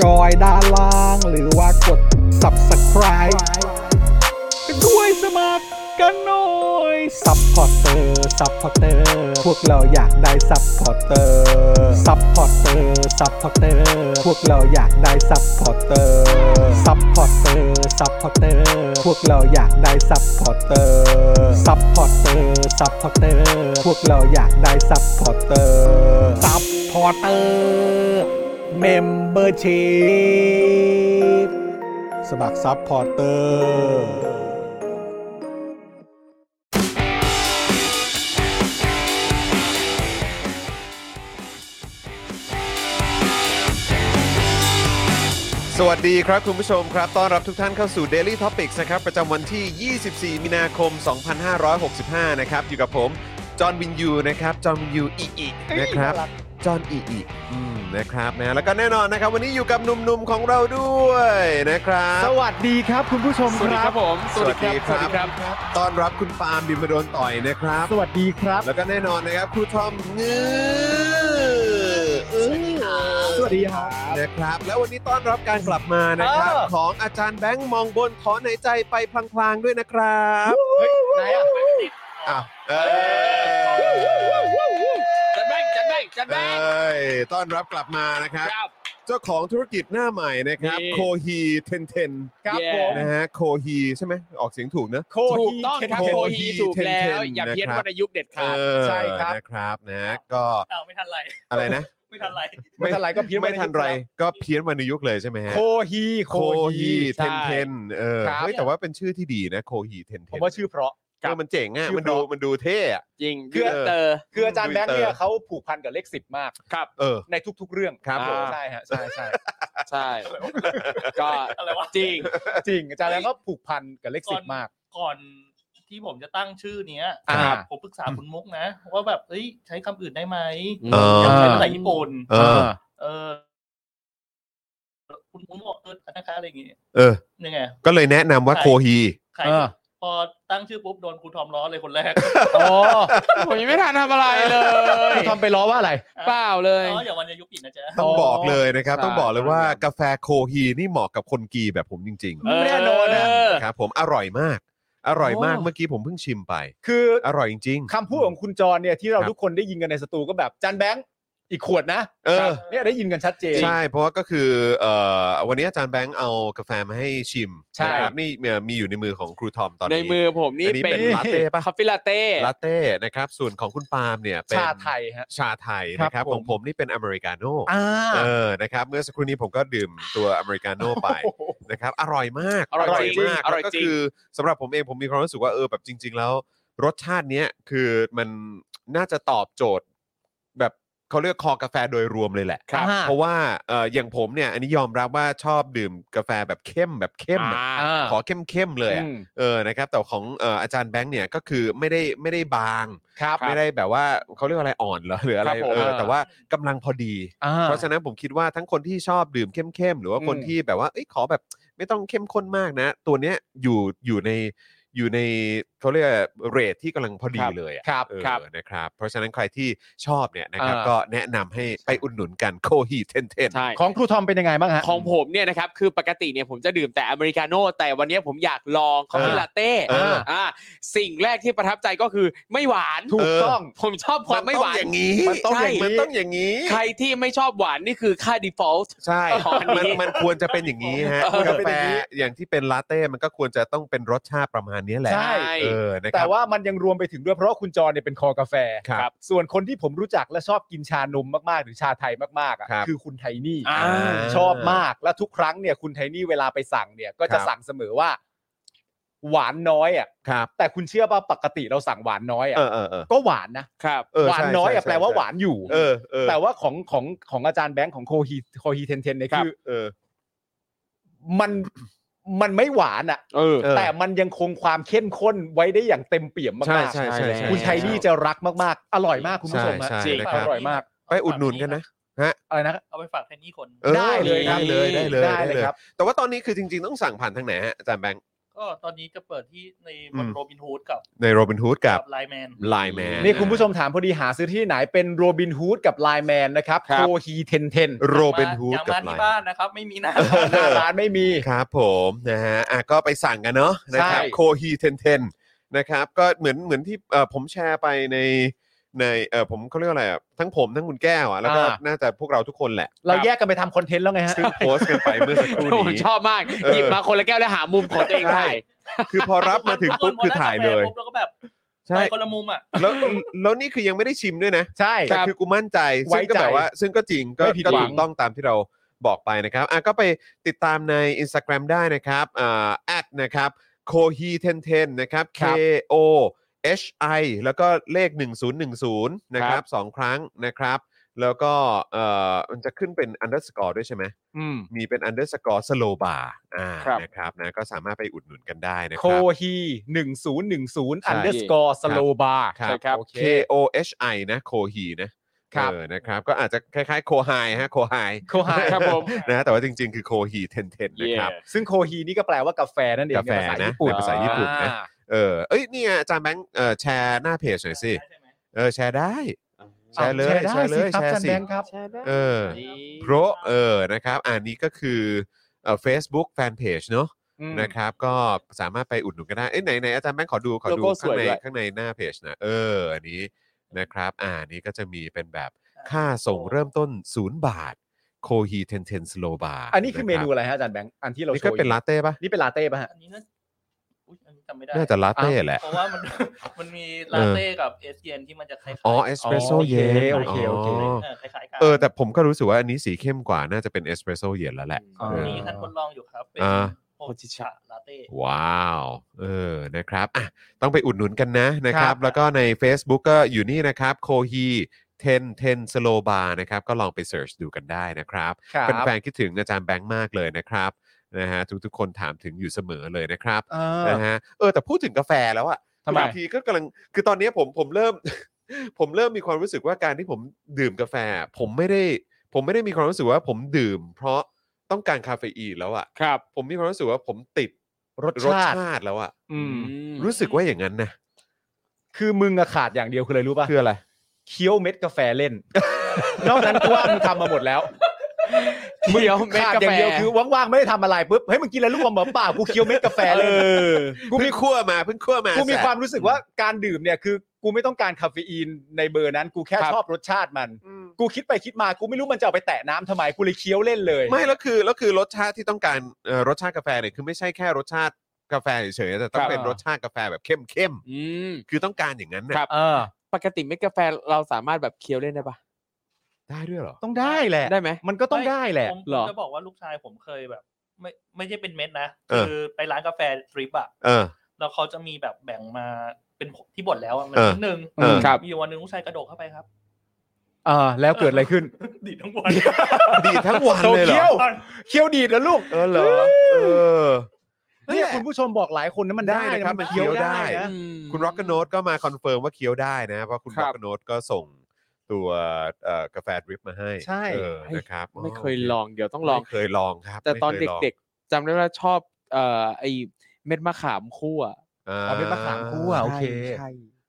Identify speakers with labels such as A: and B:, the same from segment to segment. A: จอยด้านล่าง หรือว่ากด subscribe ไปด้วยสมัครกันหน่อย ซัพพอร์เตอร์ ซัพพอร์เตอร์ พวกเราอยากได้ซัพพอร์เตอร์ ซัพพอร์เตอร์ ซัพพอร์เตอร์ พวกเราอยากได้ซัพพอร์เตอร์ ซัพพอร์เตอร์ ซัพพอร์เตอร์ พวกเราอยากได้ซัพพอร์เตอร์ ซัพพอร์เตอร์ ซัพพอร์เตอร์ พวกเราอยากได้ซัพพอร์เตอร์ ซัพพอร์เตอร์ เมมเบอร์ชีพสมัครซัพพอร์เตอร์
B: สวัสดีครับคุณผู้ชมครับต้อนรับทุกท่านเข้าสู่ Daily Topics นะครับ ประจำวันที่ 24 มีนาคม 2565 นะครับ อยู่กับผม จอห์นวินยูนะครับ จอห์นวินยูอีอีนะครับ จอห์นอีอีอืมนะครับนะแล้วก็แน่นอนนะครับ วันนี้อยู่กับหนุ่มๆของเราด้วยนะครับ
C: สวัสดีครับคุณผู้ชม
D: สวัสดี
C: ค
D: ค
C: รั
D: รับ บผม
B: สวัสดีครับ ต้อนรับคุณปาล์มบิมโดนต่อยนะครับ
C: สวัสดีครับ
B: แล้วก็แน่นอนนะครับครูทอมเงืออื้อ
C: สวัสดีครับ
B: นะครับ แล้ววันนี้ต้อนรับการกลับมานะครับ
C: เออ
B: ของอาจารย์แบงค์มองบนถอนหายใจไปพลางๆด้วยนะครับ
C: ไหนอ่ะ
B: อ้าวเอ
D: จัดแบงจัดแบงจัดแบง
B: ้ยต้อนรับกลับมานะครับ เจ้าของธุรกิจหน้าใหม่นะครับ
D: นี่
B: โคฮีเทนเทน
C: ครับ
D: แย่
C: ผม
B: นะฮะโคฮีใช่ไหมออกเสียงถูกนะ
C: โค
D: ถูก
C: ฮี
D: ต้อง
C: เคน
D: ครับ
C: เคน
D: โคฮีถูกแล้ว อย่าเพี้ยน
B: นะครับ
D: วรรณยุกต์เด็ด
B: เอ
D: ขาด
B: อ
C: ใช่ครับ
B: นะครับนะฮะก็
D: เอาไม่ทันไร
B: อะไรนะ
D: ไม่ทันไร
C: ไม่ทันไรก็เพี้ยน
B: ไม่ทันไรก็เพี้ยนวรรณยุกต์เลยใช่ไหมฮะ
C: โคฮี
B: โคฮีเท
C: ใช่
B: นเทนเออ
C: ครับ
B: เฮ้ยแต่ว่าเป็นชื่อที่ดีนะโคฮีเทนเท
C: ผม
B: น
C: ว่าชื่อเพราะ
B: เออมันเจ๋งอ่ะ
C: ชื่อ
B: มันดู
C: เพราะ
B: มันดูเท่อะ
D: จริง
B: คื
D: คือ อเตอร์
C: คืออาจารย์แบงค์เนี่ย
B: ดูอิตอ
C: เขาผูกพันกับเลขสิบมาก
D: ครับ
B: เออ
C: ในทุก ๆ เรื่อง
B: ครับผม
C: ใช่ฮะใช่ใช่
D: ใช่ ก็จริง
C: จริงอาจารย์แบงค์ก็ผูกพันกับเลข
E: ก่
C: สิ
E: อน
C: บมาก
E: ก่อนที่ผมจะตั้งชื่อเนี้ย
C: ครับ
E: ผมปรึกษาคุณมุกนะ ว่าแบบเอ้ยใช้คำอื่นได้ไหม
B: เออ
E: อยากใช้ภาษาญี่ปุ่น
B: เออ
E: เออ คุณมุกบอกเออนะคะอะไรอย่างเงี้ย
B: เออ
E: ยังไง
B: ก็เลยแนะนำว่า
E: ใช่
B: โคฮี
E: ใคร
C: เออ
E: พอตั้งชื่อปุ๊บโดนครูทอมล้อเลยคนแรก
C: โอ้
D: ผมยังไม่ทันทำอะไรเล
C: คุ
D: ย
C: ณทอมไปล้อว่าอะไร
D: เปล่าเลย
E: อ๋ออย่าวันจะยุบอีกนะจ๊ะ
B: ต้อง
C: อ๋อ
B: บอกเลยนะครับ
D: ใช่
B: ต้องบอกเลยว่ากาแฟโคฮีนี่เหมาะกับคนกีแบบผมจริง
C: แน่นอนนะ
D: เอ
B: ๆครับผมอร่อยมาก อร่อยมาก
D: โอ้
B: เมื่อกี้ผมเพิ่งชิมไป
C: คือ
B: อร่อยจริง
C: คำพูดของคุณจรเนี่ยที่เรา
B: ครับ
C: ทุกคนได้ยินกันในสตูก็แบบจันแบงค์อีกขวดนะ
B: เออ
C: เนี่ยได้ยินกันชัดเจน
B: ใช่ เพราะว่าก็คือเอ่อวันนี้อาจารย์แบงค์เอากาแฟมาให้ชิม
C: ใช่
B: นะครับนี่มีอยู่ในมือของครูทอมตอน
D: ใน
B: นี้
D: มือผมนี่
B: อันนี้เป็
D: เป็น น
B: ลาเต้ปะ
D: คาเฟ่ลาเต้
B: ลาเต้นะครับส่วนของคุณปาล์มเนี่ยเป็น
C: ชาไทยฮะ
B: ชาไทย
C: ครับ
B: นะครับ
C: ผม
B: ของผมนี่เป็นอเมริกาโน่
C: อ่า
B: เออนะครับเมื่อสักครู่นี้ผมก็ดื่มตัวอเมริกาโน่ไปนะครับอร่อยมาก
D: อร่อยจริง
B: มาก
D: อร่อย
B: แล้วก็
D: จริง
B: คือสำหรับผมเองผมมีความรู้สึกว่าเออแบบจริง ๆ แล้ว รสชาติเนี้ยคือมันน่าจะตอบโจทย์ แบบเขาเรียกคอกาแฟโดยรวมเลยแหละ
C: ครับ
B: เพราะว่าเอออย่างผมเนี่ยอันนี้ยอมรับว่าชอบดื่มกาแฟแบบเข้มแบบเข้มอะ
D: อ่า
B: ขอเข้มๆเลยอะ
C: อืม
B: เออนะครับแต่ของเอ่ออาจารย์แบงค์เนี่ยก็คือไม่ได้ไม่ได้บาง
C: ครับ
B: ไม่ได้แบบว่าเขาเรียกว่าอะไรอ่อนเหรอหรืออะไร
C: ครับผม
B: เออแต่ว่ากำลังพอดี
C: อ่
B: เพราะฉะนั้นผมคิดว่าทั้งคนที่ชอบดื่มเข้มๆหรือว่าคน
C: อืม
B: ที่แบบว่าเอ้ยขอแบบไม่ต้องเข้มข้นมากนะ ตัวเนี้ยอยู่อยู่ในอยู่ในเขาเรียกเรทที่กำลังพอดี
D: ครับ
B: เลยอะ
C: ครับ
B: เออ
D: ครับ
B: นะครับเพราะฉะนั้นใครที่ชอบเนี่ยนะครับ
C: อ่า
B: ก็แนะนำให้ไปอุดหนุนกันโคฮีเทนเทน
D: ใช่
C: ของครูทอมเป็นยังไงบ้างฮะ
D: ของผมเนี่ยนะครับคือปกติเนี่ยผมจะดื่มแต่อเมริกาโน่แต่วันนี้ผมอยากลองคอฟฟี่ลาเต้
B: เออ
D: อ่าสิ่งแรกที่ประทับใจก็คือไม่หวาน
C: ถูกต้อง
D: ผมชอบความไม่หวาน
B: อย่างนี้
C: มันต้องอย่างนี้
D: ใช่
B: มันต้องอย่างนี้
D: ใครที่ไม่ชอบหวานนี่คือค่า default
B: ใช่
D: ของอันนี้
B: มันมันควรจะเป็นอย่างนี้ฮะ
D: เออ
B: กาแฟอย่างที่เป็นลาเต้มันก็ควรจะต้องเป็นรสชาติประมาณนี้แหละ
C: ใช่
B: เออนะค
C: แต่
B: รับ
C: ว่ามันยังรวมไปถึงด้วยเพราะว่าคุณจรเนี่ยเป็นคอกาแฟ
B: ครับ
C: ส่วนคนที่ผมรู้จักและชอบกินชานมมากๆ หรือชาไทยมากๆอะ
B: ครับ
C: คือคุณไทนี่
D: อ่า
C: ชอบมากและทุกครั้งเนี่ยคุณไทนี่เวลาไปสั่งเนี่ยก็
B: ครั
C: จะ
B: บ
C: สั่งเสมอว่า หวานน้อยอ่ะ
B: ครับ
C: แต่คุณเชื่อป่ะปกติเราสั่งหวานน้อยอ่ะ
B: เออเออเออ
C: ก็หวานนะครับ
B: เออ
C: หวานน้อยอ่ะ
B: ใช่ใช่
C: แปลว่า
B: ใช่
C: หวานอยู่
B: เออเออ
C: แต่ว่าของของของอาจารย์แบงค์ของโคฮีโคฮีเทนเทนเนี่ย
D: ครับ
C: คือ
B: เออ
C: มันมันไม่หวานอ่ะ
D: เออ
B: เออ
C: แต่มันยังคงความเข้มข้นไว้ได้อย่างเต็มเปี่ยม
B: ใช่
C: มาก
B: ใช่ใช่
D: ๆใช่
B: ใช่
C: ๆคุณชัยนี่จะรักมากๆ อร่อยมากคุณผู้
B: ใช่
C: ชมฮะ
B: ใช่
E: จริง
B: นะ
C: ค
B: ค
C: รั
B: รั
C: บบ อร่อยมาก
B: ไปอุดหนุนกันนะฮะ
C: อะไรนะ
E: เอาไปฝากแพนนี่คน
B: ออ
C: ได้เลยครับ
B: ได้เลยได้เลย
C: ได้เลยครับ
B: แต่ว่าตอนนี้คือจริง ๆ ต้องสั่งผ่านทางไหนฮะอาจารย์แบงค์
E: ก็ตอนนี้จะเปิดที่ใน
B: อืม
E: โรบินฮูดกับ
B: ในโรบินฮูดกับ
E: ไลแมน
B: ไลแมน
C: นี่คุณผู้ชมถามพอดีหาซื้อที่ไหนเป็นโรบินฮูดกับไลแมนนะครับ
D: ครั
C: โค
D: บ
C: ฮีเทนเทน
B: โรบินฮูด
E: อย่า
B: กับ
E: มา
B: ไล
E: ที่
B: น์
E: บ้านนะครับ ไม่มีนะ
C: หน้าร้านไม่มี
B: ครับผมนะฮะอ่ะก็ไปสั่งกันเนาะนะครับ
C: ใช่
B: โคฮีเทนเทนนะครับก็เหมือนเหมือนที่เอ่อผมแชร์ไปในในเอ่อผมเขาเรียกว่าอะไรอ่ะทั้งผมทั้งคุณแก้วอ่ะแล้วก็
C: อ่า
B: น่าจะพวกเราทุกคนแหละ
C: เราแยกกันไปทำคอนเทนต์แล้วไงฮะ
B: ซึ่งโพสต์กันไปเมื่อสัก ครู่
D: ผม
B: นี้
D: ชอบมาก
B: เออ
D: หยิบมาคนละแก้วแล้วหามุมของตัวเองได้
B: คือพอรับมาถึงปุ๊บคือถ่ายเลย
E: ทุกคนพอได้กาแฟปุ๊บแล้วก็แบบ
B: ใช่
E: ไปคนละมุมอ่ะ
B: แล้วแล้วนี่คือยังไม่ได้ชิมด้วยนะ
C: ใช่
B: แต่คือกูมั่นใจ
C: ไว้
B: ซึ่งก็แบบ
C: ใจ
B: ว่า ซึ่งก็จริงก็
C: ไม่ผิด
B: ก็
C: หวัง
B: ถูกต้องตามที่เราบอกไปนะครับอ่ะก็ไปติดตามใน Instagram ได้นะครับอ่าแอดนะครับ k o h i 1 0นะครับ K O H I แล้วก็เลข 1010 นะครับสองครั้งนะครับ แล้วก็เอ่อมันจะขึ้นเป็น underscore ด้วยใช่ไหม
C: อืม
B: มีเป็น underscore slow bar อ่า
D: ครับ
B: นะครับนะก็สามารถไปอุดหนุนกันได้นะค
C: โครับ ฮีหนึ่งศูนย์หนึ่งศูนย์
B: ใช่
C: อันเดอร์สกอร์สโลบาร์
B: ครับ
D: ครับ
C: โอเค
B: K O H I นะโคฮีนะครับ เออนะครับก็อาจจะคล้ายๆโคไฮฮะโคไฮ
C: โคฮา
D: ครับผม
B: นะแต่ว่าจริงๆ คือโคฮีเทนเทนนะครับ
C: ซึ่งโคฮีนี่ก็แปลว่ากาแฟนั่นเอง
B: กาแฟ
C: ใน
B: นะ
C: ญี่ปุ่น
B: เป็นภาษาญี่ปุ่นนะ
C: อ่า
B: เออเอ้ยนี่ไงอาจารย์แบงค์เออแชร์หน้าเพจหน่อยสิเออแชร์ได้ แชร์เลย
C: อ่ะ
B: แชร์เลย
C: ได้
B: แชร์
C: สิครับอาจารย์
B: สิ
C: แบงค์ครับ
B: เออ
D: นี่
B: โปรเออนะครับอันนี้ก็คือเอ่อ Facebook Fan Page เนอะ
C: อืม
B: นะครับ ก็สามารถไปอุดหนุนกันได้ เอ้ยไหนไหนอาจารย์แบงค์ขอดูขอดู
D: โลโก้ส
B: ข้าง
D: วย
B: ใน
D: ด้วย
B: ข้างในหน้าเพจนะเอออันนี้นะครับอ่าอันนี้ก็จะมีเป็นแบบค่าส่งเริ่มต้นศูนย์บาทโคฮีเทนเทนสโลบา
C: อันนี้คือเมนูอะไรฮะอาจารย์แบงค์อันที่เรา
B: นี่ก็เป็นลาเต้ปะ
C: นี่เป็นลาเต้ป่ะฮะ
E: อันนี้น่าอุ๊ยอันนี้จำไม่ได้
B: น่าจะลาเต้แหละ
E: เพราะว่ามัน มันมีลาเต้กับเอสเยนที่มันจะคล้ายๆ
B: อ๋อเอสเปรสโซ
C: อ๋อโอเค
B: เย็น
C: โอเคโอเค
E: เออคล้ายๆกัน
B: เออแต่ผมก็รู้สึกว่าอันนี้สีเข้มกว่าน่าจะเป็นเอสเปรสโซเย็นแล้วแหละ
C: อ๋อ
E: มีท่านทดลองอยู่ครับ เป็น
B: อ่า
E: โฮจิชะลาเต้
B: ว้าวเออนะครับอ่ะต้องไปอุดหนุนกันนะ นะครับ
E: ครับ
B: แล้วก็ใน Facebook ก็อยู่นี่นะครับโคฮีเทนเทนสโลบาร์นะครับ ก็ลองไปเสิร์ชดูกันได้นะครับ
C: ครับ
B: เป็นแฟนๆคิดถึงอาจารย์แบงค์มากเลยนะครับนะฮะทุกๆคนถามถึงอยู่เสมอเลยนะครับ
C: เออ
B: นะฮะเออแต่พูดถึงกาแฟแล้วอะ
C: ทำไม
B: บางทีก็กำลังคือตอนนี้ผมผมเริ่ม ผมเริ่มมีความรู้สึกว่าการที่ผมดื่มกาแฟ ผมไม่ได้ ผมไม่ได้มีความรู้สึกว่าผมดื่ม เพราะต้องการคาเฟอีนแล้วอะ
D: ครับ
B: ผมมีความรู้สึกว่าผมติด
C: รส
B: รส
C: ชาติ
B: ชาติแล้วอะ
C: อืม
B: รู้สึกว่าอย่างนั้นนะ
C: คือมึงอะขาดอย่างเดียวคืออะไรรู้ป่ะ
B: คืออะไร
C: เคี้ยวเม็ดกาแฟเล่น นอกนั้นกูว่ามึงทำมาหมดแล้ว
D: เคี้ยวเม็
C: ขาก
D: ดาแฟ
C: ดอย่างเดียวคือว่างๆไม่ได้ทำอะไรปุ๊บเฮ้ยมึงกินอะไรลูกบอลเหมือนเปล่ากูเคี้ยวเม็ดกาแฟเล่นกู
B: เพิ่
C: มี
B: งคั่วมาเพิ่งคั่วมา
C: กูมี
B: แสบ
C: ความรู้สึกว่าการดื่มเนี่ยคือ กูไม่ต้องการคาเฟอีนในเบอร์นั้นกูแค่
D: ครับ
C: ชอบรสชาติมัน
B: อืม
C: กูคิดไปคิดมากูไม่รู้มันจะเอาไปแตะน้ำทำไมกูเลยเคี้ยวเล่นเลย
B: ไม่แล้วคือแล้วคือรสชาติที่ต้องการเอ่อรสชาติกาแฟเนี่ยคือไม่ใช่แค่รสชาติกาแฟเฉยๆแต่ต้อ
D: ค
B: ง
D: รับ
B: เป็นรสชาติกาแฟแบบเข้มเข้ม
D: อืม
B: ๆคือต้องการอย่างนั้นนะครับ
C: เออ
D: ปกติเม็ดกาแฟเราสามารถแบบเคี้ยวเล่นได้ปะ
B: ได้ด้วยเหรอ
C: ต้องได้แหละ
D: ได้ไหม
C: มันก็ต้องได้แหละ
E: ผม
D: เหรอ
E: จะบอกว่าลูกชายผมเคยแบบ ไม่ไม่ใช่เป็นเม็ดนะ
B: เออ
E: คือไปร้านกาแฟทริปอะ
B: เออ
E: แล้วเขาจะมีแบบแบ่งมาเป็นที่บดแล้วอะมัน
B: เออ
E: นิดนึง
B: เออครับ
E: มีอยู่วันหนึ่งลูกชายกระโดดเข้าไปครับ
C: เออ แล้วเกิดอะไรขึ้น
E: ดีดทั้งวัน
B: ดีดทั้งวัน
C: โต
B: เลยเหร
C: เคี้ย
B: อ
C: ว เคี้ยวดีดนะลูก
B: เออเหรอเออ
C: เนี่ยคุณผู้ชมบอกหลายคนนะมันได้
B: ได้นะครับมันเคี้ยวได้
C: นะ
D: อืม
B: คุณร็อกกโนดก็มาคอนเฟิร์มว่าเคี้ยวได้นะ เพราะคุณ
D: ครั
B: ร็อบ กกโนดก็ส่งตัวเอ่อกาแฟดริปมาให้
C: ใช่
B: เออนะครับ
D: ไม่เคยลองเดี๋ยวต้อง
B: ไม่
D: ลอง
B: เคยลองครับ
D: แต่ตอนเด็กๆจำได้ว่าชอบเอ่อไอเม็ดมะขามคั่ว
B: ๆอา
C: เอาเป็นมะขามคั่วโอเค
D: ใช่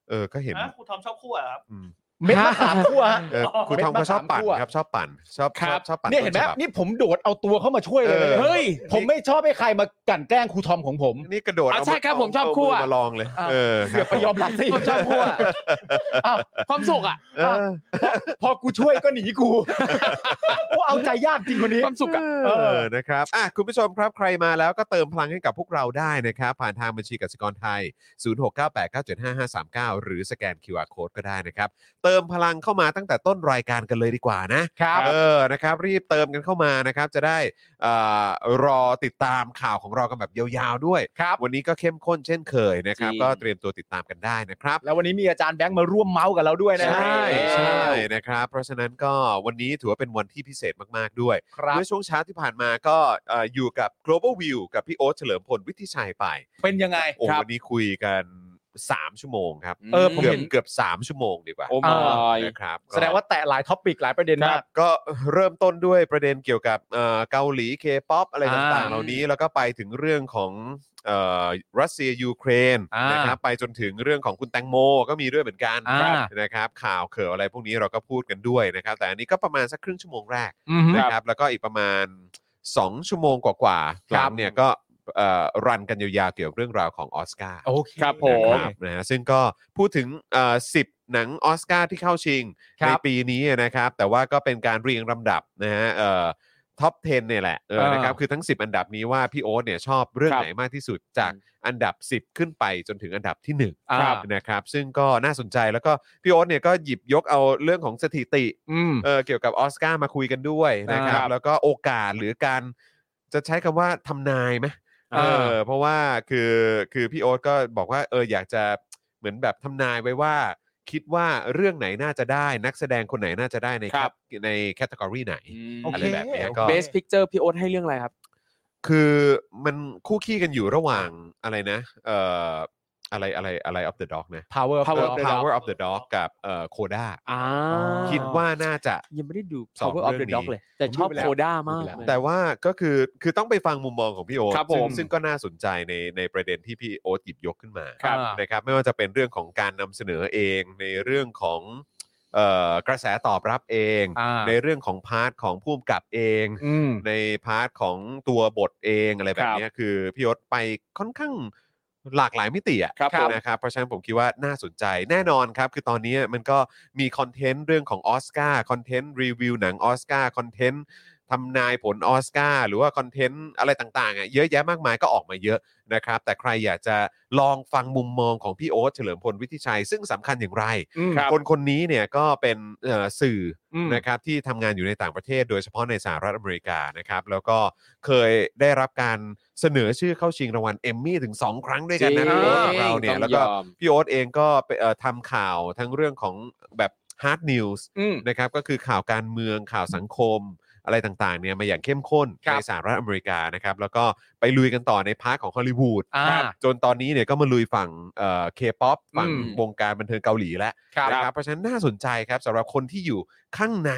B: เออก็เห็น
E: นะครูทอมชอบคั่วครับ
B: อืม
C: เม็ดมะขามคั่วฮะ
B: เออ
E: อ๋อ
B: คุณทอม
C: เม็ด
B: เขา
C: มะ
B: ช
C: ขา
B: อบ
C: ม
B: ปั่น
C: คั่ว
B: ครับชอบปั่นชอบ
D: ครั
B: ชอบ บชอบปั่น
C: เนี่ยเห็นไหม
B: ต้ฉบับ
C: นี่ผมโดดเอาตัวเข้ามาช่วยเลยนะ
B: เออ
C: เฮ้ยผมไม่ชอบให้ใครมากลั่นแกล้งครูทอมของผม
B: นี่กระโดด
D: อ่ะ
B: เา
D: ใช่ครับ
B: เา
D: ผมชอบ
B: เา
D: คั่ว
B: มืมาลองเลย
D: อ่ะ
B: เออ
C: เสือกไปยอมรับสิ
D: ผมชอบคั่ว
C: อ้าว
D: ความสุขอ่ะ
B: เออ
C: พอกูช่วยก็หนีกู โอ้เอาใจยากจริงคนนี้
D: ความสุขอ่ะ
B: เออนะครับอ่ะคุณผู้ชมครับใครมาแล้วก็เติมพลังให้กับพวกเราได้นะครับ ผ่านทางบัญชีกสิกรไทย 0698975539 หรือสแกน QR Code ก็ได้นะครับ เ เติมพลังเข้ามาตั้งแต่ต้นรายการกันเลยดีกว่านะ
C: ครับ
B: เออ นะครับ รีบเติมกันเข้ามานะครับ จะได้เอ่อรอติดตามข่าวของเรากันแบบยาวๆด้วย
C: ครับ
B: วันนี้ก็เข้มข้นเช่นเคยนะครับ
D: จริง
B: ก็เตรียมตัวติดตามกันได้นะครับ
C: แล้ววันนี้มีอาจารย์แบงค์มาร่วมเมาส์กับเราด้วยนะ
B: ใช่
C: ใช่
B: ใช่นะครับ เพราะฉะนั้นก็วันนี้ถือว่าเป็นวันที่พิเศษมากๆด้วย
C: ครับ
B: เมื่อช่วงเช้าที่ผ่านมาก็เอ่ออยู่กับ global view กับพี่โอ๊ตเฉลิมพลวิทิชัยไป
C: เป็นยังไง
B: โอ้วันนี้คุยกัน 3 ชั่วโมงครับ
C: เออผม
B: เกือบ
C: เห็น
B: เกือบ 3 ชั่วโมงดีกว่า
D: โอ้
C: อ่
D: มาย
B: นะครับก็
C: แสดงว่าแตะหลายท็อปิกหลายประเด็น
B: ค
C: มา
B: รั
C: ก
B: บก็ เริ่มต้นด้วยประเด็นเกี่ยวกับเอ่อเกาหลีเคป๊อปอะไร
C: อ่า
B: ต่างๆ เหล่านี้แล้วก็ไปถึงเรื่องของเอ่อรัสเซียยูเครน
C: อ่าน
B: นะครับไปจนถึงเรื่องของคุณแตงโมก็มีด้วยเหมือนกัน
C: อ่า
B: นะครับข่าวเข่าวอะไรพวกนี้เราก็พูดกันด้วยนะครับ แต่อันนี้ก็ประมาณสักครึ่งชั่วโมงแรก
C: อือฮึ
B: นะครับแล้วก็อีกประมาณ 2 ชั่วโมงกว่าๆห
C: ครั
B: ลั
C: บ
B: งเนี่ยก็เอ่อรันกันยาวๆเกี่ยวกับเรื่องราวของออสการ์
C: โอเค
D: ครับผ
B: นะค
D: ม
B: รับนะฮะซึ่งก็พูดถึงเอ่อ10 หนังออสการ์ที่เข้าชิง
C: ครั
B: ใน
C: บ
B: ปีนี้นะครับ แต่ว่าก็เป็นการเรียงลำดับนะฮะเอ่อท็อป 10 เนี่ยแหละเออ
C: เออ
B: นะครับคือทั้ง 10 อันดับนี้ว่าพี่โอ๊ตเนี่ยชอบเรื่อง
D: ครับ
B: ไหนมากที่สุดจากอันดับ 10 ขึ้นไปจนถึงอันดับที่ 1
D: ครับ
B: นะครับ ซึ่งก็น่าสนใจแล้วก็พี่โอ๊ตเนี่ยก็หยิบยกเอาเรื่องของสถิติ
C: อืม
B: เออเกี่ยวกับออสการ์มาคุยกันด้วยนะครับ
D: ครับ
B: แล้วก็โอกาสหรือการจะใช้คำว่าทำนายไหม เอ
C: อ่า
B: อเพราะว่าคือคือพี่โอ๊ตก็บอกว่าเอออยากจะเหมือนแบบทำนายไว้ว่า คิดว่าเรื่องไหนน่าจะได้ นักแสดงคนไหนน่าจะได้ใน
D: ครับ
B: แคปในแคตตากรีไหน
C: โอ
B: อะ
C: เค
B: ไรแบบเนี้ยก็
D: เบสพิกเจอร์พี่โอ๊ตให้เรื่องอะไรครับ
B: คือมันคู่ขี้กันอยู่ระหว่างอะไรนะเอ่ออะไรอะไรอะไร of the dog นะ
C: power
D: Power
C: of the
D: Dog
B: power of the dog กับเอ่อโคด้า
D: อ่า
B: คิดว่าน่าจะ
D: ยังไม่ได้ดู
B: สอง
D: Power of
B: เรื่อง
D: the
B: นี้
D: Dog เลย แต่ชอบ
C: ผมดูไปแล้ว
D: โคด้ามาก
B: แต่ว่าก็คือคือต้องไปฟังมุมมองของพี่โอ๊ต
D: ครับ
B: ซึ่ง
D: ผม
B: ซึ่งก็น่าสนใจในในประเด็นที่พี่โอ๊ตหยิบยกขึ้นมา
C: ครับ
B: นะครับไม่ว่าจะเป็นเรื่องของการนำเสนอเองในเรื่องของเอ่อกระแสตอบรับเอง
C: อ่า
B: ในเรื่องของพาร์ทของผู้กำกับเอง
C: อืม
B: ในพาร์ทของตัวบทเองอะไรแบ
D: ครับบ
B: เนี้ยคือพี่ยศไปค่อนข้างหลากหลายมิติอะ
D: ครับผม
B: นะครับเพราะฉะนั้นผมคิดว่าน่าสนใจแน่นอนครับ คือตอนนี้มันก็มีคอนเทนต์เรื่องของออสการ์คอนเทนต์รีวิวหนังออสการ์คอนเทนต์ทำนายผลออสการ์หรือว่าคอนเทนต์อะไรต่างๆอะเยอะแยะมากมายก็ออกมาเยอะนะครับ แต่ใครอยากจะลองฟังมุมมองของพี่โอ๊ตเฉลิมพลวิทิชัย ซึ่งสำคัญอย่างไร
C: อืม
D: ครับ
B: คนคนๆนี้เนี่ยก็เป็นเอ่อสื่อ
C: อืม
B: นะครับที่ทำงานอยู่ในต่างประเทศโดยเฉพาะในสหรัฐอเมริกานะครับ แล้วก็เคยได้รับการเสนอชื่อเข้าชิงรางวัลเอมมี่ถึง 2 ครั้งด้วยกันนะ
D: จริง
B: พี่โอ๊ตของเราเนี่ย
D: ต้อง
B: แล้วก็
D: ยอม
B: พี่โอ๊ตเองก็ไปเอ่อทำข่าวทั้งเรื่องของแบบฮาร์ดนิวส์
C: อืม
B: นะครับก็คือข่าวการเมืองข่าวสังคมอะไรต่างๆเนี่ยมาอย่างเข้มข้น
C: ครับ
B: ในสหรัฐอเมริกานะครับ แล้วก็ไปลุยกันต่อในพาร์ทของฮอลลีวูด
C: อ่า
B: ครับจนตอนนี้เนี่ยก็มาลุยฝั่งเคป๊อปฝั่ง
C: อืม
B: วงการบันเทิงเกาหลีแล้ว
C: ครับ
B: นะครับเพราะฉะนั้นน่าสนใจครับสำหรับคนที่อยู่ข้างใน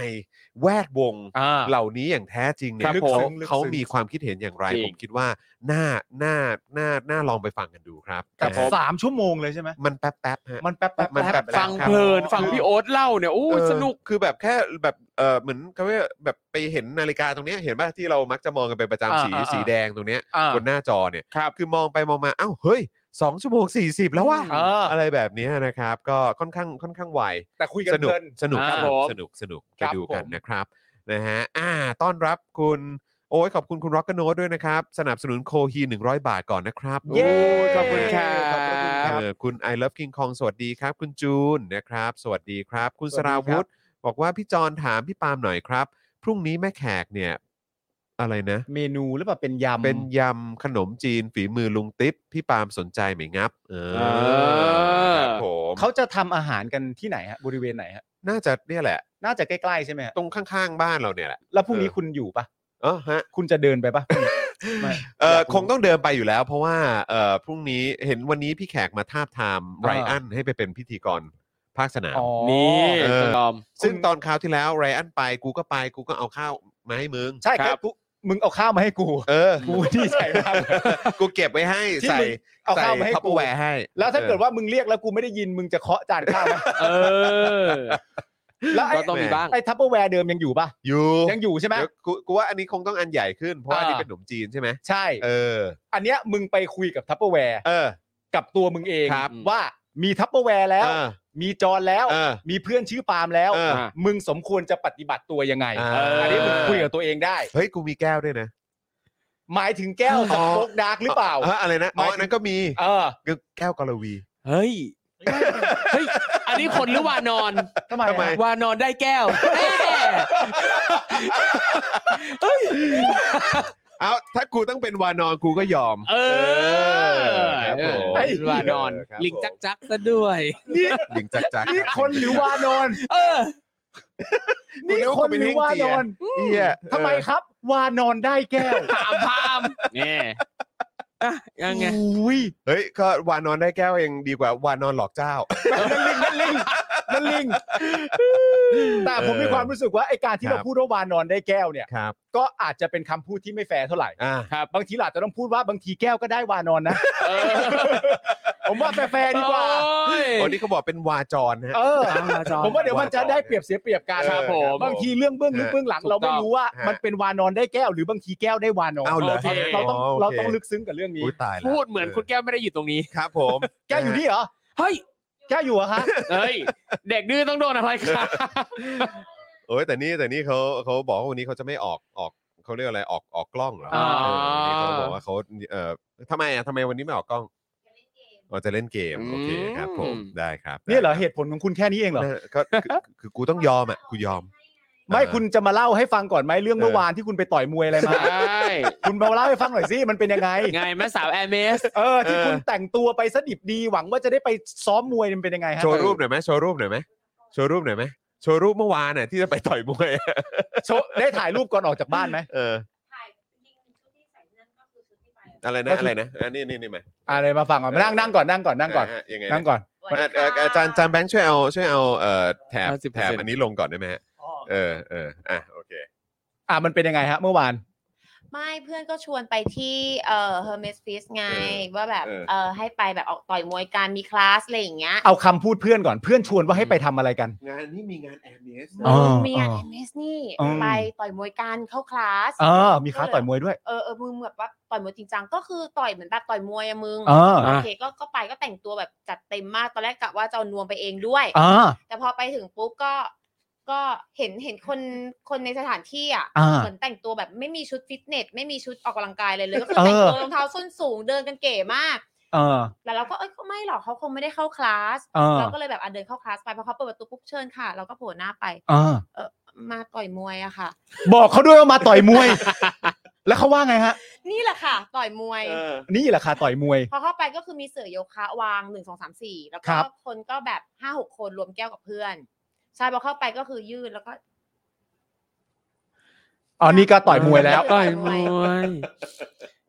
B: แวดวง
C: อ่า
B: เหล่านี้อย่างแท้จริงเนี่
D: ค
B: ย
D: รับ
B: ลึก
D: ผม
B: ซึ้งเขามีความคิดเห็นอย่างไร
D: จริง
B: ผมคิดว่าน่าน่าน่าน่าลองไปฟังกันดูครับ
C: กับ
B: นะฮะ
C: สามชั่วโมงเลยใช่ไหม
B: มันแป๊บแป๊บๆฮะ
C: มันแป๊บ
B: มั
C: แป๊
B: น
C: บ
B: แป๊บ
C: แป๊บ
D: ฟังเพลิน ฟังพี่โอ๊ตเล่าเนี่ยโอ้ย
B: เออ
D: สนุก
B: คือแบบแค่แบบเออเหมือนเขาเรียกแบบไปเห็นนาฬิกาตรงเนี้ยเห็นป่ะที่เรามักจะมองกันเป็นประจำ
C: อ่า
B: สี
C: อ่าอ่า
B: สีแดงตรงเนี้ย
C: อ่า
B: บนหน้าจอเนี่ย
D: ครับ
B: คือมองไปมองมาอ้าวเฮ้ยสองชั่วโมงสี่สิบแล้วว่ะ
C: เอออ
B: อะไรแบบเนี้ยนะครับ ก็ค่อนข้างค่อนข้างไว
C: แต่คุยกัน
B: สนุก
C: เพลิน
B: สนุก
D: ครับ
B: สนุก
D: ผม
B: สนุกสนุกไป
C: ครับ
B: ดูกัน
C: ผม
B: นะครับนะฮะอ่าต้อนรับคุณโอ้ยขอบคุณคุณร็อกกโนด้วยนะครับ สนับสนุนโคฮี 100 บาทก่อนนะครับ
D: เย้ขอบคุณครับ
B: ขอบคุณครับเออคุณ I love King Kong สวัสดีครับ คุณจูนนะครับ สวัสดีครับ คุณสราวุธบอกว่าพี่จอนถามพี่ปาล์มหน่อยครับ พรุ่งนี้แม่แขกเนี่ยอะไรนะ
C: เมนูหรือเปล่าเป็นยำ
B: เป็นยำขนมจีนฝีมือลุงติ๊บพี่ปาล์มสนใจไหมงับ เออ
D: เออ
B: ครับผม
C: เขาจะทำอาหารกันที่ไหนฮะบริเวณไหนฮะ
B: น่าจะเนี่ยแหละ
C: น่าจะใกล้ๆใช่ไหมฮะ
B: ตรงข้างๆบ้านเราเนี่ยแหละ
C: แล้วพรุ่งนี้คุณอยู่ปะ
B: เออฮะ
C: คุณจะเดินไปปะ ไม่
B: เออ
C: อยากรู้
B: คงต้องเดินไปอยู่แล้ว เพราะว่าเออพรุ่งนี้เห็นวันนี้พี่แขกมาทาบทาม
C: อ่า
B: ไรอันให้ไปเป็นพิธีกรภาคสนาม
C: อ๋อ
D: นี่
B: เออ
D: ยอม
B: ซึ่ง
C: คุณ
B: ตอนคราวที่แล้วไรอันไปกูก็ไปกูก็เอาข้าวมาให้มึง
C: ใช่
D: ค
C: ค
D: รั
C: รับ บกูมึงเอาข้าวมาให้กู
B: เออ
C: กูที่ใส่มาก
B: กูเก็บไว้ให้
C: ที่
B: ใส่
C: มึงเอาข้าวมาให้กู
B: ทัพเปอร์แวร์ให้
C: แล้วถ้าเกิด
B: ออ
C: ว่ามึงเรียกแล้วกูไม่ได้ยินมึงจะเคาะจานข้าวไหม
D: เออ
C: แล้วไอ้
D: ก็ต้องมีบ้าง
C: ไอ้ทัพเปอร์แวร์เดิมยังอยู่ปะ
B: อยู่
C: ยังอยู่ใช่ไหม
B: เดี๋ยวกูกูว่าอันนี้คงต้องอันใหญ่ขึ้น เพราะว่าอัน
C: อ่า
B: นี้เป็นขนมจีนใช่ไหม
C: ใช่
B: เออ
C: อันเนี้ยมึงไปคุยกับทัพเปอร์แวร์
B: เออ
C: กับตัวมึงเอง
B: ครับ
C: ว่ามีทัพเปอร์แวร์แล้ว
B: เออ
C: มีจอนแล้ว
B: เออ
C: มีเพื่อนชื่อปาล์มแล้ว
B: เออ
C: มึงสมควรจะปฏิบัติตัวยังไง
B: อ่า
C: อันนี้มึงคุยกับตัวเองได้
B: เฮ้ยกูมีแก้วด้วยนะ
C: หมายถึงแก้ว
B: อ๋
C: ส
B: อ
C: โป๊กดาร์กหรือเปล่า
B: เอออะไรนะ
C: ห
B: อ๋
C: มา
B: อย
C: ถึง
B: อันนั้นก็มี
C: เออ
B: แก้วกอลวี
D: เฮ้ย เฮ้ยอันนี้คนหรือวานอน
C: ทำไม
B: ทำไม
C: อะ
D: วานอนได้แก้ วแม่เอ้ย
B: เอาถ้ากูต้องเป็นวานอนกูก็ยอม
D: เออ
B: ครับผม
D: เออวานอน ลิงจักจักซะด้วย
B: ลิงจักจัก
C: นี่คนหรือวานอน
D: เออ
B: กู
C: นี่
B: ก
C: คน
B: กูเป็
C: หรือ
B: เฮง
C: วา
B: เจี
C: น
B: ย
C: อน
B: เหี้ย
C: ทำไมครับ วานอนได้แก้ว
D: ถามพามเนี่ยอ่ะยังไง
C: อุ้ย
B: เฮ้ยก็วานอนได้แก้วเองดีกว่าวานอนหลอกเจ้า
C: นั่นลิงนั่นลิงนั่นลิง แต่ผมมีความรู้สึกว่าไอการที่
B: ครับ
C: เราพูดว่าวานอนได้แก้วเนี่ย
B: ครับ
C: ก็อาจจะเป็นคำพูดที่ไม่แฟร์เท่าไหร่
B: อ่า
C: บางทีเราอาจจะต้องพูดว่าบางทีแก้วก็ได้วานอนนะ
D: เออ
C: ผมว่าแฟร์ๆดีกว่า
D: โอ้ย
B: โอ้นี่เขาบอกเป็นวาจรนะฮะ
C: เออ
D: เอาละจอน
C: ผมว่าเดี๋ยวมันจะได้เปรียบเสียเปรียบกัน
D: ครับผม
C: บางทีเรื่องเบื้องลึกเบื้องหลัง
D: ถูกต้
C: เรา
D: อง
C: ไม่รู้ว่า
B: ฮะ
C: มันเป็นวานอนได้แก้ว หรือบางทีแก้วได้วานอน
B: เอาเหรอ
C: เราต้องเรา
B: โค
C: ต้องเราต้องลึกซึ้งกับเรื่องนี้
B: อุ้ยตายแล้ว
D: พูดเหมือนคุณแก้วไม่ได้อยู่ตรงนี้
B: ครับผม
C: แก้วอยู่นี่เหรอ
D: เฮ้ย
C: แก้วอยู่เหรอคะ
D: เฮ้ย เด็กดื้อต้องโดนอะไรครับ
B: โอ้ยแต่นี่แต่นี่เขาเขาบอกว่าวันนี้เขาจะไม่ออกออกเขาเรียกอะไรออกออกกล้องเหรอ
D: อ่า
B: เออวันนี้เขาบอกว่าเขาเอ่อทำไมอ่ะทำไมวันนี้ไม่ออกกล้องอ๋อจะเล่นเกมโอเคครับผมได้ครับ
C: เนี่ยเหรอเหตุผลของคุณแค่นี้เองเหรอ
B: นั่นก็คือคือคือกูต้องยอมอ่ะกูยอม
C: ไม่คุณจะมาเล่าให้ฟังก่อนไหมเรื่องเมื่อ
B: เออ
C: วานที่คุณไปต่อยมวยอะไรมา
D: ใช่
C: คุณมาเล่าให้ฟังหน่อยสิมันเป็นยังไง
D: ไงแม่สาวแอร์เมส
C: เออที่
B: เออ
C: คุณแต่งตัวไปสดิบดีหวังว่าจะได้ไปซ้อมมวยมันเป็นยังไงฮะ
B: โชว์รูปหน่อยไหมโชว์รูปหน่อยไหมโชว์รูปหน่อยไหมโชว์รูปเมื่อวานน่ะที่จะไปต่อยมวยอะ
C: โชว์ได้ถ่ายรูปก่อนออกจากบ้านไหม
B: เอออะไรนะอะไรนะอันนี้นี่นี่มา
C: อะไรมาฟังก่อนมานั่งนั่งก่อนนั่งก่อนนั่งก่อน
B: ฮะยังไง
C: นั่งก่อน
B: อ่ะเอ่ออาจารย์อาจารย์แบงค์ช่วยเอาช่วยเอาเอ่อแถบ
D: 50%
B: แถบอันนี้ลงก่อนได้ไหมฮะ
E: อ๋อ
B: เออเอออ่ะโอเค
C: อ่ะมันเป็นยังไงฮะเมื่อวาน
F: ไม่เพื่อนก็ชวนไปที่เอ่อ Hermes Fist ไง ว่าแบบเอ่อให้ไปแบบออกต่อยมวยกันมีคลาสอะไรอย่างเงี้ย
C: เอาคำพูดเพื่อนก่อนเพื่อนชวนว่าให้ไปทำอะไรกัน
B: งานนี้มีงานแอมเนส
C: อ๋อ
F: มีงาน
C: อ๋อ
F: เอมเสนี่
C: อืม
F: ไปต่อยมวยกันเข้าคลาส
C: เออมีค้าต่อยมวยด้วย
F: เออเออมึงแบบว่าต่อยมวยจริงจังก็คือต่อยเหมือนแบบต่อยมวยอะมึง
C: เออ
F: โอเคก็ก็ไปก็แต่งตัวแบบจัดเต็มมากตอนแรกกะว่าจะเอานวมไปเองด้วย
C: เออ
F: แต่พอไปถึงปุ๊บก็ก็เห็นเห็นคนคนในสถานที่อ่ะ
C: อ่า
F: เหมือนแต่งตัวแบบไม่มีชุดฟิตเนสไม่มีชุดออกกำลังกายเลยเลยก็คือ
C: เออ
F: แต่งตัวรองเท้าส้นสูงเดินกันเก๋มาก
C: เออ
F: แล้วเราก็เอ้ยก็ไม่หรอกเขาคงไม่ได้เข้าคลาส
C: เออ
F: เราก็เลยแบบอ่ะเดินเข้าคลาสไปพอเขาเปิดประตูปุ๊บเชิญค่ะ เราก็โผล่หน้าไป
C: เออ
F: มาต่อยมวยอะค่ะ
C: บอกเขาด้วยว่ามาต่อยมวย แล้วเขาว่าไงฮะ
F: นี่แหละค่ะ ต่อยมวย
B: เออ
C: นี่แหละค่ะต่อยมวย
F: พอเข้าไปก็คือมีเสือโยคะวางหนึ่งสองสามสี่แล้ว
C: ค
F: ก็
C: รับ
F: คนก็แบบห้าหกคนรวมแก้วกับเพื่อนใช่พอเข้าไปก็คือยืนแล้วก็
C: อ๋อนี่ก็ต่อยมวยแล้ว
F: ต่
D: ต่อ
F: อยย
D: ม
F: ม
D: ว
F: วย
D: ย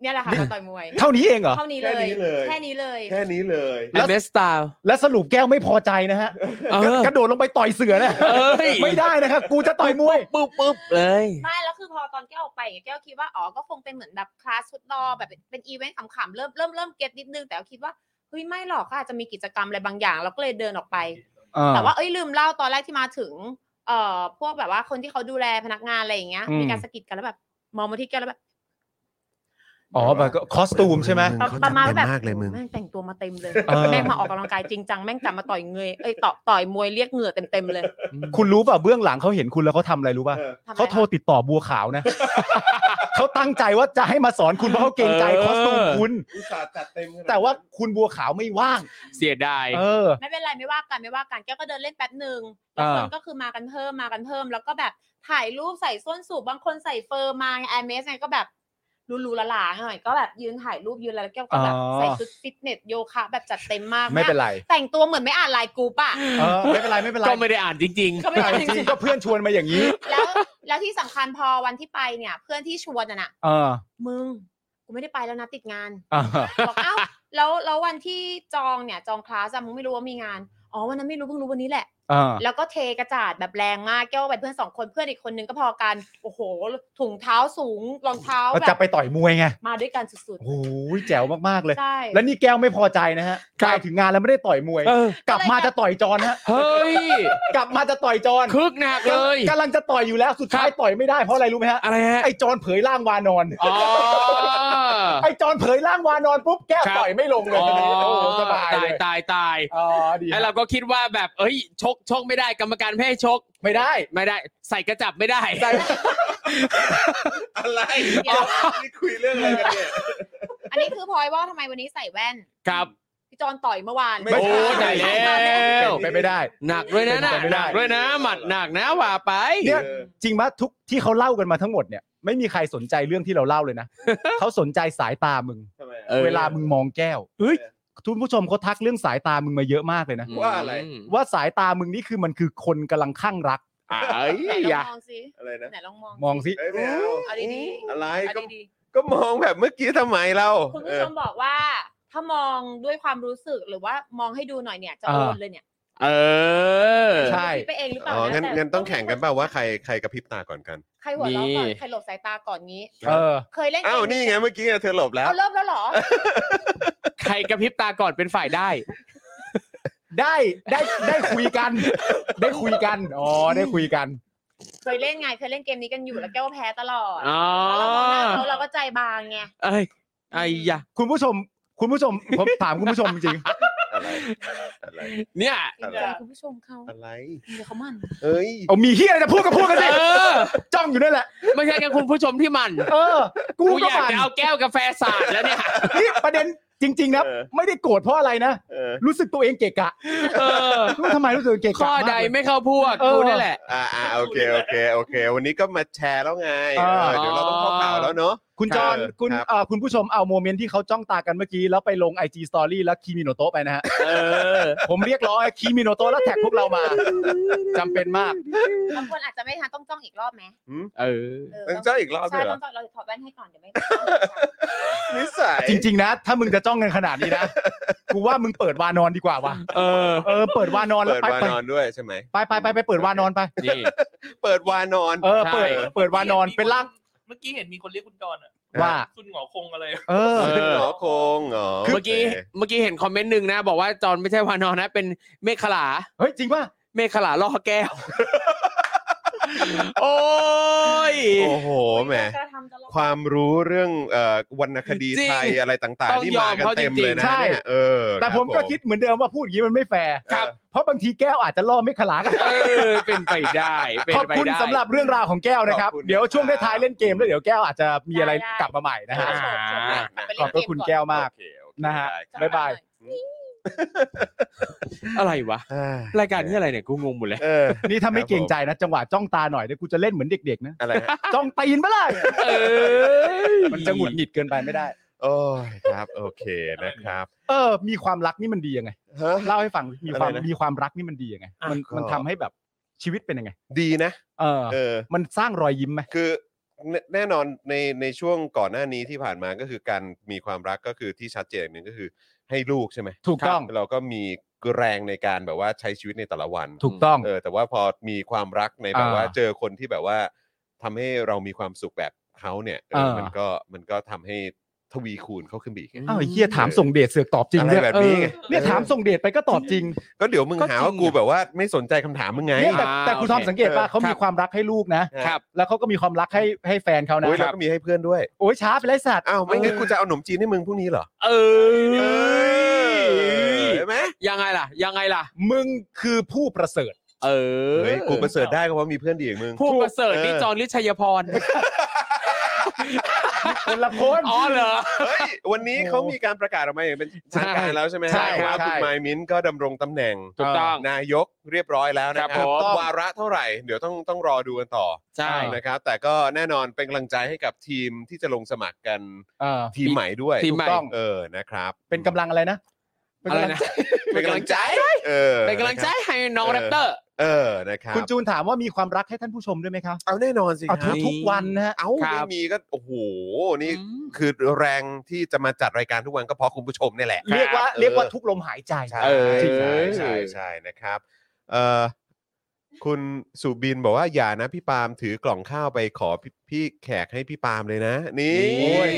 F: เนี่ยแหละค่ะมาต่อยมวย
C: เท่านี้เองเหรอ
F: เท่านี้เลย
B: แค่นี้เลย
F: แค่นี้เลย
B: แค่นี้เลย
D: แอร์เมสสไตล์
C: และสรุปแก้วไม่พอใจนะฮะ
D: เออก
C: ระโดดลงไปต่อยเสือ นะ
D: เอ้ย
C: ไม่ได้นะครับกูจะต่อยมวย
D: ปุ๊บปุ๊บเลย
F: ไม่แล้วคือพอตอนแก้วออกไปอย่างเงี้ยแก้วคิดว่าอ๋อก็คงเป็นเหมือนแบบคลาสฟุตบอลแบบเป็นอีเวนต์ขำๆเริ่มเริ่มเริ่มเก็ตนิดนึงแต่ก็คิดว่าเฮ้ยไม่หรอกก็อาจจะมีกิจกรรมอะไรบางอย่าง เราก็เลยเดินออกไป แต่ว่าเอ้ยลืมเล่าตอนแรกที่มาถึง เอ่อพวกแบบว่าคนที่เขาดูแลพนักงานอะไรอย่างเงี้ย
C: อืม
F: มีการสะกิดกันแล้วแบบมองมาที่แก้วแล้วแบบ
C: อ๋อแบบก็คอสตูมใช่ไหม
F: ประประมาณว่าแบบ
B: มากเลยมึง
F: โอ้โหแม่งแต่งตัวมาเต็มเลย
C: เออ
F: แม่งมาออกกำลังกายจริงจังแม่งจับมาต่อยเงยเอ้ยต่อต่อยมวยเรียกเหงื่อเต็มๆเลย
C: คุณรู้ป่ะเบื้องหลังเขาเห็นคุณแล้วเขาทำอะไรรู้ป่ะ
F: ทำไม
C: เขาโทรติดต่อบัวขาวนะ เขาตั้งใจว่าจะให้มาสอนคุณเพราะเขาเกรงใจคอสตูมคุณ
B: อุตส่าห์จัดเต็มขนด
C: แต่ว่าคุณบัวขาวไม่ว่าง
D: เสียดาย
C: เออ
F: ไม่เป็นไรไม่ว่ากันไม่ว่ากันแก้วก็เดินเล่นแป๊บหนึ่งแล้วคน
C: อ่า
F: ก็คือมากันเพิ่มมากันเพิ่ม แล้วก็แบบถ่ายรูปใส่ส้นสูบบางคนใส่เฟอร์มาไอเมสไงก็แบบรูๆละลาหน่อยก็แบบยืนถ่ายรูปยืนอะไรแล้วแก้วก็แบบใส่ชุดฟิตเนสโยคะแบบจัดเต็มมาก
C: ไม่เป็นไร
F: แต่งตัวเหมือนไม่อ่านไลน์กรุ๊ป อะ
C: เออไม่เป็นไรไม่เป็นไร
D: ก็ไม่ได้อ่านจริง
F: ก็ไม่อ่านจ
C: จ
F: ริ
C: ริ
F: ง
C: งๆก็เพื่อนชวนมาอย่างนี้
F: ๆแล้วแล้วที่สำคัญพอวันที่ไปเนี่ย เพื่อนที่ชวนน่ะนะ
C: เออ
F: มึงกูไม่ได้ไปแล้วนะติดงาน
C: อ่า
F: บอกเอ้าแล้วแล้ววันที่จองเนี่ยจองคลาสอะมึงไม่รู้ว่ามีงานอ๋อวันนั้นไม่รู้เพิ่งรู้วันนี้แหละ
C: อ่า
F: แล้วก็เทกระจาดแบบแรงมากแก้วไปเพื่อนสองคนเพื่อนอีกคนนึงก็พอกัน โอ้โห ถุงเท้าสูงรองเท้า
C: แล้ว
F: แบ
C: จะ
F: บ
C: ไปต่อยมวยไง
F: มาด้วยกันสุด
C: โอ้ยแจ๋วมากๆเลย
F: ๆใช่
C: แล้วนี่แก้วไม่พอใจนะฮะ
D: ค
C: ก
D: รับ
C: ล่าวถึงงานแล้วไม่ได้ต่อยมวย
D: ๆเออก
C: ลับมาจะต่อยจอนฮะ
D: เฮ้ย
C: กลับมาจะต่อยจอน
D: คึกหนักเลย
C: กำลังจะต่อยอยู่แล้วสุดท้ายต่อยไม่ได้เพราะอะไรรู้ไหมฮะ
D: อะไรฮะ
C: ไอจอนเผยร่างวานอน
D: อ๋อ
C: ไอจอนเผยร่างวานอนปุ๊บแก้ว
D: ครับ
C: ต่อยไม่ลงเลย
D: อ๋อ
C: โอ้โหสบาย
D: ตา
C: เลย ย
D: ตายตาย
C: อ๋อดี
D: แล้วเราก็คิดว่าแบบเอ้ย ชกชกไม่ได้กรรมการไม่ให้ชก
C: ไม่ได้
D: ไม่ได้ ใส่กระจับไม่ได้
C: ใจ
B: อะไรนี่คุยเรื่องอะไรกันเนี่ย
F: อันนี้คือพลอยว่าทำไมวันนี้ใส่แว่น
D: ครับ
F: พี่ จอนต่อยเมื่อวาน
B: ไม่
D: โอ้ตายแล้ว
C: เป็นไปไม่ได้
D: หนักด้วยนะน่ะ
C: เป็นไปไม่
D: ห
C: ได้
D: นักด้วยนะหมัดหนักนะว่าไป
C: เนี่ย จริงปะทุกที่เขาเล่ากันมาทั้งหมดเนี่ยไม่มีใครสนใจเรื่องที่เราเล่าเลย นะ เขาสนใจสายตามึง
B: ทำไม
D: เอ
B: อะ
D: อ
C: เวลามึงมองแก้วเอ้ยทุนผู้ชมเขาทักเรื่องสายตามึงมาเยอะมากเลยนะ
B: ว่าอะไร
C: ว่าสายตามึงนี่คือมันคือคนกำลังข้างรัก
D: ไอ้
F: ไหนล
D: ยา
F: องมองสิ
B: อะไรนะ
F: ไหนลองมอง
C: มองสิ
B: เอ้ยไม่เอา
F: เอาดีๆ
B: อะไร
F: เอา
B: ก็
F: ดี
B: ก็มองแบบเมื่อกี้ทำไมเรา
F: ๆคุณ
B: เอ
F: ผู้
B: อ
F: ชมบอกว่า ถ้ามองด้วยความรู้สึกหรือว่ามองให้ดูหน่อยเนี่ยจะ
C: อ่า
F: โอนเลยเนี่ย
D: เออ
C: ใช่
F: คิดไปเองหรือเปล่า
B: อ๋องั้น
F: นะต่
B: งั้นต้องแข่งกันเปล่าว่าใครใครกระพริบตาก่อนกัน
F: ใครหัวเราะก่อน
D: นี่
F: ใครหลบสายตาก่อนงี้
C: เออ
F: เคยเล่นเกม
B: อ้าวนี่ไงเมื่อกี้เธอหลบแล้ว
F: เอาเริ่มแล้วเหรอ
D: ใครกระพริบตาก่อนเป็นฝ่ายได้
C: ได้ได้ได้คุยกัน ได้คุยกันอ๋อได้คุยกัน
F: เคยเล่นไงเคยเล่นเกมนี้กันอยู่แล้วแก้วแพ้ตลอด
D: อ๋อ
F: แล้วเรามองหน้าเขาเราก็ใจบางไง
D: เอ้ยไอ้ยา
C: คุณผู้ชม คุณผู้ชมผมถามคุณผู้ชมจริง
B: อะไร อะไร
D: เนี่ย
F: จริงใจคุณผู้ชมเขา
B: อะไร
F: เดี๋ยวเขามัน
B: เอ้ย
C: เอามีเฮียอะไรจะพูดก็พูดกัน
D: เอ
C: สิ
D: อ
C: จ้องอยู่นั่นแหละ
D: ไม่ใช่แค่คุณผู้ชมที่หมัน
C: เออ กู
D: กู
C: ก็
D: อยาก
C: ฝัน
D: จะเอาแก้วกาแฟสาดแล้วเนี่ย
C: นี่ประเด็นจริง ๆ นะ
B: เออ
C: ไม่ได้โกรธเพราะอะไรนะ
B: เออ
C: รู้สึกตัวเองเกะกะ
D: เออ
C: รู้ทำไมรู้สึกเกะกะ
D: ข้อ
C: มาก
D: ใด
C: เลย
D: ไม่เข้าพวก
C: เออ
D: กูนี่แหละ
B: อ่าอ่าโอเคโอเคโอเค วันนี้ก็มาแชร์แล้วไง
C: อ่า
B: เออเดี๋ยวเราต้องเข้าข่าวแล้วเนาะ
C: คุณจอน
B: เออ
C: คุณ
B: ครับ
C: เอ่อคุณผู้ชมเอาโมเมนต์ที่เขาจ้องตากันเมื่อกี้ แล้วไปลง IG Story แล้วคีมิโนโตะไปนะฮะ
D: เออ
C: ผมเรียกร้องให้คีมิโนโตะแล้วแท็กพวกเรามาจำเป็นมาก
F: บางคนอาจจะไม่ทันต้องจ้องอีกรอบไหม
D: เออ
F: เออ
B: เออเจ้าอีกรอบ
F: ใช่
B: ด้วยเหรอง
F: ต้อจ้องเราถอดแว่นให้ก่อนเดี๋ยวไม่
B: นิสัย
C: จริง ๆ นะ ถ้ามึงจะจ้องกันขนาดนี้นะกูว่ามึงเปิดวานอนดีกว่าวะ
D: เออ
C: เออเปิดวานอนแล้ว
B: เปิด
C: ไป
B: วานอนด้วยใช่ไหม
C: ไปไปไปไปเปิดวานอนไป
D: นี่
B: เปิดวานอน
C: เออเปิด
D: ใช่
C: เปิดวานอนเป็นร่าง
E: เมื่อกี้เห็นมีคนเรียกคุณจอนอะ
C: ว่า
E: คุณหงอคงอะไร
C: เออ
D: เออ
B: หนอโคงเหรอ
D: เมื่อกี้ เมื่อกี้เห็นคอมเมนต์หนึ่งนะ บอกว่าจอนไม่ใช่วานอนนะ เป็นเมฆขลา
C: เฮ้ยจริงป่ะ
D: เมฆขลาล่อแก้ว โอ้ย
B: โอ้โหแหม
F: จะทำตลอด
B: ความรู้เรื่องเอ่อวรรณคดี
D: จริง
B: ไทยอะไรต่าง
D: ต้
B: ๆ
D: อง
B: นี่มากัน
D: ยอมเขา
B: เต็ม
D: จริงๆ
B: เลยนะ
C: ใช่
B: เนี่ยเออรั
C: แต่
B: บ
C: ผมก็คิดเหมือนเดิมว่าพูดอย่างนี้มันไม่แฟร์
B: ครับ
C: เพราะบางทีแก้วอาจจะล่อไม่ขลากัน
D: เออ เป็นไปได้ เป็น
C: ขอบ
D: ไป
C: คุณ
D: ได้
C: สำหรับเรื่องราวของแก้วนะครับ
B: ขอบคุณ
C: เดี๋ยวช่วงท้ายๆเล่นเกมแล้วเดี๋ยวแก้วอาจจะมีอะไรกลับมาใหม่นะฮะ
F: โชว์โชว์หน่อยไป
C: ข
F: เล่
C: อบพ
F: นเก
C: ระ
F: ม
C: คุณ
F: ก่อน
C: แก้วมาก
B: โอเคโอเค
C: นะฮะ
B: ได้ครับ
C: บ๊ายบาย
D: อะไรวะ
B: อ่
D: รายการนี้อะไรเนี่ย กูงงหมดเลย
B: เออ
C: นี่ถ้าไม่
B: ครับผม
C: เกรงใจนะ จังหวะจ้องตาหน่อยเดี๋ยวกูจะเล่นเหมือนเด็กๆนะ
B: อะไรฮะ
C: จ้องตีนไม่ได้
D: เออ
C: มันจะหงุดหงิดเกินไปไม่ได้
B: โอ้ยครับ โอเคนะครับ
C: เออ มีความรักนี่มันดียังไง
B: ฮะ
C: เล่าให้ฟังมีความ
B: อะไรนะ
C: มีความรักนี่มันดียังไง มัน
B: ก็
C: มันทำให้แบบชีวิตเป็นยังไง
B: ดีนะ
C: เออ
B: เออ
C: มันสร้างรอยยิ้มไหม
B: คือแน่แน่นอนในในช่วงก่อนหน้านี้ที่ผ่านมาก็คือการมีความรักก็คือที่ชัดเจนหนึ่งก็คือให้ลูกใช่ไหม
C: ถูกต้อง
B: ครับเราก็มีแรงในการแบบว่าใช้ชีวิตในแต่ละวัน
C: ถูกต้อง
B: เออแต่ว่าพอมีความรักในแบบ
C: อ่า
B: ว่าเจอคนที่แบบว่าทำให้เรามีความสุขแบบเขาเนี่ยเออ
C: เออ
B: มันก็มันก็ทำให้ทวีคูณเขาขึ้นไปอีกไง
C: อ้าวไอ้เฮียถามส่งเดชเสือกตอบจริง
B: อะไร
C: ด้วย
B: แบบนี้ไง
C: เออเนี่ยถามส่งเดชไปก็ตอบจริง
B: ก็เดี๋ยวมึง
D: ก็
B: หา
D: จริง
B: ว่ากู
D: อะ
B: แบบว่าไม่สนใจคำถามมึงไง
C: เนี่ยแต่
D: อ่า
C: แต่ครูทอม
D: โอเค
C: สังเกตว่าเขา
D: ครับ
C: มีความรักให้ลูกนะ
D: ครับ
C: แล้วเขาก็มีความรักให้ให้แฟนเขานะ
B: โอ้ยแล้วก็มีให้เพื่อนด้วย
C: โอ้ยช้าไปไรสัตว์
B: อ้าวไม่งั้นกูจะเอาหนมจีนให้มึงพรุ่งนี้เหรอ
D: เอ
B: เออ
D: อ
B: เห็นไหม
D: ยังไงล่ะ ยังไงล่ะ
C: มึงคือผู้ประเสริฐ
D: เออ
B: เฮ้ยกูประเสริฐได้ก็เพราะมีเพื่อนดีอย่างมึง
D: ผู้ประเสริฐนี่
B: เออ
D: จอนลิชัยพร
C: คนละคน
D: อ๋อเหรอ
B: เฮ้ยวันนี้เขามีการประกาศออกมาอย่างเป็นทางการแล้วใช่ไหมฮะ
D: ใช่
B: ว่า
D: ใช่
B: คุณไมายมิ้นท์ก็ดำรงตำแหน่ง
D: ถูกต้อง
B: นายกเรียบร้อยแล้วนะค
D: ค
B: รั
D: รั
B: บบ
D: ผม
B: วาระเท่าไหร่เดี๋ยวต้องต้องรอดูกันต่อ
D: ใช่
B: นะครับแต่ก็แน่นอนเป็นกำลังใจให้กับทีมที่จะลงสมัครกัน
C: เออ
B: ทีมใหม่ด้วย
D: ทีมใหม่
C: ถูกต้อง
B: เออนะครับ
C: เป็นกำลังอะไรนะ
D: อะไรนะ
B: เป็นกำลังใจเออ
D: เป็นกำลังใจ
B: นะครับ
D: ให้น้องแรปเตอร์
B: เออนะครับ
C: คุณจูนถามว่ามีความรักให้ท่านผู้ชมด้วยไหมครับ
B: เอาแน่นอนสิค
C: เอา
B: รับ
C: ทุกๆวันนะฮะ
B: เอา
D: ครั
B: ไม่
D: บ
B: มีก็โอ้โหนี่
D: อืม
B: คือแรงที่จะมาจัดรายการทุกวันก็เพราะคุณผู้ชมนี่แหละ
C: เรียกว่า
B: เออ
C: เรียกว่าทุกลมหายใจ
B: ใช่
D: เออ
B: ใช่ใช่ใช่นะครับเออคุณสุบินบอกว่าอย่านะพี่ปาล์มถือกล่องข้าวไปขอพี่พี่แขกให้พี่ปาล์มเลยนะนี่
D: โอ้ย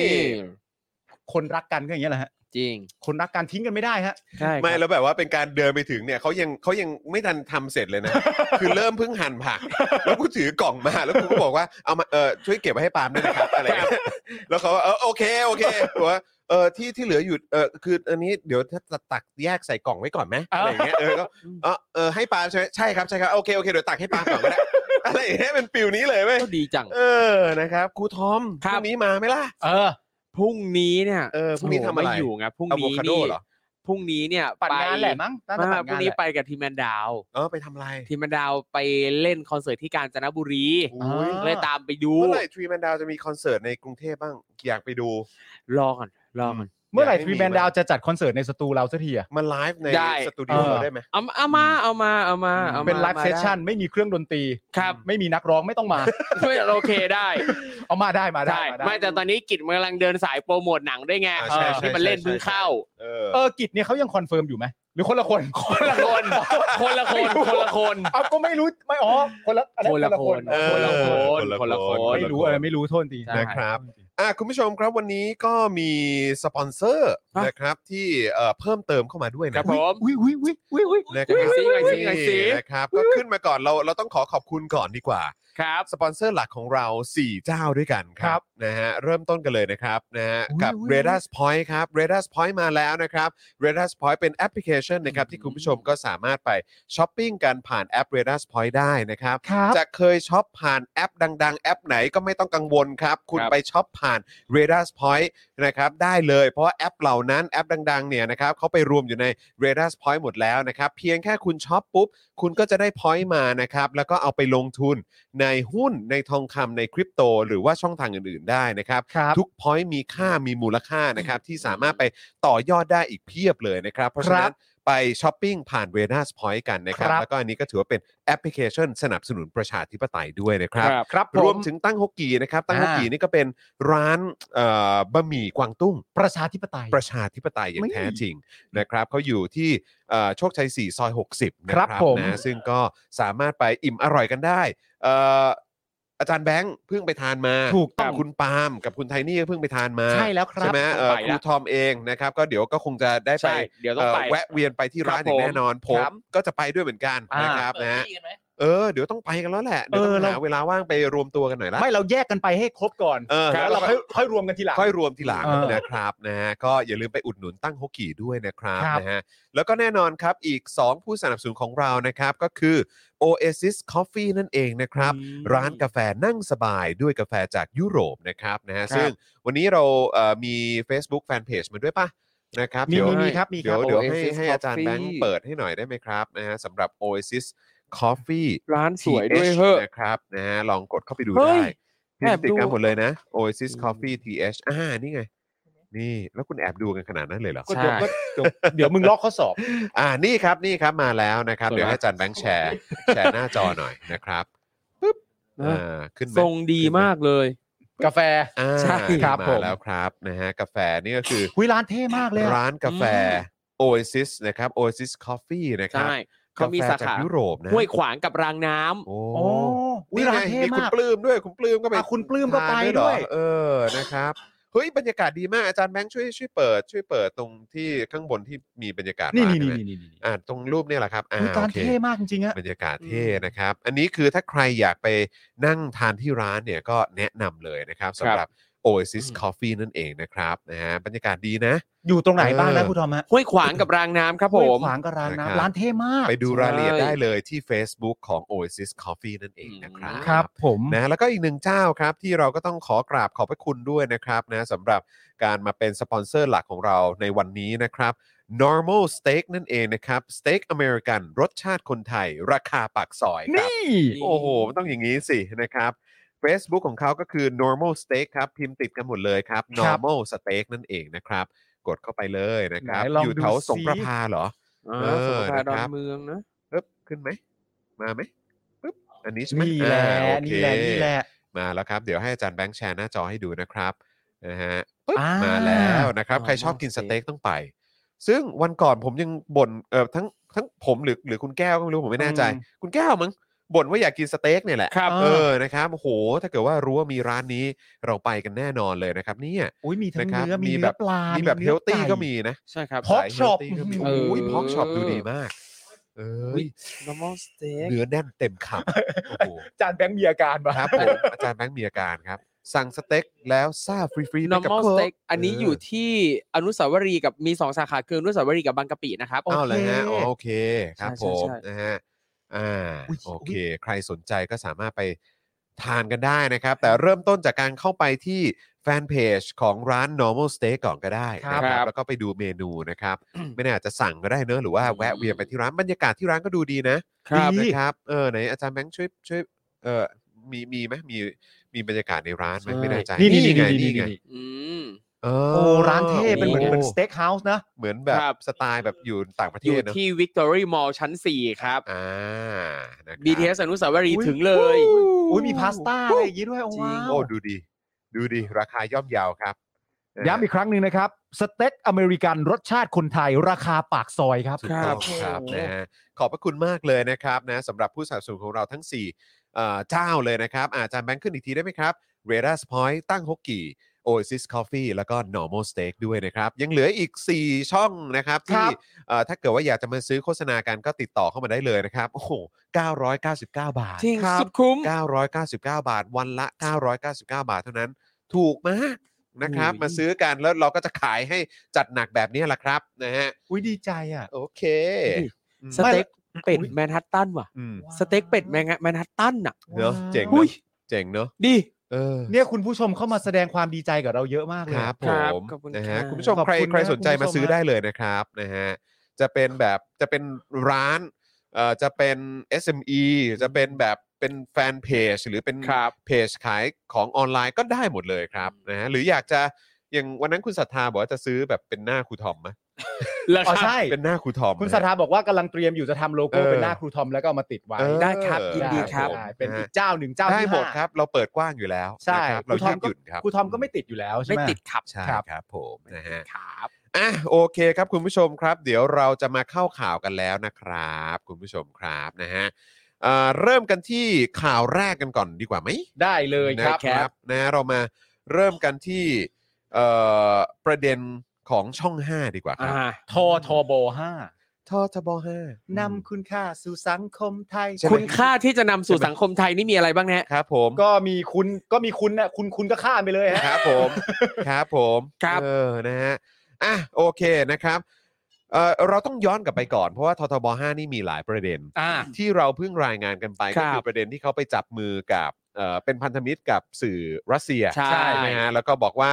C: คนรักกันก็อย่างเงี้ยแหละฮะ
D: จริง
C: คนรักกันทิ้งกันไม่ได้ฮะ
D: ใช่
B: ไม่แล้วแบบว่าเป็นการเดินไปถึงเนี่ยเขายังเขายังไม่ทันทำเสร็จเลย นะ คือเริ่มเพิ่งหั่นผัก แล้วกูถือกล่องมาแล้วกูก็บอกว่าเอามาเออช่วยเก็บไว้ให้ปาล์มด้วยนะครับอะไรเงี้ย แล้วเขาว่าเออโอเคโอเคบอกว่าเออที่ที่เหลืออยู่เออคืออันนี้เดี๋ยวถ้าตักแยกใส่กล่องไว้ก่อนไหมอะไรเงี้ยเออก็เออเออให้ปาล์มใช่ไหมใช่ครับใช่ครับโอเคโอเคเดี๋ยวตักให้ปาล์มก่อนก็ได้ อะไรอย่างเงี้ยเป็นฟิลนี้เลยเว้ย
D: ก็ดีจัง
B: เออนะครับครูทอมพ
D: ครับ
B: รุ่งนี้มาไหมล่ะ
C: เออ
D: พรุ่งนี้เนี่ย
B: เออพรุ่งนี้ทำอะไร
D: โโหม่อยู่ไงพรุ่ง
B: อะโว
D: นี้
B: คาโด
D: นี่
B: เหรอ
D: พรุ่งนี้เนี่ย
C: ปัด
D: ไป
C: งานแหละมั้งน่าจะ
D: ไมา
C: ปัด
D: พ
C: งาน
D: รุ่ง
C: แห
D: นี้
C: ละ
D: ไปกับทีมแมนดาว
B: เออไปทำอะไร
D: ทีมแมนดาวไปเล่นคอนเสิร์ตที่กาญจนบุรี
C: อ๋อ
D: เลยตามไปดู
B: เมื่อไหร่ทรีแมนดาวจะมีคอนเสิร์ตในกรุงเทพบ้างอยากไปดู
D: รอก่อนรอก่อน
C: เมื่อไหร่
B: อยา
C: ทรี
B: กให้มี
C: แมนดาวจะจัดคอนเสิร์ตในสตูเราสักทีอะ
B: มาไลฟ์ใน
D: ได้
B: สตูดิโอ
C: เออ
B: เราได้ไหม
D: เอาเอามาเอามาเอามาอามา
C: เป็นไลฟ์
D: มา
C: เซ
D: ได้
C: สชั่นไม่มีเครื่องดนตรี
D: ครับ
C: ไม่มีนักร้องไม่ต้องมา
D: ไม่โอเคได้
C: เอามาได้มาได้
D: ใช่
C: มาได้
D: ไม่แต่ตอนนี้กิจมันกำลังเดินสายโปรโมทหนังด้วยไง
B: อ่าใช่ใช่
D: ที่มันเล่นเพิ่ง
B: ใช่ใช่
D: เข้า
B: เออ
C: เออกิจเนี่ยเขายังคอนเฟิร์มอยู่ไหมหรือคนละคน
D: คนละคน คนละคน คนละคน
C: เอาก็ไม่รู้ไม่อ๋อคนละอันนั้น
D: คนละคน
B: เออ
D: คนละค
B: ค
D: นคน น
B: ละ
D: ละ
B: ค
D: คน น
C: ไม่รู้เออไม่รู้โทษที
D: ใช่
B: นะครับอ่ะคุณผู้ชมครับวันนี้ก็มีสปอนเซอร์
D: ครับ
B: นะครับที่เอ่อเพิ่มเติมเข้ามาด้วย
D: ครั
B: นะ
D: บผม
C: วิวิวิวิวิ
B: นะค
D: ห
B: รั
D: น่อบ ยสิหน่อยสิหน่อยสิ
B: นะครับก็ขึ้นมาก่อนเราเราต้องขอขอบคุณก่อนดีกว่า
D: ครับ
B: สปอนเซอร์หลักของเรา 4 เจ้าด้วยกันครับนะฮะเริ่มต้นกันเลยนะครับนะฮะกับ r a d a r Point ครับ r a d a r Point มาแล้วนะครับ r a d a r Point เป็นแอปพลิเคชันนะครับที่คุณผู้ชมก็สามารถไปช้อปปิ้งกันผ่านแอป r a d a r Point ได้นะครับ
C: ครับ
B: จะเคยช็อปผ่านแอปดัง ๆ แอปไหนก็ไม่ต้องกังวลครับ คุณ
D: ครับ
B: ไปช็อปผ่าน r a d a r Point นะครับได้เลยเพราะว่าแอปเหล่านั้นแอปดัง ๆ เนี่ยนะครับเขาไปรวมอยู่ใน r a d a r Point หมดแล้วนะครับ เพียงแค่คุณช็อปปุ๊บ คุณก็จะได้ point มานะครับ แล้วก็เอาไปลงทุนในหุ้นในทองคำในคริปโต หรือว่าช่องทางอื่น ๆ ได้นะครับ
C: ครับ
B: ทุก point มีค่ามีมูลค่านะครับ ที่สามารถไปต่อยอดได้อีกเพียบเลยนะครับ เพราะฉะนั้นไปช้อปปิ้งผ่านเวนัสพอยต์กันนะครับ
C: ครับ
B: แล้วก็อันนี้ก็ถือว่าเป็นแอปพลิเคชันสนับสนุนประชาธิปไตยด้วยนะครับ
C: ครับผ
B: รวมถึงตั้งฮกกีนะครับ ตั้งฮกกีนี่ก็เป็นร้านเอ่อบะหมี่กวางตุ้ง
C: ประชาธิปไตย
B: ประชาธิปไตยอย่าง
C: ไม่
B: แท้จริงนะครับเขาอยู่ที่เอ่อโชคชัย 4 ซอย 60 นะครับ
C: ผม
B: นะซึ่งก็สามารถไปอิ่มอร่อยกันได้เอ่ออาจารย์แบงค์เพิ่งไปทานมา
C: ถูกต้อง
B: คุณปาล์มกับคุณไทนี่ก็เพิ่งไปทานมา
C: ใช่แล้วครั
B: ใช่
C: บ
B: ไหมเอ่อ
D: ไป
B: ค
D: ละ
B: รูทอมเองนะครับ ก็เดี๋ยวก็คงจะได้ไป
D: ใช่ เดี๋ยวต้องไป
B: เอ่อแวะเวียนไปที่ร้าน
D: ครับ
B: อย่างแน่นอน ผ
D: ครั
B: ม
D: บ
B: ก็จะไปด้วยเหมือนกัน
C: อ่าน
B: นะครับ
E: เปิด
B: นะฮะ
E: ที่กันไหม
B: เออเดี๋ยวต้องไปกันแล้วแหละ เดี๋ยวต้อง
C: เออเรา
B: หาเวลาว่างไปรวมตัวกันหน่อยละ
C: ไม่เราแยกกันไปให้ครบก่อน
B: เออ
C: แล้ว
B: แล้
C: เรา
B: วก็
C: ค่อยค่อยรวมกันทีหลัง
B: ค่อยรวมทีหลัง
C: เออ
B: นะครับนะฮะก็อย่าลืมไปอุดหนุนตั้งฮกกี่ด้วยนะครับ
C: ครับ
B: นะฮะแล้วก็แน่นอนครับอีก 2 ผู้สนับสนุนของเรานะครับก็คือ Oasis Coffee นั่นเองนะครับ ร้านกาแฟนั่งสบายด้วยกาแฟจากยุโรปนะครับนะฮะ
D: ครับ
B: ซึ่งวันนี้เราเอ่อมี Facebook Fanpage มาด้วยปะนะครับ
C: มี
B: เดี๋ยว
C: มีมีครับมีครับ
B: เดี๋ยวเดี๋ยวให้
D: Oasis
B: ให้อาจารย์
D: Coffee
B: แบงค์เปิดให้หน่อยได้ไหมครับนะฮะสำหรับ Oasis Coffee
D: ร้านสวย
B: TH
D: ด้วยเหอะ
B: นะครับนะฮะลองกดเข้าไปดู
D: เฮ้
B: ได้มี
D: ยแอบ
B: ติด
D: ดู
B: กันหมดเลยนะ Oasis Coffee TH อ่านี่ไง นี่แล้วคุณแอบดูกันขนาดนั้นเลยเหรอ
C: ก็เดี๋ยวก็เดี๋ยวเดี๋ยวมึงลอกข้อสอบ
B: อ่านี่ครับนี่ครับมาแล้วนะครับ
D: สวย
B: เดี๋ยวให้
D: มาก
B: อาจารย์แบงค์แช ร์ แชร์หน้าจอหน่อยนะครับปึ๊บอ่าขึ้นไหม
D: ทรงดีมากเลย
C: กาแฟ
B: อ่า
D: ใช่
C: ครับ
B: มา
C: ผม
B: แล้วครับนะฮะกาแฟนี่ก็คือ
C: หุยร้านเท่มากเลยอะ
B: ร้านกาแฟ Oasis นะครับ Oasis Coffee นะครับ
D: ใช่เขามี
B: กแฟ
D: สา
B: จ
D: ขา
B: ยุโรปนะ
D: ห้วยขวางกับรางน้ำ
B: โอ้
C: โอ้อุ๊ย
B: นี่
C: ร้า
B: ไง
C: นเท่
B: มีคุณ
C: มาก
B: ปลื้มด้วยคุณปลื้มก็ไป
C: อ่ะคุณปลื้มก็ไป
B: ทาน
C: ด้วย
B: เหรอเออ นะครับ เฮ้ย บรรยากาศดีมาก อาจารย์แบงค์ช่วยช่วยเปิด ช่วยเปิดตรงที่ข้างบนที่มีบรรยากาศ
C: นี่
B: ร้า
C: นี่
B: ได้ไหม
C: นี่นี่นี่นี่
B: อ่าตรงรูปเนี่ยแหละครับ อ่า
C: อุ๊ยร้า
B: โอน เค
C: เท่มากจริงๆอะ
B: บรรยากาศเท่นะครับ อันนี้คือถ้าใครอยากไปนั่งทานที่ร้านเนี่ยก็แนะนำเลยนะครับสำหรับ Oasis
D: อืม
B: Coffee นั่นเองนะครับนะฮะบรรยากาศดีนะ
C: อยู่ตรงไหนบ้าง
B: เอ
C: นะ
B: อ
C: คุณทอมฮะ
D: ห้วยขวางกับรางน้ำครับผ
C: ห้ว
D: ม
C: ยขวางกับร้าน
B: นะครับ
C: น้ำร้านเท่มาก
B: ไปดู
D: ใช่
B: รายละเอียดได้เลยที่ Facebook ของ Oasis Coffee นั่นเองนะครับ
C: ครับผม
B: นะแล้วก็อีกหนึ่งเจ้าครับที่เราก็ต้องขอกราบขอบพระคุณด้วยนะครับนะสำหรับการมาเป็นสปอนเซอร์หลักของเราในวันนี้นะครับ normal steak นั่นเองนะครับสเต็กอเมริกันรสชาติคนไทย ราคาปากซอยครับ
C: นี่
B: โอ้โห มันต้องอย่างนี้สินะครับ Facebook ของเขาก็คือ normal steak ครับ พิมพ์ติดกันหมดเลยครับ
C: ครับ
B: normal steak นั่นเองนะครับ กดเข้าไปเลยนะครับ
C: ไหนลอง
B: อยู่แถว
C: ดูสิ
B: สงประพาเหรอ
D: อ่า
B: เออ
D: สมุทรสาครดอ
B: นะครั
D: น
B: บ
D: เมืองนะ
B: ปึ๊บขึ้นไหมมาไหมปึ๊บอันนี้ใช่ไหม
C: นี่แหละ
B: อ่าโอเค
C: นี่แหละนี่แหละ
B: มาแล้วครับ เดี๋ยวให้อาจารย์แบงค์แชร์หน้าจอให้ดูนะครับนะฮะปึ๊บ
C: อ่าม
B: มาแล้วนะครับ
D: อ๋อ
B: ใครชอบกินส
D: โอเค
B: เต็กต้องไป ซึ่งวันก่อนผมยังบ่นเออทั้งทั้งผมหรือหรือคุณแก้วก็ไม่รู้ผมไม่แน่ใจ คุณแก้วมั้งบ่นว่าอยากกินสเต็กเนี่ยแหละ
D: ครับ
B: เออนะครับโอ้โหถ้าเกิดว่ารู้ว่ามีร้านนี้เราไปกันแน่นอนเลยนะครับเนี่ย
C: อุ้ยมีทั้ง
B: นะครับ
C: เนื้อ
B: มี
C: มี
B: แบ
C: เนื้อบ ปลา
B: มี
C: มี
B: แบบเฮ
C: นื้อ
B: ลตี้
C: ไ
B: ก็มีนะ
D: ใช่ครับ
C: พ Pork
B: สาย
C: Shop
B: healthy ก็มี
D: เอ
B: โอ้ย
D: อ
B: พอกช็อปดูดีมากเออ
D: น้ำมันสเต็ก
B: เนื้อแน่นเต็มคำโอ้โห
C: จานแบงค์มีอาการปะ
B: ครับผมอาจารย์แบงค์มีอาการครับ สั่งสเต็กแล้วซาฟรีฟรี
D: น้ำ
B: กับ
D: มัน
B: โค้
D: ส
B: ก
D: เต็กอันนี้อยู่ที่อนุสาวรีย์กับมีสองสาขาคืออนุสาวรีย์กับบางกะปินะครับ
B: เอ้าวเลยฮะอ๋อโอเคครับ
D: ใช่
B: ผ
D: ใช่
B: ม
D: ใช่
B: นะฮะอ่าโอเค ใครสนใจก็สามารถไปทานกันได้นะครับ แต่เริ่มต้นจากการเข้าไปที่ แฟนเพจของร้าน normal steak ก่อนก็ได้
D: ครับ
B: นะค
D: ค
B: รั
D: รั
B: บบ แล้วก็ไปดูเมนูนะครับ ไม่แน่อาจจะสั่งก็ได้เนอะหรือว่าแวะเวียนไปที่ร้านบรรยากาศที่ร้านก็ดูดีนะครับ นะครับเออไหนอาจารย์แบงค์ช่วยช่วยเออมีมีไหมมีมีบรรยากาศในร้านไหมไม่แน่ใจ
C: นี่นี่
B: ไง
C: นี่นี่
B: นี่ไง
C: นี่
D: อืม
B: เอ
C: โอ้
B: อ
C: ร้านเท่เป็นเหมือน
D: โอ้
C: เป็นสเต็กเฮาส์นะ
B: เหมือนแบบ
D: ครับ
B: สไตล์แบบอยู่ต่างประเท
D: อยู่
B: ศเนอะ
D: ที่ Victory Mall ชั้น 4 ครับ
B: อ่านะครับ
D: BTS อนุสาวรีย์
C: อุ๊ย
D: ถึงเลย
C: อุ้ยมีพาสต้าอะไรอย่างงี้ด้วยโอ้
D: จริง
C: ว้าว
B: โอ้ดูดี ดูดีราคาย่อมเยาวครับนะฮะ
C: ย้ำอีกครั้งหนึ่งนะครับ สเต็กอเมริกันรสชาติคนไทย ราคาปากซอยครับ
B: ถูกต้องครับนะฮะขอบพระคุณมากเลยนะครับนะสำหรับผู้สนับสนุนของเราทั้ง4เอ่อเจ้าเลยนะครับอาอาจารย์แบงค์ขึ้นอีกทีได้ไหมครับเรด a r s Point ตั้งฮกกี่ Oasis Coffee แล้วก็ Normal Steak ด้วยนะครับ ยังเหลืออีก 4 ช่องนะครับ
C: ค
B: ที่
C: รับ
B: เอ่อถ้าเกิดว่าอยากจะมาซื้อโฆษณากันก็ติดต่อเข้ามาได้เลยนะครับ โอ้โห 999 บาท
D: จริงสุดคุ้ม
B: 999 บาท วันละ 999 บาทเท่านั้น ถูกมากนะครับ
D: อุ้ย
B: มาซื้อกันแล้วเราก็จะขายให้จัดหนักแบบนี้แหละครับนะฮะ
C: อุ้ยดีใจอ่ะ
B: โอเค อืม
D: สเต็กเป็ด
C: อุ๊ย
D: แมนฮัตตันว่ะ
B: อืม
D: สเต็กเป็ดแมงแมนฮัตตันอ่ะ
B: เนอะเจ๋งเน
D: อุ๊
B: อะ
D: ย
B: เจ๋งเนอะ
D: ดิ
B: เออ
C: เนี่ยคุณผู้ชมเข้ามาแสดงความดีใจกับเราเยอะมากเล
B: ค
C: ย
B: รับผ
D: ครับ
B: ม
D: ขอบคุณ
B: นะ
D: ครั
B: ฮะ
D: บ
B: คุณผู้ชม
C: ขอบ
B: ใคร
C: คุณนะ
B: ใครสนใจ
C: คุณผู้
B: มา
C: ชม
B: ซื้อ
C: ฮะ
B: ได้เลยนะครับนะฮะจะเป็นแบบจะเป็นร้านเอ่อจะเป็น SME จะเป็นแบบเป็นแฟนเพจหรือเป็น
D: ครับ
B: เพจขายของออนไลน์ก็ได้หมดเลยครับนะฮะหรืออยากจะอย่างวันนั้นคุณศรัทธาบอกว่าจะซื้อแบบเป็นหน้าครูทอมไหม
D: แล้ว
C: อ๋อ
D: ครับ
C: ใช่
B: เป็นหน้าครูทอม
C: คุณ
B: นะ
C: ส
B: ฮะ
C: ถาบอกว่ากำลังเตรียมอยู่จะทำโลโก้
B: เออ
C: เป็นหน้าครูทอมแล้วก็เอามาติดไว้
B: เออ
D: ได้ครับยินดีครับ
B: ผม
C: ได้เป็น
B: นะ
C: อี
B: ฮะ
C: กเจ้าหนึ่งเจ้า
B: ได้
C: ที่
B: หมด
C: า
B: ครับ เราเปิดกว้างอยู่แล้ว
C: ใช่
B: นะครับเรา
C: ครูท
B: ยื
C: อม
B: ด
C: ก็
B: หยุ่นครับ
C: ครูทอมก็ไม่ติดอยู่แล้วใช่
D: ไม่
C: ไหม
D: ติดขับ
B: ใช่
C: ครับ
B: ครับผมนะฮะ
D: ครับ
B: อ่ะโอเคครับคุณผู้ชมครับ เดี๋ยวเราจะมาเข้าข่าวกันแล้วนะครับ คุณผู้ชมครับนะฮะเอ่อเริ่มกันที่ข่าวแรกกันก่อนดีกว่าไหม
C: ได้เลยครับ
B: นะนะฮะเรามาเริ่มกันที่เอ่อประเด็นของช่อง 5 ดีกว่าค
D: อ่า
B: รับ
C: ทอทอบห้า
B: ทอทบห้า
C: นำคุณค่าสู่สังคมไทย
B: ใช่ไหม
D: คุณค่าที่จะนำสู่สังคมไทยนี่มีอะไรบ้างนะ
B: ครับผม
C: ก็มีคุณก็มีคุณนะคุณคุณก็ข้ามไปเลยฮะ
B: ครับผม ครับผม
D: ครับ
B: เออ นะฮะ อ่ะ โอเคนะครับ เออเราต้องย้อนกลับไปก่อน เพราะว่าททบ 5 นี่มีหลายประเด็น
D: อ่า
B: ที่เราเพิ่งรายงานกันไป
D: ค
B: ก็
D: รับ
B: คือประเด็นที่เขาไปจับมือกับเออเป็นพันธมิตรกับสื่อรัสเซีย
D: ใช่
B: ไหมฮะ แล้วก็บอกว่า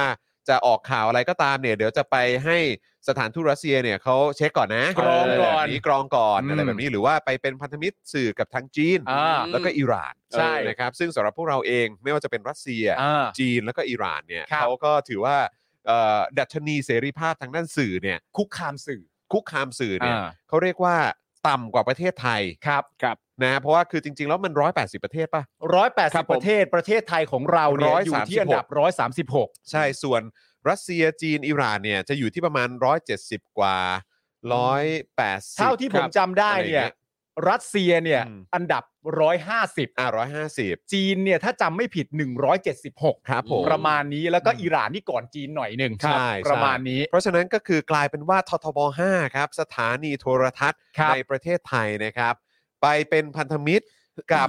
B: จะออกข่าวอะไรก็ตามเนี่ย เดี๋ยวจะไปให้สถานทูตรัสเซียเนี่ยเขาเช็คก่อนนะ
C: กรองก่อน
B: แบบนี้กรองก่อน
C: อืม
B: อะไรแบบนี้ หรือว่าไปเป็นพันธมิตรสื่อกับทางจีน
C: อ่า
B: แล้วก็อิหร่าน
C: ใช่
B: นะครับ ซึ่งสำหรับพวกเราเองไม่ว่าจะเป็นรัสเซีย
C: อ่า
B: จีนแล้วก็อิหร่านเนี่ย
C: ครับ
B: เขาก็ถือว่าเอ่อดัชนีเสรีภาพทางด้านสื่อเนี่ย
C: คุกคามสื่อ
B: คุกคามสื่อเนี่ย
C: อ่า
B: เขาเรียกว่าต่ำกว่าประเทศไทย
C: ครับ
D: ครับ
B: นะเพราะว่าคือจริง ๆ แล้วมัน 180 ประเทศป่ะ
C: ร้อยแปด
D: ครั
C: สิ
D: บบ ผม
C: ประเทศประเทศไทยของเราเนี่ยอยู่ที่อันดับร้อยสามสิบหก
B: ใช่ส่วนรัสเซียจีนอิหร่านเนี่ยจะอยู่ที่ประมาณ 170 กว่า 180
C: เท่าที่ผมจำได้เนี่ย
B: อะไรเงี้
C: รัสเซียเนี่ย
B: อืม
C: อันดับ 150
B: อ่ะ
C: จีนเนี่ยถ้าจำไม่ผิด
B: 150 ครับผม
C: 176 ประมาณนี้แล้วก็
B: อืม
C: อิหร่านนี่ก่อนจีนหน่อยหนึ่ง
B: ใช่ใช่
C: ประมาณนี้
B: เพราะฉะนั้นก็คือกลายเป็นว่าททบ 5 ครับ สถานีโทรทัศน์
C: ครับ
B: ในประเทศไทยนะครับ ไปเป็นพันธมิตรกับ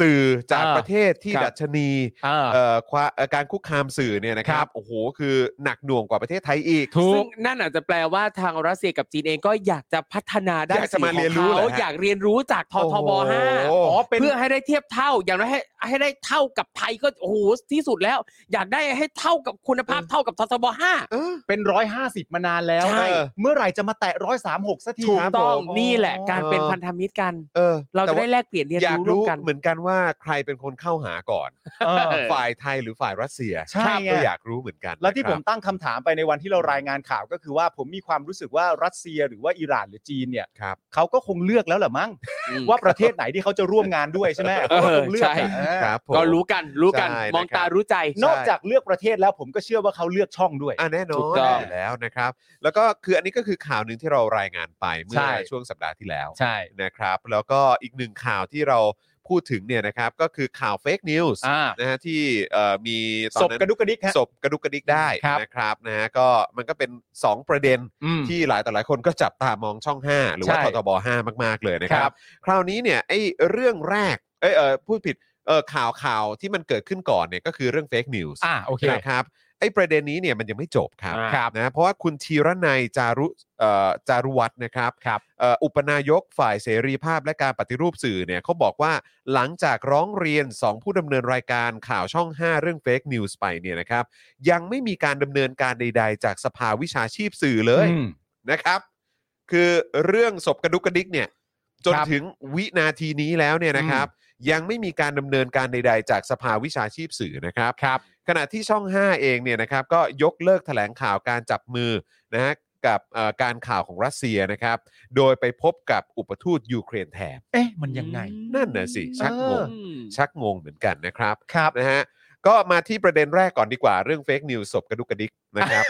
B: สื่อจาก
C: อ่า
B: ประเทศที่
D: ครับ
B: ดัชนี
C: อ่า
B: เอ่อควาเอ่อการคุกคามสื่อเนี่ยนะค
C: ค
B: รั
C: รับ บ
B: โอ้โห คือหนักหน่วงกว่าประเทศไทยอีก
D: ซึ่งนั่นอาจจะแปลว่าทางรัสเซียกับจีนเองก็อยากจะพัฒนาด้า
B: อน ยากจะ
D: สื่อ
B: มา
D: ข
B: เรียนรู้
D: อง
B: เหรอ
D: เขา
B: ฮะ
D: อยากเรียนรู้จากททบห้า
B: โอ้โห
C: อ๋อเป็น
D: เพื่อให้ได้เทียบเท่าอย่างน้อยให้ให้ได้เท่ากับไทยก็โอ้โหที่สุดแล้ว อยากได้ให้เท่ากับคุณภาพเท่ากับทศบห้า
B: เออ
C: เป็น 150 มานานแล้ว
D: ใช่
C: เมื่อไหร่จะมาแตะ 136สักที
B: ถูก
C: ครับ
D: ต้อง
C: ผม
D: นี่แหละการเป็น
B: เออ
D: พันธมิตรกัน
B: เออ
D: เรา
B: ต่
D: จะ
B: ว่
D: ได้แลกเปลี่ยนเรียน
B: อยาก
D: รู้ร่ว
B: รู้
D: มกัน
B: เหมือนกันว่าใครเป็นคนเข้าหาก่อน
C: เออ
D: อ
B: ฝ่ายไทยหรือฝ่ายรัสเซีย
C: ใช่ไง
B: ก็อยากรู้เหมือนกัน
C: แล้วที่
B: นะ
C: ผ
B: ครั
C: ม
B: บ
C: ตั้งคำถามไปในวันที่เรารายงานข่าวก็คือว่าผมมีความรู้สึกว่ารัสเซียหรือว่าอิหร่านหรือจีนเนี่ย
B: ครับ
C: เขาก็คงเลือกแล้วแหละมั้ง
D: อืม
C: ว่าประเทศไหนที่เขาจะร่วมงานด้วยใช่ไหมเขาก็คงเลือก
D: ใช่
C: อะเออ
B: ครับผม
D: ก็รู้กันรู้กัน
B: ใช่
D: มอง
B: นะครับ
D: ตารู้ใจ
C: นอกจากเลือกประเทศแล้วผมก็เชื่อว่าเขาเลือกช่องด้วย
B: อ่ะแน่นอ
D: ถู
B: น
D: กต้อง
B: อยู่แล้วนะครับ แล้วก็คืออันนี้ก็คือข่าวหนึ่งที่เรารายงานไปเมื่อ
C: ใช่
B: ช่วงสัปดาห์ที่แล้ว
C: ใช่
B: นะครับ แล้วก็อีกหนึ่งข่าวที่เราพูดถึงเนี่ยนะครับ ก็คือข่าวเฟกนิวส์
C: อ่า
B: นะฮะที่เอ่อมีตอน
C: ศพ
B: นั้น
C: กระดุกกระดิกฮะ
B: ศพกระดุกกระดิกได้
C: ครับ
B: นะครับนะฮะก็มันก็เป็น 2 ประเด็น
C: อืม
B: ที่หลายต่อหลายคนก็จับตามองช่อง 5 หรือว่า
C: ใช่
B: ททบ5 มาก ๆ เลยนะค
C: ค
B: รั
C: รับ บ
B: คราวนี้เนี่ยไอ้เรื่องแรกเอยเออพูดผิดเออข่าวข่าวที่มันเกิดขึ้นก่อนเนี่ยก็คือเรื่องเฟกนิวส์
C: อ่าโอเค
B: นะครับ ไอ้ประเด็นนี้เนี่ยมันยังไม่จบครับ
C: ครับ
B: นะเพราะว่าคุณธีรนัยจารุเอ่อจารุวัฒน์นะครับ
C: ครับ
B: เอ่ออุปนายกฝ่ายเสรีภาพและการปฏิรูปสื่อเนี่ยเขาบอกว่าหลังจากร้องเรียน 2 ผู้ดำเนินรายการข่าวช่อง 5 เรื่องเฟกนิวส์ไปเนี่ยนะครับยังไม่มีการดำเนินการใด ๆ จากสภาวิชาชีพสื่อเลย
C: อืม
B: นะครับคือเรื่องศพกระดุกกระดิกเนี่ยจน
C: ครับ
B: ถึงวินาทีนี้แล้วเนี่ยนะครับ ยังไม่มีการดำเนินการใด ๆ จากสภาวิชาชีพสื่อนะครับ
C: ครับ
B: ขณะที่ช่อง 5 เองเนี่ยนะครับก็ยกเลิกแถลงข่าวการจับมือนะฮะกับเอ่อการข่าวของรัสเซียนะครับ โดยไปพบกับอุปทูตยูเครนแทน
C: เอ๊ะ มันยังไง
B: นั่นน่ะสิ ชักงง ชักงงเหมือนกันนะครับ
C: ครับ
B: นะฮะก็มาที่ประเด็นแรกก่อนดีกว่าเรื่องเฟกนิวศพกระดุกกระดิก นะครับ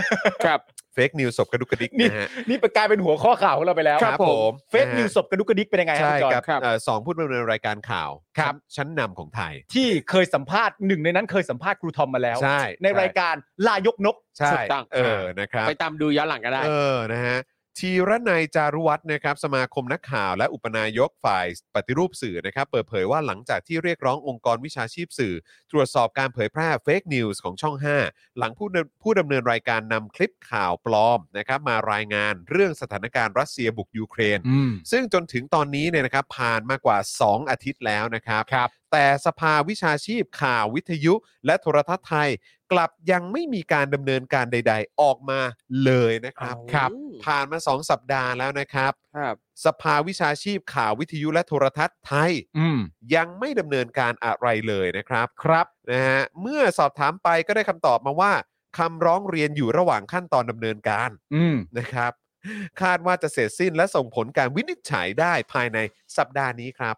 D: ครับ
B: เฟกนิวศพกระดุกกระดิกนะฮะ
C: นี่เป็นกลายเป็นหัวข้อข่าวของเราไปแล้ว
B: ครับผม
C: เฟซนิว
B: นะฮะ
C: สบกระดุกกระดิกเป็นยังไงครั
B: ใช่
C: บพี่จอห์น
B: กับเอ่อสองผู้ดำเนินรายการข่าว
C: ครับ
B: ชั้นนำของไทย
C: ที่เคยสัมภาษณ์หนึ่งในนั้นเคยสัมภาษณ์ครูทอมมาแล้ว
B: ใช่
C: ในรายการลายกนก
B: ใช่
D: ถูกต้อง
B: เออนะครับ
D: ไปตามดูย้อนหลังก็ได้
B: เออนะฮะทีรนัยจารุวัฒน์นะครับ สมาคมนักข่าวและอุปนายกฝ่ายปฏิรูปสื่อนะครับ เปิดเผยว่าหลังจากที่เรียกร้ององค์กรวิชาชีพสื่อ ตรวจสอบการเผยแพร่เฟกนิวส์ของช่อง 5 หลังผู้ดำผู้ดำเนินรายการนำคลิปข่าวปลอมนะครับมารายงานเรื่องสถานการณ์รัสเซียบุกยูเครน ซึ่งจนถึงตอนนี้เนี่ยนะครับผ่านมากว่า 2 อาทิตย์แล้วนะครับ
C: ครับ
B: แต่สภาวิชาชีพข่าววิทยุ และโทรทัศน์ไทย กลับยังไม่มีการดำเนินการใด ๆ ออกมาเลยนะครับ
C: ครับ
B: ผ่านมา 2 สัปดาห์แล้วนะครับ
D: ครับ
B: สภาวิชาชีพข่าววิทยุและโทรทัศน์ไทย
C: อืม
B: ยังไม่ดำเนินการอะไรเลยนะครับครับนะฮะเมื่อสอบถามไปก็ได้คำตอบมาว่าคำร้องเรียนอยู่ระหว่างขั้นตอนดำเนินการ
C: อืม
B: นะครับคาดว่าจะเสร็จสิ้นและส่งผลการวินิจฉัยได้ภายในสัปดาห์นี้ครับ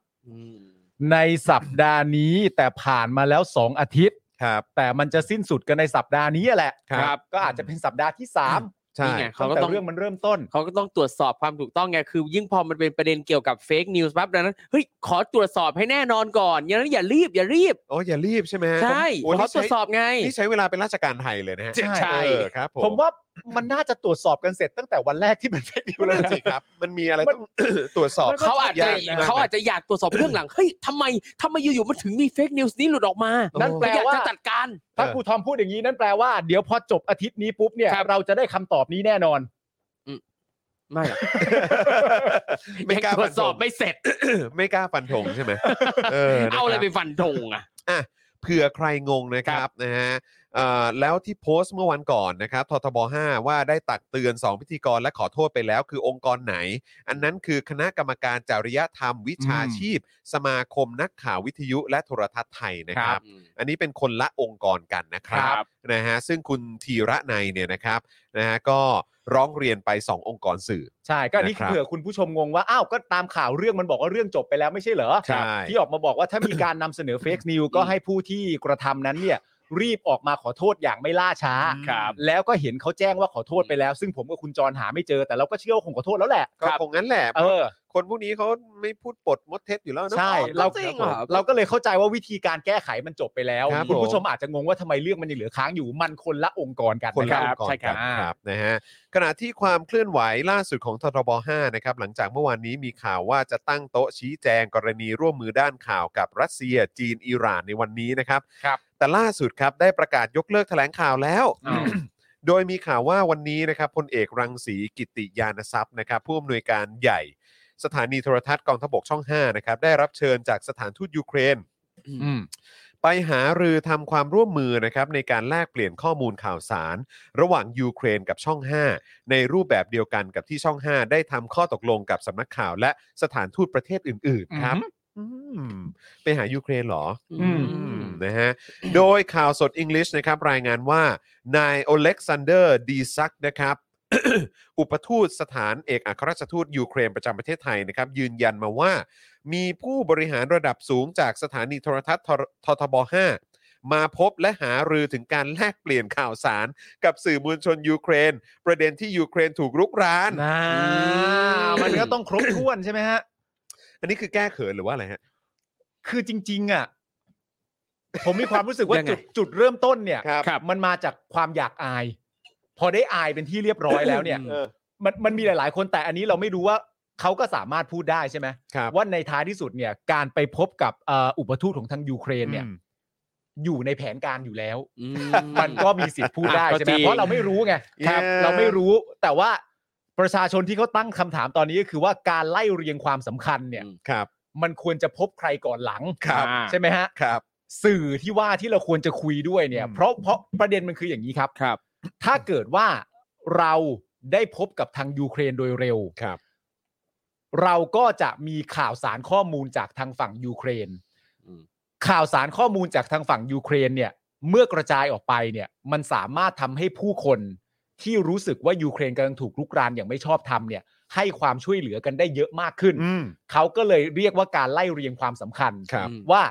C: ในสัปดาห์นี้แต่ผ่านมาแล้วสองอาทิตย์
B: ครับ
C: แต่มันจะสิ้นสุดกันในสัปดาห์นี้แหละ
B: ครับ
C: ก็อาจจะเป็นสัปดาห์ที่สาม
B: ใช่
D: นี่ไง เขา
C: ตั้ง
D: ก็
C: แต่
D: ต้อง
C: เรื่องมันเริ่มต้น
D: เขาก็ต้องตรวจสอบความถูกต้องไง คือยิ่งพอมันเป็นประเด็นเกี่ยวกับเฟกนิวส์ปั๊บดังนั้น เฮ้ย ขอตรวจสอบให้แน่นอนก่อนอย่างนั้นอย่ารีบ อย่ารีบ
B: โอ้อย่ารีบใช่ไหมฮะ
D: ใช่
B: โอ้
D: ขอ
B: นี่
D: ตรว
B: ใช้
D: จสอบไง
B: นี่ใช้เวลาเป็นราชการไทยเลยนะฮะ
C: ใช่
B: เออครับผม
C: ผมว่ามันน่าจะตรวจสอบกันเสร็จตั้งแต่วันแรกที่มันเฟกนิวส์แล้
B: นั่
C: วน นะ
B: สิครับ มันมีอะไร
C: มัน
B: ต้อง ตรวจสอบ
D: เขาอาจจะ
B: ยกน
D: เขาอาจจะอยากตรวจสอบเรื่องหลัง เฮ้ยทำไมทำไมอยู่ๆมันถึงมีเฟกนิวส์นี้หลุดออกมา
C: นั่นแปล
D: อยาก
C: ว่า
D: จะจัดการ
C: ถ้าครูทอมพูดอย่างนี้นั่นแปลว่า เดี๋ยวพอจบอาทิตย์นี้ปุ๊บเนี่ย
D: ครับ
C: เราจะได้คำตอบนี้แน่นอน
D: ไม่หรอก
B: ไม่กล้า
D: ตร
B: ฟั
D: วน จ
B: ธ
D: สอบ
B: ง
D: ไม่เสร็จ
B: ไม่กล้าฟันธงใช่ไหมเออนะครับ
D: เอาอะไรไปฟันธงอ่ะ
B: เผื่อใครงงนะครับนะฮะเอ่อแล้วที่โพสต์เมื่อวันก่อนนะครับททบ 5 ว่าได้ตักเตือน 2 พิธีกรและขอโทษไปแล้วคือองค์กรไหน อันนั้นคือคณะกรรมการจริยธรรมวิชาชีพ สมาคมนักข่าววิทยุและโทรทัศน์ไทยนะครับ อันนี้เป็นคนละองค์กรกันนะครับ
D: ครับ
B: นะฮะซึ่งคุณธีระในยเนี่ยนะครับนะฮะก็ร้องเรียนไป 2 องค์กรสื่อ
C: ใช่ ก็อันนี่
B: นะครับ
C: เผื่อคุณผู้ชมงงว่า อ้าว ก็ตามข่าวเรื่องมันบอกว่าเรื่องจบไปแล้วไม่ใช่เหรอ
B: ใช่
C: ที่ออกมาบอกว่าถ้ามีการนำเสนอเฟกนิวก็ให้ผู้ที่กระทำนั้นเนี่ย รีบออกมาขอโทษอย่างไม่ล่าช้า
E: ครับ
C: แล้วก็เห็นเขาแจ้งว่าขอโทษไปแล้ว ซึ่งผมกับคุณจรหาไม่เจอแต่เราก็เชื่อว่าคงขอโทษแล้วแหละ
B: ก็คงงั้นแหละ
C: เออ
B: คนพวกนี้เขาไม่พูดปดมดเท็จอยู่แล้วนะ
C: ใช่เรา
D: จริงเหรอ
C: เราก็เลยเข้าใจว่าวิธีการแก้ไขมันจบไปแล้ว
B: ครับ
C: คุณ
B: ผ
C: ผู้
B: ม
C: ชมอาจจะงงว่าทำไมเรื่องมันยังเหลือค้างอยู่มันคนละองค์กรกัน
B: คนละ
C: รั
B: อง
C: บ
B: ค์กร
D: ใช่ครั
B: กับ นครับนะฮะขณะที่ความเคลื่อนไหวล่าสุดของททบ 5 นะครับ หลังจากเมื่อวานนี้มีข่าวว่าจะตั้งโต๊ะชี้แจงกรณีร่วมมือด้านข่าวกับรัสเซีย จีนอิหร่านในวันนี้นะครับ
C: ครับ
B: แต่ล่าสุดครับได้ประกาศยกเลิกแถลงข่าวแล้ว
C: อ้าว
B: โดยมีข่าวว่าวันนี้นะครับพลเอกรังสีกิติยานทรัพย์นะครับ ผู้อำนวยการใหญ่ สถานีโทรทัศน์กองทพบกช่อง 5 นะครับ ได้รับเชิญจากสถานทูตยูเครน
C: อืม
B: ไปหารือทำความร่วมมือนะครับในการแลกเปลี่ยนข้อมูลข่าวสาร ระหว่างยูเครนกับช่อง 5 ในรูปแบบเดียวกันกับที่ช่อง 5 ได้ทำข้อตกลงกับสำนักข่าวและสถานทูตประเทศอื่น ๆ ครับอืมไปหายูเครนเหรอ
C: อืม
B: อืมนะฮะ โดยข่าวสดอังกฤษนะครับ รายงานว่า นายโอเล็กซานเดอร์ดีซักนะครับ อุปทูตสถานเอกอัครราชทูตยูเครนประจำประเทศไทยนะครับ ยืนยันมาว่า มีผู้บริหารระดับสูงจากสถานีโทรทัศน์ทรททบ 5 มาพบและหารือถึงการแลกเปลี่ยนข่าวสาร กับสื่อมวลชนยูเครน ประเด็นที่ยูเครนถูกรุกราน
C: นะมันก็ต้องครบถ้วนใช่ไหมฮะ
B: อันนี้คือแก้เขินหรือว่าอะไรฮะ
C: คือจริง ๆ อ่ะ ผมมีความรู้สึกว่า
D: ยังไง
C: จุดจุดเริ่มต้นเนี่ย
B: ครับ
D: ครับ
C: มันมาจากความอยากอาย พอได้อายเป็นที่เรียบร้อยแล้วเนี่ย
B: เออ
C: มันมันมีหลาย ๆ คนแต่อันนี้เราไม่รู้ว่าเขาก็สามารถพูดได้ใช่ไหม
B: ครับ
C: ว่าในท้ายที่สุดเนี่ย การไปพบกับเอ่ออุปทูตของทางยูเครนเนี่ย อยู่ในแผนการอยู่แล้ว
D: อื
C: มันก็มีสิทธิ์พูดได้
D: อ่ะก็
C: ใช่ไหม
D: จริง
C: เพราะเราไม่รู้ไง
B: ครับ
C: เราไม่รู้แต่ว่าประชาชนที่เขาตั้งคำถามตอนนี้ก็คือว่าการไล่เรียงความสำคัญเนี่ย
B: ครับ
C: มันควรจะพบใครก่อนหลัง
B: ครับ
C: ใช่ไหมฮะ
B: ครับ
C: สื่อที่ว่าที่เราควรจะคุยด้วยเนี่ย เพราะเพราะประเด็นมันคืออย่างนี้ครับ
D: ครับ
C: ถ้าเกิดว่าเราได้พบกับทางยูเครนโดยเร็ว
B: ครับ
C: เราก็จะมีข่าวสารข้อมูลจากทางฝั่งยูเครน
D: อืม
C: ข่าวสารข้อมูลจากทางฝั่งยูเครนเนี่ย เมื่อกระจายออกไปเนี่ย มันสามารถทำให้ผู้คนที่รู้สึกว่ายูเครนกำลังถูกลุกรานอย่างไม่ชอบธรรมเนี่ย ให้ความช่วยเหลือกันได้เยอะมากขึ้น
B: อืม
C: เขาก็เลยเรียกว่าการไล่เรียงความสำคัญ
B: ครับ
D: อืม
C: ว่า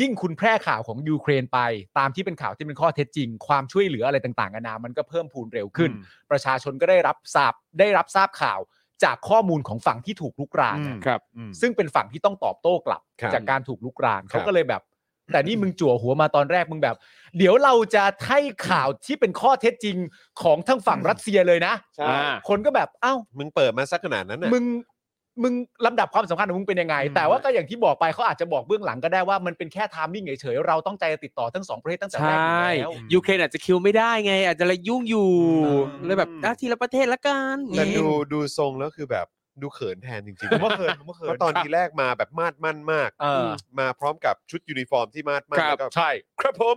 C: ยิ่งคุณแพร่ข่าวของยูเครนไป ตามที่เป็นข่าวที่เป็นข้อเท็จจริง ความช่วยเหลืออะไรต่างๆนานามันก็เพิ่มพูนเร็วขึ้น
B: อืม
C: ประชาชนก็ได้รับทราบได้รับทราบข่าวจากข้อมูลของฝั่งที่ถูกลุกราน
B: อืม
C: นะครับ
B: อืม
C: ซึ่งเป็นฝั่งที่ต้องตอบโต้กลับ
B: ครับ
C: จากการถูกลุกราน
B: ครั
C: เขา
B: บ
C: ก็เลยแบบ แต่นี่มึงจั่วหัวมาตอนแรกมึงแบบ เดี๋ยวเราจะให้ข่าวที่เป็นข้อเท็จจริงของทั้งฝั่งรัสเซียเลยนะ
B: ใช่
D: อ่า
C: คนก็แบบเอ้า
B: มึงเปิดมาสักขนาดนั้นน่ะ
C: มึงมึงลำดับความสำคัญของมึงเป็นยังไง
B: อืม
C: แต่ว่าก็อย่างที่บอกไปเขาอาจจะบอกเบื้องหลังก็ได้ว่ามันเป็นแค่ไทามมิ่งเฉยๆเราต้องใจจะติดต่อทั้งสองประเทศตั้งแต่
D: ใช
C: แรกอยู่
D: ่
C: แล้ว
D: ยูเครนอาจจะคิวไม่ได้ไง อาจจะอะไรยุ่งอยู่
B: อืม
D: เลยแบบอ่ะทีละประเทศละกัน
B: แต่ดูดูทรงแล้วคือแบบดูเขินแทนจริงๆ
C: ผมว่าเขินผมว่าเขิน
B: เพราะตอนทีแรกมาแบบมาดมั่นมาก
C: เออ
B: มาพร้อมกับชุดยูนิฟอร์มที่มาดมั่นแล้วก็
C: ใช่
B: ครับผม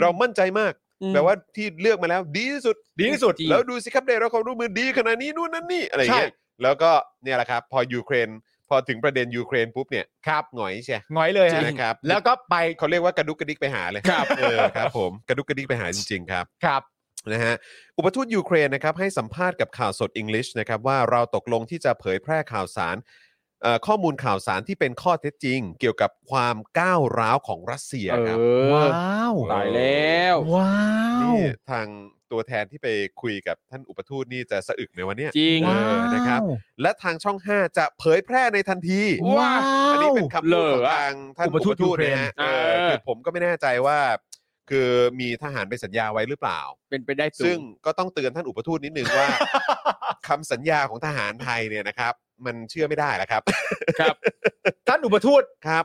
B: เรามั่นใจมาก
D: อืม
B: แบบว่าที่เลือกมาแล้วดีที่สุด
D: ดีที่สุด
B: แล้วดูสิครับได้รับความร่วมมือดีขนาดนี้นู่นนั่นนี่อะไรอย่างเงี้ยแล้วก็เนี่ยแหละครับ พอยูเครน พอถึงประเด็นยูเครนปุ๊บเนี่ย
C: ครับ
B: หงอยใช่
C: หงอยเลยฮะ
B: จริงครับ
C: แล้วก็ไป
B: เขาเรียกว่ากระดุกกระดิกไปหาเลยครับเออครับผมกระดุกกระดิกไปหาจริงๆครับ
C: ครับ
B: นะฮะอุปทูตยูเครนนะครับให้สัมภาษณ์กับข่าวสดอังกฤษนะครับว่าเราตกลงที่จะเผยแพร่ข่าวสารเอ่อข้อมูลข่าวสารที่เป็นข้อเท็จจริง เกี่ยวกับความก้าวร้าวของรัสเซีย
D: เอ
B: ครับ
D: อ
C: ว้าว
D: ตายแล้ว
C: ว้าว
B: นี่ทางตัวแทนที่ไปคุยกับท่านอุปทูตนี่จะสะอึกไหมวะเนี่ย
D: จริง
B: เออนะครับ และทางช่อง 5 จะเผยแพร่ในทันที
C: ว้าว
B: อันนี้เป็นคำพูดของทางท่าน
C: อุปทูตยูเครน
B: ะฮะเออ
D: เออ
B: คือผมก็ไม่แน่ใจว่า คือมีทหารไปสัญญาไว้หรือเปล่า
D: เป็นไปได้สู
B: ซึ่งก็ต้องเตือนท่านอุปทูตนิดนึง ว่า คำสัญญาของทหารไทยเนี่ยนะครับ มันเชื่อไม่ได้ ละครับ
D: ครับ
C: ท่านอุปทูต
B: ครับ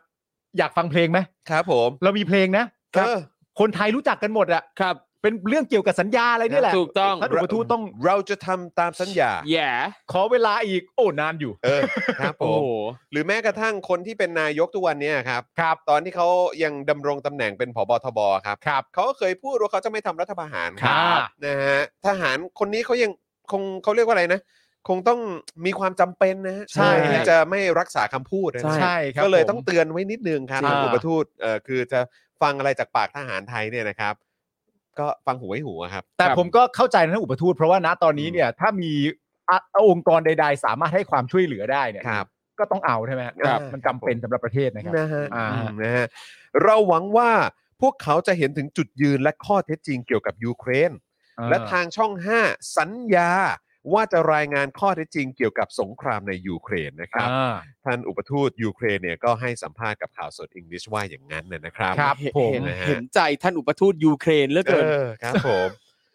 C: อยากฟังเพลงไหม
B: ครับผม
C: เรามีเพลงนะ
B: เออ
C: คนไทยรู้จักกันหมดอะ
D: ครับ
C: เป็นเรื่องเกี่ยวกับสัญญาอะไรเนี่ยแหละ
D: ถูกต้อง
C: ท่านอุปทูตต้อง
B: เราจะทำตามสัญ ญา
D: แย่
C: ขอเวลาอีกโอ้นานอยู่
B: เออครับผ
D: โอ้
B: ม
D: โห
B: หรือแม้กระทั่งคนที่เป็นนายกทุกวันเนี้ครับ
C: ครับ
B: ตอนที่เขายังดำรงตำแหน่งเป็นผบทบครับ
C: ครับ
B: เขาก็เคยพูดว่าเขาจะไม่ทำรัฐประหาร
C: ครับ
B: นะฮะทหารคนนี้เขายังคงเขาเรียกว่าอะไรนะ คงต้องมีความจำเป็นนะฮะ
C: ใช่
B: ที่จะไม่รักษาคำพูดนะ
D: ใช่
C: ใช่ครับ
B: ก็เลย
C: ผม
B: ต้องเตือนไว้นิดนึงครับ
C: จริง
B: ท่านอุปทูตเอ่อคือจะฟังอะไรจากปากทหารไทยเนี่ยนะครับ ก็ฟังหูไว้หูอะครับ
C: แต่
D: ครับ
C: ผมก็เข้าใจนะท่านอุปทูตเพราะว่าณตอนนี้
B: อืม
C: เนี่ยถ้ามีอ่ะองค์กรใด ๆ สามารถให้ความช่วยเหลือได้เนี่ย
B: ครับ
C: ก็ต้องเอาใช่ไหมฮะ
B: ครับ
C: มันจำเป็นสำหรับประเทศนะครับ
B: นะฮะ
C: อ่า
B: อืมนะฮะเราหวังว่าพวกเขาจะเห็นถึงจุดยืนและข้อเท็จจริงเกี่ยวกับยูเครน และทางช่อง 5 สัญญาว่าจะรายงานข้อเท็จจริงเกี่ยวกับสงครามในยูเครนนะครับ
C: อ่า
B: ท่านอุปทูตยูเครนเนี่ยก็ให้สัมภาษณ์กับข่าวสดอังกฤษว่าอย่างนั้นนะนะครับ
C: ครับ
D: เห็น
C: ผม
D: เห็น
B: นะฮะ
D: เห็นใจท่านอุปทูตยูเครนเหลือ
B: เอ
D: เกิน
B: อครับผม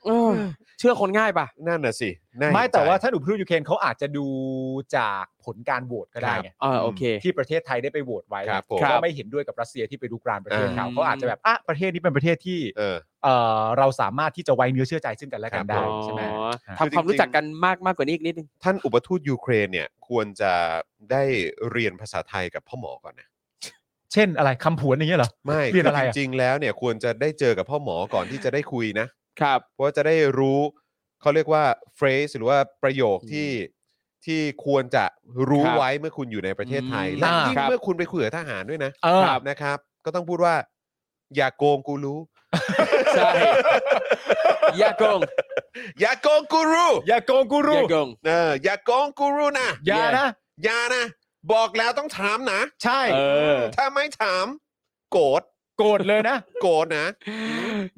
D: เออเชื่อคนง่ายป่ะ
B: นั่นน่ะสิน่เห็น
C: ไม่แต่
B: ใจ
C: ว่าท่านอุปทูตยูเครนเขาอาจจะดูจากผลการโหวตก็ได้ไง
D: อ่าโอเค
C: ที่ประเทศไทยได้ไปโหวตไว้
B: ครับผม
C: ก็ไม่เห็นด้วยกับรัสเซียที่ไปรุกรานประเทศเขา
D: อ่า
C: เขาอาจจะแบบอ่ะประเทศนี้เป็นประเทศที่
B: เออ
C: เอ่อเราสามารถที่จะไว้เนื้อเชื่อใจซึ่งกันและ
B: ค
C: กัน
B: รั
C: ได้
B: บ
C: ใช่ไหม
D: อ๋อ
C: ฮะ
D: ทำความรู้จักกันมากมากกว่านี้อีกนิดนึง
B: ท่านอุปทูตยูเครนเนี่ยควรจะได้เรียนภาษาไทยกับพ่อหมอก่อนนะ
C: เช่นอะไรคำผวนอย่างเงี้ยเหรอ
B: ไม่
C: เรียนอะไร
B: คื
C: อะ
B: จริงๆแล้วเนี่ยควรจะได้เจอกับพ่อหมอก่อนที่จะได้คุยนะครับ เพราะจะได้รู้เขาเรียกว่า phrase หรือว่าประโยคที่ที่ควรจะรู้
D: ครับ
B: ไว้เมื่อคุณอยู่ในประเทศไทย
D: อืม
B: และยิ่ง
D: ครับ
B: เมื่อคุณไปคุยกับทหารด้วยนะ
C: เออ
B: นะครับ ก็ต้องพูดว่า อย่าโกงกูรู้
D: ใช่ อย่าโกง
B: อย่าโกงกูรู้
C: อย่าโกงกูรู
D: อย่าโกง
B: เอออย่าโกงกูรู้นะ
C: อย่านะ
B: อย่านะ บอกแล้วต้องถามนะ
C: ใช่
D: เออ
B: ถ้าไม่ถามโกรธ
C: โกรธเลยนะ
B: โกรธนะ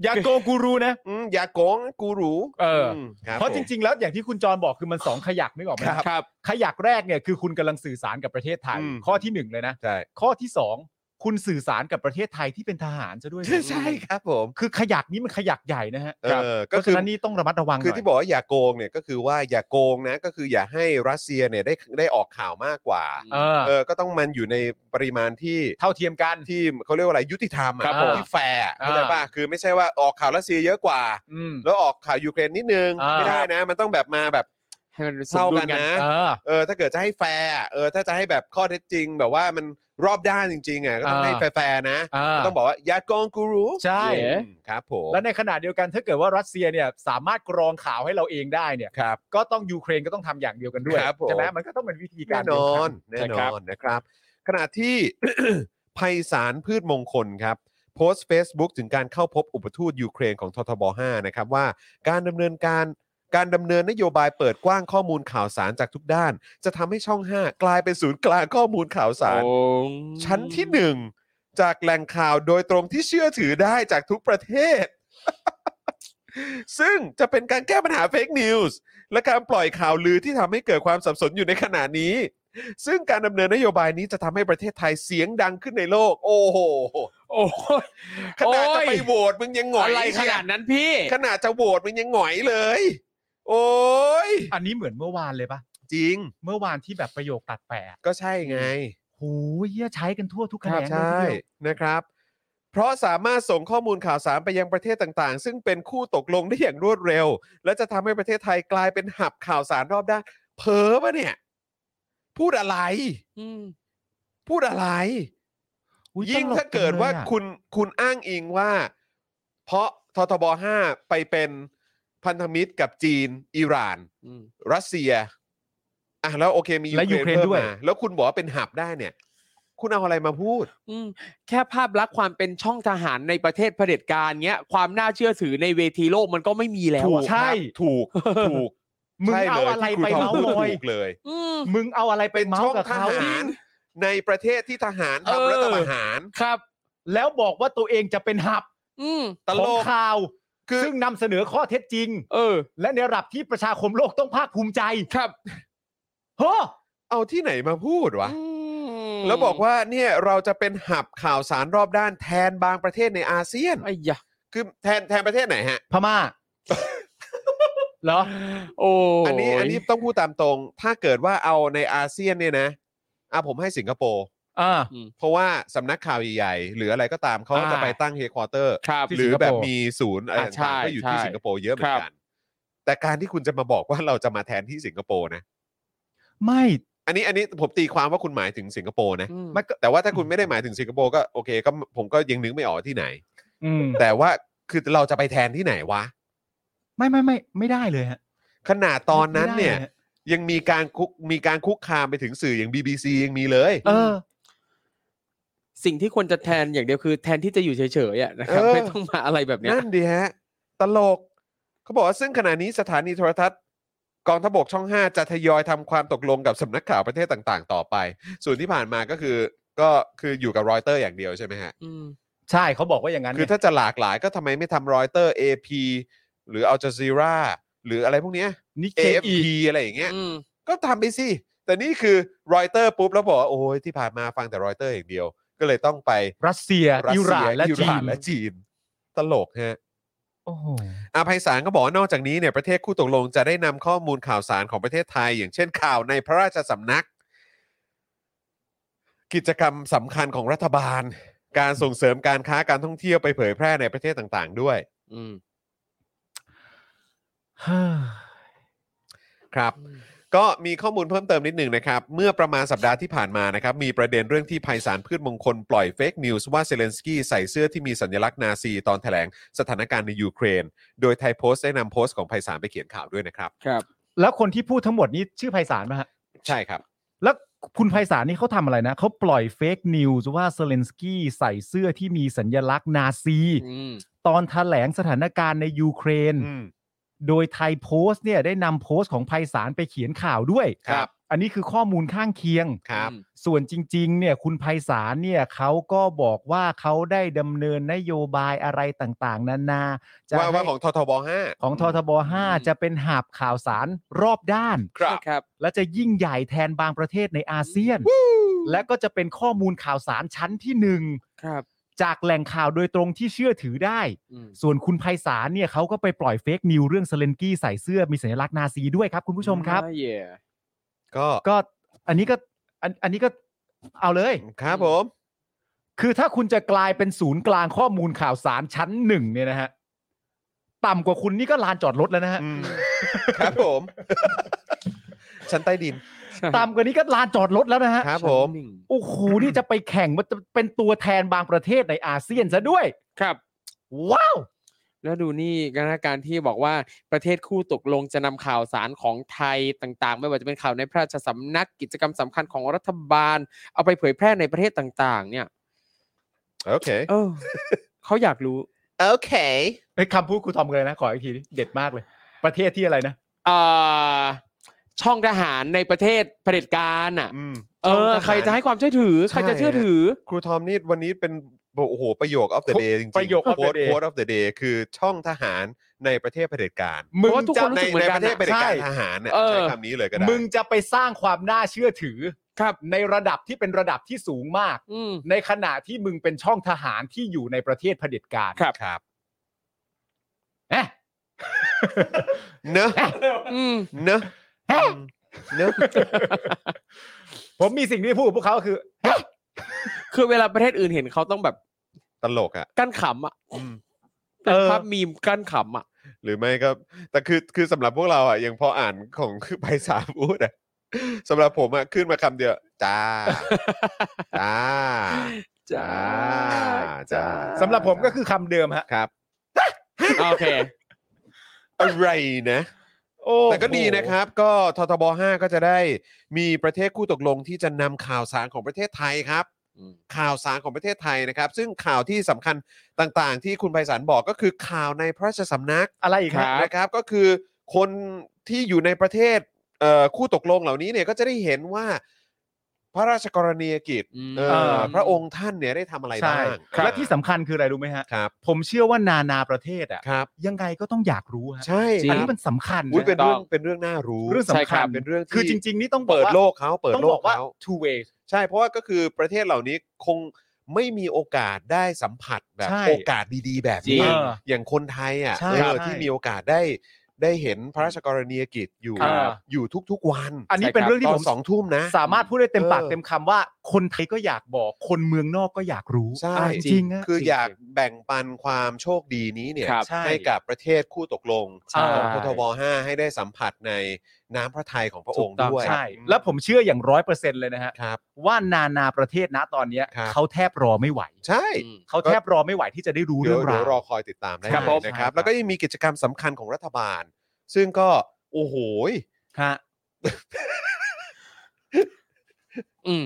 C: อย่าโกงกูรูนะ
B: อืมอย่าโกงกูรู้
C: เอออื
B: มคบ
C: เพราะ
B: ผม
C: จริง ๆ แล้วอย่างที่คุณจรบอกคือมันสองขยักไม่ออกไหม
B: ครับ
D: ครับ
C: ขยักแรกเนี่ยคือคุณกำลังสื่อสารกับประเทศไทย
B: อืม
C: ข้อที่หนึ่งเลยนะ
B: ใช่
C: ข้อที่สอง คุณสื่อสารกับประเทศไทยที่เป็นทหารซะด้วยนะ
B: ใช่ครับผม
C: คือขยักนี้มันขยักใหญ่นะฮะ
B: เออ
C: เพ
B: ก็
C: ราะ
B: คือ
C: ฉะนั้นนี่ต้องระมัดระวังหน่
B: คือ
C: อย
B: ที่บอกว่าอย่าโกงเนี่ยก็คือว่าอย่าโกงนะก็คืออย่าให้รัสเซียเนี่ยได้ได้ออกข่าวมากกว่า
C: เออ
B: เออก็ต้องมันอยู่ในปริมาณที่
C: เท่าเทียมกัน
B: ที่เขาเรียกว่าอะไรยุติธรรมอะ
C: ครับผม
B: ที่แฟร์อะ
C: อ่า
B: เข้าใจป่ะคือไม่ใช่ว่าออกข่าวรัสเซียเยอะกว่า
C: อืม
B: แล้วออกข่าวยูเครนนิดนึง
C: อ่า
B: ไม่ได้นะ มันต้องแบบมาแบบ
D: ให้มันสม
B: เท่า
D: ดุล
B: กัน
D: กัน
B: นะ
C: เออ
B: เออถ้าเกิดจะให้แฟร์อะเออถ้าจะให้แบบข้อเท็จจริง แบบว่ามันรอบด้านจริงๆอ่ะก็ต้อง
C: อ่า
B: ให้แฟร์ๆนะ
C: เออ
B: ก็ต้องบอกว่าอย่าโกงกูรู้
C: ใช่
B: อืมครับผม
C: และในขณะเดียวกันถ้าเกิดว่ารัสเซียเนี่ยสามารถกรองข่าวให้เราเองได้เนี่ย
B: ครับ
C: ก็ต้องยูเครนก็ต้องทำอย่างเดียวกันด้วย
B: ครับผม
C: ใช่ไหมมันก็ต้องเป็นวิธีการ
B: แน่นอนแน่
C: เดียวน กั
B: อนนะครับ ขณะที่ ไพศาลพืชมงคลครับ โพสต์ Facebook ถึงการเข้าพบอุปทูตยูเครนของททบ 5 นะครับ ว่าการดำเนินการการดำเนินนโยบายเปิดกว้างข้อมูลข่าวสารจากทุกด้าน จะทำให้ช่อง 5 กลายเป็นศูนย์กลางข้อมูลข่าวสาร ชั้นที่ 1 จากแหล่งข่าวโดยตรงที่เชื่อถือได้จากทุกประเทศ ซึ่งจะเป็นการแก้ปัญหาเฟกนิวส์และการปล่อยข่าวลือที่ทำให้เกิดความสับสนอยู่ในขณะนี้ ซึ่งการดำเนินนโยบายนี้จะทำให้ประเทศไทยเสียงดังขึ้นในโลก โอ้โห
D: โอ้ย
B: ขนาดจะไป
D: โอ้ย
B: โหวตมึงยังหงอย
D: อะไรขนาด
B: เชี
D: นั้นพี่
B: ยขนาดจะโหวตมึงยังหงอยเลย โอ้ย
C: อันนี้เหมือนเมื่อวานเลยปะ
B: จริง
C: เมื่อวานที่แบบประโยคตัดแปะ
B: ก็ใช่ไง
C: โหเหี้ยใช้กันทั่วทุกแข
B: คนรับ
C: งเลย
B: ใช่
C: ทีเดียว
B: นะครับ เพราะสามารถส่งข้อมูลข่าวสารไปยังประเทศต่างๆ ซึ่งเป็นคู่ตกลงได้อย่างรวดเร็ว และจะทำให้ประเทศไทยกลายเป็นหับข่าวสารรอบด้านเพ้อปะเนี่ย พูดอะไร
D: อืม
B: พูดอะไร
C: อุ๊
B: ยิ่ง
C: ตล
B: ถ้าเกิด
C: จัลย
B: ว่า
C: อะ
B: คุณคุณอ้างอิงว่า เพราะททบ5ไปเป็นพันธมิตรกับจีน อิหร่าน
D: อืม
B: รัสเซีย อ่ะแล้วโอเคมี
C: และยู
B: ยูเค
C: เค
B: ร
C: ร
B: น
C: น
B: เพิ่ม
C: ด้วย
B: มาแล้วคุณบอกว่าเป็นหับได้เนี่ย คุณเอาอะไรมาพูด
D: อืม แค่ภาพลักษณ์ความเป็นช่องทหารในประเทศเผด็จการเงี้ย ความน่าเชื่อถือในเวทีโลกมันก็ไม่มีแล้ว
B: ถูก
D: อะ
B: ค
C: ใช่
B: รับถูก ถูก
C: มึง
B: ใช่
C: เอา
B: ลย
C: อะไร
B: ที่
C: ไป
B: ค
C: เมาส์
B: ทอ
C: ลอย
B: ถูกเลย
D: อืม
C: มึงเอาอะไรไป
B: เป็น
C: เมา
B: ช่
C: ส์
B: อง
C: กับ
B: ท
C: เขา
B: หารในประเทศที่ทหาร
D: เออ
B: ทำรัฐประหาร
D: ครับ
C: แล้วบอกว่าตัวเองจะเป็นหับ
D: อืม
B: ต
C: ข
B: ล
C: อง
B: ก
C: ข่าว
B: คือ
C: ซึ่งนำเสนอข้อเท็จจริง
D: เออ
C: และในระดับที่ประชาคมโลกต้องภาคภูมิใจ
D: ครับ
C: เฮ้อ
B: เอาที่ไหนมาพูดวะ
D: อืม
B: แล้วบอกว่าเนี่ยเราจะเป็นหับข่าวสารรอบด้านแทนบางประเทศในอาเซียน
D: ไอ้ยะ
B: คือแทนแทนประเทศไหนฮะ
C: พม่ า เหรอ
D: โอ้ย
B: อันนี้อันนี้ต้องพูดตามตรง ถ้าเกิดว่าเอาในอาเซียนเนี่ยนะอ่ะผมให้สิงคโปร์
C: อ่า
B: เพราะว่าสำนักข่าวใหญ่ๆหรืออะไรก็ตามเขาจะ
C: อ่า
B: ไปตั้งเฮดควอเตอร์
D: ครับ
C: ที่
B: หรือแบบ
C: สิงคโปร์
B: มีศูนย์อะไร
D: อ่ะใช่
B: ต่างๆก็อยู่ที่
D: ใช่
B: สิงคโปร์เยอะเหมือน
D: ค
B: กั
D: รั
B: น
D: บ
B: แต่การที่คุณจะมาบอกว่าเราจะมาแทนที่สิงคโปร์นะ
C: ไม่
B: อันนี้อันนี้ผมตีความว่าคุณหมายถึงสิงคโปร์นะ
D: อืม
C: มันก็
B: แต่ว่าถ้าคุณไม่ได้หมายถึงสิงคโปร์ก็โอเคก็ผมก็ยังนึกไม่ออกว่าที่ไหน
C: อืม
B: แต่ว่าคือเราจะไปแทนที่ไหนวะ
C: ไม่ไม่ไม่ไม่ได้เลยฮะ
B: ขนาดตอนนั้น
C: ไม่ได้
B: เนี่ย
C: ลฮะ
B: ยังมีการคุกมีการคุกคามไปถึงสื่ออย่าง BBC ยังมีเลย
C: เออ
D: สิ่งที่ควรจะแทนอย่างเดียวคือแทนที่จะอยู่เฉยๆอะนะครับ
B: เออ
D: ไม่ต้องมาอะไรแบบเนี้ย
B: นั่นดีฮะ ตลก เขาบอกว่าซึ่งขณะนี้สถานีโทรทัศน์กองทพบกช่อง 5 จะทยอยทำความตกลงกับสำนักข่าวประเทศต่างๆ ต่อไป ส่วนที่ผ่านมาก็คือก็คืออยู่กับรอยเตอร์อย่างเดียวใช่ไหมฮะ
D: อืม
C: ใช่เขาบอกว่าอย่างนั้น
B: คือ
C: ไง
B: ถ้าจะหลากหลายก็ทำไมไม่ทำรอยเตอร์ AP หรืออัลจ z ซีราหรืออะไรพวกเนี้ย
C: นิเคอี
B: AFP อะไรอย่างเงี้ย
D: อืม
B: ก็ทำไปสิ แต่นี่คือรอยเตอร์ปุ๊บ แล้วบอกว่าโอ้ยที่ผ่านมาฟังแต่รอยเตอร์อย่างเดียว ก็เลยต้องไป
C: รัสเซีย
B: รัส
C: อิห
B: เซี
C: ร่านและ
B: อิห
C: จี
B: ร่าน
C: น
B: และจีน ตลกฮะ
C: โอ้โห
B: อาภัยสารก็บอกว่านอกจากนี้เนี่ยประเทศคู่ตกลงจะได้นำข้อมูลข่าวสารของประเทศไทย อย่างเช่นข่าวในพระราชสำนัก กิจกรรมสำคัญของรัฐบาล การส่งเสริมการค้าการท่องเที่ยวไปเผยแพร่ในประเทศต่างๆ ด้วย
D: อืม
B: ครับ ก็มีข้อมูลเพิ่มเติมนิดหนึ่งนะครับ เมื่อประมาณสัปดาห์ที่ผ่านมานะครับ มีประเด็นเรื่องที่ภัยสารพืชมงคลปล่อยเฟกนิวส์ว่าเซเลนสกี้ใส่เสื้อที่มีสัญลักษณ์นาซีตอนแถลงสถานการณ์ในยูเครน โดยไทยโพสต์ได้นำโพสต์ของภัยสารไปเขียนข่าวด้วยนะครับ
D: ครับ
C: แล้วคนที่พูดทั้งหมดนี้ชื่อไพศาลไหมฮะ
B: ใช่ครับ
C: แล้วคุณไพศาลนี่เขาทำอะไรนะ เขาปล่อยเฟกนิวส์ว่าเซเลนสกี้ใส่เสื้อที่มีสัญลักษณ์นาซี
D: อืม
C: ตอนแถลงสถานการณ์ในยูเครน
B: อืม
C: โดยไทยโพสต์เนี่ยได้นำโพสต์ของไพศาลไปเขียนข่าวด้วย
B: ครับ
C: อันนี้คือข้อมูลข้างเคียง
B: ครับ
C: ส่วนจริง ๆ เนี่ยคุณไพศาลเนี่ยเขาก็บอกว่าเขาได้ดำเนินนโยบายอะไรต่างๆ นานาจะ
B: ว่าว่า
C: ให้
B: ของททบห้า
C: ของททบ
D: อืม
C: 5จะเป็นหาบข่าวสารรอบด้าน
B: ครับ
D: ครับ
C: และจะยิ่งใหญ่แทนบางประเทศในอาเซียน และก็จะเป็นข้อมูลข่าวสารชั้นที่หนึ่ง
D: ครับ
C: จากแหล่งข่าวโดยตรงที่เชื่อถือได้
D: อืม
C: ส่วนคุณไพศาลเนี่ยเขาก็ไปปล่อยเฟกนิวเรื่องเซเลนกี้ใส่เสื้อมีสัญลักษณ์นาซีด้วยครับ คุณผู้ชมครับ
D: อ่าเย่
B: ก็
C: ก็อันนี้ก็อันอันนี้ก็เอาเลย
B: ครับผม
C: คือถ้าคุณจะกลายเป็นศูนย์กลางข้อมูลข่าวสารชั้นหนึ่งเนี่ยนะฮะต่ำกว่าคุณนี่ก็ลานจอดรถแล้วนะ ฮะ
B: อืมครับผม ชั้นใต้ดิน
C: ต่ำกว่านี้ก็ลานจอดรถแล้วนะฮะ
B: ครับผม
D: ชั้นหนึ่ง
C: โอ้โหนี่จะไปแข่งมันจะเป็นตัวแทนบางประเทศในอาเซียนซะด้วย
D: ครับ
C: ว้าว
D: แล้วดูนี่นะการที่บอกว่าประเทศคู่ตกลงจะนำข่าวสารของไทยต่างๆ ไม่ว่าจะเป็นข่าวในพระราชสำนักกิจกรรมสำคัญของรัฐบาล เอาไปเผยแพร่ในประเทศต่าง ๆ เนี่ย
B: โอเค
D: เออ เขาอยากรู้
B: โอเค
C: เฮ้ยคำพูดครูทอมเลยนะ ขออีกทีดิเด็ดมากเลย ประเทศที่อะไรนะ
D: อ่าช่องทหารในประเทศเผด็จการอ่ะ
B: อืม
D: เออ
B: ช่งทหา
D: ใครจะให้ความเชื่อถือ ใครจะเชื่อถือ
B: ครูทอมนี่วันนี้เป็นโอ้โหประโยค of the day จริงๆ
C: ประโยค of the
B: โค้ด
C: day
B: โค้ด of the day คือช่องทหารในประเทศเผด็จการ
D: เพราะว่าทุกคนรู้
B: ใน
D: สึกเหมือ
B: ในประ
D: นกัน
B: เทศเผด็จ
D: อะ
B: การ
C: ใช่
B: ทหารเนี่ย
D: เออ
B: ใช้คำนี้เลยก็ได้
C: มึงจะไปสร้างความน่าเชื่อถือ
D: ครับ
C: ในระดับที่เป็นระดับที่สูงมาก
D: อืม
C: ในขณะที่มึงเป็นช่องทหารที่อยู่ในประเทศเผด็จการ
D: ครับ
B: ครับ
C: เอ๊ะ
B: เนอะ
D: อืม
B: เนอะ
C: เอ๊ะ
B: อืมเนอะ
C: ผมมีสิ่งที่พูดกับพวกเขาก็คือเอ๊ะ
D: คือเวลาประเทศอื่นเห็นเขาต้องแบบ
B: ตลกอ่ะ
D: กั้นขำอ่ะ
B: อืม
D: เป็นภาพมีมกั้นขำอ่ะ
B: หรือไม่ก็ แต่คือคือสำหรับพวกเราอ่ะยังพออ่านของ คือไปสามพูดอ่ะสำหรับผมอ่ะขึ้นมาคำเดียว จ้า จ้า จ้า จ้า
C: สำหรับผมก็คือคำเดิมฮะ
B: ครับ
D: โอเค
B: อะไรนะ
C: โอ้
B: แต่ก็ดีนะครับ ก็ททบ 5 ก็จะได้มีประเทศคู่ตกลงที่จะนำข่าวสารของประเทศไทยครับ ข่าวสารของประเทศไทยนะครับ ซึ่งข่าวที่สำคัญต่างๆ ที่คุณไพศาลบอกก็คือข่าวในพระราชสำนัก
C: อะไรอีกครับ
B: นะครับก็คือคนที่อยู่ในประเทศเอ่อคู่ตกลงเหล่านี้เนี่ยก็จะได้เห็นว่าพระราชกรณียกิจ
D: อืม
B: เอ่อพระองค์ท่านเนี่ยได้ทำอะไร
C: ใช่
B: บ้าง
C: และที่สำคัญคืออะไรรู้ไหมฮะ
B: ครับ
C: ผมเชื่อว่านานาประเทศอ่ะ
B: ครับ
C: ยังไงก็ต้องอยากรู้ฮะ
B: ใช่
D: จริง
C: อันนี้มันสำคัญ
B: อุ๊ย
C: นะ
B: เป็นเรื่องเป็นเรื่องน่ารู้
C: เรื่อง
D: ใช่
C: สำ
D: ครั
C: คัญ
D: บ
B: เป็นเรื่องที่
C: คือจริง ๆ นี่ต้อง
B: เปิด
C: บอกว่า
B: โลกเขาเปิด
C: ต้อง
B: โล
C: บ
B: ก
C: อกว่า
B: เขา
C: two way
B: ใช่เพราะว่าก็คือประเทศเหล่านี้คงไม่มีโอกาสได้สัมผัสแบบ
C: ใช่
B: โอกาสดีๆ แบบ
D: จริ
B: นี้
D: ง
B: อย่างคนไทยอ่ะ
C: ใช่
B: เออ
C: ใช่
B: ที่มีโอกาสได้ได้เห็นพระราชกรณียกิจอยู่
D: ครับ
B: อยู่ทุกๆวัน
C: อันนี้เป็นเรื่องที่
B: ต
C: ผ
B: อน
C: ม
B: สองทุ่มนะ
C: สามารถพูดได้เต็มปาก
B: เออ
C: เต็มคำว่า คนไทยก็อยากบอก คนเมืองนอกก็อยากรู้
B: ใช่
C: อ่ะจริงอะ
B: คือ
D: จริง
B: อยากแบ่งปันความโชคดีนี้เนี่ย
D: ครับ
B: ให้กับประเทศคู่ตกลง
C: ใช่
B: ของพทบ5ให้ได้สัมผัสในน้ำพระทัยของพระองค์ด้วย
C: ใช่ แล้วผมเชื่ออย่างร้อยเปอร์เซ็นต์เลยนะฮะ
B: ครับ
C: ว่านานาประเทศนะตอนเนี้ย
B: ครับ
C: เขาแทบรอไม่ไหว
B: ใช่
D: อืม
C: เขาแทบรอไม่ไหวที่จะได้รู้
B: เดี๋
C: เรื่
B: ย
C: อ
B: ว
C: ง
B: เดี๋
C: รา
B: ยว
C: ว
B: รอคอยติดตามได้
C: ครับ
B: เล
C: ผ
B: ย
C: ม
B: นะครับ แล้วก็ยังมีกิจกรรมสำคัญของรัฐบาล ซึ่งก็โอ้โหย
C: ฮะ
D: อืม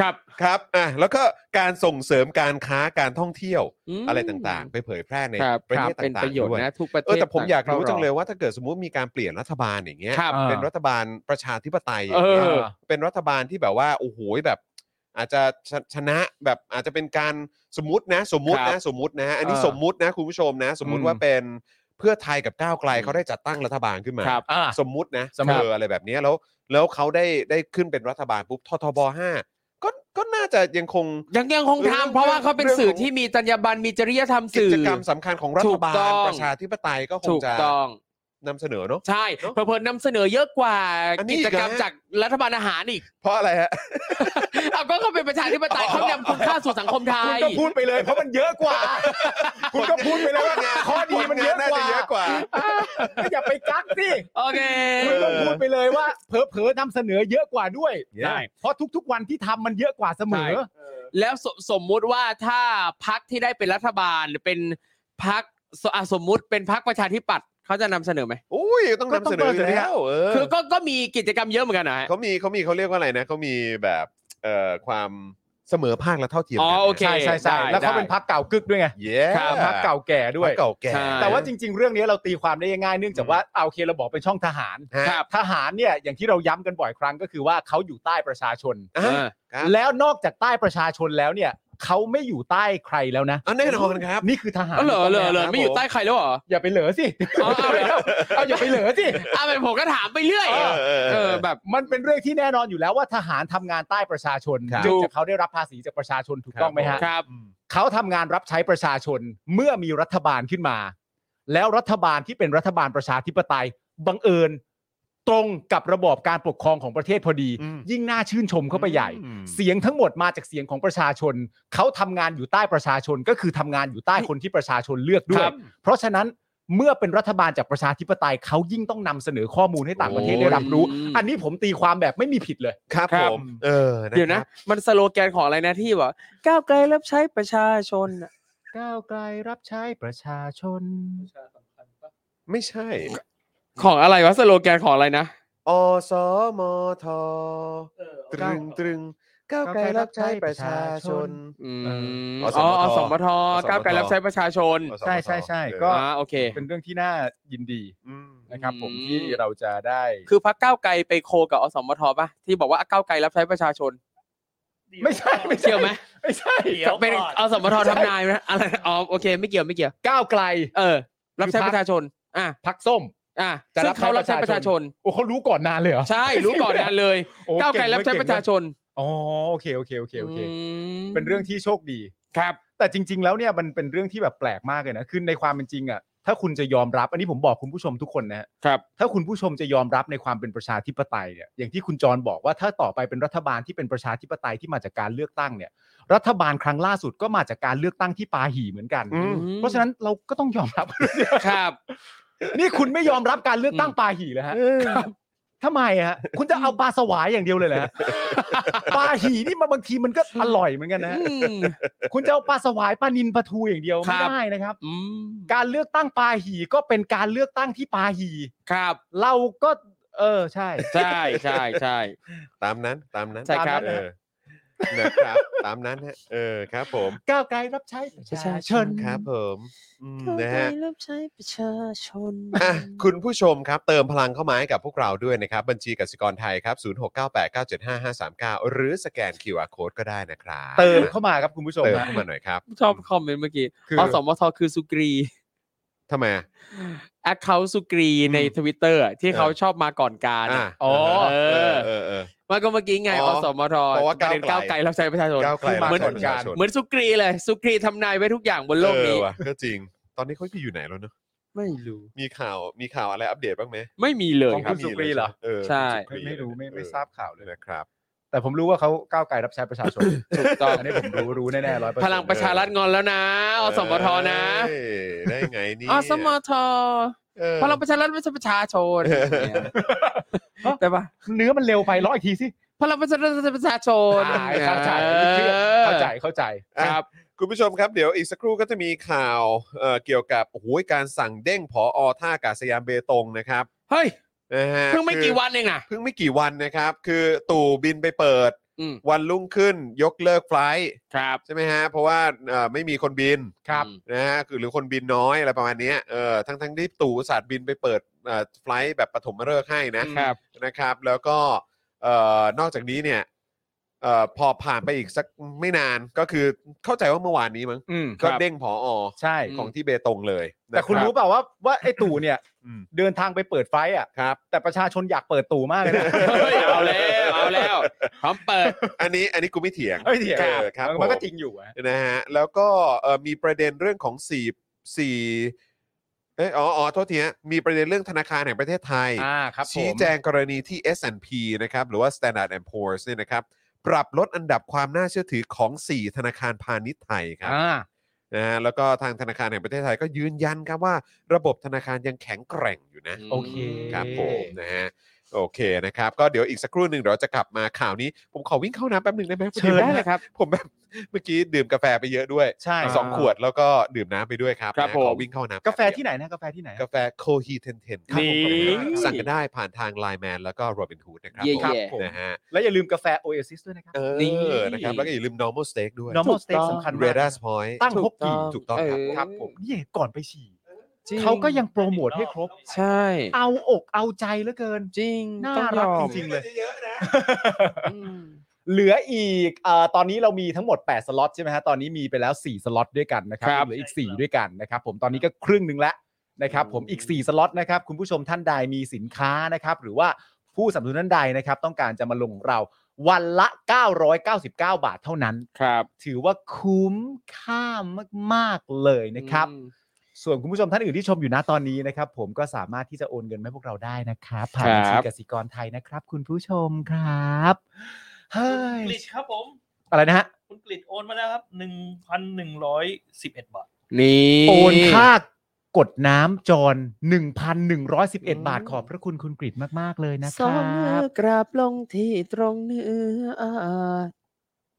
D: ครับ
B: ครับอ่ะแล้วก็การส่งเสริมการค้าการท่องเที่ยว
D: ม
B: อะไรต่างๆ ไปเผยแพร่ใน
D: ครับ
B: ประเทศ
D: เป็น
B: ต่า
D: ป
B: ง
D: ระโยช
B: ๆด้
D: น์
B: วย
D: นะ ทุกประเท
B: เอ
D: ศ
B: อแต่ผมอยากรู้
D: ต่
B: จังเลยว่าถ้าเกิดสมมติมีการเปลี่ยนรัฐบาลอย่างเงี้ย
D: ครับ
C: เออ
B: เป็นรัฐบาลประชาธิปไตย
D: เออ
B: เป็นรัฐบาลที่แบบว่าโอ้โหยแบบ อาจจะชชนะแบบอาจจะเป็นการสมมตินะสมมติ
D: ครั
B: นะ
D: บ
B: สมมตินะฮะอันนี้
C: เออ
B: สมมตินะคุณผู้ชมนะ สมมุติ
D: อืม
B: ว่าเป็นเพื่อไทยกับก้าวไกล
D: อืม
B: เขาได้จัดตั้งรัฐบาลขึ้นมา
D: ครับ
C: อ่ะ
B: สมมุตินะ
C: สมมุติ
B: เอออะไรแบบเนี้ยแล้วแล้วเขาได้ได้ขึ้นเป็นรัฐบาลปุ๊บททบห้าก็ก็น่าจะยังคง
D: ยังยังคง
B: เรื่อง
D: ทำเพราะว่าเขาเป็น
B: เรื่อง
D: สื่อ
B: ของ
D: ที่มีจรรยาบรรณมีจริยธรรม
B: กิ
D: สื่อ
B: จกรรมสำคัญของรัฐบาล
D: ถูกต้อง
B: ประชาธิปไตยก็คง
D: ถูก
B: จะ
D: ต้อง
B: นำเสนอเนาะ
D: ใช่
B: เนอะ
D: เพลินๆนำเสนอเยอะกว่า
B: อันนี้
D: กิ
B: อีก
D: จกรรม
B: นะ
D: จากรัฐบาลอาหารอีก
B: เพราะอะไรฮะ
D: เอาก็เขาเป็นประชาธิปไตยเขานำคุณค่าสู่สังคมไท
C: คุณ
D: ย
C: ก็พูดไปเลยเพราะมันเยอะก ว่า คุณก็พูดไปเลยว่าข้อดีมันเยอะ
B: น่าก
C: ว่า
B: จะเยอะกว่า
C: ก็อย่าไปกักสิ
D: โอเค
C: คุณก็พูดไปเลยว่าเผลอๆนำเสนอเยอะกว่าด้วย
B: ได้
C: เพราะทุกๆวันที่ทำมันเยอะกว่าเสมอ
D: ใช่ แล้วสสมมุติว่าถ้าพักที่ได้เป็นรัฐบาลเป็นพักสมมุติเป็นพักประชาธิปัตย์เขาจะนำเสนอไหม
B: อุ้ยต้องนำเสนออยู่แล้วเออ
D: คือก็ก็มีกิจกรรมเยอะเหมือนกันนะฮะ
B: เขามีเขามีเขาเรียกว่าอะไรนะเขามีแบบเอ่อความเสมอภาคและเท่าเทียมกั
D: อ๋อโอเค
C: ใช่ใช่ใช่
D: ได้
C: แล้วเขา
D: ได้
C: เป็นพักเก่ากึกด้วยไง
B: เย้
D: ครับ
C: พักเก่าแก่ด้ว
B: พร
C: ย
B: รคเก่าแก่
D: ใช่
C: แต่ว่าจริง ๆ เรื่องนี้เราตีความได้ง่ายๆเนื่องจากว่าเอาโอเคเราบอกเป็นช่องทหาร
B: ฮะ
D: ครับ
C: ทหารเนี่ยอย่างที่เราย้ำกันบ่อยครั้งก็คือว่าเขาอยู่ใต้ประชาชน
B: อ่ะ
D: เออ
B: ครับ
C: แล้วนอกจากใต้ประชาชนแล้วเนี่ย เขาไม่อยู่ใต้ใครแล้วนะ
B: อ่ะแน่นอนครับ
C: นี่คือทหาร
D: อ๋อเหรอเหรอเหรอไม่อยู่
B: ผม
D: ใต้ใครแล้วเหรอ
C: อย่าไปเหลือสิ
D: อ๋อเอาเหรอ
C: เอาอย่าไปเหลือสิ
D: อ่ะเป็นผมก็ถามไปเรื่อย
B: เออเออ
D: เอ
B: เอ
D: อ
B: อ
D: แบบ
C: มันเป็นเรื่องที่แน่นอนอยู่แล้วว่าทหารทำงานใต้ประชาชน
B: ครับ
C: เนื่องจากเขาได้รับภาษีจากประชาชนถูกต้องไหมฮะ
D: ครับ
C: เขาทำงานรับใช้ประชาชนเมื่อมีรัฐบาลขึ้นมา แล้วรัฐบาลที่เป็นรัฐบาลประชาธิปไตยบังเอิญ ตรงกับระบอบการปกครองของประเทศพอดี
B: อืม
C: ยิ่งน่าชื่นชมเข้าไปใหญ่
B: อืม
C: เสียงทั้งหมดมาจากเสียงของประชาชน เขาทำงานอยู่ใต้ประชาชนก็คือทำงานอยู่ใต้คนที่ประชาชนเลือกด้ว
D: ค
C: ย
D: รับ
C: เพราะฉะนั้นเมื่อเป็นรัฐบาลจากประชาธิปไตยเขายิ่งต้องนำเสนอข้อมูลให้ต่างประเทศได้รับรู้
D: โอ้ย
C: อันนี้ผมตีความแบบไม่มีผิดเลย
B: ครับผ
D: ครับ
B: มเออ
D: เดี๋ยวนะ มันสโลแกนของอะไรนะที่ว่าก้าวไกลรับใช้ประชาชนน่ะ
C: ก้าวไกลรับใช้ประชาชน
B: ไม่ใช่
D: ของอะไรวะสโลแกนของอะไรนะ
B: อสมท
E: เออ
B: ตรึงตรึงก้าวไกลรับใช้ประชาชน
D: อืม
C: เอ
B: ออ
D: อ๋ออ
B: ส
D: ส
B: ม
D: ม
B: ท
D: ท
B: อสมท
D: ก้าวไกลรับใช้ประชาชน
B: อสมท
C: ใช่ใช่ใช่
B: เออ
C: ก็
D: อ่าโอเค
C: เป็นเรื่องที่น่ายินดี
B: อืม
C: นะครับ ผม
D: อืม
C: ที่เราจะได้
D: คือพักก้าวไกลไปโคกับอสมทป่ะที่บอกว่าอ่ะก้าวไกลรับใช้ประชาชน
C: ไม่ใช่ไม่ใช่
D: เกี่ยวไหม
C: ไม่ใช่
E: เดี๋ยว
D: เป็น
E: ก่อน
D: อสมททำนายไหมอะไรอ๋อโอเค ไม่เกี่ยวไม่เกี่ยว
C: ก้าวไกล
D: เออ รับใช้
C: คือ
D: ป
C: พรรค
D: ระชาชน อ่ะ
C: พักส้ม
D: อ่ะ
C: จะ
D: ซึ่
C: รั
D: ง
C: บใช้
D: เขารับใช้
C: ป
D: ประ ระ
C: ชา
D: ชา
C: ช
D: ช
C: น
D: น
C: โอ้เขารู้ก่อนนานเลยเหรอ
D: ใช่รู้ก่อนนั้นเลย
C: โอ้
D: ก้าวไกลรับใช้ประชาชน
C: โอ้โอเคโอเคโอเคโอเค
D: ม
C: เป็นเรื่องที่โชคดี
D: ครับ
C: แต่จริง ๆ แล้วเนี่ยมันเป็นเรื่องที่แบบแปลกมากเลยนะ คือในความเป็นจริงอ่ะ ถ้าคุณจะยอมรับ อันนี้ผมบอกคุณผู้ชมทุกคนนะฮะ
D: ครับ
C: ถ้าคุณผู้ชมจะยอมรับในความเป็นประชาธิปไตยเนี่ย อย่างที่คุณจรบอกว่าถ้าต่อไปเป็นรัฐบาลที่เป็นประชาธิปไตยที่มาจากการเลือกตั้งเนี่ย รัฐบาลครั้งล่าสุดก็มาจากการเลือกตั้งที่ปาหีเหมือนกัน
B: อืม
C: เพราะฉะนั้นเราก็ต้องยอมรับ
D: ครับ
C: นี่คุณไม่ยอมรับการเลือกตั้งปาหีเลยฮะครับทำไมฮะ คุณจะเอาปลาสวายอย่างเดียวเลยเหรอ ฮะ ปลาหีนี่มันบางทีมันก็อร่อยเหมือนกันนะฮะ
D: อืม
C: คุณจะเอาปลาสวายปลานินปลาทูอย่างเดียว
D: ครั
C: ไม่
D: บ
C: ได้นะครับ
D: อืม
C: การเลือกตั้งปลาหีก็เป็นการเลือกตั้งที่ปลาหี
D: ครับ
C: เราก็ เออใช่
D: ใช่ใช่ใช่
B: ตามนั้นตามนั้น
D: ใช่ครับ
B: เออนะครับ ตามนั้นฮะเออครับผม
C: ก้าวไกลรับใช้ประชาชน
B: ครับผมอืมนะ
G: ก้าว
B: ฮะ
G: ไกลรับใช้ประชาชน
B: อ่ะคุณผู้ชมครับเติมพลังเข้ามาให้กับพวกเราด้วยนะครับ บัญชีกสิกรไทยครับ 0698975539 หรือสแกน QR Code ก็ได้นะครับ
C: เติมเข้ามาครับคุณผู้ชม
B: เติม
C: ฮะ
B: เข้ามาหน่อยครับ
D: ชอบคอมเมนต์เมื่อกี้
C: คือ
D: อ
C: อ
D: สมทคือสุกรี
B: ทำไมอ่ะ
D: แอคเคาท์สุกรีในทวิตเตอร์ที่
B: เออ
D: เขาชอบมาก่อนการ
B: อ่ะ
D: อ๋อ
B: เอ
D: เอ
B: อ
D: อ
B: เออเออ
D: มันก็เมื่อกี้ไง
B: อ๋
D: อ
B: อ
D: สมท
B: เพราะว่า
D: ประเด็น
B: ก้า
D: ก้าว ว
B: ไก
D: ไก
B: ล
D: ลรับใช้ประชาชน
B: ก้าวไกล
C: คือมา
B: รับ
D: เหมือ
B: ใช้
D: น
B: ประชาชน
D: เหมือนสุกรีเลย สุกรีทำนายไว้ทุกอย่างบนโลกนี้
B: เออว่ะก็จริง ตอนนี้เขาอยู่ไหนแล้วเนอะ
D: ไม่รู้
B: มีข่าวมีข่าวอะไรอัปเดตบ้างไหม
D: ไม่มีเลย
C: ของ
D: ค
C: คุ
D: รับ
C: ณสุกรีเหรอ
B: เออ
D: ใช่
B: คุณสุก
C: ไม่รู้ไม่ไม่
B: ออ
C: ทราบข่าวเลย
B: นะครับ
C: แต่ผมรู้ว่าเขาก้าวไกลรับใช้ประชาช น
D: ถูกต้อง
C: อันนี้ผมรู้รู้แน่ๆร้อยเปอร์
D: พ
C: เซ็นต์
D: ลังประชารัฐงอนแล้วนะ อสมทนะ
B: เอ้ยได้ไงนี่
D: อสมท
B: เออ
D: พลังประชารัฐไม่ใช่ประชาชน
B: เออ
D: แต่ปะ
C: เนื้อมันเร็วไปร้อยอีกทีสิ
D: พลังประชารัฐไม่ใช่ประชาชน
C: อ่าเข้าใจไม่เครียดเข้าใจเข้าใจ
D: ครับ
B: คุณผู้ชมครับเดี๋ยวอีกสักครู่ก็จะมีข่าวเอ่อเกี่ยวกับโอ้โหการสั่งเด้งผออท่าอากาศยานเบตงนะครับ
D: เฮ้ย
B: นะฮะ
D: เพิ่งไม่กี่วันเองนะ
B: คือเพิ่งไม่กี่วันนะครับ คือตู่บินไปเปิด
D: อืม
B: วันรุ่งขึ้นยกเลิกไฟลท์
D: ครับ
B: ใช่ไหมฮะเพราะว่าเอ่อไม่มีคนบิน
D: ครับ
B: นะฮะคือหรือคนบินน้อยอะไรประมาณเนี้ยเออทั้งทั้งที่ตู่อุตสาดบินไปเปิดเอ่อไฟลท์แบบปฐมฤกษ์ให้นะ
D: ครับ
B: นะครับแล้วก็เอ่อนอกจากนี้เนี่ยเอ่อพอผ่านไปอีกสักไม่นานก็คือเข้าใจว่าเมื่อวานนี้มั้ง
C: อืม
B: ก็
D: ครับ
B: เด้งผออ
C: ใช่
B: ของที่เบตงเลยนะ
C: แต่คุณรู้เปล่าว่าว่าไอ้ตู่เนี่ย
B: อืม
C: เดินทางไปเปิดไฟต์อ่ะ
B: ครับ
C: แต่ประชาชนอยากเปิดตู่มากเลยนะ
D: เฮ้ยเอาแล้วเอาแล้วพร้อมเปิด
B: อันนี้อันนี้กูไม่เถียง
C: เอ้ยเถียง
B: เออครับ
C: มันก็
B: ผม
C: จริงอยู่อะ
B: นะฮะแล้วก็เอ่อมีประเด็นเรื่องของสี่สี่เอยอ๋ออ๋อโทษทีฮะมีประเด็นเรื่องธนาคารแห่งประเทศไทย
C: อ่าครับผม
B: ชี้แจงกรณีที่ S&P นะครับหรือว่า Standard Poor's เนี่ยนะครับปรับลดอันดับความน่าเชื่อถือของ 4 ธนาคารพาณิชย์ไทยครับ
C: อ่า
B: นะฮะแล้วก็ทางธนาคารแห่งประเทศไทยก็ยืนยันครับว่า ระบบธนาคารยังแข็งแกร่งอยู่นะ
C: โอเค
B: ครับผมนะฮะโอเคนะครับ ก็เดี๋ยวอีกสักครู่หนึ่งเดี๋ยวจะกลับมาข่าวนี้ ผมขอวิ่งเข้าน้ำแป๊บหนึ่งได้ไหมพอ
D: เชิญ
B: ว่า
D: ได้เลยครับ
B: ผมแบบ เมื่อกี้ดื่มกาแฟไปเยอะด้วย
C: ใช่
B: สองขวดแล้วก็ดื่มน้ำไปด้วยครับ
D: ครับ
B: นะ
D: ผม
B: ขอวิ่งเข้าน้ำ
C: กาแฟ
B: ป๊บเดี
C: ที่
B: ยว
C: ไหนนะกาแฟที่ไหน
B: กาแฟโคฮีเทนเทน
D: นี่
B: สั่งกันได้ผ่านทาง Line Man แล้วก็ Robin Hood นะครับ
D: เย่
B: ผม
C: ๆ
B: นะฮะ
C: แล้วอย่าลืมกาแฟ Oasis ด้วยนะครับ
B: เอ
D: นี่
B: อนะครับแล้วก็อย่าลืม normal steak ด้วย
C: normal
D: ถูกต้
C: steak
D: อง
C: สำคัญ
B: เร
C: มาก
B: ดาร์สพอยต์
C: ตั้งฮกกี้
B: ถูกต้องครับ
D: เ
C: ครับผมนี่ก่อนไปฉี่
D: จริง
C: เขาก็ยังโปรโมทให้ครบ
D: ใช่
C: เอาอกเอาใจเหลือเกิน
D: จริง
C: น่า
D: ต้องย
C: รัก
D: อม
C: จริงๆเลย
B: เยอะๆนะ
D: อืม
C: เหลืออีกเออตอนนี้เรามีทั้งหมด 8 สล็อตใช่ไหมฮะ ตอนนี้มีไปแล้ว 4 สล็อตด้วยกันนะครับ
D: ครับ
C: เหลืออีก 4 ด้วยกันนะครับผมตอนนี้ก็ครึ่งหนึ่งแล้วนะครับผมอีก 4 สล็อตนะครับ คุณผู้ชมท่านใดมีสินค้านะครับ หรือว่าผู้สนับสนุนท่านใดนะครับ ต้องการจะมาลงของเราวันละ 999 บาทเท่านั้น
D: ครับ
C: ถือว่าคุ้มค่ามากๆเลยนะครับ
D: อืม
C: ส่วนคุณผู้ชมท่านอื่นที่ชมอยู่นะตอนนี้นะครับ ผมก็สามารถที่จะโอนเงินมาให้พวกเราได้นะครับผ่านบัญชี
D: ครับ
C: กสิกรไทยนะครับ คุณผู้ชมครับเฮ้ย
E: กลิดครับผม
C: อะไรนะฮะ
E: คุณกลิดโอนมาแล้วครับหนึ่งพันหนึ่งร้อยสิบเอ็ดบาท
D: นี่
C: โอนค่ากดน้ำจร 1,111 บาทขอบพระคุณคุณกริดมากๆเลยนะค
G: สองมือ
C: รั
G: บ กราบลงที่ตรงเนื้อ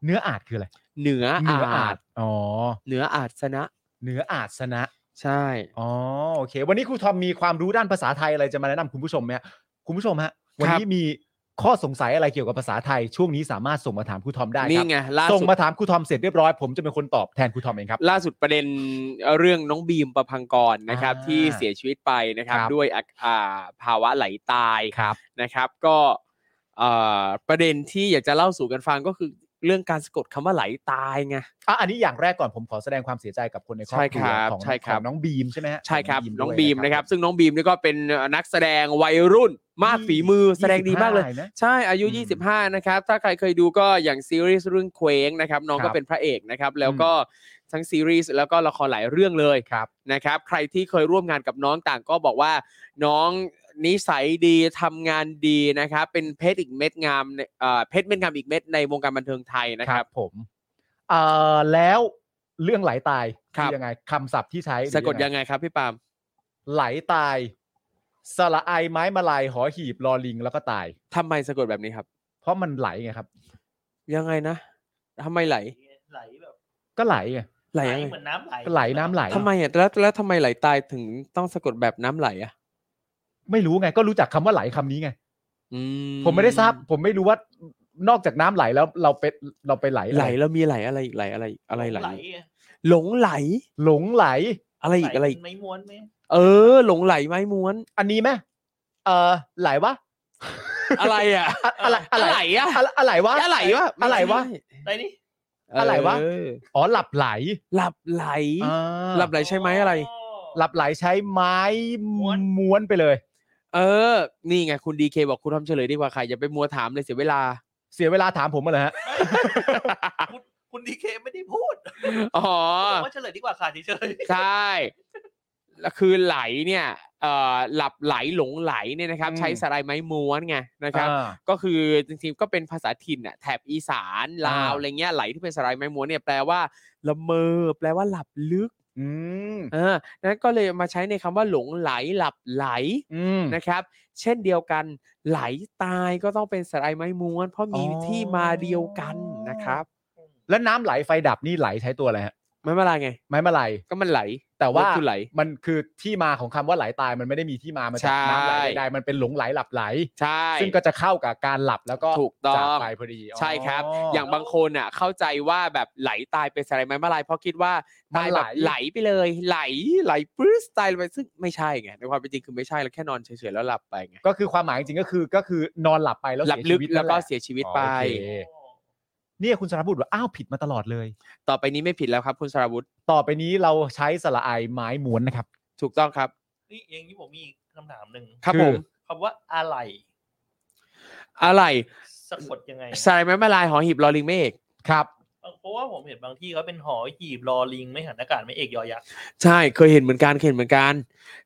C: เนื้ออาจคืออะไร
D: เหนือ
C: เนื้ออา
D: อา
C: จ
D: จ
C: อ๋อ
D: เหนืออาจชนะ
C: เนื้ออาจสนะ
D: ใช่
C: อ๋อโอเค วันนี้ครูทอมมีความรู้ด้านภาษาไทยอะไรจะมาแนะนำคุณผู้ชมไหมฮะคุณผู้ชมฮะวันนี้มีข้อสงสัยอะไรเกี่ยวกับภาษาไทยช่วงนี้สามารถส่งมาถามครูทอมได้ค
D: นี่
C: รับ
D: ไงล่า
C: ส่ง
D: สุด
C: มาถามครูทอมเสร็จเรียบร้อยผมจะเป็นคนตอบแทนครูทอมเองครับ
D: ล่าสุดประเด็นเรื่องน้องบีมประพังกรนะครับ
C: อ่า
D: ที่เสียชีวิตไปนะครับ
C: ครับ
D: ด้วยอาอ่าภาวะไหลตาย
C: ครับ
D: นะครับ ก็เอ่อประเด็นที่อยากจะเล่าสู่กันฟังก็คือเรื่องการสะกดคำว่าไหลตายไง
C: อ่ะอันนี้อย่างแรกก่อนผมขอแสดงความเสียใจกับคนในครอบครัว
D: ใช่ครับ
C: ของ
D: ใช่ครับ
C: ของน้องบีมใช่ไหมฮะ
D: ใช่ครับ
C: ข
D: น้อง
C: ด้วย
D: บีมนะครับ ซึ่งน้องบีมนี่ก็เป็นนักแสดงวัยรุ่นมากฝีมือแสดงดีมากเลย
C: 25นะ
D: ใช่อายุ
C: อืม
D: 25 นะครับ ถ้าใครเคยดูก็อย่างซีรีส์เรื่องเคว้งนะครับ น้อง
C: ครั
D: ก็
C: บ
D: เป็นพระเอกนะครับ แล้วก็ทั้งซีรีส์แล้วก็ละครหลายเรื่องเลย
C: ครับ
D: นะครับ ใครที่เคยร่วมงานกับน้องต่างก็บอกว่าน้องนิสัยดีทำงานดีนะครับ เป็นเพชรอีกเม็ดงามในเอ่อเพชรเม็ดงามอีกเม็ดในวงการบันเทิงไทยนะค
C: ค
D: รั
C: รับ บผมเอ่อแล้วเรื่องไหลตาย
D: ครับ
C: อยังไงคำศัพท์ที่ใช้หรือ
D: สะกด
C: ยั
D: ยัง ง
C: ไง
D: ไงครับพี่ปาล์ม
C: ไหลตาย สละอายไม้มาลายหอหีบลอลิงแล้วก็ตาย
D: ทำไมสะกดแบบนี้ครับ
C: เพราะมันไหลไงครับ
D: ยังไงนะทำไมไหล
E: ไหลแบบ
C: ก็ไหลไง
D: ไหล
E: ไหล
D: ยังไง
E: เหมือนน้ำไหล
C: ก็ไหลน้ำไหล
D: ทำไมอ่ะแล้วแล้วทำไมไหลตายถึงต้องสะกดแบบน้ำไหลอ่ะ
C: ไม่รู้ไง ก็รู้จักคำว่าไหลคำนี้ไง
D: อื
C: ผมไม่ได้ทราบ ผมไม่รู้ว่านอกจากน้ำไหลแล้วเราไปเราไปไหลอะ
D: ไหล
C: ร
D: แล้วมีไหลอะไรอีกไหลอะไรอีกอะไรไหล
E: ไหล
D: อีกหลงไหล
C: หลงไหล
D: อะไรอีกอะไรอีก
E: ไม่ม้วนไหม
D: เออ หลงไหลไม้ม้วน
C: อันนี้ไหมเอ่อไหลวะ
D: อะไรอ่ะ
C: อะอะไรอะไร
D: อะไรอ่ะ
C: อะไรอะไรวะ
D: อะไรวะ
C: อะไรวะ
E: ไหลนี่
D: ม่ใช่
C: อะไรวะ
D: เ
C: อ๋อหลับไหล
D: หลับไหล
C: อ่า
D: หลับไหลใช่ไหมอะไร
C: หลับไหลใช้ไม้
E: ม้วน
C: ม้วนไปเลย
D: เออ นี่ไงคุณดีเคบอกคุณทำเฉลยดีกว่าค่ะอย่าไปมัวถามเลยเสียเวลา
C: เสียเวลาถามผมมาเลยฮะ
E: คุณคุณดีเคไม่ได้พูด
D: อ๋อ
E: ผมว่าเฉลยดีกว่าค่ะเฉย
D: ใช่แล้วคือไหลเนี่ยเอ่อหลับไหลหลงไหลเนี่ยนะครับ
C: อืม
D: ใช้สไลด์ไม้ม้วนไงนะครับ
C: อ่า
D: ก็คือจริงๆก็เป็นภาษาถิ่นน่ะแถบอีสานลาว
C: อ่า
D: อะไรเงี้ยไหลที่เป็นสไลด์ไม้ม้วนเนี่ยแปลว่าละเมอแปลว่าหลับลึก
C: อืม
D: เออนั้นก็เลยมาใช้ในคำว่าหลงไหลหลับไหล
C: อืม
D: นะครับ เช่นเดียวกันไหลตายก็ต้องเป็นสไลด์ไม้ม้วน เพราะมี
C: อ๋อ
D: ที่มาเดียวกันนะครับ
C: แล้วน้ำไหลไฟดับนี่ไหลใช้ตัวอะไรฮะ
D: ไม่เป็นไรไง
C: ไม้มาลาย
D: ก็มันไหล
C: แต่ว่า
D: รถคือไหล
C: มันคือที่มาของคำว่าไหลตายมันไม่ได้มีที่มามาจากน้ำไหล
D: ใช่
C: ใดๆมันเป็นหลงไหลหลับไหล
D: ใช่
C: ซึ่งก็จะเข้ากับการหลับแล้วก็
D: ถูกต้อ
C: จาก
D: ง
C: ไปพอดี
D: ใช่ครับ อย่างบางคนอ่ะ เข้าใจว่าแบบไหลตายเป็นสไลด์ไม้มาลายเพราะคิดว่า
C: มั
D: ตาน ย
C: ไห
D: แบ
C: ล
D: บไหลไปเลยไหลไหลปลื้สไตล์ไปซึ่งไม่ใช่ไงในความเป็นจริงคือไม่ใช่แล้วแค่นอนเฉยๆแล้วหลับไปไง
C: ก็คือความหมายจริงๆก็คือก็คือนอนหลับไปแล้ว
D: หลับ
C: เสีย
D: ลึ
C: ชี
D: ก
C: วิต
D: แล้วก็
C: นั่นหะ
D: เสียชีวิตไป
C: อ๋อโอเค เนี่ยคุณสรบุตรว่าอ้าวผิดมาตลอดเลย
D: ต่อไปนี้ไม่ผิดแล้วครับ คุณสราวุธ
C: ต่อไปนี้เราใช้สระไอไม้ม้วนนะครับ
D: ถูกต้องครับ
E: ๆนี่อย่างนี้ผมมีอีกคำถามหนึ่ง
D: ครับ
C: คือ
D: ผม
E: คำว่าอะไร
D: อะไร
E: สะกดยังไง
D: สไลด์ไม้มาลายหอหีบลอลิงเมฆ
C: ครับ
E: เพราะว่าผมเห็นบางที่เขาเป็นหอหีบรอลิง ไม่หันอากาศไม่เอกยอยักษ์
D: ใช่เคยเห็นเหมือนกันเคยเห็นเหมือนกัน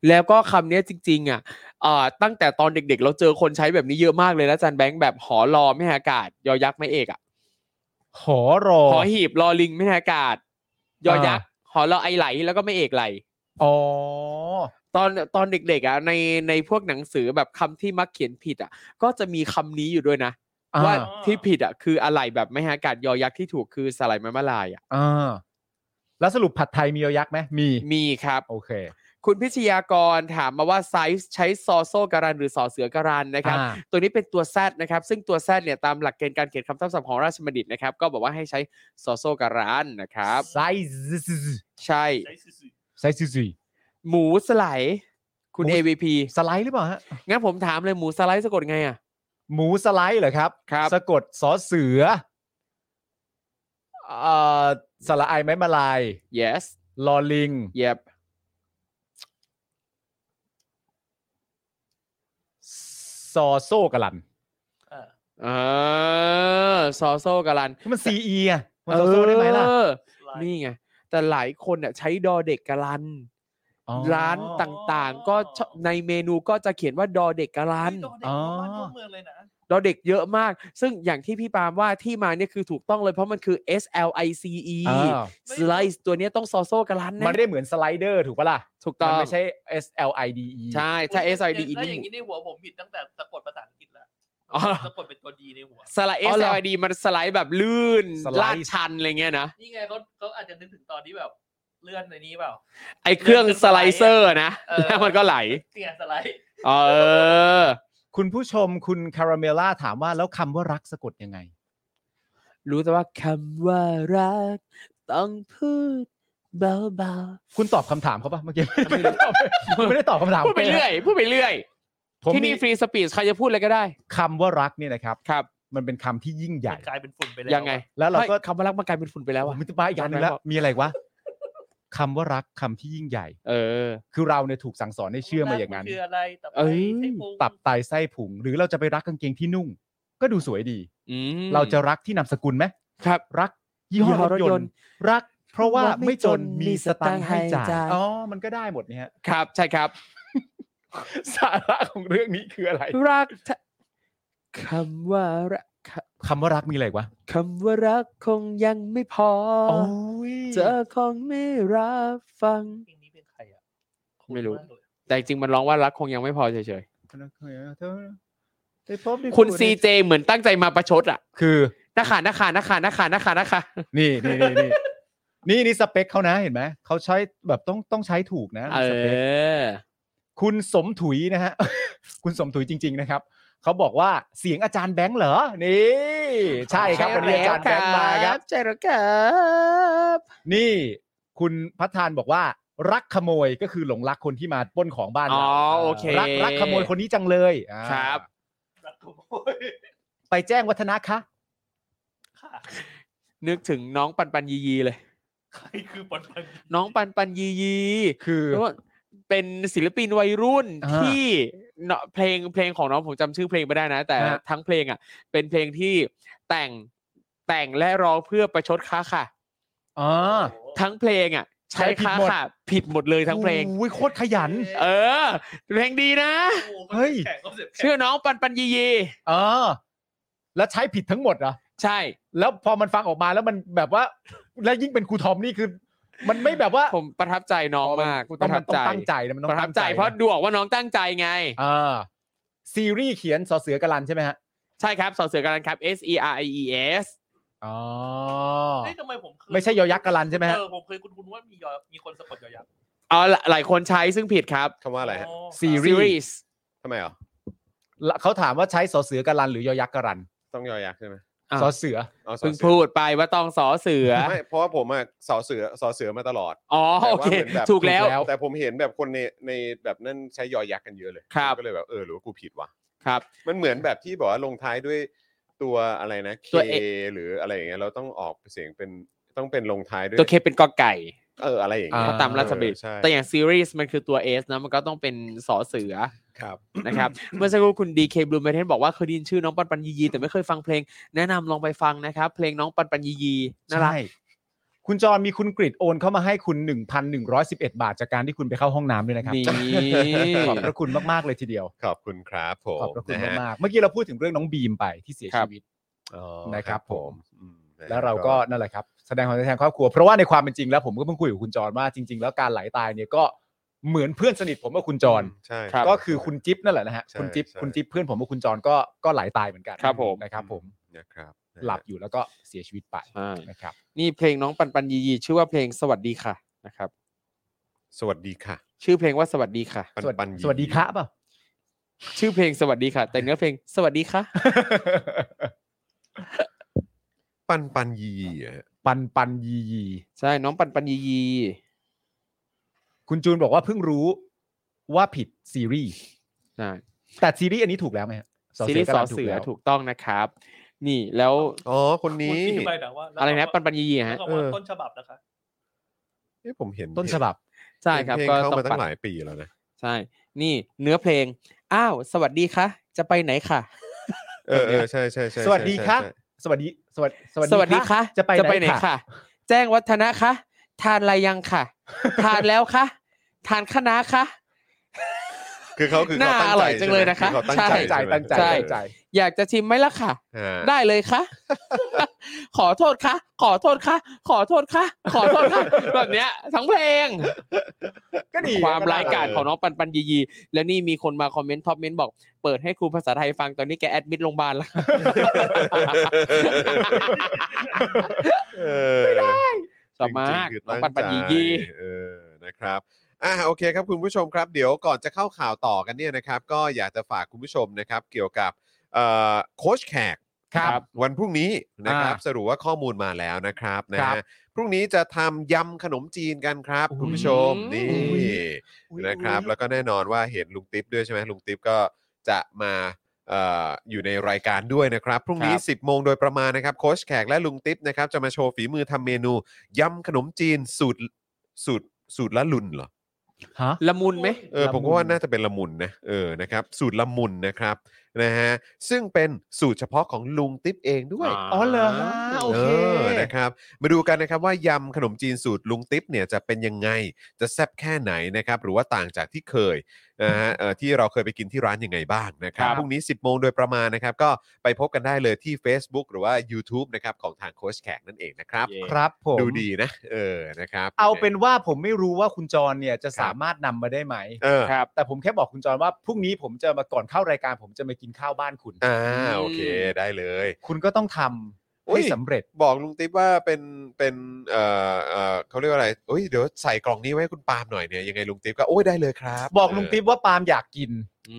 D: แล้วก็คำเนี้ยจริง ๆ อ่ะเอ่อตั้งแต่ตอนเด็ก ๆ เราเจอคนใช้แบบนี้เยอะมากเลยนะอาจารย์แบงค์แบบหอรอไม่ให้อากาศ ยอยักษ์ไม่เอกอ่ะ
C: หอรอ
D: หอหีบลอลิงไม่ให้อากาศ ยอยักษ์หอรอไอไหลแล้วก็ไม่เอกไหล
C: อ๋อ
D: ตอนตอนเด็กๆอ่ะในในพวกหนังสือแบบคำที่มักเขียนผิดอ่ะ ก็จะมีคำนี้อยู่ด้วยนะ
C: อ่า
D: ว่าที่ผิดอ่ะคืออะไรแบบไม่ให้อากาศยอยักษ์ที่ถูกคือสไลด์ไม้มาลายอ่ะ
C: อ่าแล้วสรุปผัดไทยมียอยักษ์ไหมมี
D: มีครับ
C: โอเค
D: คุณพิชยากรถามมาว่าไซส์ใช้ซอโซการันหรือสอเสือการันนะครับ
C: อ่า
D: ตัวนี้เป็นตัวแซดนะครับ ซึ่งตัวแซดเนี่ยตามหลักเกณฑ์การเขียนคำทับศัพท์ของราชบัณฑิตนะครับ ก็บอกว่าให้ใช้ซอโซการันนะครับ
C: ไซส์
D: ใช่
E: ใช้ซื่อ
C: ไซส์ซีซี
D: หมูสไลด์คุณ AVP
C: สไลด์หรือเปล่าฮะ
D: งั้นผมถามเลยหมูสไลด์สะกดไงอ่ะ
C: หมูสไลด์เหรอครับ
D: ครับ
C: สะกดสอเสือ เอ่อสระไอไม้มาลาย
D: yes
C: ลอลิง
D: yep
C: ซอโซกะลัน
E: อ่า
D: อ่าซอโซกาลัน
C: มันซีเอะมันซอโซได้ไหมล่ะ
D: เออ
E: ลาย
D: นี่ไง แต่หลายคนเนี่ยใช้ดอเด็กกาลัน
C: อ๋อ
D: ร้านต่างๆ ก็ชอบในเมนูก็จะเขียนว่าดอเด็กกาลัน
E: เฮ้ยโดดเด่นทั่วบ้านทั่วเมืองเลยนะ
D: ดอเด็กเยอะมาก ซึ่งอย่างที่พี่ปาล์มว่าที่มาเนี่ยคือถูกต้องเลยเพราะมันคือ S L I C E
C: อ่า
D: slice ตัวเนี้ยต้องซอโซกาลัน
C: มัน
D: นะ
C: ไม่ได้เหมือนสไลเดอร์ถูกปะล่ะ
D: ถูกต้อง
C: มันไม่ใช่ S L I D E
D: ใช่ ถ้า S L I D E
E: แล้
D: นี่
E: วอย่างนี้ในหัวผมผิดตั้งแต่สะกดภาษาอังกฤษแล้ว
D: อ๋อ
E: สะกดเป็นตัวดีในหัว
D: สไลด์ S L I D มันสไลด์แบบลื่น
C: สไลด์
D: ลาดชันอะไรเงี้ยนะ
E: นี่ไงเขาเขาอาจจะนึกถึงตอนที่แบบ เลื่อนในนี้เปล่า
D: ไอเครื่องสไลเซอร์นะ
E: เออ
D: แล้วมันก็ไหล
E: เสียสไลด์
D: เออ
C: คุณผู้ชมคุณคาราเมล่าถามว่าแล้วคำว่ารักสะกดยังไง
D: รู้แต่ว่าคำว่ารัก ต้องพูดเบา
C: คุณตอบคำถามเขาปะเมื่อกี้ไม่ได้ตอบไม่ได้ตอบคำถาม
D: ๆ พูดไปเรื่อย พูดไปเรื่อย
C: ผม
D: ที่
C: มี
D: นี่ฟรีสปีชใครจะพูดอะไรก็ได้
C: คำว่ารักเนี่ยนะครับ
D: ครับ
C: มันเป็นคำที่ยิ่งใหญ่
E: กลายเป็นฝุ่นไปแล้ว
D: ยังไง
C: แล้วเราก็
D: ไม่คำว่ารักมันกลายเป็นฝุ่นไปแล้ว
C: โอ้
D: อะ
C: มันจะมาอีกอันหนึงแล้ว
D: ทำไมบอก
C: มีอะไรวะคำว่ารักคำที่ยิ่งใหญ่
D: เออ
C: คือเราเนี่ยถูกสั่งสอนให้
E: อะ
C: เชื่อมาอย่างนั้น
E: คืออะไรตับไต
D: เอ้ย
E: ไส้พุง
C: ตับไตไส้ผุง หรือเราจะไปรักกางเกงที่นุ่ง ก็ดูสวยดี
D: อืม
C: เราจะรักที่นามสกุลไหม
D: ครับ
C: รักยี่ห้อ
D: ยี่ห้อ
C: รถย
D: รถย
C: น
D: นต์
C: ต์ รัก เพราะว่า
D: ว่าไม่
C: ไม่จน
D: จน
C: มีสตังค์ให้จ่าย
D: มีสตังค์ให้จ่าย
C: อ๋อมันก็ได้หมดเนี่ยฮะ
D: ครับ ใช่ครับ
C: สาระของเรื่องนี้คืออะไร
D: รักแท้คำว่ารัก
C: คำว่ารักมีอะไรวะ
D: คำว่ารักคงยังไม่พออเธอคงไม่รับฟัง
E: เพลงนี้เป็นใครอ่ะ
D: ไม่รู้
E: คุ้นากเลย
D: แต่จริงๆมันร้องว่ารักคงยังไม่พอเฉย
A: ได้พบได้
D: ๆ คุณ
A: พูดได้
D: ซีเจเหมือนตั้งใจมาประชดอ่ะ
C: คือ
D: นักข่าวนักข่าวนักข่าวนักข่าวนักข่าวนักข่าว
C: นี่นี่นี่นี่นี่นี่สเปคเขานะเห็นไหมเขาใช้แบบต้องต้องใช้ถูกนะ
D: เอ
C: สเปค
D: อ
C: คุณสมถุยนะ ฮะ คุณสมถุยจริง ๆ นะครับ เขาบอกว่าเสียงอาจารย์แบงค์เหรอ นี่ ใช่ครับวันนี้อาจารย์แบงค์มาครับ
D: ใช่แล้วครับ
C: นี่ คุณพัฒทานบอกว่า รักขโมยก็คือหลงรักคนที่มาปล้นของบ้าน
D: อ๋
C: เรา
D: อโอเค
C: รักรักขโมยคนนี้จังเลยอ่า
D: ครับ
E: รักขโมย
C: ไปแจ้งวัฒนะคะ
E: ค่ะ
D: นึกถึงน้องปันปันยียีเลย
E: ใครคือปอนปัน
D: น้องปันปันยียี
C: คือ
D: เพราะว่าเป็นศิลปินวัยรุ่น
C: อ่า
D: ที่เนาะเพลงเพลงของน้องผมจำชื่อเพลงไม่ได้นะ แต่
C: ฮะ
D: ทั้งเพลงอ่ะ เป็นเพลงที่แต่งแต่งและร้องเพื่อประชดค้าค่ะ
C: อ๋อ
D: ทั้งเพลงอ่ะ ใช้
C: ใช้ผิด
D: ค้า
C: หมด
D: ค่ะ ผิดหมดเลยทั้งเพลง
C: อุ้ยโคตรขยัน
D: เออ เพลงดีนะ
C: เฮ้ย
E: แข่งก็เสร็จแข่ง
D: ชื่อน้องปันปันยียี
C: เออ แล้วใช้ผิดทั้งหมดเหรอ
D: ใช่
C: แล้วพอมันฟังออกมาแล้วมันแบบว่า แล้วยิ่งเป็นครูทอมนี่คือ มันไม่แบบว่า
D: ผมประทับใจน้องมาก
C: มัน
D: ป
C: ต้องมั
D: ระทั
C: น
D: บ
C: ต้อ
D: ใจ
C: งตั้งใจนะมันต้อ
D: ป
C: ง
D: ระทับ
C: ตั้ง
D: ใจ
C: ใจ
D: เพราะ
C: น
D: ดูออกว่าน้องตั้งใจไง
C: อ่าซีรีส์เขียนสอเสือกรันใช่ไหมฮะ
D: ใช่ครับสอเสือกันครับ S E R I E S
C: อ๋อ
E: เฮ้ยทำไมผมเคย
C: ไม่ใช่ยอยักษ์กะลันใช่ไหมฮะ
E: เออผมเคยคุ้นๆว่ามียอมีคนสะกดยอยักษ์
D: เอาละหลายคนใช้ซึ่งผิดครับ
B: คำว่าอะไรฮะ
E: อ๋อ
C: ซีรีส์
D: s
B: ทำไมอ่ะ
C: ละเขาถามว่าใช้สอเสือกรันหรือยอยักษ์กรัน
B: ต้องยอยักษ์ใช่ไหม
D: อ่ะ
C: สอเสือ
B: เอาสอ
D: เพิ่ง
B: เสือ
D: พูดไปว่าต้องสอเสือ
B: ไม่เพราะว่าผมอ่ะสอเสือสอเสือมาตลอด
D: อ๋อ
B: แต่ว่า
D: โอเค
B: เหมือนแบบ
D: ถูกแล้ว
C: ถูกแล้ว
B: แต่ผมเห็นแบบคนในในแบบนั่นใช้ยอยักษ์กันเยอะเลย
D: ครับ
B: ผมก็เลยแบบเออหรือว่ากูผิดวะ
D: ครับ
B: มันเหมือนแบบที่บอกว่าลงท้ายด้วยตัวอะไรนะเค
D: ตัวเอ
B: หรืออะไรอย่างเงี้ยเราต้องออกเสียงเป็นต้องเป็นลงท้ายด้วย
D: ตัวเคเป็นกอไก่
B: เอออะไรอย่าง
C: อ่
B: เงี้ย
D: เพราะตามราชบัณฑิต
B: เออใช่
D: แต่อย่างซีรีส์มันคือตัว S นะมันก็ต้องเป็นสอเสือ
B: ครับ
D: นะครับ เมื่อสักครู่คุณ DK Blue m o u n t a i n บอกว่าเคยได้ยินชื่อน้องปันปันยียีแต่ไม่เคยฟังเพลง แนะนำลองไปฟังนะครับ เพลงน้องปันปันยียีน่ารัก
C: ใช่คุณจรมีคุณกริดโอนเข้ามาให้คุณ 1,111 บาทจากการที่คุณไปเข้าห้องน้ำด้วยนะครับ
D: นี่
C: ขอบพระคุณมาก ๆ เลยทีเดียว
B: ขอบคุณครับผม
C: ขอบพระคุณ
B: นะฮะ
C: มากๆเมื่อกี้เราพูดถึงเรื่องน้องบีมไปที่เสียชีวิต
B: อ๋อ
C: นะครับผม
B: อืมนะฮะ
C: แล้วเราก็นั่นแหละครับแสดงความเสียใจแทนครอบครัว เพราะว่าในความเป็นจริงแล้วผมก็เพิ่งคุยกับคุณจรว่าจริง ๆ แล้วการไหลตายเนี่ยก็เหมือนเพื่อนสนิทผมกับคุณจร
B: ใช่
C: ก็คือคุณจิ๊บนั่นแหละนะฮะ
B: ใช่
C: คุณจิ๊บ
B: ใช่
C: คุณจิ๊บเพื่อนผมกับคุณจรก็ก็หลายตายเหมือนกันนะครับ ผม
B: นะครับ
C: หลับอยู่แล้วก็เสียชีวิตไป
D: ใช่
C: นะครับ
D: นี่เพลงน้องปันปันยียีชื่อว่าเพลงสวัสดีค่ะนะครับ
B: สวัสดีค่ะ
D: ชื่อเพลงว่าสวัสดีค่ะ
B: ปัน
C: สวัส
B: ปัน
C: ดี
B: ยี
C: สวัสดีครับเปล่า
D: ชื่อเพลงสวัสดีค่ะ แต่เนื้อเพลงสวัสดีค่ะ
B: ปันปันยีอ่ะ
C: ปันปันยียี
D: ใช่น้องปันปันยียี
C: คุณจูนบอกว่าเพิ่งรู้ว่าผิดซีรีส์แต่ซีรีส์อันนี้ถูกแล้วไหมฮะ
D: ซีรีส์สอ
C: กับ
D: เสือ
C: แล้ว
D: ถูกต้องนะครับ นี่แล้ว
B: อ๋อ คนนี้
E: คุณที่ไปแต่ว่าแล้ว
D: อะไรนะ
E: ก็
D: ปันปันยีๆฮะ
E: แล้วก็ว่า
B: เออ
E: ต้นฉบับนะคะ
B: เอ๊ะผมเห็น
C: ต้นฉบับ
D: ใช่
B: เห็น
D: ครับ
B: เพลง
D: ก็
B: เข้า
D: ต้อง
B: มาตั้
D: ปั
B: ง
D: น
B: หลายปีแล้วนะ
D: ใช่ นี่เนื้อเพลง อ้าว สวัสดีค่ะ จะไปไหนค่ะ
B: เออเออใช่ใช่ใช่
C: สวัสดี
B: ใช่
C: ค่ะ
B: ใช่
C: สวัสดีสวัสดี
D: สวัสดีค่ะ
C: จะไป
D: ไหนค่ะ แจ้งวัฒนะค่ะ ทานอะไรยังค่ะ ทานแล้วค่ะ ทานคณะค่ะ
B: คือเขาคือ
D: ห
B: เขา
D: น้า
B: ตั้ง
D: อร่
B: ใจ
D: อยจัง
B: ใช่ไหม
D: เลยนะคะ
B: อเขาตั้ง
D: ใช่
B: ใจ
C: ตั้งใจ
B: ใช่ไหม
C: ตั้งใจ
D: ใช่
C: ตั้งใจ
D: อยากจะชิมไหมล่ะค่ะ
B: อ่า
D: ได้เลยค่ะ ขอโทษค่ะ ขอโทษค่ะ ขอโทษค่ะ ขอโทษค่ะ แบบเนี้ย ทั้งเพลง
C: ก็ดี
D: ความร้ายกาจ
B: เออ
D: ของน้องปันปันยียีและนี่มีคนมาคอมเมนต์ท็อปเมนต์บอกเปิดให้ครูภาษาไทยฟังตอนนี้แกแอดมิดโรงพยาบาลแล้ว
B: เออไม่ได้
D: ชอบมาก
B: คือ
D: น้
B: ตั้
D: อง
B: ง
D: ปันปัน
B: ใจ
D: ยียี
B: เออนะครับอ่ะโอเคครับคุณผู้ชมครับ เดี๋ยวก่อนจะเข้าข่าวต่อกันเนี่ยนะครับ ก็อยากจะฝากคุณผู้ชมนะครับ เกี่ยวกับเอ่อโค้ชแขก
C: ครับ
B: วันพรุ่งนี้นะครับ
C: อ่า
B: สรุปว่าข้อมูลมาแล้วนะครับนะครับ ฮะพรุ่งนี้จะทำยำขนมจีนกันครับ
C: อุ้ย
B: คุณผู้ชมนี่
C: อุ้ย
B: นะครับ แล้วก็แน่นอนว่าเห็นลุงติ๊บด้วยใช่ไหมลุงติ๊บก็จะมาเอ่ออยู่ในรายการด้วยนะครับ พรุ่งนี้ 10 โมงโดยประมาณนะครับโค้ชแขกและลุงติ๊บนะครับจะมาโชว์ฝีมือทำเมนูยำขนมจีนสูตรสูตรสูตรละลุนเหรอ
C: ฮะ
D: ละมุนไหม
B: เออ
C: ละ
B: ผมก็
C: มุน
B: ว่าน่าจะเป็นละมุนนะเออนะครับสูตรละมุนนะครับนะฮะซึ่งเป็นสูตรเฉพาะของลุงติ๊บเองด้วย
C: อ๋อเหรอฮะโอเค
B: นะครับมาดูกันนะครับว่ายำขนมจีนสูตรลุงติ๊บเนี่ยจะเป็นยังไงจะแซ่บแค่ไหนนะครับหรือว่าต่างจากที่เคยนะ ฮะเอ่อที่เราเคยไปกินที่ร้านยังไงบ้างนะครับ
D: ครับ
B: พรุ่งนี้ 10 โมงโดยประมาณนะครับ ก็ไปพบกันได้เลยที่ Facebook หรือว่า YouTube นะครับของทางโค้ชแขกนั่นเองนะครับ
C: ครับผม
B: ดูดีนะ เออนะครับ
C: เอาเป็นว่าผมไม่รู้ว่าคุณจรเนี่ยจะสามารถนำมาได้ไหม
B: เออ
D: ครับ
C: แต่ผมแค่บอกคุณจรว่าพรุ่งนี้ผมจะมาก่อนเข้ารายการ ผมจะมากินข้าวบ้านคุณ
B: อ่าโอเคได้เลย
C: คุณก็ต้องทำ
B: อุ๊ย
C: ให้สำเร็จ
B: บอกลุงติ๊บว่าเป็นเป็นเอ่อเอ่อเขาเรียกว่าอะไรโอ้ยเดี๋ยวใส่กล่องนี้ไว้ให้คุณปาล์มหน่อยเนี่ยยังไงลุงติ๊บก็โอ้ยได้เลยครับ
C: บอกลุงติ๊บว่าปาล์มอยากกิน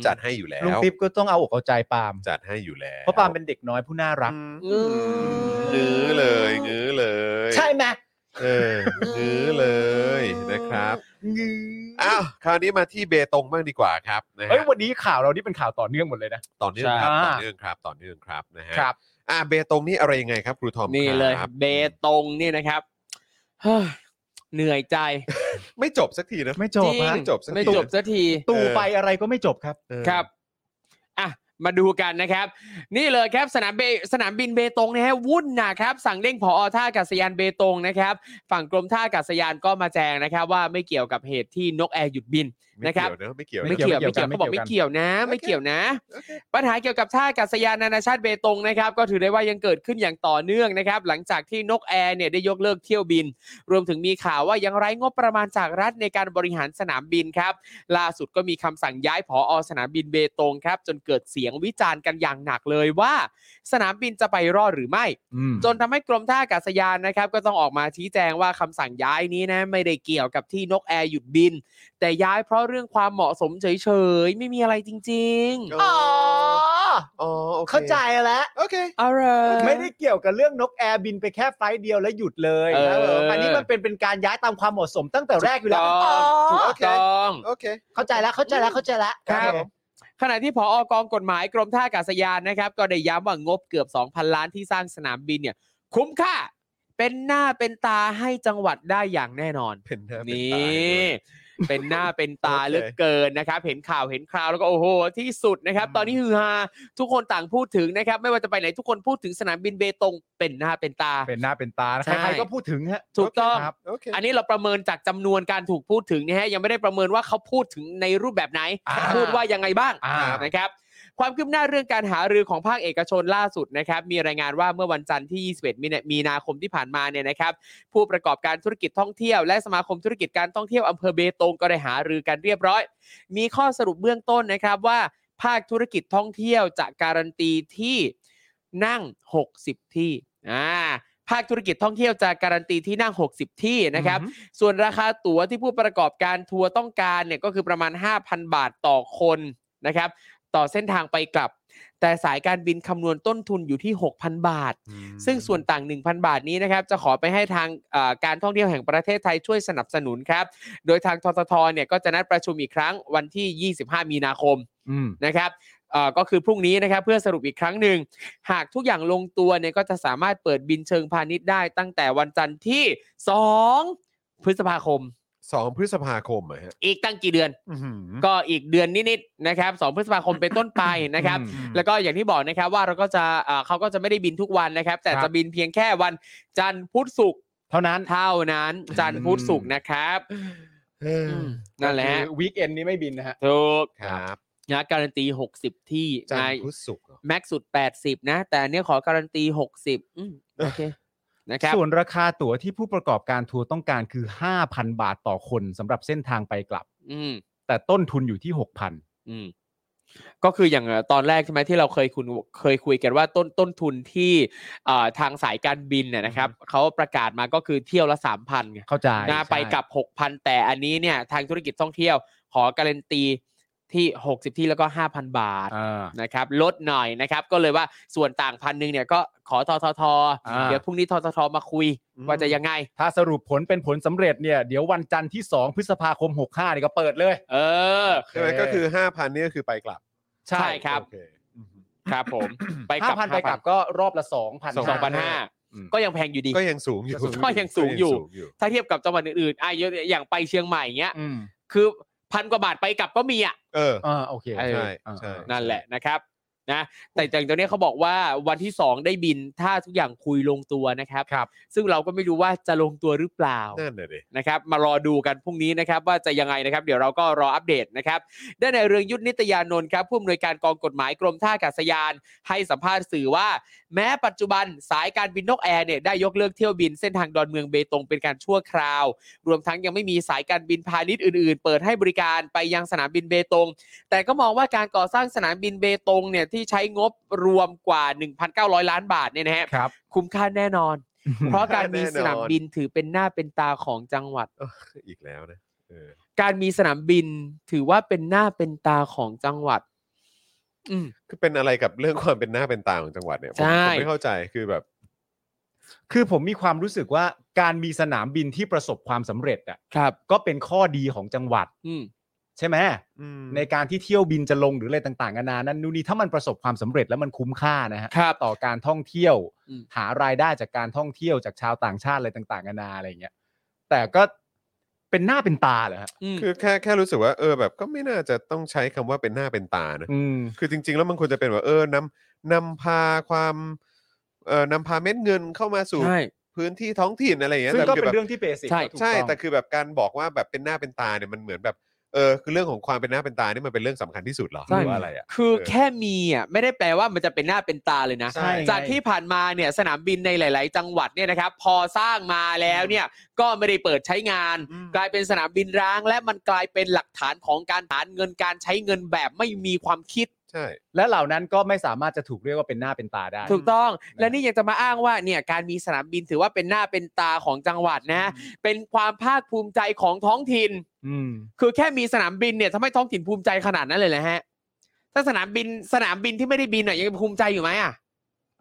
B: จัดให้อยู่แล้ว
C: ลุงติ๊บก็ต้องเอาอกเอาใจปาล์ม
B: จัดให้อยู่แล้ว
C: เพราะปาล์มเป็นเด็กน้อยผู้น่ารัก
B: อืมงื้อเลยงื้อเลย
C: ใช่ไหม
B: เอองื้อเลยนะครับ
C: งื้อ
B: อ้าวคราวนี้มาที่เบตงบ้างดีกว่าครับนะ
C: เฮ้ย
B: ฮะ
C: วันนี้ข่าวเรานี่เป็นข่าวต่อเนื่องหมดเลยนะ
B: ต่อเนื่องครับ
C: ใช่
B: ต่อเนื่องครับต่อเนื่องครับนะฮะ
C: ครับ
B: อ่ะเบตงนี่อะไรยังไงครับครูทอม
D: นี่เลย
B: ครับ
D: เบตงนี่นะครับ เฮ้ยเหนื่อยใจ
B: ไม่จบสักทีนะ
C: ไม่จบฮะ
B: จริง จบสักที
D: ไม่จบสักที
C: ตู่ไปอะไรก็ไม่จบครับ
B: เออ
D: ครับ อ่ะ มาดูกันนะครับ นี่เลยครับสนามเบสนามบินเบตงนะฮะวุ่นนะครับ สั่งเด้งผอท่าอากาศยานเบตงนะครับ ฝั่งกรมท่าอากาศยานก็มาแจงนะครับ ว่าไม่เกี่ยวกับเหตุที่นกแอร์หยุดบิน
B: ไม่
D: นะครับ
B: เกี่ยวนะไม่เกี่ยวนะ
D: ไม่เกี่ยว
C: ไม่
D: ไม่
C: เกี่ย
D: เกี่ยว ว
C: กัน
D: เขาบอก
C: ไม่
D: ไม่
C: เกี่
D: เกี่
C: ย
D: ยว ว
C: กัน
D: นะ ไม่เกี่ยวนะ ปัญหาเกี่ยวกับท่าอากาศยานนานาชาติเบตงนะครับ ก็ถือได้ว่ายังเกิดขึ้นอย่างต่อเนื่องนะครับ หลังจากที่นกแอร์เนี่ยได้ยกเลิกเที่ยวบิน รวมถึงมีข่าวว่ายังไร้งบประมาณจากรัฐในการบริหารสนามบินครับ ล่าสุดก็มีคำสั่งย้ายผออสนามบินเบตงครับ จนเกิดเสียงวิจารณ์กันอย่างหนักเลยว่า สนามบินจะไปรอดหรือไม่
C: อืม
D: จนทำให้กรมท่าอากาศยานนะครับ ก็ต้องออกมาชี้แจงว่าคำสั่งย้ายนี้นะไม่ได้เกี่ยวกับที่นกแอร์หยุดบิน แต่ย้ายเพราะเรื่องความเหมาะสมเฉยๆ ไม่มีอะไรจริง
B: ก็
D: ๆ
C: อ๋อ
B: อ๋อโอค
C: เข้าใจแล้ว
B: โอเค
D: อะไร
C: ไม่ได้เกี่ยวกับเรื่องนกแอร์บินไปแค่ไฟลท์เดียวแล้วหยุดเลย
D: เออ
C: ครับผมอันนี้มันเป็นเป็นการย้ายตามความเหมาะสมตั้งแต่แรกอยู่แล้ว
D: ต้อง
C: อ๋
D: ถู
C: อก
D: ต้อง
B: โอเค
C: เข้าใจแล้วเข้าใจแล้วเข้าใจแล้ว
D: ครับ
C: ผม
D: ขณะที่ผออกองกฎหมายกรมท่าอากาศยานนะครับ ก็ได้ย้ำว่างบเกือบ 2,000 ล้านที่สร้างสนามบินเนี่ย คุ้มค่า เป็นหน้าเป็นตาให้จังหวัดได้อย่างแน่นอน
B: เป็นหน้าเป็ตา
D: นี
B: ให้
D: ่
B: ด้วย
D: เป็นหน้าเป็นตา
B: โอเค
D: เหลือเกินนะครับ เห็นข่าวเห็นคราวแล้วก็โอ้โหที่สุดนะครับ
C: อืม
D: ตอนนี้ฮือฮาทุกคนต่างพูดถึงนะครับ ไม่ว่าจะไปไหนทุกคนพูดถึงสนามบินเบตง เป็นหน้าเป็นตา
C: เป็นหน้าเป็นตานะ
D: ใช่
C: ใครๆก็พูดถึงฮะ
D: ถูกต้อง
C: ครับ
B: โอเค
D: อันนี้เราประเมินจากจำนวนการถูกพูดถึงนะฮะยังไม่ได้ประเมินว่าเขาพูดถึงในรูปแบบไหน
C: อ่า
D: พูดว่ายังไงบ้าง
C: อ่าน
D: นะครับ ความคืบหน้าเรื่องการหารือของภาคเอกชนล่าสุดนะครับ มีรายงานว่าเมื่อวันจันทร์ที่ 21 มีนามีนาคมที่ผ่านมาเนี่ยนะครับ ผู้ประกอบการธุรกิจท่องเที่ยวและสมาคมธุรกิจการท่องเที่ยวอำเภอเบตงก็ได้หารือกันเรียบร้อย มีข้อสรุปเบื้องต้นนะครับว่าภาคธุรกิจท่องเที่ยวจะการันตีที่นั่ง 60 ที่อ่าภาคธุรกิจท่องเที่ยวจะการันตีที่นั่ง 60 ที่นะครับ ส่วนราคาตั๋วที่ผู้ประกอบการทัวร์ต้องการเนี่ยก็คือประมาณ 5,000 บาทต่อคนนะครับ ต่อเส้นทางไปกลับ แต่สายการบินคำนวณต้นทุนอยู่ที่ 6,000 บาท ซึ่งส่วนต่าง 1,000 บาทนี้นะครับ จะขอไปให้ทางเอ่อการท่องเที่ยวแห่งประเทศไทยช่วยสนับสนุนครับ โดยทางทททเนี่ยก็จะนัดประชุมอีกครั้งวันที่ 25 มีนาคม
C: อืม
D: นะครับ เอ่อก็คือพรุ่งนี้นะครับเพื่อสรุปอีกครั้งหนึ่ง หากทุกอย่างลงตัวเนี่ยก็จะสามารถเปิดบินเชิงพาณิชย์ได้ตั้งแต่วันจันทร์ที่ 2 พฤษภาคม
B: สองพฤษภาคมอะฮะ
D: อีกตั้งกี่เดือน
B: อื้อหือ
D: ก็อีกเดือนนิดๆนะครับ 2 พฤษภาคมเป็นต้นไปนะครับ
B: อืม
D: แล้วก็อย่างที่บอกนะครับว่าเราก็จะเอ่อเขาก็จะไม่ได้บินทุกวันนะครับ แต่
C: ครับ
D: จะบินเพียงแค่วันจันทร์พุธศุกร์
C: เท่านั้น
D: เท่านั้น จันทร์พุธศุกร์นะครับ
B: เออ
D: นั่นแหละฮะ
C: วีคเอนนี้ไม่บินนะฮะ
D: ถูก
B: ครับ
D: นะการันตี 60 ที่
B: จันท
D: ใน
B: ร์พุธศุกร์เหรอ
D: แม็กซ์สุด 80 นะ แต่อันเนี้ยขอการันตี 60อืมโอเคนะครับ
C: ส่วนราคาตั๋วที่ผู้ประกอบการทัวร์ต้องการคือ 5,000 บาทต่อคนสำหรับเส้นทางไปกลับ
D: อืม
C: แต่ต้นทุนอยู่ที่ 6,000
D: อืมก็คืออย่างเอ่อตอนแรกใช่ไหมที่เราเคยคุณเคยคุยกันว่าต้นต้นทุนที่เอ่อทางสายการบินเนี่ยนะครับเขาประกาศมาก็คือเที่ยวละสามพัน
C: เข้าใจ
D: นะ
C: ใช่
D: ไปกลับหกพันแต่อันนี้เนี่ยทางธุรกิจท่องเที่ยว ขอการันตีที่ 60 ที่แล้วก็5,000 บาท
C: อ่า
D: นะครับลดหน่อยนะครับ ก็เลยว่าส่วนต่างพันหนึ่งเนี่ยก็ขอททท
C: อ่า
D: เดี๋ยวพรุ่งนี้ทททมาคุย
B: อืม
D: ว่าจะยังไง
C: ถ้าสรุปผลเป็นผลสำเร็จเนี่ย เดี๋ยววันจันทร์ที่ 2 พฤษภาคม 65เนี่ยก็เปิดเลย
D: เออ
B: ใช่ไหมก็คือ 5,000นี่ก็คือไปกลับ
D: ใช่ครับ
B: โอเอือหือ
D: ครับผม ไปกลับ
C: 5,000 ไปกลับก็รอบละ 2,000
D: สองพันห้า
C: อืม
D: ก็ยังแพงอยู่ดี
B: ก็ยังสูงอยู่
D: ก็ยังสูงอยู่ ถ้าเทียบกับจังหวัดอื่นๆอ่ะอย่างอย่างไปเชียงใหม่เงี้ย
C: อืม
D: คือพันกว่าบาทไปกลับก็มีอ่ะ
B: เออ
C: อ่าโอเค
D: เออ
B: ใช่
C: อ่า
B: ใช่
D: นั่นแหละนะครับนะแต่จากตรงนี้เขาบอกว่าวันที่ 2 ได้บินถ้าทุกอย่างคุยลงตัวนะครับ
C: ครับ
D: ซึ่งเราก็ไม่รู้ว่าจะลงตัวหรือเปล่า
B: นั่นเลยดิ
D: นะครับมารอดูกันพรุ่งนี้นะครับว่าจะยังไงนะครับ เดี๋ยวเราก็รออัปเดตนะครับด้านในเรืองยุทธนิตยานนท์ครับผู้อำนวยการกองกฎหมายกรมท่าอากาศยาน ให้สัมภาษณ์สื่อว่า แม้ปัจจุบันสายการบินนกแอร์เนี่ยได้ยกเลิกเที่ยวบินเส้นทางดอนเมืองเบตงเป็นการชั่วคราว รวมทั้งยังไม่มีสายการบินพาณิชย์อื่นๆ เปิดให้บริการไปยังสนามบินเบตง แต่ก็มองว่าการก่อสร้างสนามบินเบตงเนี่ยที่ใช้งบรวมกว่า 1,900 ล้านบาทเนี่ยนะฮะ
C: ครับ
D: คุ้มค่าแน่นอน เพราะการมี
B: แน่นอน
D: สนามบินถือเป็นหน้าเป็นตาของจังหวัด
B: อีกแล้วนะเออ
D: การมีสนามบินถือว่าเป็นหน้าเป็นตาของจังหวัด อืม
B: คือเป็นอะไรกับเรื่องความเป็นหน้าเป็นตาของจังหวัดเนี่ยผม
D: ใช่
B: ผมไม่เข้าใจคือแบบ
C: คือผมมีความรู้สึกว่าการมีสนามบินที่ประสบความสำเร็จอ่ะ
D: ครับ
C: ก็เป็นข้อดีของจังหวัด
D: อืม
C: ใช่ไหม
B: อืม
C: ในการที่เที่ยวบินจะลงหรืออะไรต่างๆนานานั้นนู่นนี่ถ้ามันประสบความสำเร็จแล้วมันคุ้มค่านะฮะ
D: ครับ
C: ต่อการท่องเที่ยว
D: อืม
C: หารายได้จากการท่องเที่ยวจากชาวต่างชาติอะไรต่างๆนานาอะไรอย่างเงี้ยแต่ก็เป็นหน้าเป็นตาเหรอฮะ
D: อืม
B: คือแค่แค่รู้สึกว่าเออแบบก็ไม่น่าจะต้องใช้คำว่าเป็นหน้าเป็นตานะ
C: อืม
B: คือจริง ๆ แล้วมันควรจะเป็นว่าเออนำนำพาความเอ่อนำพาเม็ดเงินเข้ามาสู่
D: ใช่
B: พื้นที่ท้องถิ่นอะไรอย่างเงี้ย
C: ซึ่ง
B: แต่
C: ก็
B: คื
C: เป็น
B: แบบ
C: เรื่องที่เบสิก
D: ใช่
C: ถูก
B: ใช่
C: ต้อง
B: แต่คือแบบการบอกว่าแบบเป็นหน้าเป็นตาเนี่ยมันเหมือนแบบเออคือเรื่องของความเป็นหน้าเป็นตานี่มันเป็นเรื่องสำคัญที่สุดเหรอห
D: ใช่
B: รือว่าอะไรอ่ะ
D: คือ
B: เ
D: แค่มีอ่ะไม่ได้แปลว่ามันจะเป็นหน้าเป็นตาเลยนะ
B: ใช่
D: จากที่ผ่านมาเนี่ยสนามบินในหลาย ๆ จังหวัดเนี่ยนะครับ พอสร้างมาแล้วเนี่ย ก็ไม่ได้เปิดใช้งาน
B: อืม
D: กลายเป็นสนามบินร้าง และมันกลายเป็นหลักฐานของการหาเงินการใช้เงินแบบไม่มีความคิด
B: ใช่
C: และเหล่านั้นก็ไม่สามารถจะถูกเรียกว่าเป็นหน้าเป็นตาได้
D: ถูกต้อง
C: นะ
D: และนี่ยังจะมาอ้างว่าเนี่ยการมีสนามบินถือว่าเป็นหน้าเป็นตาของจังหวัดนะ เป็นความภาคภูมิใจของท้องถิ่น
C: อืม
D: คือแค่มีสนามบินเนี่ยทำให้ท้องถิ่นภูมิใจขนาดนั้นเลยนะฮะ ถ้าสนามบินสนามบินที่ไม่ได้บินน่ะยังภูมิใจอยู่ไหมอ่ะ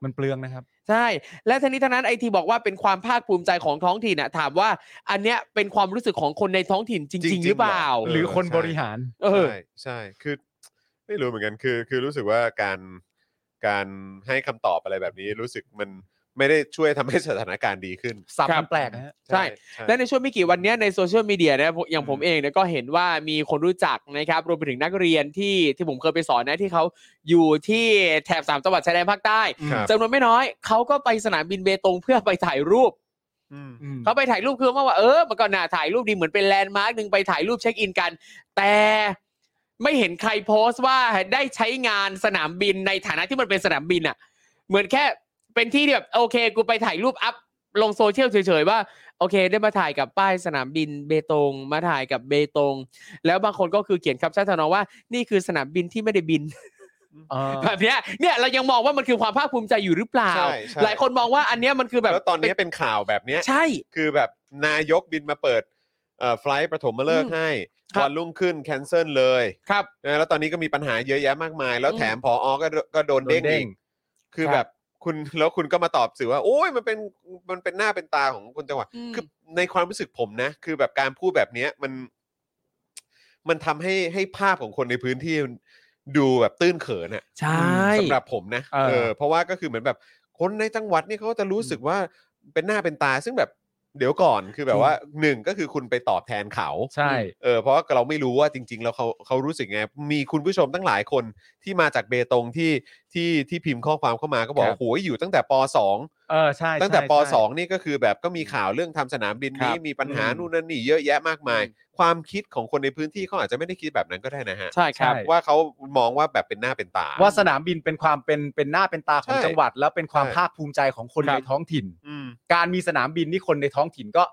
C: มันเปลืองนะครับ
D: ใช่และทีนี้ทั้งนั้นไอทีบอกว่าเป็นความภาคภูมิใจของท้องถิ่นน่ะถามว่าอันเนี้ยเป็นความรู้สึกของคนในท้องถิ่นจ
B: จริ
D: ริ
B: งๆ
D: งๆ หรือเปล่า
B: เหร ออ
C: หรือคนบริหาร
D: เออ
B: ใช่ใช่คือ ไม่รู้เหมือนกันคือ คือรู้สึกว่าการการให้คำตอบอะไรแบบนี้รู้สึกมันไม่ได้ช่วยทำให้สถานการณ์ดีขึ้น
C: สับ
D: ครั
C: มั
D: บ
C: นแปลกนะฮะ
D: ใช่ และในช่วงไม่กี่วันเนี้ยในโซเชียลมีเดียนะผมอย่างผมเองเนี่ยก็เห็นว่ามีคนรู้จักนะครับ รวมไปถึงนักเรียนที่ที่ผมเคยไปสอนนะที่เขาอยู่ที่แถบสามจังหวัดชายแดนภาคใต้
B: ครับ
D: จำนวนไม่น้อยเขาก็ไปสนามบินเบตงเพื่อไปถ่ายรูป
B: อืม
C: อืม
D: เขาไปถ่ายรูปคือว่าว่าเออมันก็น่าถ่ายรูปดีเหมือนเป็นแลนด์มาร์กหนึ่งไปถ่ายรูปเช็คอินกัน แต่ไม่เห็นใครโพสต์ว่าได้ใช้งานสนามบินในฐานะที่มันเป็นสนามบินอะเหมือนแค่เป็นที่ที่แบบโอเคกูไปถ่ายรูปอัพลงโซเชียลเฉยๆว่าโอเค ได้มาถ่ายกับป้ายสนามบินเบตง มาถ่ายกับเบตง แล้วบางคนก็คือเขียนแคปชั่นทำนองว่านี่คือสนามบินที่ไม่ได้บิน
C: เออ
D: แบบเนี้ยเนี่ยเรายังมองว่ามันคือความภาคภูมิใจอยู่หรือเปล่า
B: ใช่ใช่
D: หลายคนมองว่าอันเนี้ยมันคือแบบ
B: แล้วตอนนี้เป็นข่าวแบบเนี้ย
D: ใช่
B: คือแบบนายกบินมาเปิดเอ่อไฟล์ประถมมาเลิกษ์ให้
D: ครับ
B: วันรุ่งขึ้นแคนเซิลเลย
D: ครับ
B: นะแล้วตอนนี้ก็มีปัญหาเยอะแยะมากมาย แล้ว
D: อืม
B: แถมพออก็โดก็โดนเด้ง
C: โดนเด้
B: อี
C: ง
B: กคือแบบคุณ แล้วคุณก็มาตอบสื่อว่า โอ้ยมันเป็นมันเป็นหน้าเป็นตาของคนจังหวัด
D: อืม
B: คือในความรู้สึกผมนะ คือแบบการพูดแบบเนี้ยมัน มันทำให้ให้ภาพของคนในพื้นที่ ดูแบบตื้นเขินอะ
D: ใช่
B: สำหรับผมนะ
C: เออ
B: เออเพราะว่าก็คือเหมือนแบบคนในจังหวัดนี่เขาก็จะรู้สึกว่าเป็นหน้าเป็นตาซึ่งแบบเดี๋ยวก่อนคือแบบว่าหนึ่งก็คือคุณไปตอบแทนเขา
C: ใช่
B: เออเพราะเราไม่รู้ว่าจริง ๆ แล้วเขาเขารู้สึกไง มีคุณผู้ชมตั้งหลายคนที่มาจากเบตงที่ที่ที่พิมพ์ข้อความเข้ามาก็บอก
C: ครับ
B: โอ้โหอยู่ตั้งแต่ป .2
C: เออใช่
B: ตั้งแต่
C: ใช่
B: ป
C: ใช่
B: .2 นี่ก็คือแบบก็มีข่าวเรื่องทำสนามบินนี้มีปัญหา
C: อืม
B: นู่นนั่นนี่เยอะแยะมากมาย ความคิดของคนในพื้นที่เขาอาจจะไม่ได้คิดแบบนั้นก็ได้นะฮะ
D: ใช่ครับ
C: ใช่
B: ว่าเขามองว่าแบบเป็นหน้าเป็นตา
C: ว่าสนามบินเป็นความเป็นเป็นหน้าเป็นตาของ
B: ใช่
C: จังหวัด แล้วเป็นความ
B: ใช่
C: ภาคภูมิใจของคน
D: ครับ
C: ในท้องถิ่น
B: อืม
C: การมีสนามบินนี่คนในท้องถิ่นก็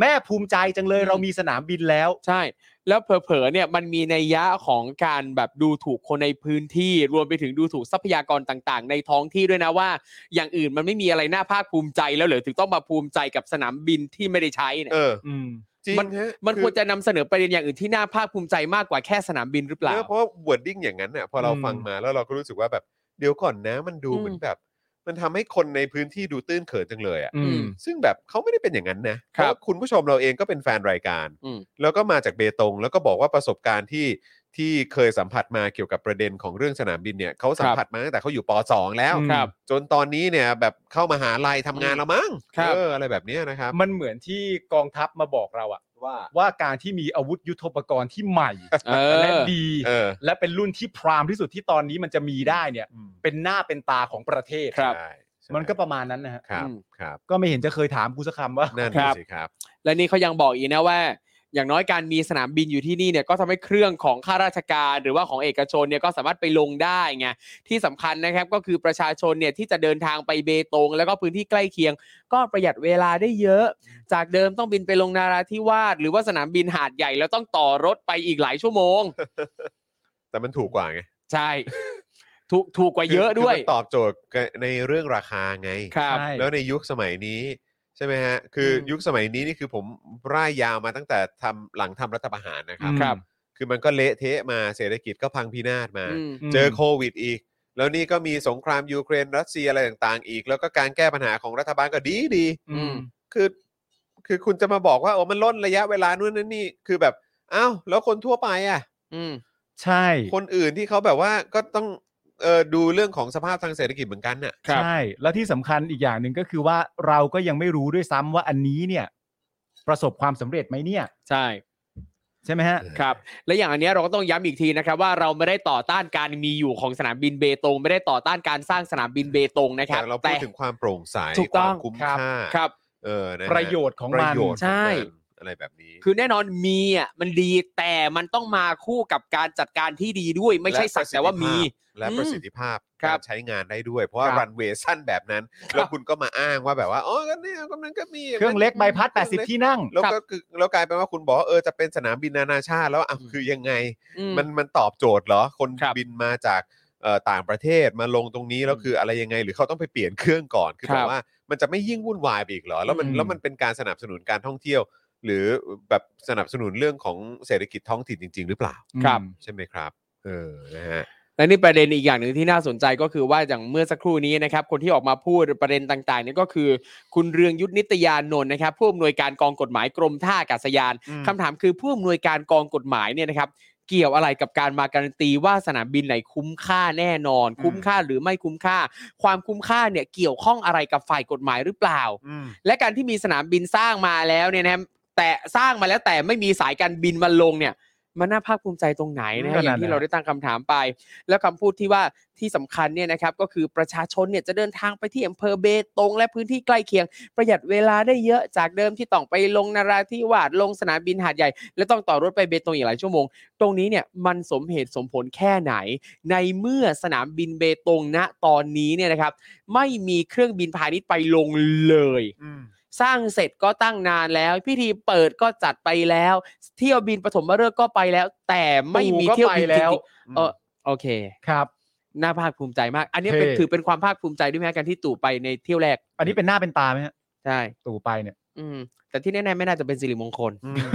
C: แม่ภูมิใจจังเลยเรามีสนามบินแล้ว
D: ใช่ แล้วเผลอๆเนี่ยมันมีในยยะของการแบบดูถูกคนในพื้นที่ รวมไปถึงดูถูกทรัพยากรต่างๆ ในท้องที่ด้วยนะว่า อย่างอื่นมันไม่มีอะไรน่าภาคภูมิใจแล้วเหรือถึงต้องมาภูมิใจกับสนามบินที่ไม่ได้ใช้เนี่ย
B: เออ
C: อืม
B: จริงฮะ
D: มัน
B: อ
D: ควรจะนำเสนอประเด็นอย่างอื่นที่น่าภาคภูมิใจมากกว่าแค่สนามบินหรือเปล่า
B: เออเพราะว่า wording อย่างนั้นเนี่ยพอเรา
C: อืม
B: ฟังมาแล้วเราก็รู้สึกว่าแบบเดี๋ยวก่อนนะมันดู
D: อืม
B: เหมือนแบบ มันทำให้คนในพื้นที่ดูตื้นเขินจังเลยอ่ะ
C: อืม
B: ซึ่งแบบเขาไม่ได้เป็นอย่างนั้นนะครับ เพาะว่าคุณผู้ชมเราเองก็เป็นแฟนรายการ
D: อืม
B: แล้วก็มาจากเบตง แล้วก็บอกว่าประสบการณ์ที่ที่เคยสัมผัสมาเกี่ยวกับประเด็นของเรื่องสนามบินเนี่ยเขาสัมผัสมาตั้งแต่เขาอยู่ป .2 แล้ว
C: ครับ
B: จนตอนนี้เนี่ยแบบเข้ามหาลัยทำงานแล้วมั้ง
D: ครับ
B: เอออะไรแบบเนี้ยนะครับ
C: มันเหมือนที่กองทัพมาบอกเราอะว่าว่าการที่มีอาวุธยุทโธปกรณ์ที่ใหม่
D: เอ
C: และ
D: อ
C: ดี
B: เออ
C: และเป็นรุ่นที่พรามที่สุดที่ตอนนี้มันจะมีได้เนี่ย
B: อืม
C: เป็นหน้าเป็นตาของประเทศ
D: ครับ
B: ใช่ใช่
C: มันก็ประมาณนั้นนะฮะ
B: ครับ
D: อืม
B: ครับ
C: ก็ไม่เห็นจะเคยถามกูสักคำว่า
B: นั่น
D: ครับ
B: สิครับ
D: และนี่เขายังบอกอีกนะว่า อย่างน้อยการมีสนามบินอยู่ที่นี่เนี่ยก็ทำให้เครื่องของข้าราชการหรือว่าของเอกชนเนี่ยก็สามารถไปลงได้ไงที่สำคัญนะครับก็คือประชาชนเนี่ยที่จะเดินทางไปเบตง แล้วก็พื้นที่ใกล้เคียง ก็ประหยัดเวลาได้เยอะ จากเดิมต้องบินไปลงนาราธิวาสหรือว่าสนามบินหาดใหญ่แล้วต้องต่อรถไปอีกหลายชั่วโมง
B: แต่มันถูกกว่าไง
D: ใช่ ถูกถูกกว่าเยอะด้วย
B: คืมันตอบโจทย์ในเรื่องราคาไง
D: ครับ
C: ใช่
B: แล้วในยุคสมัยนี้ใช่ไหมฮะ คืออ
D: ม
B: ยุคสมัยนี้นี่คือผมร่ายยาวมาตั้งแต่ทำหลังทำรัฐประหารนะครับ
C: อืม
D: ครับ
B: คือมันก็เละเทะมาเศรษฐกิจก็พังพินาศมา
D: อืม
B: เจอโควิดอีก แล้วนี่ก็มีสงครามยูเครนรัสเซียอะไรต่างๆ อีก แล้วก็การแก้ปัญหาของรัฐบาลก็ดีดี
C: อืม
B: ๆคือ คือคุณจะมาบอกว่าโอ้มันล่นระยะเวลานู่นนั่นนี่คือแบบอ้าวแล้วคนทั่วไปอ่ะ
D: อืม
C: ใช่
B: คนอื่นที่เขาแบบว่าก็ต้องเออดูเรื่องของสภาพทางเศรษฐกิจเหมือนกันน่ะ
D: ครับ
C: ใช่แล้วที่สำคัญอีกอย่างหนึ่งก็คือว่าเราก็ยังไม่รู้ด้วยซ้ำว่าอันนี้เนี่ย ประสบความสำเร็จไหมเนี่ย
D: ใช่
C: ใช่ไหมฮะ
D: ครับและอย่างอันเนี้ยเราก็ต้องย้ำอีกทีนะครับว่าเราไม่ได้ต่อต้านการมีอยู่ของสนามบินเบตง ไม่ได้ต่อต้านการสร้างสนามบินเบตงนะครับ
B: แต่เราพูดถึงความโปร่งใส
D: ถูกต้อ
B: ค
D: ง
B: วามคุ้ม
C: ครับ
B: ค่า
D: ครับ
B: เออนะฮ
C: ประโยชน์ของ
B: ประ
C: มัน
B: โยชน์
D: ใช่
B: ของมันอะไรแบบนี้
D: คือแน่นอนมีอ่ะมันดีแต่มันต้องมาคู่กับการจัดการที่ดีด้วย ไม่ใช่สักแต่ว่ามี
B: และประสิทธิภาพ
D: ครั
B: การ
D: บ
B: ใช้งานได้ด้วย เพราะว่า
D: ครับ
B: รันเวย์สั้นแบบนั้น
D: ครับ
B: แล้วคุณก็มาอ้างว่าแบบว่าอ๋อก็เนี่ยก็มันก็มี
C: เครื่องเล็กใบพัด 80 ที่นั่ง
B: แล้วก็คือแล้วกลายเป็นว่าคุณบอกว่าเออจะเป็นสนามบินนานาชาติแล้วอ่ะคือยังไง
D: อืม
B: มันมันตอบโจทย์เหรอ คน
D: ครับ
B: บินมาจากเอ่อต่างประเทศมาลงตรงนี้แล้ว
D: อืม
B: คืออะไรยังไง หรือเขาต้องไปเปลี่ยนเครื่องก่อนคือ
D: ค
B: แบ
D: รับบ
B: ว่ามันจะไม่ยิ่งวุ่นวายไปอีกเหรอแล้วมัน
C: อืม
B: แล้วมันเป็นการสนับสนุนการท่องเที่ยว หรือแบบสนับสนุนเรื่องของเศรษฐกิจท้องถิ่นจริง ๆ หรือเปล่า
D: ครับ
B: ใช่ไหมครับ เออนะฮะ
D: และนี่ประเด็นอีกอย่างหนึ่งที่น่าสนใจก็คือว่าอย่างเมื่อสักครู่นี้นะครับ คนที่ออกมาพูดประเด็นต่างๆเนี่ยก็คือ คุณเรืองยุทธนิตยานนท์นะครับผู้อำนวยการกองกฎหมายกรมท่าอากาศยาน
B: อืม
D: คำถามคือผู้อำนวยการกองกฎหมายเนี่ยนะครับ เกี่ยวอะไรกับการมาการันตีว่าสนามบินไหนคุ้มค่าแน่นอน คุ้มค่าหรือไม่คุ้มค่า ความคุ้มค่าเนี่ยเกี่ยวข้องอะไรกับฝ่ายกฎหมายหรือเปล่า
B: อืม
D: และการที่มีสนามบินสร้างมาแล้วเนี่ยนะครับแต่สร้างมาแล้วแต่ไม่มีสายการบินมาลงเนี่ย มันน่าภาคภูมิใจตรงไหนนะ
C: ข
D: ฮะ
C: นา
D: อ
C: ดนั้น
D: ย่างที่เราได้ตั้งคำถามไป แล้วคำพูดที่ว่าที่สำคัญเนี่ยนะครับก็คือประชาชนเนี่ยจะเดินทางไปที่อำเภอเบตง และพื้นที่ใกล้เคียง ประหยัดเวลาได้เยอะจากเดิมที่ต้องไปลงนาราธิวาสลงสนามบินหาดใหญ่ และต้องต่อรถไปเบตงอีกหลายชั่วโมง ตรงนี้เนี่ยมันสมเหตุสมผลแค่ไหน ในเมื่อสนามบินเบตงณตอนนี้เนี่ยนะครับไม่มีเครื่องบินพาณิชย์ไปลงเลย
B: อืม
D: สร้างเสร็จก็ตั้งนานแล้ว พิธีเปิดก็จัดไปแล้ว เที่ยวบินปฐมฤกษ์ก็ไปแล้ว แต่ไม่มี
C: ก็
D: เที่ยว
C: ไป
D: บิน
C: แล้ว
D: จริงๆเออโอเค
C: ครับ
D: น่าภาคภูมิใจมาก อันนี้เป็น
C: เท่
D: ถือเป็นความภาคภูมิใจด้วยไหมการที่ตู่ไปในเที่ยวแรก
C: อันนี้เป็นหน้าเป็นตาไหมฮะ
D: ใช่
C: ตู่ไปเนี่ย
D: อืมแต่ที่แน่ๆไม่น่าจะเป็นสิริมงคล
B: อืม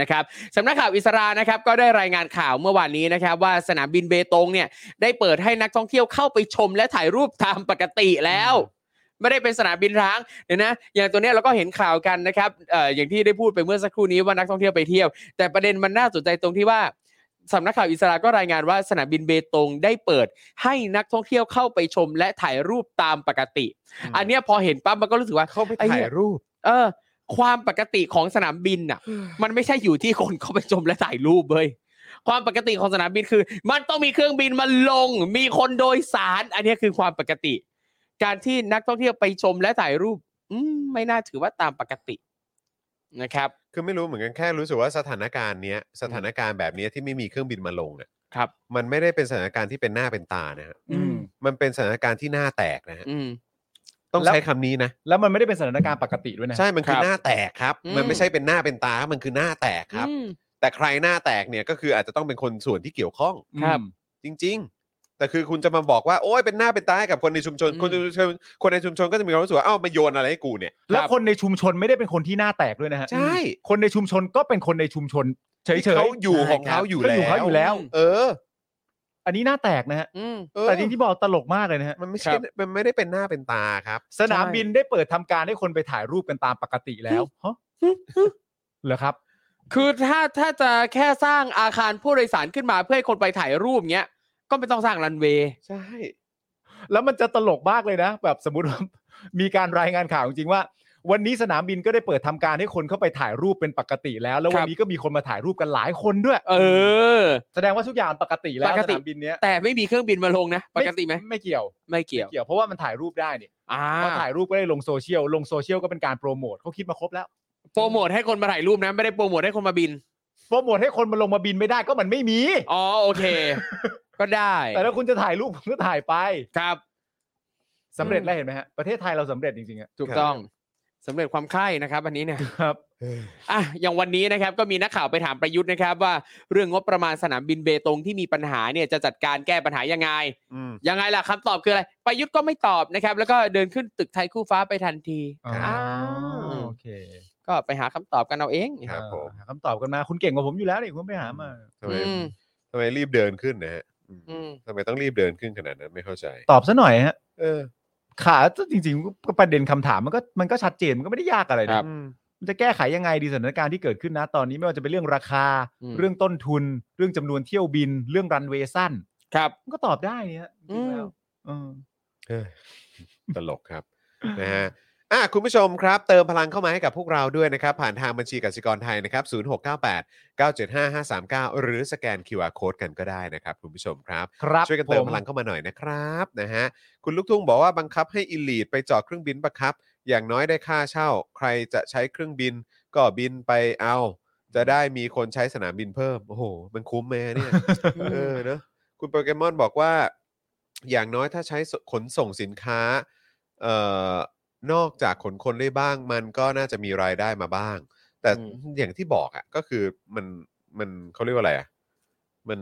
D: นะครับสำนักข่าวอิสรานะครับก็ได้รายงานข่าวเมื่อวานนี้นะครับ ว่าสนามบินเบตงเนี่ยได้เปิดให้นักท่องเที่ยวเข้าไปชมและถ่ายรูปตามปกติแล้ว ไม่ได้เป็นสนามบินร้างเดี๋ยวนะอย่างตัวเนี้ยเราก็เห็นข่าวกันนะครับเอ่ออย่างที่ได้พูดไปเมื่อสักครู่นี้ว่านักท่องเที่ยวไปเที่ยว แต่ประเด็นมันน่าสนใจตรงที่ว่า สำนักข่าวอิสราก็รายงานว่าสนามบินเบตงได้เปิด ให้นักท่องเที่ยวเข้าไปชมและถ่ายรูปตามปกติ อันเนี้ยพอเห็นปั๊บมันก็รู้สึกว่า
B: เข้าไป
D: ไอ้เหี้
B: ถ่าย ยรูป
D: เออ ความปกติของสนามบินน่ะ มันไม่ใช่อยู่ที่คนเข้าไปชมและถ่ายรูปเลยความปกติของสนามบินคือ มันต้องมีเครื่องบินมาลง มีคนโดยสาร อันเนี้ยคือความปกติ การที่นักท่องเที่ยวไปชมและถ่ายรูป อืมไม่น่าถือว่าตามปกตินะครับ
B: คือไม่รู้เหมือนกันแค่รู้สึกว่าสถานการณ์เนี้ยสถานการณ์แบบเนี้ยที่ไม่มีเครื่องบินมาลงเนี่ย
D: ครับ
B: มันไม่ได้เป็นสถานการณ์ที่เป็นหน้าเป็นตานะฮะ
C: อืม
B: มันเป็นสถานการณ์ที่หน้าแตกนะฮะ
D: อืม
B: ต้อง
C: แล้ว
B: ใช้คำนี้นะ
C: แล้วมันไม่ได้เป็นสถานการณ์ปกติด้วยนะ
B: ใช่มันคือ
D: ครับ
B: หน้าแตกครับ
D: อืม
B: มันไม่ใช่เป็นหน้าเป็นตามันคือหน้าแตกครับ
D: อืม
B: แต่ใครหน้าแตกเนี่ยก็คืออาจจะต้องเป็นคนส่วนที่เกี่ยวข้อง
C: อืม
D: ครับ
B: จริง ๆ แต่คือคุณจะมาบอกว่าโอ้ยเป็นหน้าเป็นตาให้กับคนในชุมชน
D: อืม
B: คนในชุมชนคนในชุมชนก็จะมีความรู้สึกว่าเอ้ามาโยนอะไรให้กูเนี่ย
C: แล้วคนในชุมชนไม่ได้เป็นคนที่หน้าแตกด้วยนะฮะ
B: ใช่
C: คนในชุมชนก็เป็นคนในชุมชน เฉยๆ
B: เขาอยู่ของเขาอยู่
C: ก็
B: แล้
C: อยู่เขา
B: ว
C: อยู่แล้ว
B: เออ
C: อันนี้หน้าแตกนะฮะ
D: อืม
B: เออ
C: แต่จริงที่บอกตลกมากเลยนะฮะ
B: มันไม่ใช่
D: ครับ
B: มันไม่ได้เป็นหน้าเป็นตาครับ
C: สนามบินได้เปิดทำการให้คนไปถ่ายรูปกันตามปกติแล้วฮะเหรอครับ
D: คือถ้าถ้าจะแค่สร้างอาคารผู้โดยสารขึ้นมาเพื่อให้คนไปถ่ายรูปเงี้ย ก็ไม่ต้องสร้างรันเวย์
B: ใช่
C: แล้วมันจะตลกมากเลยนะ แบบสมมติว่า มีการรายงานข่าวจริงๆว่า วันนี้สนามบินก็ได้เปิดทำการให้คนเข้าไปถ่ายรูปเป็นปกติแล้ว แล้ว
D: ครั
C: วั
D: บ
C: นนี้ก็มีคนมาถ่ายรูปกันหลายคนด้วย
D: เออ
C: แสดงว่าทุกอย่างปกติแล้ว
D: ปก
C: ส
D: ติ
C: นามบินเนี้ย
D: แต่ไม่มีเครื่องบินมาลงนะ ปกติไหม
C: ไม่เกี่ยว
D: ไม่เกี่ยว
C: เกี่ยวเพราะว่ามันถ่ายรูปได้เนี่ย
D: อ่า
C: พอถ่ายรูปก็ได้ลงโซเชียลลงโซเชียลก็เป็นการโปรโมทเขาคิดมาครบแล้ว
D: โปรโมทให้คนมาถ่ายรูปนะ ไม่ได้โปรโมทให้คนมาบิน
C: โปรโมทให้คนมาลงมาบินไม่ได้ก็มันไม่มี
D: อ๋อโอเค ก็ได้
C: แต่ถ้าคุณจะถ่ายรูปคุณ ก็ถ่ายไป
D: ครับ
C: สำเร็จ
D: อืม
C: แล้วเห็นไหมฮะประเทศไทยเราสำเร็จจริงๆอะ
D: ถูกต้องสำเร็จความใคร่นะครับอันนี้เนี่ย
C: ครับ
D: อ่ะอย่างวันนี้นะครับก็มีนักข่าวไปถามประยุทธ์นะครับ ว่าเรื่องงบประมาณสนามบินเบตงที่มีปัญหาเนี่ยจะจัดการแก้ปัญหายังไง
B: อืม
D: ยังไงล่ะคำตอบคืออะไร ประยุทธ์ก็ไม่ตอบนะครับ แล้วก็เดินขึ้นตึกไทยคู่ฟ้าไปทันที
C: อ๋อ
B: ครับ
D: ว
C: โอเค
D: ก็ไปหาคำตอบกันเอาเอง
B: ครับผม
C: หาคำตอบกันมาคุณเก่งกว่าผมอยู่แล้วนี่คุณไปหามา
B: ทำไม
D: อืม
B: ทำไมรีบเดินขึ้นนะฮะอืม
D: อืม
B: ทำไมต้องรีบเดินขึ้นขนาดนั้นไม่เข้าใจ
C: ตอบซะหน่อยฮะ
B: เออ
C: ขาจริงๆก็ประเด็นคำถามมันก็มันก็ชัดเจนมันก็ไม่ได้ยากอะไร
D: ครั
C: นะ
D: บ
C: มันจะแก้ไขยังไงดีสถานการณ์ที่เกิดขึ้นนะตอนนี้ไม่ว่าจะเป็นเรื่องราคา
D: อืม
C: เรื่องต้นทุน เรื่องจำนวนเที่ยวบิน เรื่องรันเวย์สั้น
D: ครับ
C: มันก็ตอบได้นี่ฮะจริงๆแล้วเออ
B: เออตลกครับ นะฮะ อ่ะคุณผู้ชมครับ เติมพลังเข้ามาให้กับพวกเราด้วยนะครับ ผ่านทางบัญชีกสิกรไทยนะครับ 0698 975 539 หรือสแกน QR Code กันก็ได้นะครับ คุณผู้ชมครับ
C: ครับ
B: ช่วยกันเติม
C: ผม
B: พลังเข้ามาหน่อยนะครับนะฮะคุณลูกทุ่งบอกว่าบังคับให้อิลีดไปจอดเครื่องบินปะครับ อย่างน้อยได้ค่าเช่า ใครจะใช้เครื่องบิน ก็บินไปเอา จะได้มีคนใช้สนามบินเพิ่ม โอ้โห มันคุ้มไหมเนี่ย เออเนอะคุณโปเกมอนบอกว่า อย่างน้อยถ้าใช้สขนส่งสินค้าเอ่อนอกจากขนคนได้บ้าง มันก็น่าจะมีรายได้มาบ้าง แต่
D: อืม
B: อย่างที่บอกอะ่ะก็คือมันมันเขาเรียกว่าอะไรอะ่ะมัน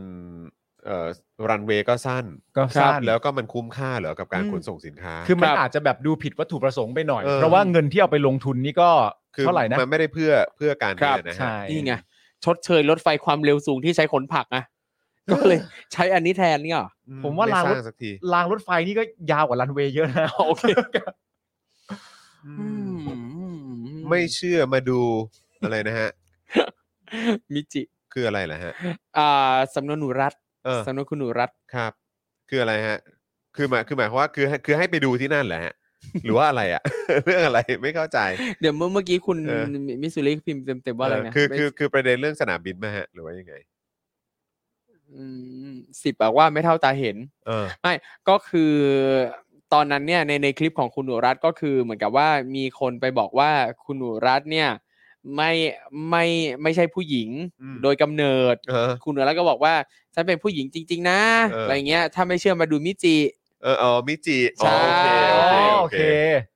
B: เอ่อรันเวย์ก็สั้น
C: ก็สั้น
B: แล้วก็มันคุ้มค่าเหรอกับการ
C: อืม
B: ขนส่งสินค้า
C: คือมัน
D: ครับ
C: อาจจะแบบดูผิดวัตถุประสงค์ไปหน่อย
B: เออ
C: เพราะว่าเงินที่เอาไปลงทุนนี่ก็
B: คือ
C: เท่าไหร่นะ
B: มันไม่ได้เพื่อเพื่อการ
D: ครับ
B: เงินนะฮะ
C: ใช่
D: นี่ไงชดเชยรถไฟความเร็วสูงที่ใช้ขนผักอะก็เลยใช้อันนี้แทนเนี่ยเหรอ
B: อื
C: ผมว่า
B: ไส
C: รางร
B: ร้า
C: ถ
B: งสักที
C: รางรถไฟนี่ก็ยาวกว่ารันเวย์เยอะนะ
D: โอเค
B: อื
D: อื
B: ม
D: ม
B: ไม่เชื่อมาดูอะไรนะฮะ
D: มิจิ
B: คืออะไรล่ะฮะ
D: อ่าสำนวนหนูรัฐ
B: เออ
D: สำนวนคุณหนูรัฐ
B: ครับ คืออะไรฮะ คือหมายคือหมายความว่าคือให้คือให้ไปดูที่นั่นแหละ ฮะ หรือว่าอะไรอะ เรื่องอะไรไม่เข้าใจ
D: เดี๋ยวเมื่อเมื่อกี้คุณ
B: เออ
D: มิมิสุริพิมพ์เต็มๆว่าอะไร
B: เอ
D: นะ
B: อคือ
D: ไม่
B: คือคือประเด็นเรื่องสนามบินไหมฮะ หรือว่ายังไง
D: มสิบบอกว่าไม่เท่าตาเห็น
B: เออ
D: ไม่ก็คือตอนนั้นเนี่ยในในคลิปของคุณหนูรัตน์ก็คือเหมือนกับว่ามีคนไปบอกว่าคุณหนูรัตน์เนี่ยไม่ไม่ไม่ใช่ผู้หญิง
B: อืม
D: โดยกำเนิด
B: เออ
D: คุณหนูรัตน์ก็บอกว่าฉันเป็นผู้หญิงจริง ๆ นะ
B: เอออ
D: อะไรเงี้ยถ้าไม่เชื่อมาดูมิจิ
B: เอออ๋อมิจิอ๋อโอเค
D: ใช่
B: โอเคโอ
C: อ๋อโอ
B: เค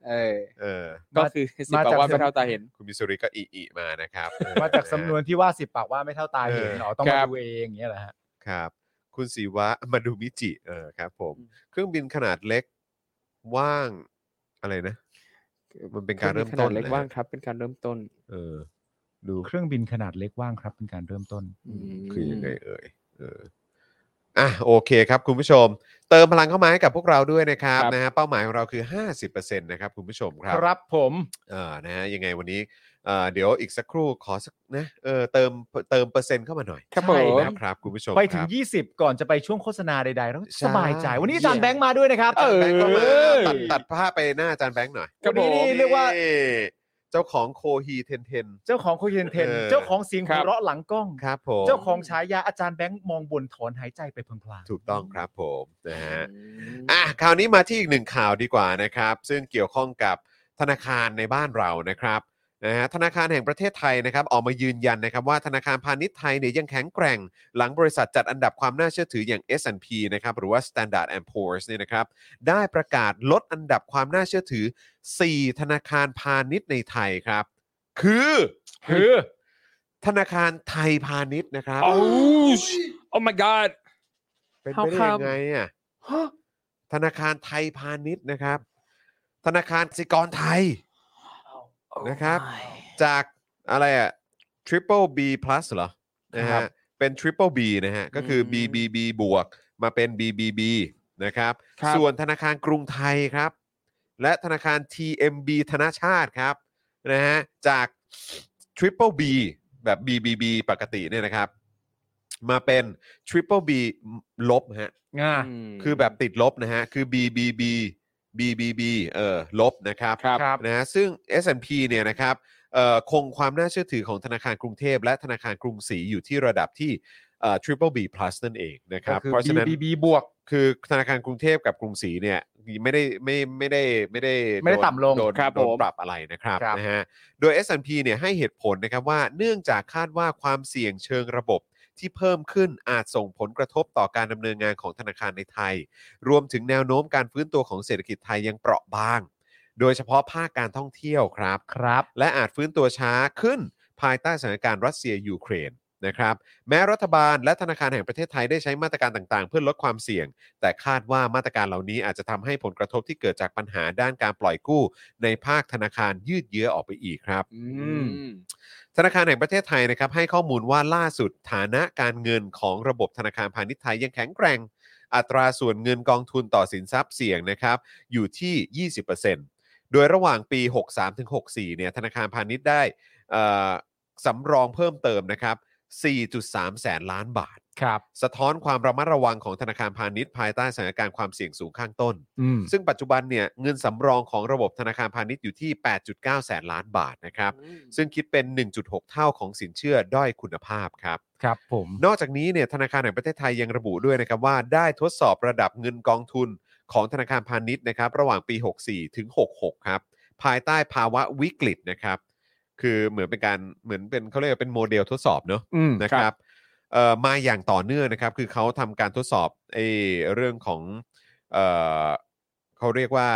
C: เค
D: เออ
B: เออ
D: ก็คือสิบ
C: มา
D: บอ
C: จาก
D: กว่าไม่เท่าตาเห็น
B: คุณมิสุริก็อีอีมานะครับ
C: มาจากสำนวนที่ว่าสิบปากว่าไม่เท่าตาเห็น
B: เออ
C: เนาะต้อง
D: ค
C: มา
D: รับ
C: ดูเองอย่างเงี้ยแหละฮะ
B: ครับ คุณศิ วะมาดูมิจิเออครับ ผม เครื่องบินขนาดเล็กว่างอะไรนะ มันเป็นการเริ่มต้น
D: ขดเล็ก
B: หอ
D: ว่างครับ เป็นการเริ่มต้น
B: เออ ดู
C: เครื่องบินขนาดเล็กว่างครับเป็นการเริ่มต้น
B: คือยังไงเอ่ยเออ อ่ะโอเคครับคุณผู้ชม เติมพลังเข้ามาให้กับพวกเราด้วยนะครับ
D: ครับ
B: นะฮะเป้าหมายของเราคือ 50%นะครับคุณผู้ชมครั
C: ค
B: บ
C: รับผม
B: เออนะฮะยังไงวันนี้เอ่อเดี๋ยวอีกสักครู่ขอสักนะเออเติมเติมเปอร์เซ็นต์เข้ามาหน่อย
D: ครับผม
C: ใช่
B: นะ
C: ค
B: ครับ คุณผู้ชม
C: ไปถึ
B: คร
C: ง
B: ับ
C: 20 ก่อนจะไปช่วงโฆษณาใดๆแล้ว
B: ใช่
C: สบายใจ วันนี้อาจารย์แบงค์มาด้วยนะครับ
B: อาจารย์แบงค์ก็มา
C: เออ
B: ตัดตัดภาพไปหน้าอาจารย์แบงค์หน่อย
D: ครับผม
C: วันนี้นี่เรียกว่า
B: นี่เจ้าของโคฮีเทนเทน
C: เจ้าของโคเยนเทน
B: เออ
C: เจ้าของเสียง
D: ครั
C: หัว
D: บ
C: เราะหลังกล้อง
B: ครับผม
C: เจ้าของฉายาอาจารย์แบงค์มองบนถอนหายใจไปพลาง
B: ถูกต้องครับผมนะฮะอ่ะคราวนี้มาที่อีกหนึ่งข่าวดีกว่านะครับ ซึ่งเกี่ยวข้องกับธนาคารในบ้านเรานะครับนะฮะธนาคารแห่งประเทศไทยนะครับออกมายืนยันนะครับว่าธนาคารพาณิชย์ไทยเนี่ยยังแข็งแกร่ง หลังบริษัทจัดอันดับความน่าเชื่อถืออย่าง S&P นะครับหรือว่า Standard and Poor's เนี่ยนะครับ ได้ประกาศลดอันดับความน่าเชื่อถือ 4 ธนาคารพาณิชย์ในไทยครับ คือ
C: ๆคือ
B: ธนาคารไทยพาณิชย์นะครับ
D: โอ้ย Oh my god
B: เป็นไป
D: How
B: ได้ยังไงอ่ะ
D: ฮะ
B: ธนาคารไทยพาณิชย์นะครับ ธนาคารกสิกรไทย นะครับ จากอะไรอ่ะ triple B plus เหรอนะ
D: ครั
B: ฮะ
D: บ
B: เป็น triple B นะฮะ ก็คือ
D: ม
B: BBB บวกมาเป็น BBB นะครับ
D: ครับ
B: ส่วนธนาคารกรุงไทยครับ และธนาคาร TMB ธนาชาติครับนะฮะจาก triple B แบบ BBB ปกติเนี่ยนะครับ มาเป็น triple B ลบฮะ
C: อ่า
D: อืม
B: คือแบบติดลบนะฮะ คือ BBB BBB เอ่อลบนะครับ
D: ครับ
C: ครับ
B: นะฮะซึ่ง S&P เนี่ยนะครับเอ่อคงความน่าเชื่อถือของธนาคารกรุงเทพและธนาคารกรุงศรีอยู่ที่ระดับที่เอ่อ triple B plus นั่นเองนะครับ
C: ก็คือ
B: เพราะฉะนั้น
C: BBB บวก
B: คือธนาคารกรุงเทพกับกรุงศรีเนี่ยไม่ได้ไม่ไม่ได้ไม่ได้
C: ไม่ได้
B: โน
C: ต่ำลง
B: โดน
D: ครับ
B: โดน
D: ผม
B: ปรับอะไรนะครับ
C: ครับ
B: นะฮะโดย S&P เนี่ยให้เหตุผลนะครับว่าเนื่องจากคาดว่าความเสี่ยงเชิงระบบที่เพิ่มขึ้นอาจส่งผลกระทบต่อการดำเนินงานของธนาคารในไทย รวมถึงแนวโน้มการฟื้นตัวของเศรษฐกิจไทยยังเปราะบาง โดยเฉพาะภาคการท่องเที่ยวครับ
C: ครับ
B: และอาจฟื้นตัวช้าขึ้นภายใต้สถานการณ์รัสเซียยูเครนนะครับแม้รัฐบาลและธนาคารแห่งประเทศไทยได้ใช้มาตรการต่างๆ เพื่อลดความเสี่ยง แต่คาดว่ามาตรการเหล่านี้อาจจะทำให้ผลกระทบที่เกิดจากปัญหาด้านการปล่อยกู้ ในภาคธนาคารยืดเยื้อออกไปอีกครับ
D: อืม
B: ธนาคารแห่งประเทศไทยนะครับให้ข้อมูลว่าล่าสุดฐานะการเงินของระบบธนาคารพาณิชย์ไทยยังแข็งแกร่ง อัตราส่วนเงินกองทุนต่อสินทรัพย์เสี่ยงนะครับอยู่ที่ 20%โดยระหว่างปี 63-64เนี่ยธนาคารพาณิชย์ได้เอ่อสำรองเพิ่มเติมนะครับ 4.3 แสนล้านบาท
C: ครับ
B: สะท้อนความระมัดระวังของธนาคารพาณิชย์ภายใต้สถานการณ์ความเสี่ยงสูงข้างต้น
C: อืม
B: ซึ่งปัจจุบันเนี่ยเงินสำรองของระบบธนาคารพาณิชย์อยู่ที่ 8.9 แสนล้านบาทนะครับ ซึ่งคิดเป็น 1.6 เท่าของสินเชื่อด้อยคุณภาพครับ
C: ครับผม
B: นอกจากนี้เนี่ยธนาคารแห่งประเทศไทยยังระบุด้วยนะครับว่าได้ทดสอบระดับเงินกองทุนของธนาคารพาณิชย์นะครับระหว่างปี 64 ถึง 66 ครับ ภายใต้ภาวะวิกฤตนะครับ คือเหมือนเป็นการเหมือนเป็นเขาเรียกว่าเป็นโมเดลทดสอบเนอะ
C: อืม
B: นะครับเอ่อมาอย่างต่อเนื่องนะครับ คือเขาทำการทดสอบไอ้เรื่องของเอ่อเขาเรียกว่า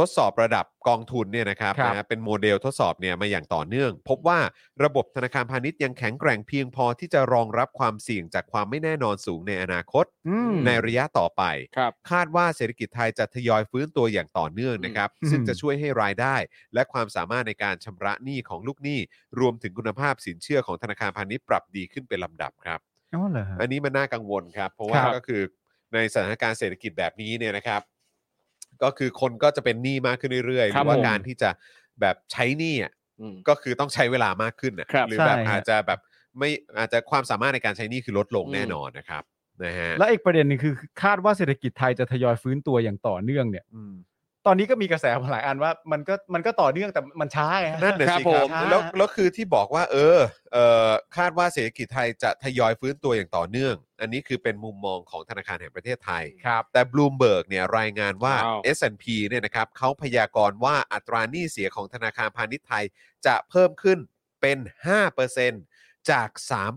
B: ทดสอบระดับกองทุนเนี่ยนะครับ
C: ครับ
B: นะฮะเป็นโมเดลทดสอบเนี่ยมาอย่างต่อเนื่อง พบว่าระบบธนาคารพาณิชย์ยังแข็งแกร่งเพียงพอที่จะรองรับความเสี่ยงจากความไม่แน่นอนสูงในอนาคต
C: อืม
B: ในระยะต่อไป
D: ครับ
B: คาดว่าเศรษฐกิจไทยจะทยอยฟื้นตัวอย่างต่อเนื่องนะครับ
C: อืม
B: ซึ่งจะช่วยให้รายได้ และความสามารถในการชำระหนี้ของลูกหนี้ รวมถึงคุณภาพสินเชื่อของธนาคารพาณิชย์ปรับดีขึ้นเป็นลำดับครับ
C: อ๋อเหรอฮะ
B: อันนี้มันน่ากังวลครับ เพราะว่า
C: ครับ
B: ก็คือในสถานการณ์เศรษฐกิจแบบนี้เนี่ยนะครับ ก็คือคนก็จะเป็นหนี้มากขึ้นเรื่อยๆห
D: ครั
B: รื
D: บ
B: อว่า
D: ผม
B: การที่จะแบบใช้หนี้อะ
D: อืม
B: ก็คือต้องใช้เวลามากขึ้นนะครับ หรือแบบ
C: ใช่ฮะ
B: อาจจะแบบไม่อาจจะความสามารถในการใช้หนี้คือลดลง
D: อืม
B: แน่นอนนะครับนะฮะ
C: และอีกประเด็นหนึงคือคาดว่าเศรษฐกิจไทยจะทยอยฟื้นตัวอย่างต่อเนื่องเนี่ย
B: อืม
C: ตอนนี้ก็มีกระแสมาหลายอันว่ามันก็มันก็ต่อเนื่องแต่มันช้าไงฮะ
B: นั่นแหละ
D: ครับ
B: สิครับ
D: ผม
B: แล้ว
C: ฮะ
B: แล้วคือที่บอกว่า เออเออคาดว่าเศรษฐกิจไทยจะทยอยฟื้นตัวอย่างต่อเนื่อง อันนี้คือเป็นมุมมองของธนาคารแห่งประเทศไทย
C: ครับ
B: แต่บลูมเบิร์กเนี่ยรายงานว่า
D: อ้าว
B: S&P เนี่ยนะครับเขาพยากรณ์ว่าอัตราหนี้เสียของธนาคารพาณิชย์ไทยจะเพิ่มขึ้นเป็น 5%จาก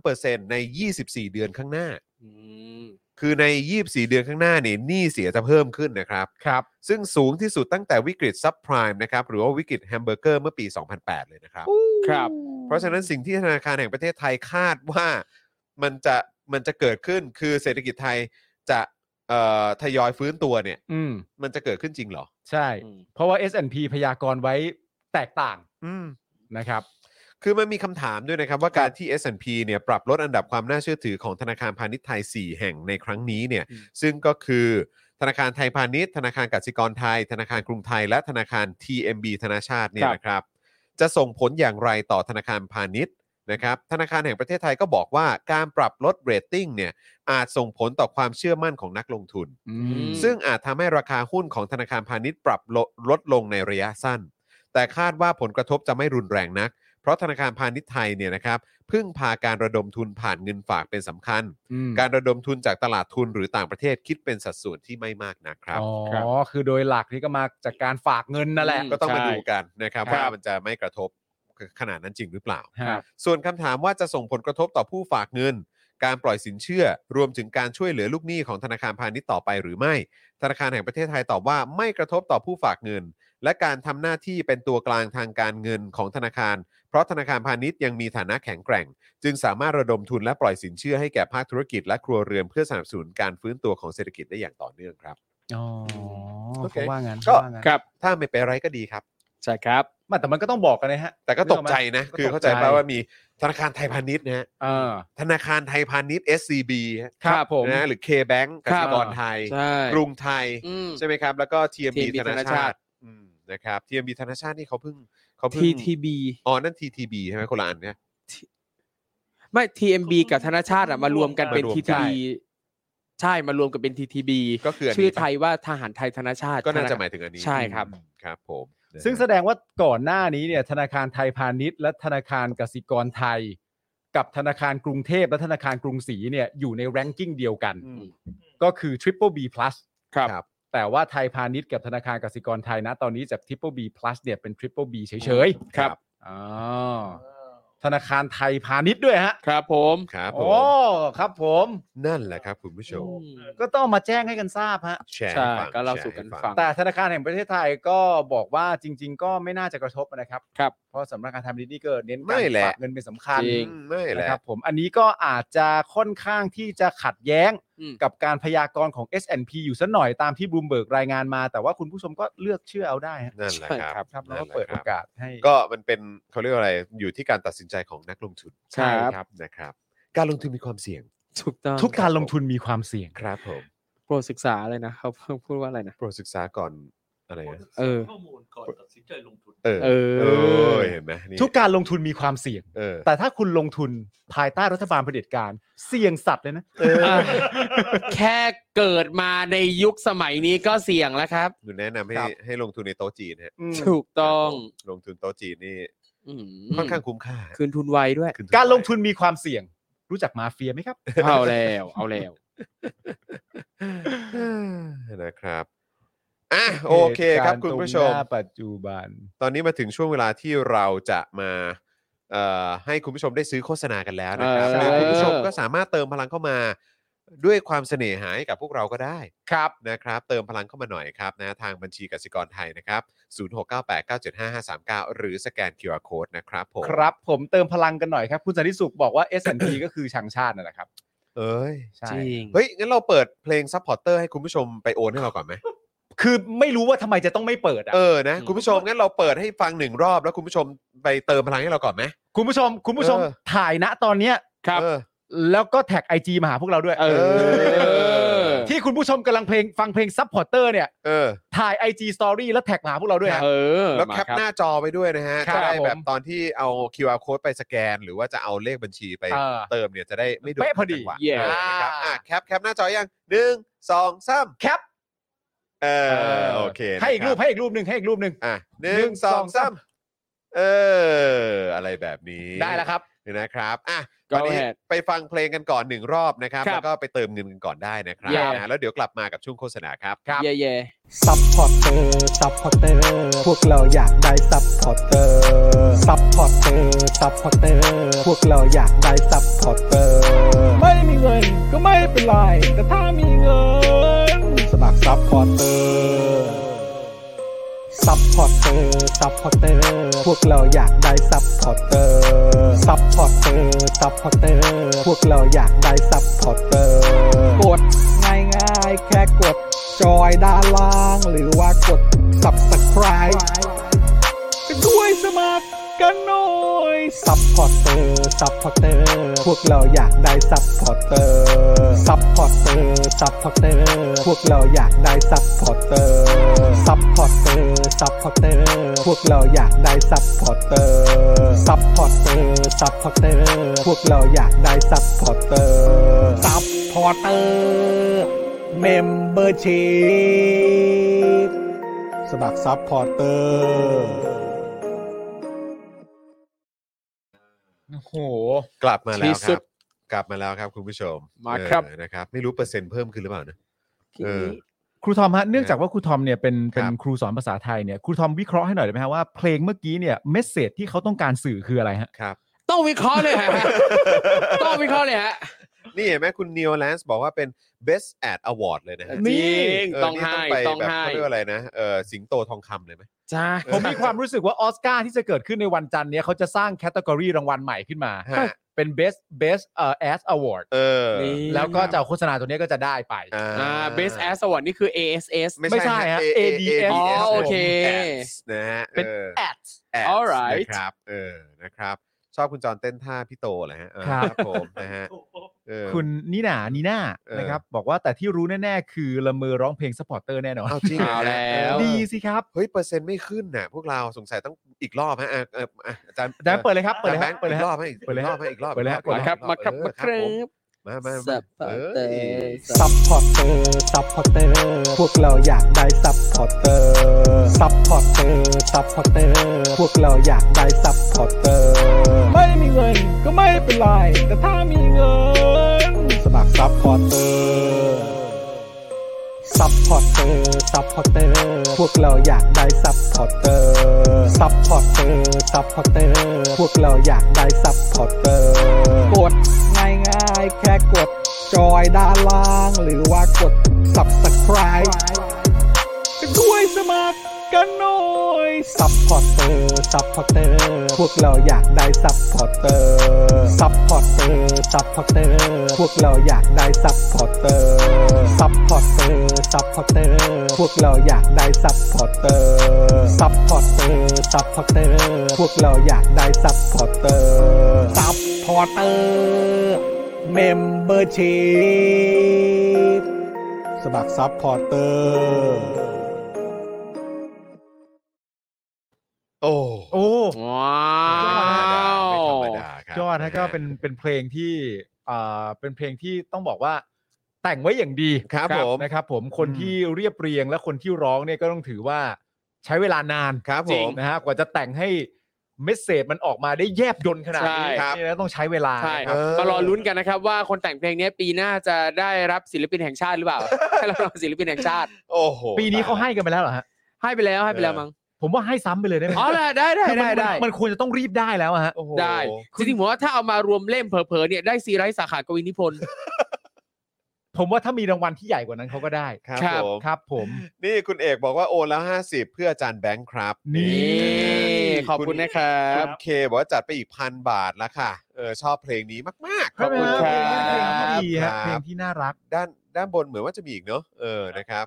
B: 3%ใน 24 เดือนข้างหน้า
D: อืม
B: คือใน 24 เดือนข้างหน้าเนี่ยหนี้เสียจะเพิ่มขึ้นนะครับ
C: ครับ
B: ซึ่งสูงที่สุดตั้งแต่วิกฤตซับไพรม์นะครับ หรือว่าวิกฤตแฮมเบอร์เกอร์เมื่อปี 2008 เลยนะครับ
D: ครับ
B: เพราะฉะนั้นสิ่งที่ธนาคารแห่งประเทศไทยคาดว่ามันจะมันจะเกิดขึ้นคือเศรษฐกิจไทยจะเอ่อทยอยฟื้นตัวเนี่ย
C: อืม
B: มันจะเกิดขึ้นจริงเหรอ
C: ใช่ เพราะว่า S&P พยากรณ์ไว้แตกต่าง
B: อืม
C: นะครับ
B: คือมันมีคำถามด้วยนะครับว่าการที่ S&P เนี่ยปรับลดอันดับความน่าเชื่อถือของธนาคารพาณิชย์ไทย 4 แห่งในครั้งนี้เนี่ย
D: อืม
B: ซึ่งก็คือธนาคารไทยพาณิชย์ ธนาคารกสิกรไทย ธนาคารกรุงไทย และธนาคาร TMB ธนาชาติเนี่ยนะครับ จะส่งผลอย่างไรต่อธนาคารพาณิชย์นะครับธนาคารแห่งประเทศไทยก็บอกว่าการปรับลดเรตติ้งเนี่ยอาจส่งผลต่อความเชื่อมั่นของนักลงทุน
D: อืม
B: ซึ่งอาจทำให้ราคาหุ้นของธนาคารพาณิชย์ปรับลดลดลงในระยะสั้น แต่คาดว่าผลกระทบจะไม่รุนแรงนัก เพราะธนาคารพาณิชย์ไทยเนี่ยนะครับเพึ่งพาการระดมทุนผ่านเงินฝากเป็นสำคัญ การระดมทุนจากตลาดทุนหรือต่างประเทศคิดเป็นสัดส่วนที่ไม่มากนักครับ
C: อ๋อคือโดยหลักนี่ก็มาจากการฝากเงินนั่นแหละ
D: ม
B: ก็ต้องมาดูกันนะครับ
D: ครับ
B: ว่ามันจะไม่กระทบขนาดนั้นจริงหรือเปล่า
D: ครับ
B: ส่วนคำถามว่าจะส่งผลกระทบต่อผู้ฝากเงิน การปล่อยสินเชื่อ รวมถึงการช่วยเหลือลูกหนี้ของธนาคารพาณิชย์ต่อไปหรือไม่ ธนาคารแห่งประเทศไทยตอบว่าไม่กระทบต่อผู้ฝากเงิน และการทำหน้าที่เป็นตัวกลางทางการเงินของธนาคาร เพราะธนาคารพาณิชย์ยังมีฐานะแข็งแกร่ง จึงสามารถระดมทุนและปล่อยสินเชื่อให้แก่ภาคธุรกิจและครัวเรือนเพื่อสนับสนุนการฟื้นตัวของเศรษฐกิจได้อย่างต่อเนื่องครับ
C: อ๋อ
B: โอเค
C: เขาว่างั้น
B: ก็
C: เขาว่างั้น
D: ครับ
B: ถ้าไม่เป็นไรก็ดีครับ
D: ใช่ครับ
C: มันแต่มันก็ต้องบอกกันนะฮะ
B: แต่ก็ตกใจนะ
C: นึกกไหม
B: คือเข้าใจ
C: ก็ตก
B: ป่ะว่ามีธนาคารไทยพาณิชย์นะฮะ
C: เออ
B: ธนาคารไทยพาณิชย์ SCB ฮะ
C: ครับผม
B: นะหรือ K-Bank กสิกรไทย
D: ใช่
B: กรุงไทย
D: อืม
B: ใช่ไหมครับ แล้วก็ TMB
D: TMB
B: ธนา
D: ธนาชา
B: ชา
D: ติ
B: ติอืมนะครับ TMB ธนาชาตินี่เขาเพิ่งเขาเพิ่ง
D: TTB
B: อ๋อ นั่น TTB ใช่ไหมคนละอันเนี่ย
D: ไม่ TMB กับธนชาติอะมารวมกันเป็น
B: มารวมกัน
D: TTB ใช่มารวมกันเป็น TTB
B: ก็คืออันนี้
D: ชื่อ
B: ปะ
D: ไทยว่าทหารไทยธนชาติ
B: ก็น่าจะหมายถึงอันนี้
D: ใช่ครับ
B: อืมครับผมนะฮะ
C: ซึ่งแสดงว่าก่อนหน้านี้เนี่ยธนาคารไทยพาณิชย์และธนาคารกสิกรไทย กับธนาคารกรุงเทพและธนาคารกรุงศรีเนี่ยอยู่ในแรงกิ้งเดียวกัน
B: อืม
C: ก็คือ Triple B plus
D: ครับ
B: ครับ
C: แต่ว่าไทยพาณิชย์กับธนาคารกสิกรไทยนะ ตอนนี้จาก Triple B plus เนี่ยเป็น Triple B เฉยๆ
D: ครับ
C: อ๋อธนาคารไทยพาณิชย์ด้วยฮะ
D: ครับผม
B: ครับผ
C: โอ้
B: ม
C: ครับผม
B: นั่นแหละครับคุณผู้ชม
C: ก็ต้องมาแจ้งให้กันทราบฮะ
B: แชร์
D: ใช่
B: ให้ฟัง
D: ก็เล่า
B: แชร์
D: สู่
B: ให้
D: กัน
B: ฟัง
D: ฟัง
C: แต่ธนาคารแห่งประเทศไทยก็บอกว่าจริง ๆ ก็ไม่น่าจะกระทบนะครับ
D: ครับ
C: เพราะสำนักงานทำนิติก็เน้น
B: ไม่
C: การ
B: แหละ
C: ฝากเงินเป็นสำคัญ
D: จริง
B: อืมไม่แหละ
C: นะครับผมอันนี้ก็อาจจะค่อนข้างที่จะขัดแย้ง
D: อืม
C: กับการพยากรณ์ของ S&P อยู่สักหน่อยตามที่บลูมเบิร์กรายงานมา แต่ว่าคุณผู้ชมก็เลือกเชื่อเอาได้ฮะ
B: นั่นแหละครับ
C: ครับแล้ว
B: นั่น
C: ก็
B: แหละ
C: เปิดโอกาสให้
B: ก็มันเป็นเขาเรียกว่าอะไรอยู่ที่การตัดสินใจของนักลงทุน
D: ใช่ครับ
B: ครับนะครับ การลงทุนมีความเสี่ยง
D: ถูกต้อง
C: ทุกการลงทุนมีความเสี่ยง
B: ครับผม
D: โปรดศึกษาเลยนะเขา เขาพูดว่าอะไรนะ
B: โปรดศึกษาก่อนอะไรนะ
D: เออ
E: ข้อมูลก่อนตัดสินใจลงทุน
B: เออ
D: เออ
B: โอ้ยเห็นไหมนี่
C: ทุกการลงทุนมีความเสี่ยง
B: เออ
C: แต่ถ้าคุณลงทุนภายใต้รัฐบาลเผด็จการเสี่ยงสัตว์เลยนะ
D: แค่เกิดมาในยุคสมัยนี้ก็เสี่ยงแล้วครับ
B: หนูแนะนำให้
C: ครับ
B: ให้ลงทุนในโต๊ะจีนฮะ
C: อืม
D: ถูกต้อง
B: ลงทุนโต๊ะจีนนี่
D: อืม
B: ค่อนข้างคุ้มค่า
D: คืนทุนไวด้วย
B: คืน
C: การลงทุนมีความเสี่ยง รู้จักมาเฟียไหมครับ
D: เอาแล้วเอาแล้ว
B: เออนะครับอ่ะโอเคครับคุณผู้ชม
C: เหตุการณ์ตรงหน้าปัจจุบัน
B: ตอนนี้มาถึงช่วงเวลาที่เราจะมาเอ่อให้คุณผู้ชมได้ซื้อโฆษณากันแล้วนะครับ
D: เออ
B: ซึ่งคุณผู้ชมก็สามารถเติมพลังเข้ามาด้วยความเสน่หาให้กับพวกเราก็ได้
C: ครับ
B: นะครับเติมพลังเข้ามาหน่อยครับนะทางบัญชีกสิกรไทยนะครับ 0698975539 หรือสแกน QR Code นะครับผม
C: ครับผมเติมพลังกันหน่อยครับ คุณสันติสุขบอกว่า S&P ก็คือชังชาตินั่นแหละครับ
B: เอ้ย
C: ใช่
D: จริง
B: เฮ้ย งั้นเราเปิดเพลงซัพพอร์เตอร์ให้คุณผู้ชมไปโอนให้เราก่อนไหม
C: คือไม่รู้ว่าทำไมจะต้องไม่เปิดอ่ะ
B: เออนะ
D: อืม
B: คุณผู้ชมงั้นเราเปิดให้ฟังหนึ่งรอบแล้วคุณผู้ชมไปเติมพลังให้เราก่อนไหม
C: คุณผู้ชม คุณผู้ชม
B: เออ
C: ถ่ายนะตอนเนี้ย
D: ครับ
B: เออ
C: แล้วก็แท็กไอจมาหาพวกเราด้วย
D: เออ
C: ที่คุณผู้ชมกำลังเพลงฟังเพลงซับพอร์เตอร์เนี่ย
B: เออ
C: ถ่าย IG Story แล้วแท็กมาหาพวกเราด้วยฮะ
D: เออ
B: แล้ว
D: มา
B: แคป
D: รับ
B: หน้าจอไปด้วยนะฮะ
C: ครั
B: จะ
C: บ
B: ได้แบบ
C: ผม
B: ตอนที่เอา QR Code ไปสแกน หรือว่าจะเอาเลขบัญชีไป
C: เออ
B: เติมเนี่ยจะได้ไม่โดน
C: เป๊ะพอดี
B: จังหวะ
D: เย่
B: เออนะครับอ่ะแคปแคปหน้าจอยังหนึ่งสองสาม
C: แคป
B: เอ
C: เอ
B: อ
C: อ
B: โอเคนะคบ
C: ให้อีกรูปให้อีกรูปหนึ่งให้อีกรูปหนึ่ง
B: อ่ะหนึ่
C: หนึ่
B: ง
C: ง
B: ส
C: ส
B: อ
C: อง ง
B: สา
C: สาม ม
B: เออ อะไรแบบนี้
C: ได้แล้วครับ
B: นะครับอ่ะต
D: Go
B: อนนี้
D: ahead
B: ไปฟังเพลงกันก่อนหนึ่งรอบนะครับ
D: ครับ
B: แล้วก็ไปเติมเงินกันก่อนได้นะครับ
D: Yeah
B: นะแล้วเดี๋ยวกลับมากับช่วงโฆษณาครับ
D: เย่เย่
A: ซัพพอร์เตอร์ ซัพพอร์เตอร์ พวกเราอยากได้ซัพพอร์เตอร์ ซัพพอร์เตอร์ ซัพพอร์เตอร์ พวกเราอยากได้ซัพพอร์เตอร์ ไม่มีเงินก็ไม่เป็นไร แต่ถ้ามีเงิน สมัครซัพพอร์เตอร์ ซัพพอร์เตอร์ ซัพพอร์เตอร์ พวกเราอยากได้ซัพพอร์เตอร์ ซัพพอร์เตอร์ ซัพพอร์เตอร์ พวกเราอยากได้ซัพพอร์เตอร์ กดง่ายง่ายๆแค่กด จอยด้านล่าง หรือว่ากด subscribe ด้วยสมัครกันหน่อย ซั พอร์เตอร์ซัพพอร์เตอร์พวกเราอยากได้ซัพพอร์เตอร์ซัพพอร์เตอร์ซัพพอร์เตอร์พวกเราอยากได้ซัพพอร์เตอร์ซัพพอร์เตอร์ซัพพอร์เตอร์พวกเราอยากได้ซัพพอร์เตอร์ซัพพอร์เตอร์ซัพพอร์เตอร์พวกเราอยากได้ซัพพอร์เตอร์ซัพพอร์เตอร์เมมเบอร์ชีพสมัครซัพพอร์เตอร์
C: โอ้โห
B: กลับมาแล้
D: ที่
B: วค
D: สุ
B: รับ
D: ด
B: กลับมาแล้วครับคุณผู้ชม
D: มาครับ
B: เออนะครับ ไม่รู้เปอร์เซ็นต์เพิ่มขึ้นหรือเปล่านะ เออ
C: ครูทอมฮะเนื่องจากว่าครูทอมเนี่ยเป็น
B: ครับ
C: เป็นครูสอนภาษาไทยเนี่ยครูทอมวิเคราะห์ให้หน่อยได้ไหมฮะว่าเพลงเมื่อกี้เนี่ยเมสเซจที่เขาต้องการสื่อคืออะไรฮะ
B: ครับ
D: ต้องวิเคราะห์เลย ฮะ ต้องวิเคราะห์เลยฮะ
B: นี่เห็นไหมคุณนิวแลนซ์บอกว่าเป็น best ad award เลยนะฮะ
D: จ
C: นี่
D: ริง
B: เ
D: ต้องให้
B: นี่
D: ต้อง
B: ไปแบบ
D: ให้
B: เขาเรียกว่าอะไรนะเออสิงโตทองคำเลยไหม
D: ใช่
C: ผมมีความรู้สึกว่าออสการ์ที่จะเกิดขึ้นในวันจันทร์เนี้ยเขาจะสร้างแคตตากรีรางวัลใหม่ขึ้นมา
B: ฮะ
C: เป็น best best เอ่อ as award
B: เออ
D: นี่
C: แล้วก็จะเอาโฆษณาตัวเนี้ยก็จะได้ไป
B: อ่า
D: อ่า best ass award นี่คือ ASS
C: ไม่ใช่ฮะ
B: A- A-
C: ADS
D: อ๋อ
B: ADS
D: โอเค
B: ads นะฮะ
C: เป็น
B: ออ
C: at
B: ads
D: alright
B: นะครับเออนะครับ ชอบคุณจอนเต้นท่าพี่โตแหละฮะเออ
C: ครับ
B: ครับผมนะฮะเออ
C: คุณนิหนานีน่า
B: เออ
C: นะครับบอกว่าแต่ที่รู้แน่ ๆ คือละเมอร้องเพลงสปอร์เตอร์แน่นอน
B: เอาจริงหร
D: เอา
B: ฮะ
D: แล้ว
B: เออ
C: ดีสิครับ
B: เฮ้ยเปอร์เซ็นต์ไม่ขึ้นน่ะพวกเราสงสัยต้องอีกรอบฮะอ่ะเอออ่ะอาจารย์
C: อาจารย์เปิดเลยครับเปิดเลย
B: อา
C: ค
B: จา
C: รับ
B: ย์
C: เปิด
B: แบงค์
C: เล
B: อี
C: ย
B: กรอ
C: ค
B: บบ ให้อีกรอ
C: รั
B: บให้อีกรอบ
C: เปิดเลยฮะ
D: มาครับ
B: อีกอ
D: มาครับ
B: เอ
D: มา
B: อ
D: ครับ
B: ผมมามามา
D: สับปะเตอร์สั
A: ซัพ
D: บ
A: พอร์เตอร์ซัพพอร์เตอร์พวกเราอยากได้ซัพพอร์เตอร์ซัพพอร์เตอร์ซัพพอร์เตอร์พวกเราอยากได้ซัพพอร์เตอร์ไม่มีเงินก็ไม่เป็นไร แต่ถ้ามีเงิน สมัครซัพพอร์เตอร์ซัพพอร์เตอร์ซัพพอร์เตอร์พวกเราอยากได้ซัพพอร์เตอร์ซัพพอร์เตอร์ซัพพอร์เตอร์พวกเราอยากได้ซัพพอร์เตอร์กดง่ายๆแค่กด จอยด้านล่างหรือว่ากด subscribe ด้วยสมัครกันหน่อย ซัพพอร์เตอร์ซัพพอร์เตอร์พวกเราอยากได้ซัพพอร์เตอร์ซัพพอร์เตอร์ซัพพอร์เตอร์พวกเราอยากได้ซัพพอร์เตอร์ซัพพอร์เตอร์ซัพพอร์เตอร์พวกเราอยากได้ซัพพอร์เตอร์ซัพพอร์เตอร์ซัพพอร์เตอร์พวกเราอยากได้ซัพพอร์เตอร์ซัพพอร์เตอร์เมมเบอร์ชีพสมัครซัพพอร์เตอร์
B: โอ้
C: โอ้
D: ว้าว
B: ไม่ธรรมดาไม่ธรรมดาครับ
C: ยอดนะก็เป็นเป็นเพลงที่อ่าเป็นเพลงที่ต้องบอกว่าแต่งไว้อย่างดี
B: ครับผม
C: นะครับผมคนที่เรียบเรียงและคนที่ร้องเนี่ยก็ต้องถือว่าใช้เวลานาน
B: ครับผม
C: จงนะฮะกว่าจะแต่งให้เมสเซจมันออกมาได้แยบยนขนาดนี้
B: ใช่ครับ
C: นี่นะต้องใช้เวลา
D: ใช่
C: นะค
D: ครั
C: รั
D: บบ
B: เออ
D: มารอลุ้นกันนะครับว่าคนแต่งเพลงนี้ปีหน้าจะได้รับศิลปินแห่งชาติหรือเปล่า ได้รับศิลปินแห่งชาติ
B: โอ้โห
C: ปีนี้เขาให้กันไปแล้วเหรอฮะ
D: ให้ไปแล้วให้ไปแล้วมั้ง
C: ผมว่าให้ซ้ำไปเลยได้ไหม
D: อ๋อเหรอได้ได้
C: คือมัน
D: ได้ได้
C: มันมันควรจะต้องรีบได้แล้วอะฮะ
B: โอ้โห
D: ได้จริงๆผมว่าถ้าเอามารวมเล่มเผลอๆเนี่ยได้ซีไรส์สาขากวินนิพนธ์
C: ผมว่าถ้ามีรางวัลที่ใหญ่กว่านั้นเขาก็ได้
B: ครับ
D: ครับ
B: ผม
C: ครับ ผม
B: นี่คุณเอกบอกว่าโอนแล้ว 50 เพื่ออาจารย์แบงค์ครับ
C: นี่
D: นี่ขอบคุณนะครั
B: ครับ บเคบอกว่าจัดไปอีกพันบาทแล้วค่ะเออชอบเพลงนี้มากๆ
D: ขอบคุณครับ
C: เพลงที่ดีฮะเพลง
B: ครับ
C: ที่น่ารัก
B: ด้านด้านบนเหมือนว่าจะมีอีกเนาะเออนะครับ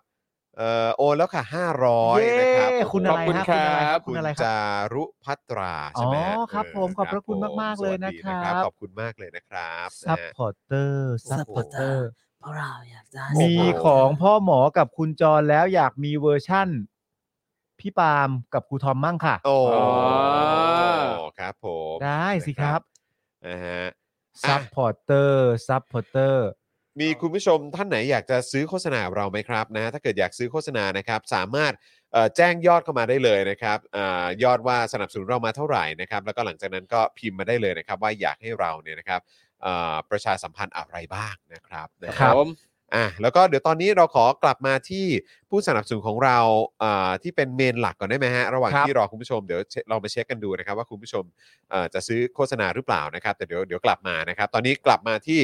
B: เออโอนแล้วค่ะ 500 นะครับ
C: เย้คุณ
B: ขอ
C: อะ
B: บ
C: ไร
B: คุณ
C: ฮะ
B: ค
C: คุ
B: รั
C: ณ
B: บ
C: อะไรครับ
B: คุ
C: คุณ ณอะไรค
B: จา
C: รับ
B: รุพัตราใช่ไหม
C: อ๋อครับ
B: เ
C: ผมขอบพระคุณ
B: ผม
C: ากๆเลยนะ
B: สวัสดี
C: ครับ
B: ขอบคุณมากเลยนะครับ
C: ซัพ
B: นะฮะ
C: พอร์เตอร์ซัพพอร์เตอ
G: supporter
C: ร์
G: เพราะเราอยากได้
B: โอ้
C: มี
B: โห
C: ของพ่อหมอกับคุณจรแล้วอยากมีเวอร์ชั่น พี่ปาล์มกับครูทอมมั่งค่ะ
B: โอ้
D: อ๋อ
B: ครับผม
C: ได้สิครับ
B: นะฮะ อ่ะ
C: ซัพพอร์เตอร์ซัพพอร์เตอร์
B: มีคุณผู้ชมท่านไหนอยากจะซื้อโฆษณากับเราไหมครับนะถ้าเกิดอยากซื้อโฆษณานะครับสามารถเอ่อแจ้งยอดเข้ามาได้เลยนะครับอายอดว่าสนับสนุนเรามาเท่าไหร่นะครับแล้วก็หลังจากนั้นก็พิมพ์มาได้เลยนะครับ ว่าอยากให้เราเนี่ยนะครับเอ่อประชาสัมพันธ์อะไรบ้างนะครับนะค
D: ค
B: รั
D: รั
B: บบ
D: ผม
B: อ่ะแล้วก็เดี๋ยวตอนนี้เราขอกลับมาที่ผู้สนับสนุนของเราอ่าที่เป็นเมนหลักก่อนได้ไหมฮะระหว่างที่รอคุณผู้ชมเดี๋ยวเช็คเราไปเช็คกันดูนะครับว่าคุณผู้ชม เอ่อจะซื้อโฆษณาหรือเปล่านะครับ แต่เดี๋ยวเดี๋ยวกลับมานะครับ ตอนนี้กลับมาที่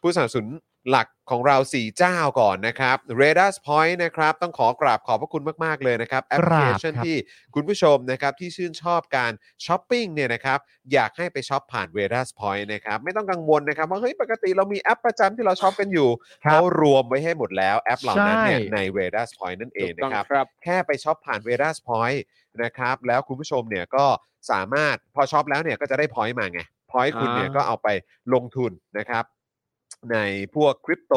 B: ผู้สนับสนุนหลักของเรา 4 เจ้าก่อนนะครับ r a d a r s Point นะครับ ต้องขอกราบขอบพระคุณมาก ๆ เลยนะครับ แอปพลิเคชันที่คุณผู้ชมนะครับที่ชื่นชอบการช้อปปิ้งเนี่ยนะครับอยากให้ไปช้อปผ่าน r a d a r s Point นะครับไม่ต้องกังวลนะครับว่าเฮ้ยปกติเรามีแอปประจำที่เราช้อปกันอยู่
C: ครั
B: เขา
C: บ
B: รวมไว้ให้หมดแล้วแอปเหล่านั้นเนี่ย
C: ใช่
B: ใน r a d a r s Point นั่นเอง
D: ถูกต้อ
B: นะ
D: ง
B: ครับ
D: ครับ
B: แค่ไปช็อปผ่านเว d a s Point นะครับ แล้วคุณผู้ชมเนี่ยก็สามารถพอช็อปแล้วเนี่ยก็จะได้ point มาไง point ให้คุณเนี่ย
D: อ่า
B: ก็เอาไปลงทุนนะครับ ในพวกคริปโต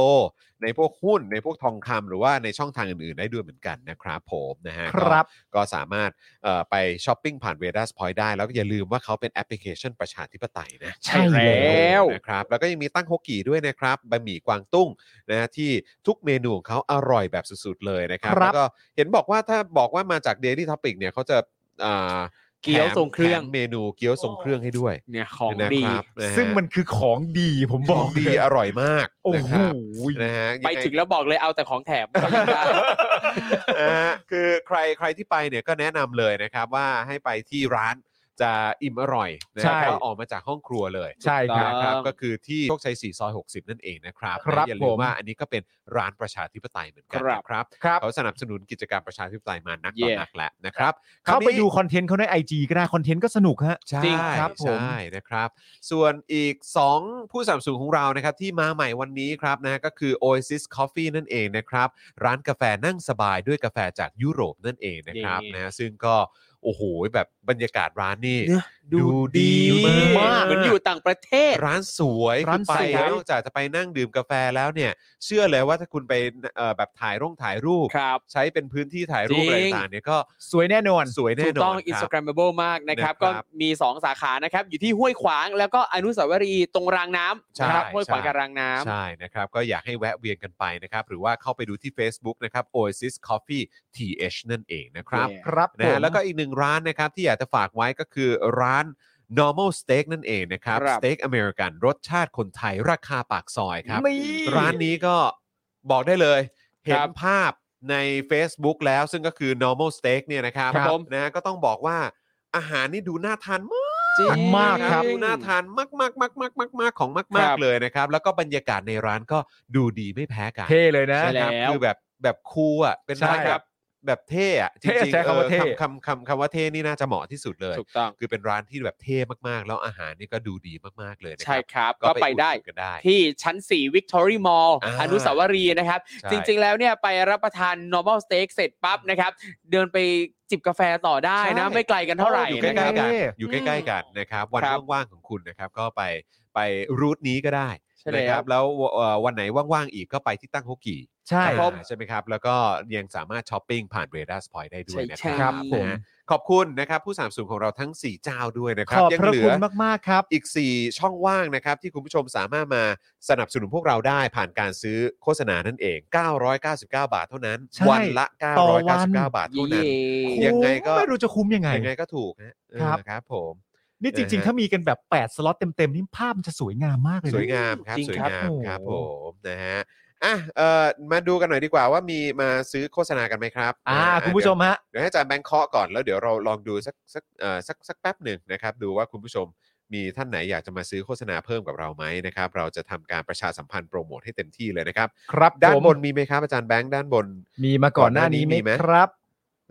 B: ในพวกหุ้น ในพวกทองคำหรือว่าในช่องทางอื่นๆ ได้ด้วยเหมือนกันนะครับผมนะฮะ
C: ค
B: ก็
C: รับ
B: ก็สามารถเอ่อไปช้อปปิ้งผ่านเวดัสพอยต์ได้ แล้วก็อย่าลืมว่าเขาเป็นแอปพลิเคชันประชาธิปไตยนะ
C: ใช่แล้ว
B: นะครับแล้วก็ยังมีตั้งฮกกี่ด้วยนะครับบะหมี่กวางตุ้งนะฮะที่ทุกเมนูของเขาอร่อยแบบสุดๆเลยนะครับ
C: ครับ
B: แล้วก็เห็นบอกว่าถ้าบอกว่ามาจาก Daily Topic เนี่ยเขาจะอ่า
D: เกี๊ยวทรงเครื่อง
B: แถมเมนูเกี๊ยวทรงเครื่องให้ด้วย
D: เนี่ยของ
B: นะ
D: ดี
B: ครับะฮะ
C: ซึ่งมันคือของดีผม
B: ข
C: บอ
B: อกงดี
C: เลย
B: อร่อยมาก
C: โอ้
B: นะ
C: โห
B: ครับนะฮะยั
D: ไป
B: ไ
D: ถึงแล้วบอกเลยเอาแต่ของแถม
B: นะ ฮะคือใครใครที่ไปเนี่ยก็แนะนำเลยนะครับว่าให้ไปที่ร้านจะอิ่มอร่อยนะค
C: ใช่
B: รับก็ออกมาจากห้องครัวเลย
C: ใช่ครับ
B: นะครับ
D: ต้อง
B: ก็คือที่โชคชัย4ซอย60 นั่นเองนะครับ
C: ครับ
B: นะอย่าลืม
C: ผม
B: ว่าอันนี้ก็เป็นร้านประชาธิปไตยเหมือนกันนะครับ
C: ครับ
B: เขาสนับสนุนกิจการประชาธิปไตยมานักต่อ
D: Yeah
B: นักแล้วนะครับ
C: เข้าไป
B: ครวนี้
C: ดูคอนเทนต์เขาในไอจก็ได้คอนเทนต์ก็สนุกฮะ
B: ใช่
D: จริง
C: ครับผม
B: ใช่นะครับ ส่วนอีก 2 ผู้สนัมสูงของเรานะครับ ที่มาใหม่วันนี้ครับนะก็คือ Oasis Coffee นั่นเองนะครับ ร้านกาแฟนั่งสบายด้วยกาแฟจากยุโรปนั่นเองนะครับ
D: นี่
B: นะซึ่งก็โอ้โหแบบบรรยากาศร้านนี่
D: เนี่ย
B: ดูดีมาก
D: เหมือนอยู่ต่างประเทศ
B: ร้านสวย
C: ร้าน
B: คือไป
C: สวย
B: นอกจากจะไปนั่งดื่มกาแฟแล้วเนี่ย เชื่อเลยว่าถ้าคุณไปเอ่อแบบถ่ายร่งถ่ายรูป
D: ครับ
B: ใช้เป็นพื้นที่ถ่ายรูป
D: จริง
B: อะไรต่างๆเนี่ยก็
C: สวยแน่นอน
B: สวยแน่
D: ถู
B: นอ
D: ก
B: น
D: ต้อง
B: ครับ
D: Instagrammable มากนะครับ
B: นะครับ
D: ก็มี 2 สาขานะครับ อยู่ที่ห้วยขวางแล้วก็อนุสาวรีย์ตรงรางน้ำ
B: ใช่
D: นะครับห้วยขวาง
B: ใช่
D: กับรางน้ำ
B: ใช่นะครับ ก็อยากให้แวะเวียนกันไปนะครับ หรือว่าเข้าไปดูที่ Facebook นะครับ Oasis Coffee TH นั่นเองนะครับ
D: Yeah
C: ครับ
B: นะ
C: ผ
B: ฮะ
C: ม
B: แล้วก็อีกหนึ่งร้านนะครับ ที่อยากจะฝากไว้ก็คือร้าน normal steak นั่นเองนะครับ
D: ครับ
B: steak American รสชาติคนไทยราคาปากซอยครับ
C: นี่
B: ร้านนี้ก็บอกได้เลยเห็
D: คน รับ
B: ภาพใน Facebook แล้วซึ่งก็คือ normal steak เนี่ยนะครับ
D: ครับผม
B: นะฮะก็ต้องบอกว่าอาหารนี่ดูน่าทานมาก
D: จริง
C: มากครับ
B: ดูน่าทานมากมากมากมากมากมากของมาก
D: ครั
B: มาก
D: บ
B: เลยนะครับ แล้วก็บรรยากาศในร้านก็ดูดีไม่แพ้กัน
C: เท่เลยนะ
D: ใช่แล้
B: คว รับคือแบบแบบคูลอ่ะเป็น
C: ใช่
B: ร้าน
C: ค
B: แบ
C: รั
B: บบ แบบเท่อะจ
C: เท่
B: ริง
C: ใช้
B: ๆ
C: คำว่า
B: เออ
C: เท่
B: คำคำคำว่าเท่นี่น่าจะเหมาะที่สุดเลย
D: ถูกต้อง
B: คือเป็นร้านที่แบบเท่มากๆ แล้วอาหารนี่ก็ดูดีมากๆเลยนะ
D: ใช่
B: ครับ
D: ครับ ก็ไปได้
B: อุหนุนกันได้
D: ที่ชั้น 4 Victory Mall
B: อ่า
D: อนุสาวรีย์นะครับ
B: ใช่
D: จริงๆ แล้วเนี่ยไปรับประทาน normal steak เสร็จปั๊บนะครับ เดินไปจิบกาแฟต่อได้นะ ไม่ไกลกันเท่าไหร่
B: อยู่ใก
D: นะ
B: ล้
D: ครับ
B: ๆกัน
C: เท่
B: อยู่ใกล้ๆกันนะครับ วัน
D: ครับ
B: ว่างๆของคุณนะครับ ก็ไปไปรูทนี้ก็ได้
D: ใช่
B: นะค
D: แล้
B: รั
D: ว
B: บ แล้วเอ่อวันไหนว่างๆอีกก็ไปที่ตั้งฮกกี
C: ใช่
B: อ่าใช่ไหมครับ แล้วก็ยังสามารถช้อปปิ้งผ่านเรดาร์สพอยต์ได้ด้วยนะค
D: ใช่
B: รับ
C: ครับผม
B: นะฮะขอบคุณนะครับผู้สามสูงของเราทั้ง 4 เจ้าด้วยนะค
C: ข
B: รั
C: อบ
B: ยัง
C: พระ
B: เหลื
C: คุณมากๆครับ
B: อีก 4 ช่องว่างนะครับ ที่คุณผู้ชมสามารถมาสนับสนุนพวกเราได้ผ่านการซื้อโฆษณานั่นเอง 999 บาทเท่านั้น
C: ใช่
B: วันละ
C: ต่อวั
B: 999
C: น
B: บาทเท่านั้น
C: คุ้ม
B: ยังไงก็
C: ไม่รู้จะคุ้มยังไง
B: ยังไงก็ถูกนะเออ
C: ครับ
B: ครับผม
C: นี่จริง
B: นะฮะ
C: ๆ ถ้ามีกันแบบ 8 สล็อตเต็ม ๆ นี่ภาพมันจะสวยงามมากเลย
B: ส
C: นะ
B: วยงามครับ
D: จริง
B: สวย
D: ครับ
B: งามครับ
C: โอ้โห
B: ผมนะฮะอ่ะเอ่อมาดูกันหน่อยดีกว่าว่ามีมาซื้อโฆษณากันไหมครับ
C: อ่า
B: นะฮะ
C: คุณผู้ช
B: เดี๋ยว
C: มฮะ
B: เดี๋ยวให้อาจารย์แบงค์เคาะก่อนแล้วเดี๋ยวเราลองดูสักสักเอ่อสักสักแป๊บหนึ่งนะครับ ดูว่าคุณผู้ชมมีท่านไหนอยากจะมาซื้อโฆษณาเพิ่มกับเราไหมนะครับ เราจะทำการประชาสัมพันธ์โปรโมทให้เต็มที่เลยนะครับ
C: ครับ
B: ด้าน
C: ผม
B: บนมีไหมครับอาจารย์แบงค์ด้านบน
C: มีมาก่อนหน้านี้ไหม
B: ก่อนหน้านี้มีไหม
C: ครับ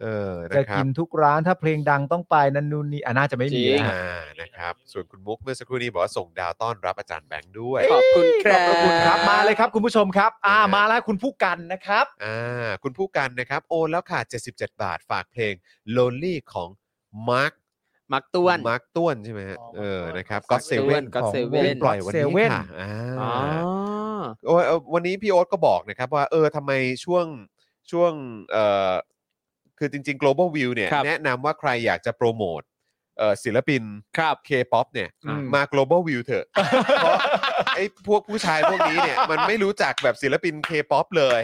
B: เออ
C: จะ
B: นะครับ
C: กินทุกร้านถ้าเพลงดังต้องไปนั่นนู่นนี่อ่ะน่าจะไม่มี
D: จริง
C: นะฮะ
B: อ่านะครับ ส่วนคุณมุกเมื่อสักครู่นี้บอกว่าส่งดาวต้อนรับอาจารย์แบงค์ด้วย
D: ขอบคุณครับ
C: ขอบคุณครับมาเลยครับคุณผู้ชมครับ อ่า
B: นะฮะ
C: มาแล้วคุณผู้กันนะครับ
B: อ่าคุณผู้กันนะครับโอนแล้วค่ะ 77 บาทฝากเพลง Lonely ของมาร์ค
D: มักต้วน
B: มาร์คต้วนใช่ไหมฮะ
E: อ๋อ
B: เออนะครับก็เซเว่น
D: God
C: ของ
D: Seven
B: เพิ่งปล่อย
C: God
B: วัน
C: Seven
B: นี้ค่ะอ่
D: อ๋อา
B: โอ้ยเอ่อวันนี้พี่โอ๊ตก็บอกนะครับว่าเออทำไมช่วงช่วงเอ่อคือจริง ๆ global view เนี่ย
D: ครับ
B: แนะนำว่าใครอยากจะโปรโมทเอ่อศิลปิน
D: ครับ
B: K-POP เนี่ย
C: อืม
B: มา global view เถอะ เพราะไอ้พวกผู้ชายพวกนี้เนี่ย มันไม่รู้จักแบบศิลปิน K-POP เลย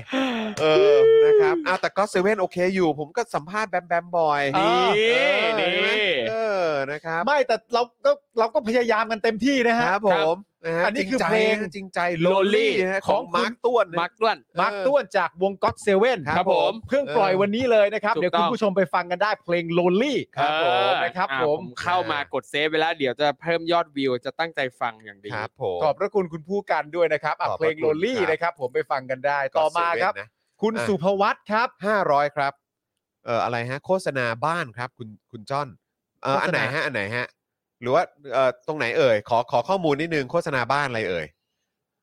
B: เออนะครับอ้าวแต่ก็เซเว่นโอเคอยู่ ผมก็สัมภาษณ์แบมแบมบอย
D: นี่
B: เออ
D: นี่
B: เห็ไหมเออนะครับ
C: ไม่แต่เราก็เราก็พยายามกันเต็มที่นะ
B: ค
C: ฮะ
B: รับผมนะฮะ
C: อันนี้คือ
B: จริใจ
C: เพลง
B: นะจริงใจ
C: Lonely
B: Lonely นะฮะของ
C: ของคุณ
B: มาร์คต้วนนะ
D: มักต้วน
C: มาร์คต้วนจากวงก็ d ดเซเว่น
B: ครับผม
C: เพิ่งปล่อยวันนี้เลยนะครับ
D: ถูก
C: เดี๋ยว
D: ต้
C: คุณ
D: อง
C: ผู้ชมไปฟังกันได้เพลง lonely
B: ครับผม
D: เออ
C: นะครับ
D: อ่า
C: ผม
D: เข้ามากดเซฟไปแล้ว เดี๋ยวจะเพิ่มยอดวิวจะตั้งใจฟังอย่างดี
B: ครับผม
C: ขอบพระคุณคุณผู้กันด้วยนะครับอ่ะ
B: ขอบพ
C: เพล
B: ระ
C: ง
B: คุณ
C: lonely
B: ครับ
C: นะครับ ผมไปฟังกันได้ ต่อมาครับ
B: เซเว่นนะ
C: คุณ
B: อ่ะ
C: สุภวัตครับ
B: ห้าร้อยครับ เอ่ออะไรฮะ โฆษณาบ้านครับ คุณคุณจ้อนเอ่อ
C: โฆษ
B: อัน
C: ณา
B: ไหนฮะอันไหนฮะ หรือว่าเอ่อตรงไหนเอ่ยขอขอข้อมูลนิดนึงโฆษณาบ้านอะไรเอ่ย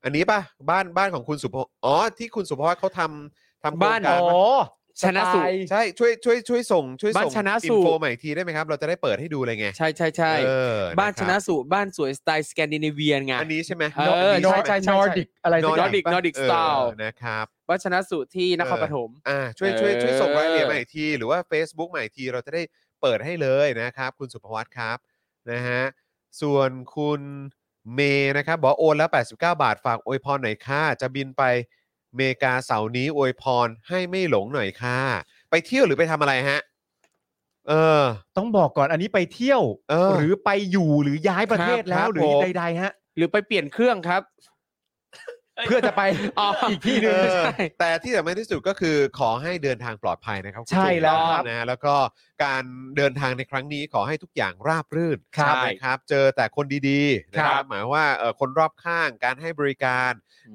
B: อันนี้ป่ะบ้านบ้านของคุณสุภอ๋อที่คุณสุภวัฒน์เขาทำทำโครง
D: บ้าน
B: กา
C: อ๋
B: ร
C: อ
B: ปะ
D: ชนะสูต
C: ส
D: ร
C: ไตล์
B: ใช่ช่วยช่วยช่วยส่งช่วย
D: บ้า
B: ส่ง
D: นชนะ
B: อิ
D: สู
B: น
D: ตร
B: โฟใหม่อีกทีได้ไหมครับ เราจะได้เปิดให้ดูเลยไง
D: ใช่ใช่ใช่
B: เออ
D: บ้านช
B: ค
D: นะ
B: รั
D: สูตรบ้านสวยสไตล์สแกนดิเนเวียนไง
B: อันนี้ใช่ไหม
D: เออใช่ใช่
C: นอร์ดิกอะไรสักอย่าง
D: Nordic
B: ปะ
D: Nordic
B: เออ
D: style
B: นะครับ
D: บ้านชนะสูตรที่นครปฐม
B: อ่าช่วยช่วยช่วยส่ง
D: เออ
B: รายละเอียดมาอีกที หรือว่า Facebook มาอีกทีเราจะได้เปิดให้เลยนะครับ คุณสุภวัตครับนะฮะส่วนคุณเมย์นะครับ บอกว่าโอนแล้ว 89 บาทฝากอวยพรหน่อยค่ะ จะบินไปเมกาเสาร์นี้อวยพรให้ไม่หลงหน่อยค่ะ ไปเที่ยวหรือไปทำอะไรฮะ เออ
C: ต้องบอกก่อนอันนี้ไปเที่ยว
B: เออ
C: หรือไปอยู่หรือย้ายประเทศ
D: ค
C: แล้
D: รั
C: ว
D: บ
C: หรือ
D: ผม
C: ใดๆฮะ
D: หรือไปเปลี่ยนเครื่องครับ
C: เพื่อจะไป
D: อ๋ออี
C: อีกที่หนึ่ง
B: เออ
D: ใช่
B: แต่ที่สำคัญที่สุดก็คือขอให้เดินทางปลอดภัยนะครับคุณ
C: ใช่แล้ว
B: ผู้ชม
C: ครับ
B: นะ แล้วก็การเดินทางในครั้งนี้ขอให้ทุกอย่างราบรื่น
C: ครับ
B: นะครับ เจอแต่คนดีๆนะค
C: ครั
B: รับบ หมายว่าเอ่อคนรอบข้างการให้บริการ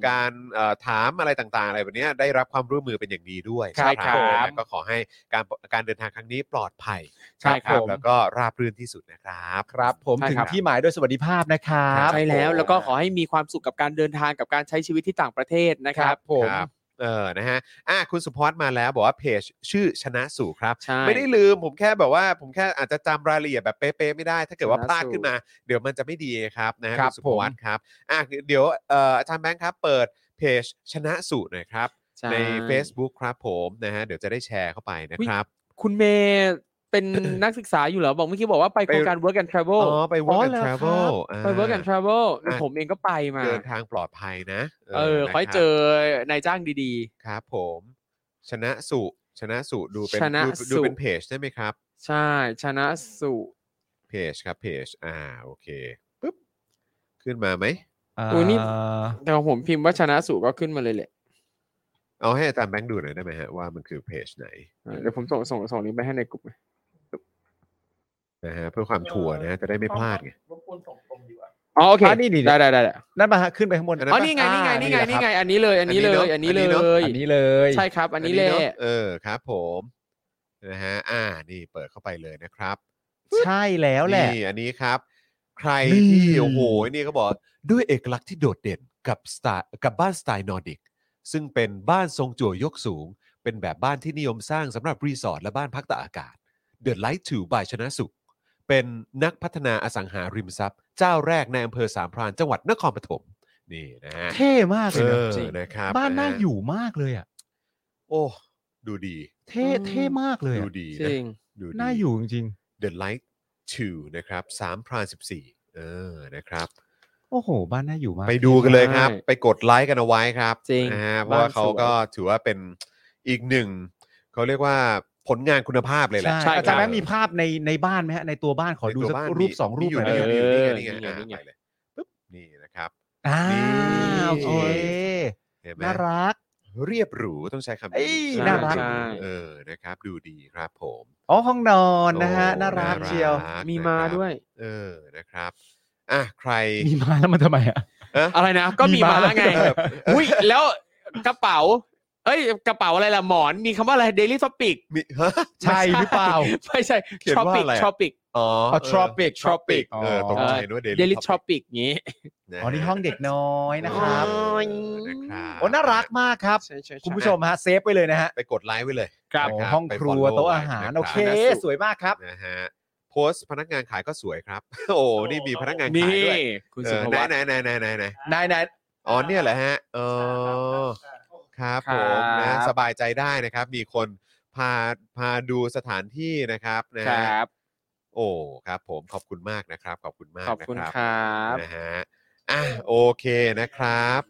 B: การเอ่อถามอะไรต่างๆ อะไรแบบเนี้ยได้รับความร่วมมือเป็นอย่างดีด้วย
D: ใช่ครับ
B: นะก็ขอให้การการเดินทางครั้งนี้ปลอดภัย
D: ใช่ครับ
B: แล้วก็ราบรื่นที่สุดนะครับ
C: ครับ ผม
D: ใช่
C: ถึง
D: ครับ
C: ที่หมายโดยสวัสดิภาพนะครับ
D: ใช่แล้วแล้วก็ขอให้มีความสุขกับการเดินทางกับการใช้ชีวิตที่ต่างประเทศนะครับ ผม
B: ครับเออนะฮะอ่ะคุณสุพจน์มาแล้วบอกว่าเพจชื่อชนะสู่ครับ
D: ใช่
B: ไม่ได้ลืมผมแค่แบบว่าผมแค่อาจจะจำรายละเอียดแบบเป๊ะๆไม่ได้ ถ้าเกิดว่า
D: ช
B: พ
D: นะ
B: ลาด
D: สูตร
B: ขึ้นมา เดี๋ยวมันจะไม่ดีครับนะฮะ
C: ครั
B: คุ
C: บ
B: ณสุภวัตครับอ่ะเดี๋ยวเอ่ออาจารย์แบงค์ครับ เปิดเพจชนะสูตรหน่อยครับ
D: ใช่
B: ใน Facebook ครับผมนะฮะเดี๋ยวจะได้แชร์เข้าไปนะครับ
D: คุณเมย์เป็น นักศึกษาอยู่เหรอ บอกเมื่อกี้บอกว่าไป
B: ไป
D: โครงการ work and
B: อ๋
D: travel
B: อ ไป work and
D: เหรอครับ
B: travel อ่า
D: ไป work and travel
B: อ่ะ
D: ผมเองก็ไปมา
B: เดินทางปลอดภัยนะ
D: เออ
B: นะ
D: ขอให้
B: รับ
D: เจอนายจ้างดี
B: ครับผม ชนะสูตรชนะสูตรดูเป็น
D: ชนะ
B: ดูดู
D: สูตร
B: เป็นเพจได้ไหมครับ
D: ๆ ใช่ชนะสุ
B: เพจครับเพจอ่าโอเคปึ๊บขึ้นมาไหม
D: โอ้นี่แต่ของผมพิมพ์ว่าชนะสุก็ขึ้นมาเลยแหละ
B: เอาให้อาจารย์แบงค์ดูหน่อยได้ไหมฮะว่ามันคือเพจไหน
D: เออเดี๋ยวผมส่งส่งส่งลิงก์ไปให้ในกลุ่ม
B: นะฮะเพื่อความชัวร์นะฮะจะได้ไม่พลาดไง
E: รบกวนส่งตรงดีกว่า
D: อ๋อโอเค
C: อ่ะนี่นี่
D: ได้ได้ได้ได้
C: นั่นมาฮะขึ้นไปข้างบน
B: อันนั้
D: อ๋อน นี่ไงนี่ไง
C: อ่า
D: นี่ไง
C: แหละ
D: นี่
C: ครับ
D: ไงอันนี้เลยอันนี้เลย
B: อั
D: อั
B: น
D: น
B: นี้
D: นี้
B: เน
D: เล
B: อะ
D: ย
C: อันนี้เลย
D: ใช่ครับ อันนี้เลย
B: เาะเออครับผมนะฮะอ่านี่เปิดเข้าไปเลยนะครับ
C: ใช่แล้วแหละ
B: นี่อันนี้ครับ ใคร
C: นี่
B: ที่โอ้โหนี่เขาบอกด้วยเอกลักษณ์ที่โดดเด่นกับสไตล์กับบ้านสไตล์นอร์ดิกซึ่งเป็นบ้านทรงจั่วยกสูง เป็นแบบบ้านที่นิยมสร้างสำหรับรีสอร์ทและบ้านพักตากอากาศ The Light to บายชนะสุข เป็นนักพัฒนาอสังหาริมทรัพย์ เจ้าแรกในอำเภอสามพรานจังหวัดนครปฐมนี่นะฮะ
C: เท่มากเลยนะ
B: เออ
C: จริง
B: นะครับ
C: บ้านน่า
B: นะฮะ
C: อยู่มากเลยอ่ะ
B: โอ้ ดูดี
C: เท่เท่มากเลย
B: ดู
C: อะ
B: ดี
D: จ
B: นะ
D: ริง
B: ดูดี
C: น่าอยู่จริง
B: The Light 2 นะครับ3พราน14 เออนะครับ
C: ๆโอ้โห บ้านน่าอยู่มาก
B: ไปดูกันเลยครับ
D: ใช่
B: ไปกดไลค์กันเอาไว้ครับ
D: จริง
B: นะฮะเพราะว่า
D: บ้านสวย
B: เขาก็ถือว่าเป็นอีกหนึ่ง เขาเรียกว่าผลงานคุณภาพเลยแหละ
C: ใช่อาจารย์
D: ค
C: แบ
D: รั
C: ง
D: บ
C: ค์มีภาพในในบ้านไหมฮะในตัวบ้านขอดู
B: ในตัว
C: สัก
B: บ้าน
C: รูป
B: มี
C: สองรูป
B: มีอยู่
C: หน่
B: นะ
C: อย
B: มีอยู่
D: เออ
B: นี่ไงนี่ไง
D: นี่
B: นี่ไง
D: ไง
B: อ่ะไปเลยปึ๊บนี่นะครับ
C: อ่า
B: นี่
C: โอเค
B: เห็นไหม
C: น่ารัก
B: เรียบหรูต้องใช้คำ
C: เอ้
B: นี้
C: ย
B: ใช่
C: น่ารัก
B: ใช่เออนะครับ ดูดีครับผม
C: อ๋อห้องนอนนะฮะ
B: โอ้
C: น่ารักเชียว
B: ก
D: มีมา
B: นะครับ
D: ด้วย
B: เออนะครับอ่ะใคร
C: มีมาแล้วมันทำไมอ่ะ
B: เอะ
D: อะไรนะก็มี
C: มีม้า
D: ม้า
C: แล้ว
D: ไงอุ้ยแล้วกระเป๋า เอ้ยกระเป๋าอะไรล่ะหมอนมีคำว่าอะไร daily topic
B: มี ฮะ
C: ใช่หรือเปล่า
D: ไม่ใช่
B: เขียนว่า
D: tropic
B: อะไรอะ
D: tropic
B: อ๋อ
C: อ๋อ Tropic
B: tropic
C: Tropic
B: เออตรงใจนึกว่า daily
D: daily
B: topic
D: topic งี้
B: ะฮะ
C: อ๋อนี่ห้องเด็กน้อยนะครับ
B: เออนะครับ
C: โอ้น่ารักมากครับ
D: ใช่ใช่ใช่
C: คุณผู้ชมฮะเซฟไว้เลยนะฮะ
B: ไปกดไลค์ไว้เลย
C: โอ้
B: นะบ
C: ห้อง
B: ไป
C: ครัว
B: follow
C: โต๊ะอาหาร
B: ไว้นะ
C: โอเค
B: บ
C: สวยมากครับ
B: นะฮะโพสต์พนักงานขายก็สวยครับ โอ้นี่มีพนักงานขาย
D: นี่
B: ด้วย
D: คุณ
B: เอ
D: สุ
B: อ
D: ภ
B: ไหน
D: วัต
B: ไหนไหนไหนไหนไหน
C: นายนาย
B: อ๋อเนี่ยแหละฮะเออครับผม
D: ครั
B: นะ
D: บ
B: สบายใจได้นะครับ มีคนพาพาดูสถานที่นะครับนะ
D: คร
B: ฮะ
D: ับ
B: โอ้ครับผมขอบคุณมากนะครับ ขอบคุณมาก
D: ขอบคุณ
B: นะ
D: ครับ
B: นะฮะ อ่ะโอเคนะครับ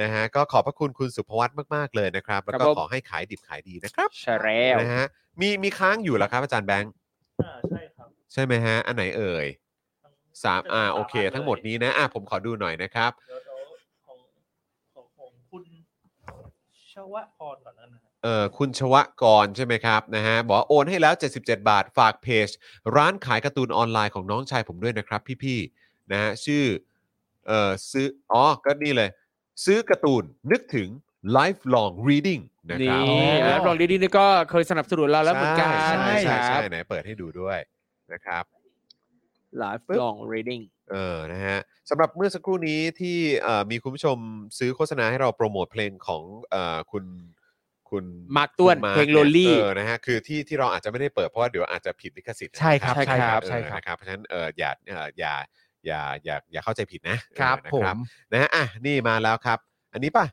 B: นะฮะ ก็ขอบพระคุณคุณสุภวัตมาก ๆ เลยนะครับ แล้วก็
D: ครับผม
B: ขอให้ขายดิบขายดีนะครับ
D: ใช่แล้ว
B: นะฮะ มีมีค้างอยู่เหรอครับ อาจารย์แบงค์
E: อ่าใช่ครับ
B: ใช่ไหมฮะ อันไหนเอ่ยสามอ่า โอเค ทั้งหมดนี้นะ อ่ะ ผมขอดูหน่อยนะครับ
E: เดี๋ยวๆของของของคุณชวะพรก่อนแล้วนะฮะ
B: เอ่อ คุณชวะกรใช่ไหมครับ นะฮะ บอกว่าโอนให้แล้ว 77 บาท ฝากเพจ ร้านขายการ์ตูนออนไลน์ของน้องชายผมด้วยนะครับ พี่ๆ นะฮะ ชื่อ เอ่อ ซื้อ อ๋อ ก็นี่เลย ซื้อการ์ตูน นึกถึง lifelong reading นะครับ
D: นี่แล้วรองดีดีนี่ก็เคยสนับสนุนเราแล้วเหมือนกัน
B: ใช่ใช่
D: ค
B: ใช่
D: รับ
B: ไหนเปิดให้ดูด้วยนะครับ
D: ไลฟ์ลอง reading
B: เออนะฮะสำหรับเมื่อสักครู่นี้ที่เอ่อมีคุณผู้ชมซื้อโฆษณาให้เราโปรโมทเพลงของเอ่อคุณ คุณ
D: มาร์คต้วน
B: คุณมาร์ค
D: เพลง Lonely
B: เออนะฮะคือที่ที่เราอาจจะไม่ได้เปิดเพราะว่าเดี๋ยวอาจจะผิดลิขสิทธิ์
C: ใช่ครับ
B: นะ
C: ใช่ครับใช่ค
B: เออ
C: รับ
B: นะครับเพราะฉะนั้นเอออย่าเอออย่าอย่าอย่าอย่าเข้าใจผิดนะครับ เออนะ
C: ผม
B: นะฮะอ่ะนี่มาแล้วครับ อันนี้ป่ะ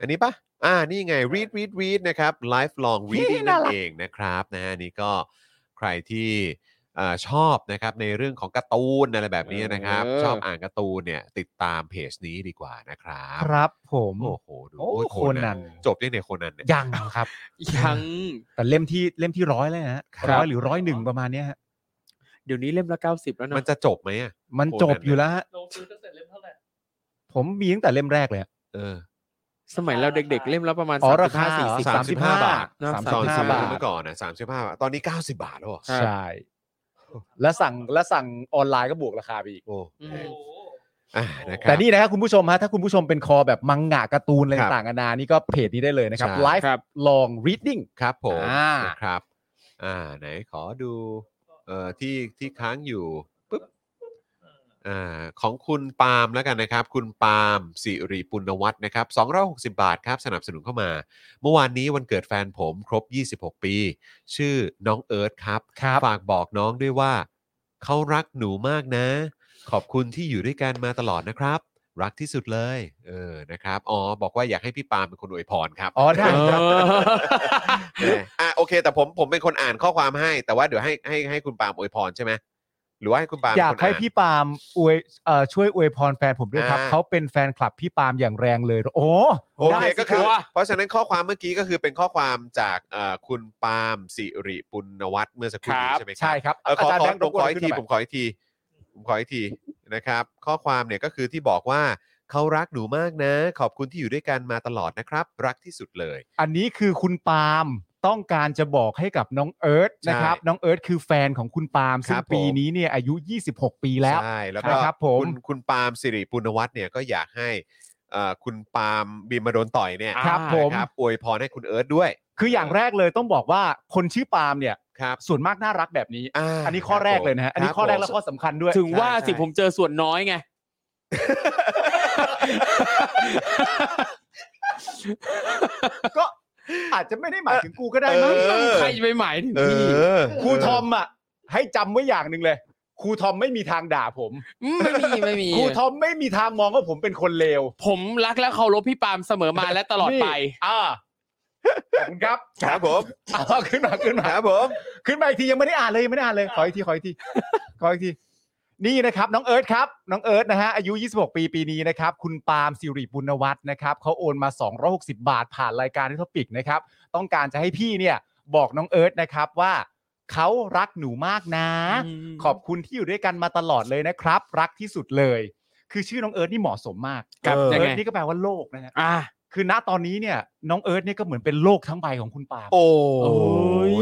B: อันนี้ป่ะ อ่านี่ไง read read read นะครับ lifelong
C: นี่
B: reading นั่
C: น่า
B: น
C: รัก
B: เองนะครับนะฮะอันนี่ก็ใครที่เอ่อชอบนะครับในเรื่องของการ์ตูนอะไรแบบนี้นะครับ
D: เออ
B: ชอบอ่านการ์ตูนเนี่ยติดตามเพจนี้ดีกว่านะครับ
C: ครับผม
B: โอ้โหดู
C: โอ้
B: โอ้ย
C: โค
B: โค
C: นั
B: นั
C: น
B: นจบยังเนี่ยโคนันเนี่ย
C: ยังครับ
D: ยัง
C: แต่เล่มที่เล่มที่ร้อยเลยนะฮะ
B: ครับ
C: ร้อยหรือร้อยหนึ่งประมาณเนี้ยฮะ
D: เดี๋ยวนี้เล่มละ 90 แล้วเน
B: มัน
D: อะ
B: จะจบไหมอ่ะ
C: มันจบอยู่แล้วฮะ
E: ลงซื้อตั้งแต่เล่มเท่าไหร่
C: ผมมีตั้งแต่เล่มแรกเลยอะ
B: เออ
D: สมัยเราเด็กๆ เล่มละประมาณ
C: อ๋อราคา
D: 35 40
C: สามสิบห้าบาท
D: นะ
C: สาม
B: ต
C: สิ
B: อบ นซื้อบ
C: ห้าาท
B: เมื่อก่อนนะสามสิบห้าบาท ตอนนี้เก้าสิบาทแล้วเหรอ
D: ใช่
C: ใช่ และสั่งและสั่งออนไลน์ก็บวกราคาไปอีก
B: โอ้
D: อืม
E: โอ้โห
B: อ่ะนะครับ
C: แต่นี่นะครับคุณผู้ชมฮะถ้าคุณผู้ชมเป็นคอแบบมังงะการ์ตูนอะไร
B: ครับ
C: ต่างๆนานานี่ก็เพจนี้ได้เลยนะครับ
B: ใช่
C: Life
D: ครับ
C: Long Reading
B: ครับผม
C: อ่าน
B: นะครับ อ่า ไหนขอดูเอ่อที่ที่ค้างอยู่ปุ๊บอ่าของคุณปาล์มแล้วกันนะครับ คุณปาล์มสิริปุณวัฒน์นะครับ260 บาทครับ สนับสนุนเข้ามา เมื่อวานนี้วันเกิดแฟนผมครบ 26 ปี ชื่อน้องเอิร์ธครับ
C: ครับ
B: ฝากบอกน้องด้วยว่า เขารักหนูมากนะ ขอบคุณที่อยู่ด้วยกันมาตลอดนะครับ รักที่สุดเลย เออนะครับอ๋อบอกว่าอยากให้พี่ปาล์มเป็นคนอวยพรครับ
C: อ๋อได้ครับ
B: เอออ่ะโอเค แต่ผมผมเป็นคนอ่านข้อความให้ แต่ว่าเดี๋ยวให้ให้ให้คุณปาล์มอวยพรใช่ไหมหรือว่าให้คุณปาล์ม
C: อ
B: เป็น
C: ยาก
B: คน
C: ให้
B: น
C: พี่ปาล์มอวยเอ่อช่วยอวยพรแฟนผมด้วยครับ
B: อ่า
C: เขาเป็นแฟนคลับพี่ปาล์มอย่างแรงเลย โอ้
B: โอเค
C: ได้สิ
B: ก็คือ
C: รับ
B: เพราะฉะนั้นข้อความเมื่อกี้ก็คือเป็นข้อความจากเอ่อคุณปาล์มสิริปุณวัฒน์เมื่อสักครู่นี้
D: ครับ
B: ใช่ไหมครั
C: ใช่ครับ
B: เออขอขอผมขออีกที
C: ขึ้นมา
B: ผมขออีกทีผมขออีกทีนะครับ ข้อความเนี่ยก็คือที่บอกว่าเขารักหนูมากนะ ขอบคุณที่อยู่ด้วยกันมาตลอดนะครับ รักที่สุดเลย
C: อันนี้คือคุณปาล์มต้องการจะบอกให้กับน้องเอิร์ธนะครับ
B: ใช่
C: น้องเอิร์ธคือแฟนของคุณปาล์มซึ่
B: ค
C: ง
B: รับผม
C: ปีนี้เนี่ยอายุ 26 ปีแล้ว
B: ใช่แล้วก็
C: นะครับผม
B: ณคุณปาล์มสิริปุณวัฒน์เนี่ยก็อยากให้เอ่อคุณปาล์มบีมมาโดนต่อยเนี่ย
C: ครับ
D: อ่า
C: ผ
B: นะ
C: ม
B: ครับอวยพรให้คุณเอิร์ธด้วย
C: คืออย่างแรกเลยต้องบอกว่าคนชื่อปาล์มเนี่ย
B: ครับ
C: ส่วนมากน่ารักแบบนี้
B: า
C: อันนี้ข้อแรกเลยนะฮะอันนี้
B: บ
C: ข้อแรก
B: ผม
C: และข้อสำคัญด้วย
D: ถึงว่า
B: ใช่ใช่
D: สิผมเจอส่วนน้อยไง
C: ก็อาจจะไม่ได้หมายถึงกูก็ได้มั้ง
B: เออ
D: ใครจะไปหมายถึง
B: เอ
D: พี่
B: อ
C: ครูทอมอ่ะให้จำไว้อย่างหนึ่งเลยครูทอมไม่มีทางด่าผม
D: มไม่มีไม่มี
C: ครูทอมไม่มีทางมองว่าผมเป็นคนเลว
D: ผมรักและเคารพพี่ปาล์มเสมอมาและตลอดไป
C: นี่อ่าขอบคุณครับ
B: ครับผม
C: เอาขึ้นมาขึ้นมา
B: ครับผม
C: ขึ้นมาอีกทียังไม่ได้อ่านเลยยังไม่ได้อ่านเลยขออีกทีขออีกทีขออีกทีนี่นะครับ น้องเอิร์ธครับน้องเอิร์ธนะฮะอายุ 26 ปีปีนี้นะครับ คุณปาล์มสิริบุญวัฒน์นะครับเขาโอนมา 260 บาทผ่านรายการทิทอปิกนะครับ ต้องการจะให้พี่เนี่ยบอกน้องเอิร์ธนะครับว่าเขารักหนูมากนะ ขอบคุณที่อยู่ด้วยกันมาตลอดเลยนะครับ รักที่สุดเลย คือชื่อน้องเอิร์ธนี่เหมาะสมมาก
D: ครับ
C: เออ
D: ยัง
C: เอิ
D: ไง
C: ร์ธนี่ก็แปลว่าโลกนะฮะ
D: อ่ะ
C: คือณตอนนี้เนี่ยน้องเอิร์ธเนี่ยก็เหมือนเป็นโลกทั้งใบของคุณปาล์ม
B: โอ้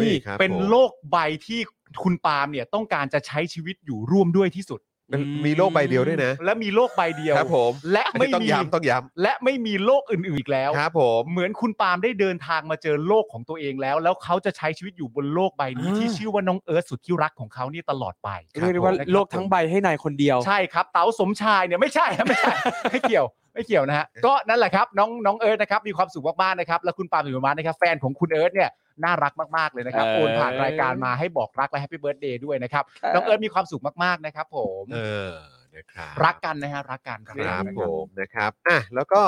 D: ย
B: ครับ
C: เป็น
B: ผม
C: โลกใบที่คุณปาล์มเนี่ยต้องการจะใช้ชีวิตอยู่ร่วมด้วยที่สุด
B: เป็นมีโลกใบเดียวด้วยนะ
C: และมีโลกใบเดียว
B: ครับผม
C: และ
B: อัน
C: ไม่
B: นี้ต้อง
C: มี
B: ย้ำต้องย้
C: และไม่มีโลกอื่นๆอีกแล้ว
B: ำครับผม
C: เหมือนคุณปาล์มได้เดินทางมาเจอโลกของตัวเองแล้ว แล้วเขาจะใช้ชีวิตอยู่บนโลกใบนี้ ที่ชื่อว่าน้องเอิร์ธสุดที่รักของเขานี่ตลอดไป
D: เรียกได้ว่าโลกทั้งใบให้นายคนเดียว
C: ใช่ครับเต๋าสมชายเนี่ยไม่ใช่ ครับไม่ใช่ ไม่เกี่ยวไม่เกี่ยวนะฮะก็นั่นแหละครับน้องน้องเอิร์ธนะครับมีความสุขมากๆนะครับแล้วคุณปาล์มสุวรรณนะครับแฟนของคุณเอิร์ธเนี่ยน่ารักมากๆเลยนะครับ
D: เออ
C: โอนผ่านรายการมาให้บอกรักและแฮปปี้เบิร์ดเดย์ด้วยนะครับน้องเอิร์ธมีความสุขมากๆนะครับผม
B: เออนะครับ
C: รักกันนะฮะรักกัน
B: ครับ
C: นะ
B: ผม นะครับอ่ะแล้วก็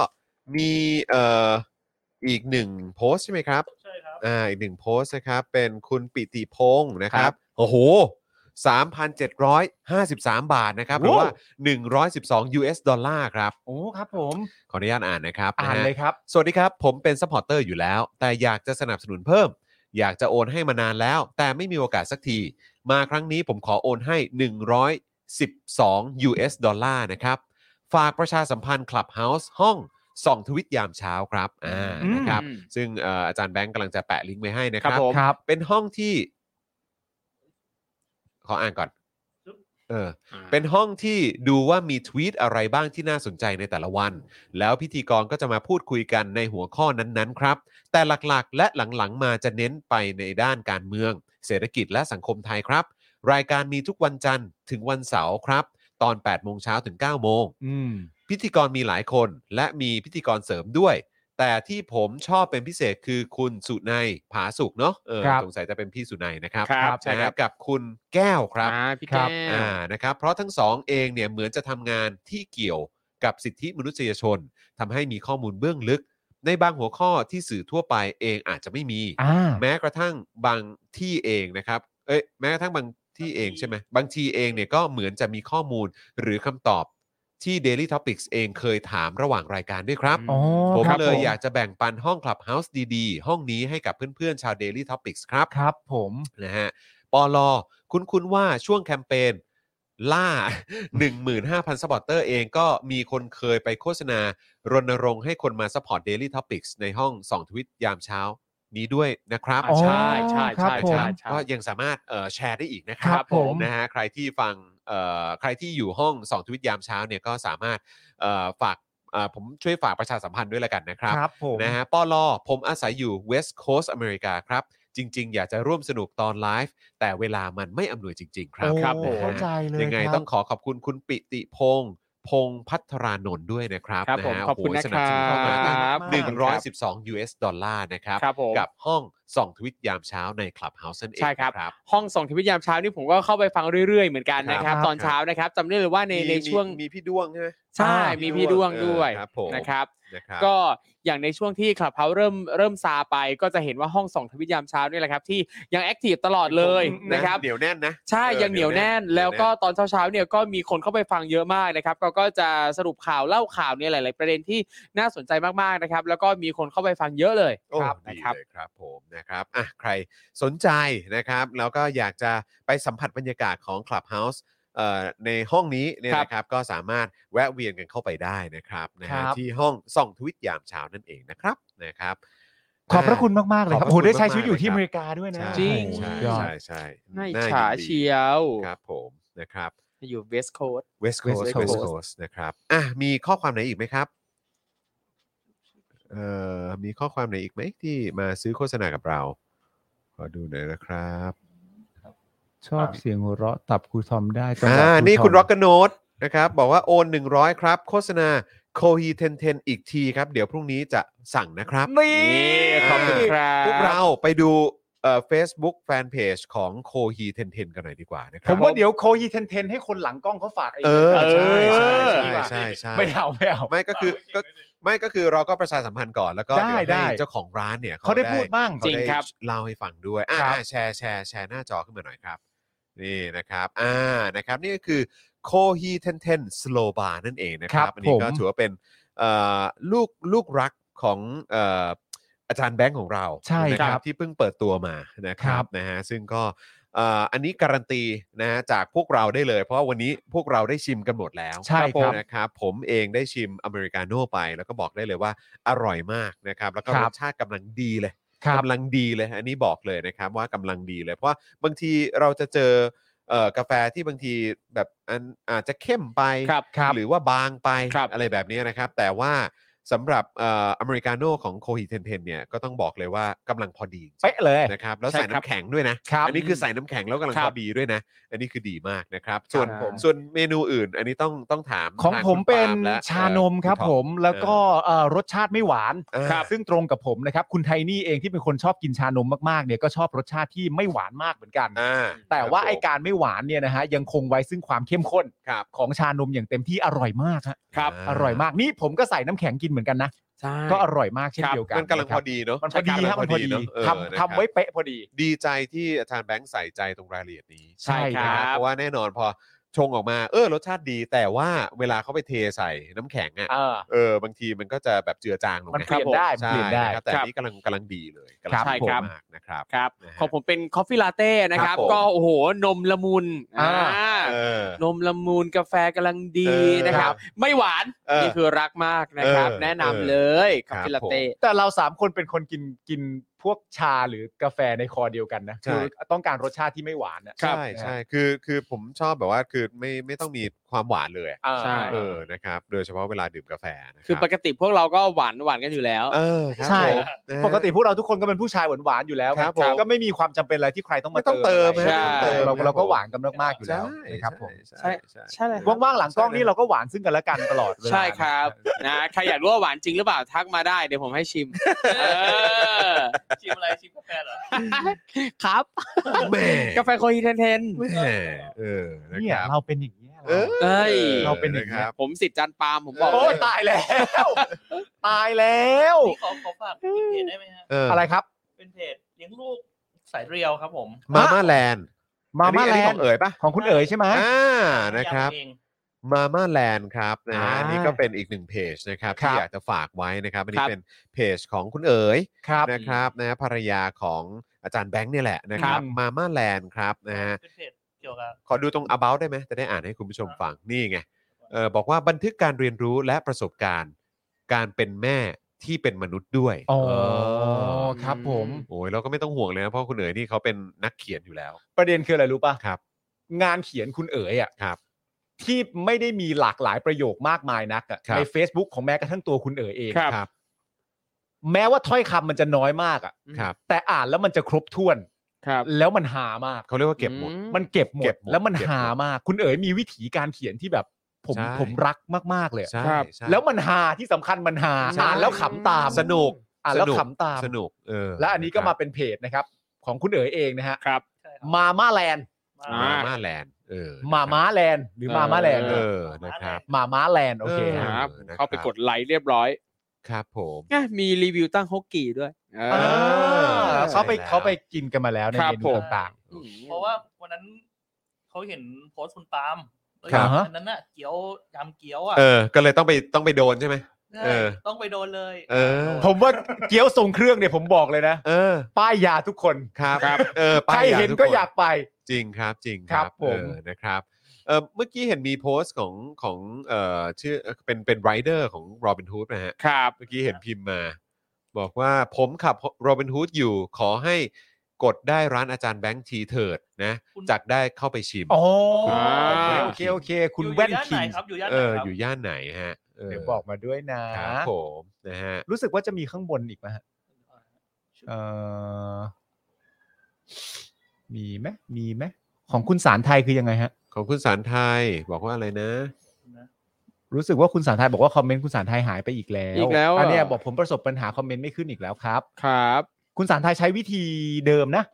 B: มีเอ่ออีกหนึ่งโพสต์ใช่ไหมครับ
E: ใช่ครับ
B: อ่าอีกหนึ่งโพสต์นะครับ เป็นคุณปิติพงศ์นะครับ โอ้โห 3,753 บาทนะครับ หรือว่า 112 US ดอลลาร์ครับ
C: โอ้ครับผม
B: ขออนุญาตอ่านนะครับ
C: อ่าน
B: ฮ
C: เลยครับ
B: สวัสดีครับ ผมเป็นซัพพอร์เตอร์อยู่แล้ว แต่อยากจะสนับสนุนเพิ่ม อยากจะโอนให้มานานแล้ว แต่ไม่มีโอกาสสักที มาครั้งนี้ผมขอโอนให้ 112 US ดอลลาร์นะครับ ฝากประชาสัมพันธ์ Clubhouse ห้องส่องทวิตยามเช้าครับอ่า
C: อืม
B: นะครับ ซึ่งเอ่ออาจารย์แบงค์กำลังจะแปะลิงก์ไว้ให้นะครับ
D: ครับผม
C: ครับ
B: เป็นห้องที่ ขออ่านก่อน เออ เป็นห้องที่ดูว่ามีทวีตอะไรบ้างที่น่าสนใจในแต่ละวัน แล้วพิธีกรก็จะมาพูดคุยกันในหัวข้อนั้นๆ ครับ แต่หลักๆ และหลังๆ มาจะเน้นไปในด้านการเมือง เศรษฐกิจและสังคมไทยครับ รายการมีทุกวันจันทร์ถึงวันเสาร์ครับ ตอน 8 โมงเช้าถึง 9 โมง
C: อืม
B: พิธีกรมีหลายคน และมีพิธีกรเสริมด้วย แต่ที่ผมชอบเป็นพิเศษคือคุณสุนัยผาสุกเนาะเออ
C: ครับ
B: สงสัยจะเป็นพี่สุนัยนะครับ
D: ครับ
B: ใช่ครับกับคุณแก้วครับ
D: อ่าพี่
C: ครั
D: แก้
C: บ
B: อ่าว นะครับเพราะทั้งสองเองเนี่ยเหมือนจะทำงานที่เกี่ยวกับสิทธิมนุษยชนทำให้มีข้อมูลเบื้องลึก ในบางหัวข้อที่สื่อทั่วไปเองอาจจะไม่มี
C: อ่า
B: แม้กระทั่งบางที่เองนะครับเอ้ยแม้กระทั่งบางที่เองใช่ไหมบางทีเองเนี่ยก็เหมือนจะมีข้อมูลหรือคำตอบที่ Daily Topics เองเคยถามระหว่างรายการด้วยครับ
D: อื
C: อ๋อ
B: ผม
C: ครับ
B: เลยอยากจะแบ่งปันห้อง Clubhouse ดีๆ ห้องนี้ให้กับเพื่อนๆชาว Daily Topics ครับ
C: ครับผม
B: นะฮะปอลอคุณคุณว่าช่วงแคมเปญล่า 15,000 สปอร์เตอร์เองก็มีคนเคยไปโฆษณารณรงค์ให้คนมาสปอร์ต Daily Topics ในห้องส่องทวิตยามเช้านี้ด้วยนะครับ
D: อ่ะใช่ใช่
C: อ๋อครับ
D: ใช่
C: ผม
D: ใช่
B: ก็ยังสามารถเอ่อแชร์ได้อีกนะค
C: ค
B: รั
C: รั
B: บบ
C: ผม
B: นะฮะใครที่ฟังเอ่อใครที่อยู่ห้องส่องทวิตยามเช้าเนี่ยก็สามารถเอ่อฝากเอ่อผมช่วยฝากประชาสัมพันธ์ด้วยละกันนะครับ
C: ครับผม
B: นะฮะปอลอผมอาศัยอยู่ West Coast อเมริกาครับ จริง ๆ อยากจะร่วมสนุกตอนไลฟ์แต่เวลามันไม่อำนวยจริง ๆ ครับ
C: โอ้
B: นะฮะ
C: เข้าใจเลย
B: ยังไง
C: ครับ
B: ต้องขอขอบคุณคุณปิติพงษ์พงษ์พัทรานนท์ด้วยนะครับ
D: ครับผม
B: นะฮะ
D: ขอบคุณ
B: โโห
D: นะ
B: ส
D: ค
B: นับ
D: รั
B: สนุนเข้ามาตั้ง
D: บ
B: หนึ่งร้อยสิบ112 US ดอลลาร์นะครับ
D: ครับผม
B: กับห้องส่องทวิตยามเช้าใน Clubhouse นั่นเอง
D: ใช่ครับ
B: ครับ
D: ห้องส่องทวิตยามเช้านี่ผมก็เข้าไปฟังเรื่อยๆ เหมือนกันนะค
B: ครั
D: รับ
B: บ
D: ตอนเช้านะครับจำได้เลยว่าใน
B: มี
D: ในช่วง
B: มีมีพี่ด้วงใช่ไหม
D: ใช่มีพี่ด้วง
B: เออ
D: ด้วย
B: ครับผม
D: นะครับ
B: นะครับ
D: ก็อย่างในช่วงที่คลับเฮาเริ่มเริ่มซาไป ก็จะเห็นว่าห้องส่องทวิตยามเช้านี่แหละครับ ที่ยังแอคทีฟตลอดเลยนะครับ
B: เหนียวแน่นนะ
D: ใช่
B: เออ
D: ยังเหนียวแน่น
B: เห
D: แล้ว
B: น่น
D: ก็ตอนเช้าๆเนี่ยก็มีคนเข้าไปฟังเยอะมากนะครับเราก็จะสรุปข่าวเล่าข่าวเนี่ยหลาย ๆ ประเด็นที่น่าสนใจมากๆนะครับ แล้วก็มีคนเข้าไปฟังเยอะเลย
B: โอ้
D: ครับ
B: ดี
D: นะครับ
B: เลยครับผมนะครับอ่ะใครสนใจนะครับแล้วก็อยากจะไปสัมผัสบรรยากาศของ Clubhouse เอ่อในห้องนี้เนี่ย
D: ครับ
B: นะครับก็สามารถแวะเวียนกันเข้าไปได้นะครับนะฮะ
C: ครับ
B: ที่ห้องส่องทวิตยามเช้านั่นเองนะครับนะครับ
C: ขอบพระคุณมากๆเลยค
B: ข
C: รั
B: อบ พะ
C: โอ้โห
B: คุณ
C: ได้ใช้ชีวิตอยู่
B: มกๆ
C: ที่อเมริ
B: ล
C: กาด้วยนะ
B: ใช่
D: จริง
B: ใช่
C: ยอด
B: ใช่ใช่
D: น่าอิจ
B: ยิน
D: ฉา
B: ดี
D: เชียว
B: ครับผมนะครับ
D: อยู่เวสโคด
B: West
C: West
B: Coast
C: Coast
B: West Coast นะครับอ่ะมีข้อความไหนอีกไหมครับเอ่อมีข้อความไหนอีกไหมที่มาซื้อโฆษณากับเรา ขอดูหน่อยนะครับ
A: ชอบเสียงหัวเราะตับครูทอมได้จังหวะ
B: อ่า
A: รู
B: นี่
A: ทอม
B: คุณร็อกกโนดนะครับ บอกว่าโอน 100 ครับ โฆษณาโคฮีเทนเทนอีกทีครับ เดี๋ยวพรุ่งนี้จะสั่งนะครับ
C: นี่
B: ขอบคุณค
D: บ
B: พวกเราไปดูเอ่อ Facebook Fanpage ของโคฮีเทนเทนกันหน่อยดีกว่านะค
C: ผ
B: รั
C: มว่าเดี๋ยวโคยีเทนเทนให้คนหลังกล้องเขาฝากไ
B: เออใช่
C: เอ
B: ใช่
C: อ
B: ใช่ใช่ใช่
C: ไม่เอาไม่เอา
B: ไม่ก็คือก็ไม่ก็คือเราก็ประชาสัมพันธ์ก่อนแล้วก็
C: ได้
B: เยวให้
C: ได้
B: เจ้าของร้านเนี่ย
C: เขาได้พูดบ้าง
B: เขาได้
D: จริงครับ
B: เล่าให้ฟังด้วยอ่า
C: ครับ
B: แชร์แชร์แชร์หน้าจอขึ้นมาหน่อยครับ นี่นะครับอ่านะครับนี่ก็คือโคฮีเทนเทนสโลบาร์นั่นเองนะครับ
C: ครับ
B: อันนี้ก็
C: ผม
B: ถือว่าเป็นเอ่อลูกลูกรักของเอ่ออาจารย์แบงค์ของเรา
C: ใช่
B: นะครับที่เพิ่งเปิดตัวมานะครั
C: ครับ บ
B: นะฮะซึ่งก็เอ่ออันนี้การันตีนะฮะจากพวกเราได้เลย เพราะว่าวันนี้พวกเราได้ชิมกันหมดแล้ว
C: ใช่ครับ
B: นะครับผมเองได้ชิมอเมริกาโน่ไป แล้วก็บอกได้เลยว่าอร่อยมากนะครับ แล้วก็
C: ครั
B: ร
C: บ
B: สชาติกำลังดีเลย
C: ครับ
B: กำลังดีเลย อันนี้บอกเลยนะครับว่ากำลังดีเลย เพราะว่าบางทีเราจะเจอเอ่อกาแฟที่บางทีแบบอันอาจจะเข้มไป
D: ครับ
B: หรือว่าบางไป
D: ครับ
B: อะไรแบบนี้นะครับ แต่ว่าสำหรับเอ่ออเมริกาโน่ของโคฮิเทนเทนเนี่ยก็ต้องบอกเลยว่ากำลังพอดีจริงๆ
C: เป๊ะเลย
B: นะครับแล้ว
D: ใช่
B: ใส่
D: ครับ
B: น้ำแข็งด้วยนะครับอันนี้คือใส่น้ำแข็งแล้วกำลัง
D: ค
B: พอ
D: รั
B: บ ดีด้วยนะ อันนี้คือดีมากนะครับ ส่วน
C: ครับผม
B: ส่วนเมนูอื่น อันนี้ต้องต้องถาม
C: ของ
B: ทา
C: ผม
B: คุณ
C: เป็น
B: ล์และ
C: ชานม
B: เอ่อ
C: ครับ
B: ณท็อ
C: ผมแล้วก็เอ่อรสชาติไม่หวาน
B: เออครับ
C: ซึ่งตรงกับผมนะครับ คุณไทนี่เองที่เป็นคนชอบกินชานมมากๆเนี่ยก็ชอบรสชาติที่ไม่หวานมากเหมือนกัน
B: อ่า
C: แต่ว่า
B: ครับ
C: ไอการไม่หวานเนี่ยนะฮะยังคงไว้ซึ่งความเข้มข้น
B: ครับ
C: ของชานมอย่างเต็มที่อร่อยมากฮะ
D: ครับ
C: อร่อยมากนี่ผมก็ใส่น้ำแข็งกินเหมือนกันนะ
D: ใช่
C: ก็อร่อยมากเช่น
D: ครับ
C: เดียวกัน
B: มันกำลัง
C: ะค
B: พ
C: รั
B: อบดีเนาะ
C: มันพอดีครับมันพอดี
B: เะเออ
C: ทำ
B: นะครับ
C: ทำไว้เป๊ะพอดี
B: ดีใจที่อาจารย์แบงค์ใส่ใจตรงรายละเอียดนี้
C: ใช่ครับ
B: นะเพราะว่าแน่นอนพอชงออกมาเออรสชาติดี แต่ว่าเวลาเขาไปเทใส่น้ำแข็งอ่ะ
C: เออ
B: เออบางทีมันก็จะแบบเจือจางลง
C: มันเปลี่ยนได้
B: ะครับ
C: มันเปลี่ยนได้
B: ใช่ะครับแต่อันนี้กำลังกำลังดีเลยกำลั
D: ครับ
B: ดี
D: ใช่ครับ
B: มากนะครับ
D: ครับ
B: นะฮะ
D: ของผมเป็นคอฟฟี่ลาเต้นะค
B: ครั
D: รั
B: บบ ผม
D: ก็โอ้โหนมละมุนอ่า
B: เออ
D: นมละมุนกาแฟกำลังดี
B: เออ
D: นะครับ ไม่หวาน
B: เออ
D: นี่คือรักมากนะครับ
B: เออ
D: แนะ
B: เออน
D: ำเลยค
B: ครั
D: อบ ฟฟี่ลาเต้
C: แต่เราสามคนเป็นคนกินกินพวกชาหรือกาแฟในคอเดียวกันนะ
B: ใช่
C: คือต้องการรสชาติที่ไม่หวานนะ
B: ใช่ใช่คือคือผมชอบแบบว่าคือไม่ไม่ต้องมีค ความหวานเลยอะ
C: เออ
D: ใช่
B: เออนะครับโดยเฉพาะเวลาดื่มกาแฟนะรับ
D: คือปกติพวกเราก็หวานหวานกันอยู่แล้ว
B: เออครับ
C: ใช่
B: ผมนะฮะ
C: ปกติพวกเราทุกคนก็เป็นผู้ชายหวานๆอยู่แล้ว
B: ครับผม
C: ก็ไม่มีความจำเป็นอะไรที่ใครต้องมา
B: ไม่ต้องเติม
C: อะไร
D: ฮะไม่ต้องเติม
C: เรา
B: ครับ
C: เราก็หวานกันมากๆอยู่แล้ว
B: ใช่
C: นะครับผม
B: ใช่
D: ใช่เลยครับ
C: ว่างๆหลังกล้องนี่เราก็หวานซึ่งกันและกันตลอดเวลา
D: ใช่ครับนะใครอยากรู้ว่าหวานจริงหรือเปล่าทักมาได้เดี๋ยวผมให้ชิมเออ
E: ชิมอะไรชิมกาแฟเหรอ
D: ครับ
B: แหม่
D: กาแฟโคฮีเทนเทน
B: แหม่เออนะ
C: เนี่
B: ค
C: ย
B: รับ
C: เราเป็นอย่างนี้ย
B: เออ
D: เอ้ย
C: เราเป็นอย่าง
B: ะค
C: นี้ย
B: รับ
D: ผมสิทธิ์จันปาล์มผมบอก
C: โอ้
D: เลย ย
C: ตายแล้ว ตายแล้ว
E: นี่ขอขอฝากอีกเพจได้ไหมฮะ
B: เออ
C: อะไรครับ
E: เป็นเพจเลี้ยงลูกสายเรียวครับผม
B: มาม่าแลนด์
C: มา
B: อัน
C: ม่า
B: นี้อัน
C: แล
B: นี้ขอ
C: น
B: ง
C: ด์
B: เอ๋ยปะ
C: ของคุณเอ๋ยใช่ไหม
B: อ่านะครับ
E: ยำเอง
B: มาม่าแลนด์ครับนะฮะ
C: อ่า
B: อันนี่ก็เป็นอีกหนึ่งเพจนะครับ
C: ครั
B: ที่
C: บ
B: อยากจะฝากไว้นะครับอัน
D: ครั
B: นี้
D: บ
B: เป็นเพจของคุณเอ๋ย
C: ครับ
B: นะครับนะภรรยาของอาจารย์แบงค์เนี่ยแหละนะครับ
C: ครับ
B: มาม่าแลนด์ครับนะฮะ
E: เป็นเพจเกี่ยวกับ
B: ขอดูตรง about ได้ไหมจะได้อ่านให้คุณผู้ชมฟังนี่ไงเออบอกว่าบันทึกการเรียนรู้และประสบการณ์ การเป็นแม่ที่เป็นมนุษย์ด้วย
C: อ๋อ
B: เ
C: ครับผม
B: โอ้ยเราก็ไม่ต้องห่วงเลยนะเพราะคุณเอ๋ยนี่เขาเป็นนักเขียนอยู่แล้ว
C: ประเด็นคืออะไรรู้ป่ะ
B: ครับ
C: งานเขียนคุณเอ๋ยอ่ะ
B: ครับ
C: ที่ไม่ได้มีหลากหลายประโยคมากมายนักอ่ะ
B: ครับ
C: ใน Facebook ของแม้กระทั่งตัวคุณเอ๋ยเอง
D: ครับ
B: ครับ
C: แม้ว่าถ้อยคำมันจะน้อยมากอ่ะ
B: ครับ
C: แต่อ่านแล้วมันจะครบถ้วน
D: ครับ
C: แล้วมันหามาก
B: เขาเรียกว่าเก็บหมด
D: อื
C: มันเก็บหม
B: เก็
C: ด
B: บหมด
C: แล้วมัน
B: เก็บหมด
C: หามาก คุณเอ๋ยมีวิถีการเขียนที่แบบ ผม
B: ใช่
C: ผมรักมากๆเลยอะ
B: ใช่
D: ครับ
B: ใช่
C: แล้วมันหาที่สำคัญมันหา
D: ใช่
C: อ่านแล้วขำตาม
B: สนุก
C: อ่านแล้ว
B: สก
C: ขำตาม
B: สนุกเออ
C: และอันนี้
B: ะ
C: ก็
B: ครับ
C: มาเป็นเพจนะครับ ของคุณเอ๋ยเองนะฮะ
D: ครับ
E: ใช่ครับ
C: มาม่าแลนด์
E: มา
D: อ่
B: มาม่าแลนด์เออ
C: มาม่าแลนด์หรือมาม่าแลนด์
B: เออนะครับ
C: มาม่าแลนด์โอเค
B: เออ
C: ฮะ
D: ครับ
B: นะครับ
D: เข้าไปกดไลค์เรียบร้อย
B: ครับผม
D: อ่ะมีรีวิวตั้งฮกกี้ด้วยเออ
C: อ่าเขาไป
B: ใช่แล้ว
C: เขาไปกินกันมาแล้วใน
D: ครับ
C: เมนู
D: ผม
C: ต่าง
E: เพราะว่าวันนั้นเขาเห็นโพสต์คุณปาล์มเอ้ย
C: ครับ
E: อันนั้นน่ะเกี๊ยวยำเกี๊ยวอ่ะ
B: เออ ก็เลยต้องไปต้องไปโดนใช่ไหม
E: ใช่
B: เออ
E: ต้องไปโดนเลย
B: เออ
C: ๆ ผมว่าเกี๊ยวทรงเครื่องเนี่ยผมบอกเลยนะ
B: เออ
C: ป้ายยาทุกคน
B: ครับเออ
C: ใครเห็นก็อยากไป
B: จริงครับ จริง
C: ครับผม
B: เออนะครับเออเมื่อกี้เห็นมีโพสต์ของของเอ่อชื่อเป็นเป็นไรเดอร์ของโรบินฮูดนะฮะ
D: ครับ
B: เมื่อกี้เห็นพิมพ์มา บอกว่าผมขับโรบินฮูดอยู่ขอให้กดได้ร้านอาจารย์แบงค์ทีเถิดนะจักได้เข้าไปชิม
C: อ๋อ
D: อ่า
C: โอเคโอเค คุณแว่น
E: อยู่
C: คิ
E: ย่าง ไหครับอยู่ย่าน
B: เออ
E: ไหนครับ
B: อยู่ย่านไหนฮะ
C: เดี๋ยวบอกมาด้วยนะ
B: ครับผมนะฮะ
C: รู้สึกว่าจะมีข้างบนอีกไหมฮะเอ่อมีไหมมีไหมของคุณสารไทยคือยังไงฮะ
B: ของคุณสารไทยบอกว่าอะไรนะ
C: รู้สึกว่าคุณสารไทยบอกว่าคอมเมนต์คุณสารไทยหายไปอีกแล้ว
D: อีกแล้วเหรออั
C: นเนี้ยบอกผมประสบปัญหาคอมเมนต์ไม่ขึ้นอีกแล้วครับ
D: ครับ
C: คุณสารไทยใช้วิธีเดิมนะ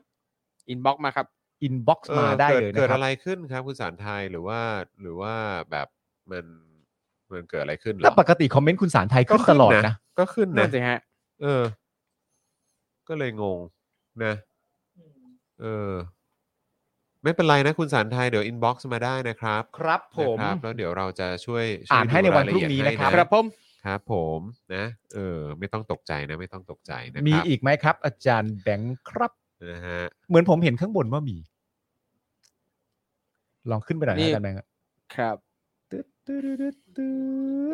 D: อินบ็อกมาครับ
C: อินบ็อกซ์
B: เออ
C: มาได้
B: กิ
C: เลยนะ
B: เกิด
C: ครับ
B: อะไรขึ้นครับคุณสารไทยหรือว่าหรือว่าแบบมันมันเกิดอะไรขึ้นเหรอ
C: แต่ปกติคอมเมนต์คุณสารไทยขึ้นตลอดนะ
B: ก็ขึ้น
D: นั่
B: นะ
D: นสิฮะ
B: เออ ก็เลยงงนะ เออ ไม่เป็นไรนะคุณสารไทยเดี๋ยวอินบ็อกซ์มาได้นะครับ
C: ครับผม
B: นะครับแล้วเดี๋ยวเราจะช่วยช่วย
C: อ่านให้ในวัน
B: ดูายล
C: พรุ่ง
B: เอียด
C: นี้นะครับ
B: ให้
D: ครับผม
B: ครับผมนะเออ ไม่ต้องตกใจนะ ไม่ต้องตกใจนะครับ
C: มีอีกไหมครับ อาจารย์แบงค์ครับ
B: นะฮะ
C: เหมือนผมเห็นข้างบนว่ามี ลองขึ้นไปหน่อยนะอาจารย์แบงค์อะ
D: ครับ
C: ตึ๊ดตึ๊ดตึ๊ดตึ๊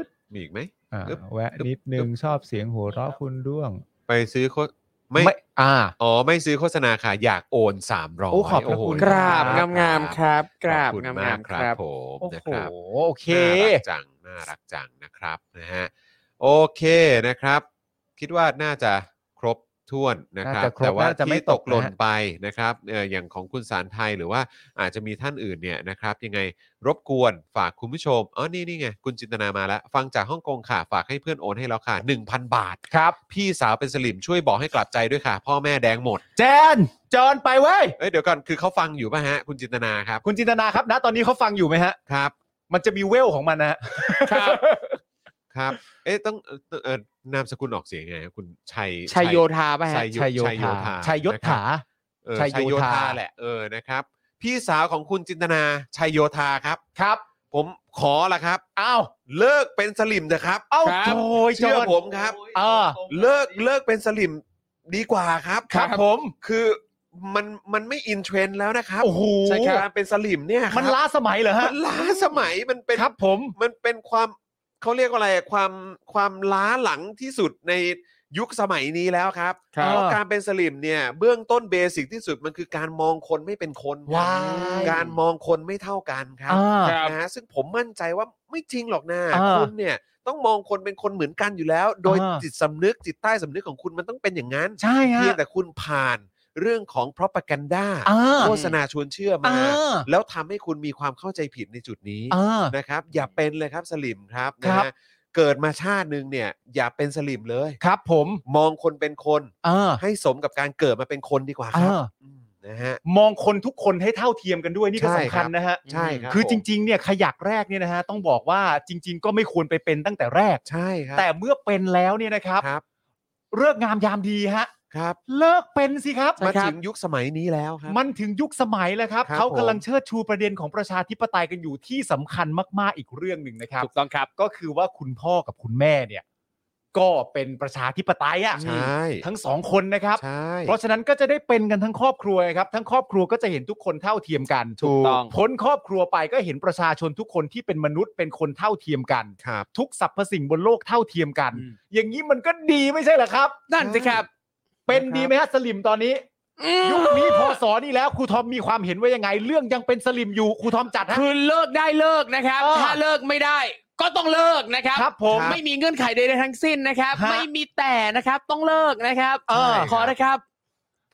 C: ด
B: มีอีกไหม
C: อ่า
B: อึ๊บ
C: แวะ
B: อึ๊บ
C: นิดนึง
B: อึ๊บ
C: ชอบเสียงหัวเราะคุณด้วง
B: ไปซื้อโคไม่
C: อ่า
B: อ๋อไม่ซื้อโฆษณาค่ะ อยากโอน300
C: โอ้ขอบพระคุณ
B: โโห
D: กราบ
B: ค
D: งามๆครับ กราบ
B: ขอคุณ
D: งาม
B: าก
D: มๆ
B: ค
D: ค
B: รั
D: รับ
B: บผม
C: โอ้
B: นะ
C: โห
B: ครับ
C: โอเค
B: น่ารักจังน่ารักจังนะครับนะฮะโอเคนะครับ คิดว่าน่าจะครบถ้วนนะครับ
C: น่าจะครบ
B: แต่ว่า
C: น่าจะไม่
B: ที่ต
C: ต
B: ก
C: ก
B: หล่น
C: นะฮะ
B: ไปนะครับเอ่ออย่างของคุณสารไทยหรือว่าอาจจะมีท่านอื่นเนี่ยนะครับ ยังไงรบกวนฝากคุณผู้ชมอ๋อนี่นี่ไงคุณจินตนามาแล้ว ฟังจากฮ่องกงค่ะฝากให้เพื่อนโอนให้แล้วค่ะ1,000 บาท
C: ครับ
B: พี่สาวเป็นสลิมช่วยบอกให้กลับใจด้วยค่ะ พ่อแม่แดงหมด
C: แจนจอนไปเว้ย
B: เอ้ยเดี๋ยวก่อนคือเขาฟังอยู่ป่ะฮะ คุณจินตนาครับ
C: คุณจินตนาครับนะตอนนี้เขาฟังอยู่ไหมฮะ
B: ครับ
C: มันจะมีเวลของมันนะฮะ
D: ครับ
B: ครับ เอ๊ะต้องเอ่อเอ่อนามสกุลออกเสียงไงฮะคุณชัย
D: ชัยโยธาป่ะฮะ
B: ชัยโย
C: ชัยโย
B: ชัยโย
C: ธา
B: ธา
C: ชัยยศถา
B: เออ
C: ชั
B: ชั
C: ย
B: ย
C: โยธา
B: โยธาแหละเออนะครับ พี่สาวของคุณจินตนาชัยโยธาครับ
C: ครับ
B: ผมขอละครับ
C: อ้าว
B: เลิกเป็นสลิมนะครับ
C: เอ้า
D: ครับ
C: โอ้ยจ
B: เชื่อ
C: อน
B: ผมครับ
C: เออ
B: เลิกเลิกเป็นสลิมดีกว่าครับ
C: ครับผม
B: คือมันมันไม่อินเทรนด์แล้วนะครับ
C: โอ้โห
B: ใช่ครับการเป็นสลิมเนี่ยครับ
C: มันล้าสมัยเหรอฮะ
B: มันล้าสมัยมันเป็น
C: ครับผม
B: มันเป็นความเขาเรียกว่าอะไรอะความความล้าหลังที่สุดใน ยุคสมัยนี้แล้วครับ
C: ครับ
B: เพราะการเป็นสลิมเนี่ยเบื้องต้นเบสิกที่สุดมันคือการมองคนไม่เป็นคนครับ
C: ว้าย
B: การมองคนไม่เท่ากันครับ
C: อ่า
D: ครับ
B: นะฮะซึ่งผมมั่นใจว่าไม่จริงหรอกนะ
C: อ่า
B: คุณเนี่ยต้องมองคนเป็นคนเหมือนกันอยู่แล้ว โดย
C: อ่า
B: จิตสำนึกจิตใต้สำนึกของคุณมันต้องเป็นอย่างนั้น
C: ใช่ฮะ
B: เพียงแต่คุณผ่านเรื่องของ propaganda
C: อ่า
B: โฆษณาชวนเชื่อมา
C: อ่า
B: แล้วทำให้คุณมีความเข้าใจผิดในจุดนี้
C: อ่า
B: นะครับ อย่าเป็นเลยครับสลิมครับ
C: ค
B: นะ
C: รับ
B: ฮะเกิดมาชาติหนึ่งเนี่ยอย่าเป็นสลิมเลย
C: ครับผม
B: มองคนเป็นคน
C: อ่า
B: ให้สมกับการเกิดมาเป็นคนดีกว่าครับ
C: อ่า
B: อืมนะฮะ
C: มองคนทุกคนให้เท่าเทียมกันด้วยนี่ก็
B: ใช่
C: สำ
B: ครั
C: คั
B: บ
C: ญนะฮะ
B: ใช่ครับ
C: คือจ
B: ผม
C: ริงๆ เนี่ยขยักแรกเนี่ยนะฮะต้องบอกว่าจริง ๆ ก็ไม่ควรไปเป็นตั้งแต่แรก
B: ใช่ครับ
C: แต่เมื่อเป็นแล้วเนี่ยนะครับ
B: ครับ
C: เลิกงามยามดีฮะ
B: ครับ
C: เลิกเป็นสิครับ
B: มาถึงยุคสมัยนี้แล้วครับ
C: มันถึงยุคสมัยแล้วครับ
B: ครับ
C: เขากำลัง
B: ผม
C: เชิดชูประเด็นของประชาธิปไตยกันอยู่ที่สำคัญมากๆอีกเรื่องหนึ่งนะครับ
D: ถูกต้องครับ
C: ก็คือว่าคุณพ่อกับคุณแม่เนี่ย ก็เป็นประชาธิปไตยอ่ะ
B: ใช่
C: ทั้งสองคนนะครับ
B: ใช่
C: เพราะฉะนั้นก็จะได้เป็นกันทั้งครอบครัวครับ ทั้งครอบครัวก็จะเห็นทุกคนเท่าเทียมกัน
D: ถูกต้อง
C: พ้นครอบครัวไปก็เห็นประชาชนทุกคนที่เป็นมนุษย์เป็นคนเท่าเทียมกัน
B: ครับ
C: ทุกสรรพสิ่งบนโลกเท่าเทียมกัน อย่างนี้มันก็ดีไม่ใช่เหรอครับ
D: นั่นสิครับ
C: เป็นดีไหมฮะสลิมตอนนี้ ยุคนี้พอสอนี่แล้วครูทอมมีความเห็นว่ายังไง เรื่องยังเป็นสลิมอยู่ครูทอมจัดฮะ
D: คือเลิกได้เลิกนะครับ
C: เออ
D: ถ้าเลิกไม่ได้ ก็ต้องเลิกนะครับ
C: ครับผม
D: ไม่มีเงื่อนไขใดๆทั้งสิ้นนะครับ
C: ฮะ
D: ไม่มีแต่นะครับต้องเลิกนะครับ
C: เออ
D: ขอนะครับ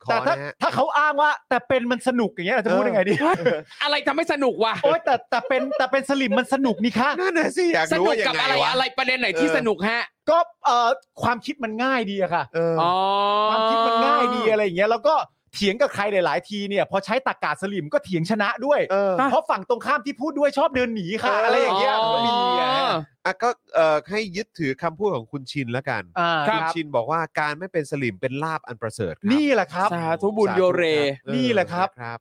B: ข
C: แต่
B: อ
C: ถ้า
B: นะฮะ
C: ถ้าเขาอ้างว่า แต่เป็นมันสนุกอย่างเงี้ยเราจะพูดยังไงดี
D: อะไรทำให้สนุกวะ
C: โอ๊ยแต่แต่เป็นแต่เป็นสลิมมันสนุกนี่คะ
B: นั่นน่ะสิอยาก
D: ส
B: รู้
D: นุก
B: ว่ายั
D: กับ
B: งไง
D: อะไร
B: วะ
D: อะไรประเด็นไหนที่
B: เออ
D: สนุกฮะ
C: ก็เอ่อความคิดมันง่ายดีอะค่ะ
B: เออ
D: อ๋อ
C: ความคิดมันง่ายดีอะไรอย่างเงี้ยแล้วก็เถียงกับใครหลาย ๆ ทีเนี่ยพอใช้ตากาสลิมก็เถียงชนะด้วย
B: เออ
C: เพราะฝั่งตรงข้ามที่พูดด้วยชอบเดินหนีค่ะ
B: เอออ
C: อะไรอย่างเงี้ยมันมีอะฮะ
B: อ่ะก็เอ่อให้ยึดถือคำพูดของคุณชินแล้วกัน
C: อ่า
B: คุณชินบอกว่าการไม่เป็นสลิมเป็นลาบอันประเสริฐครับ
C: นี่แหละครับ
D: สาธุบุญโยเร
B: เออ
C: นี่แหละครับ
B: นะครับ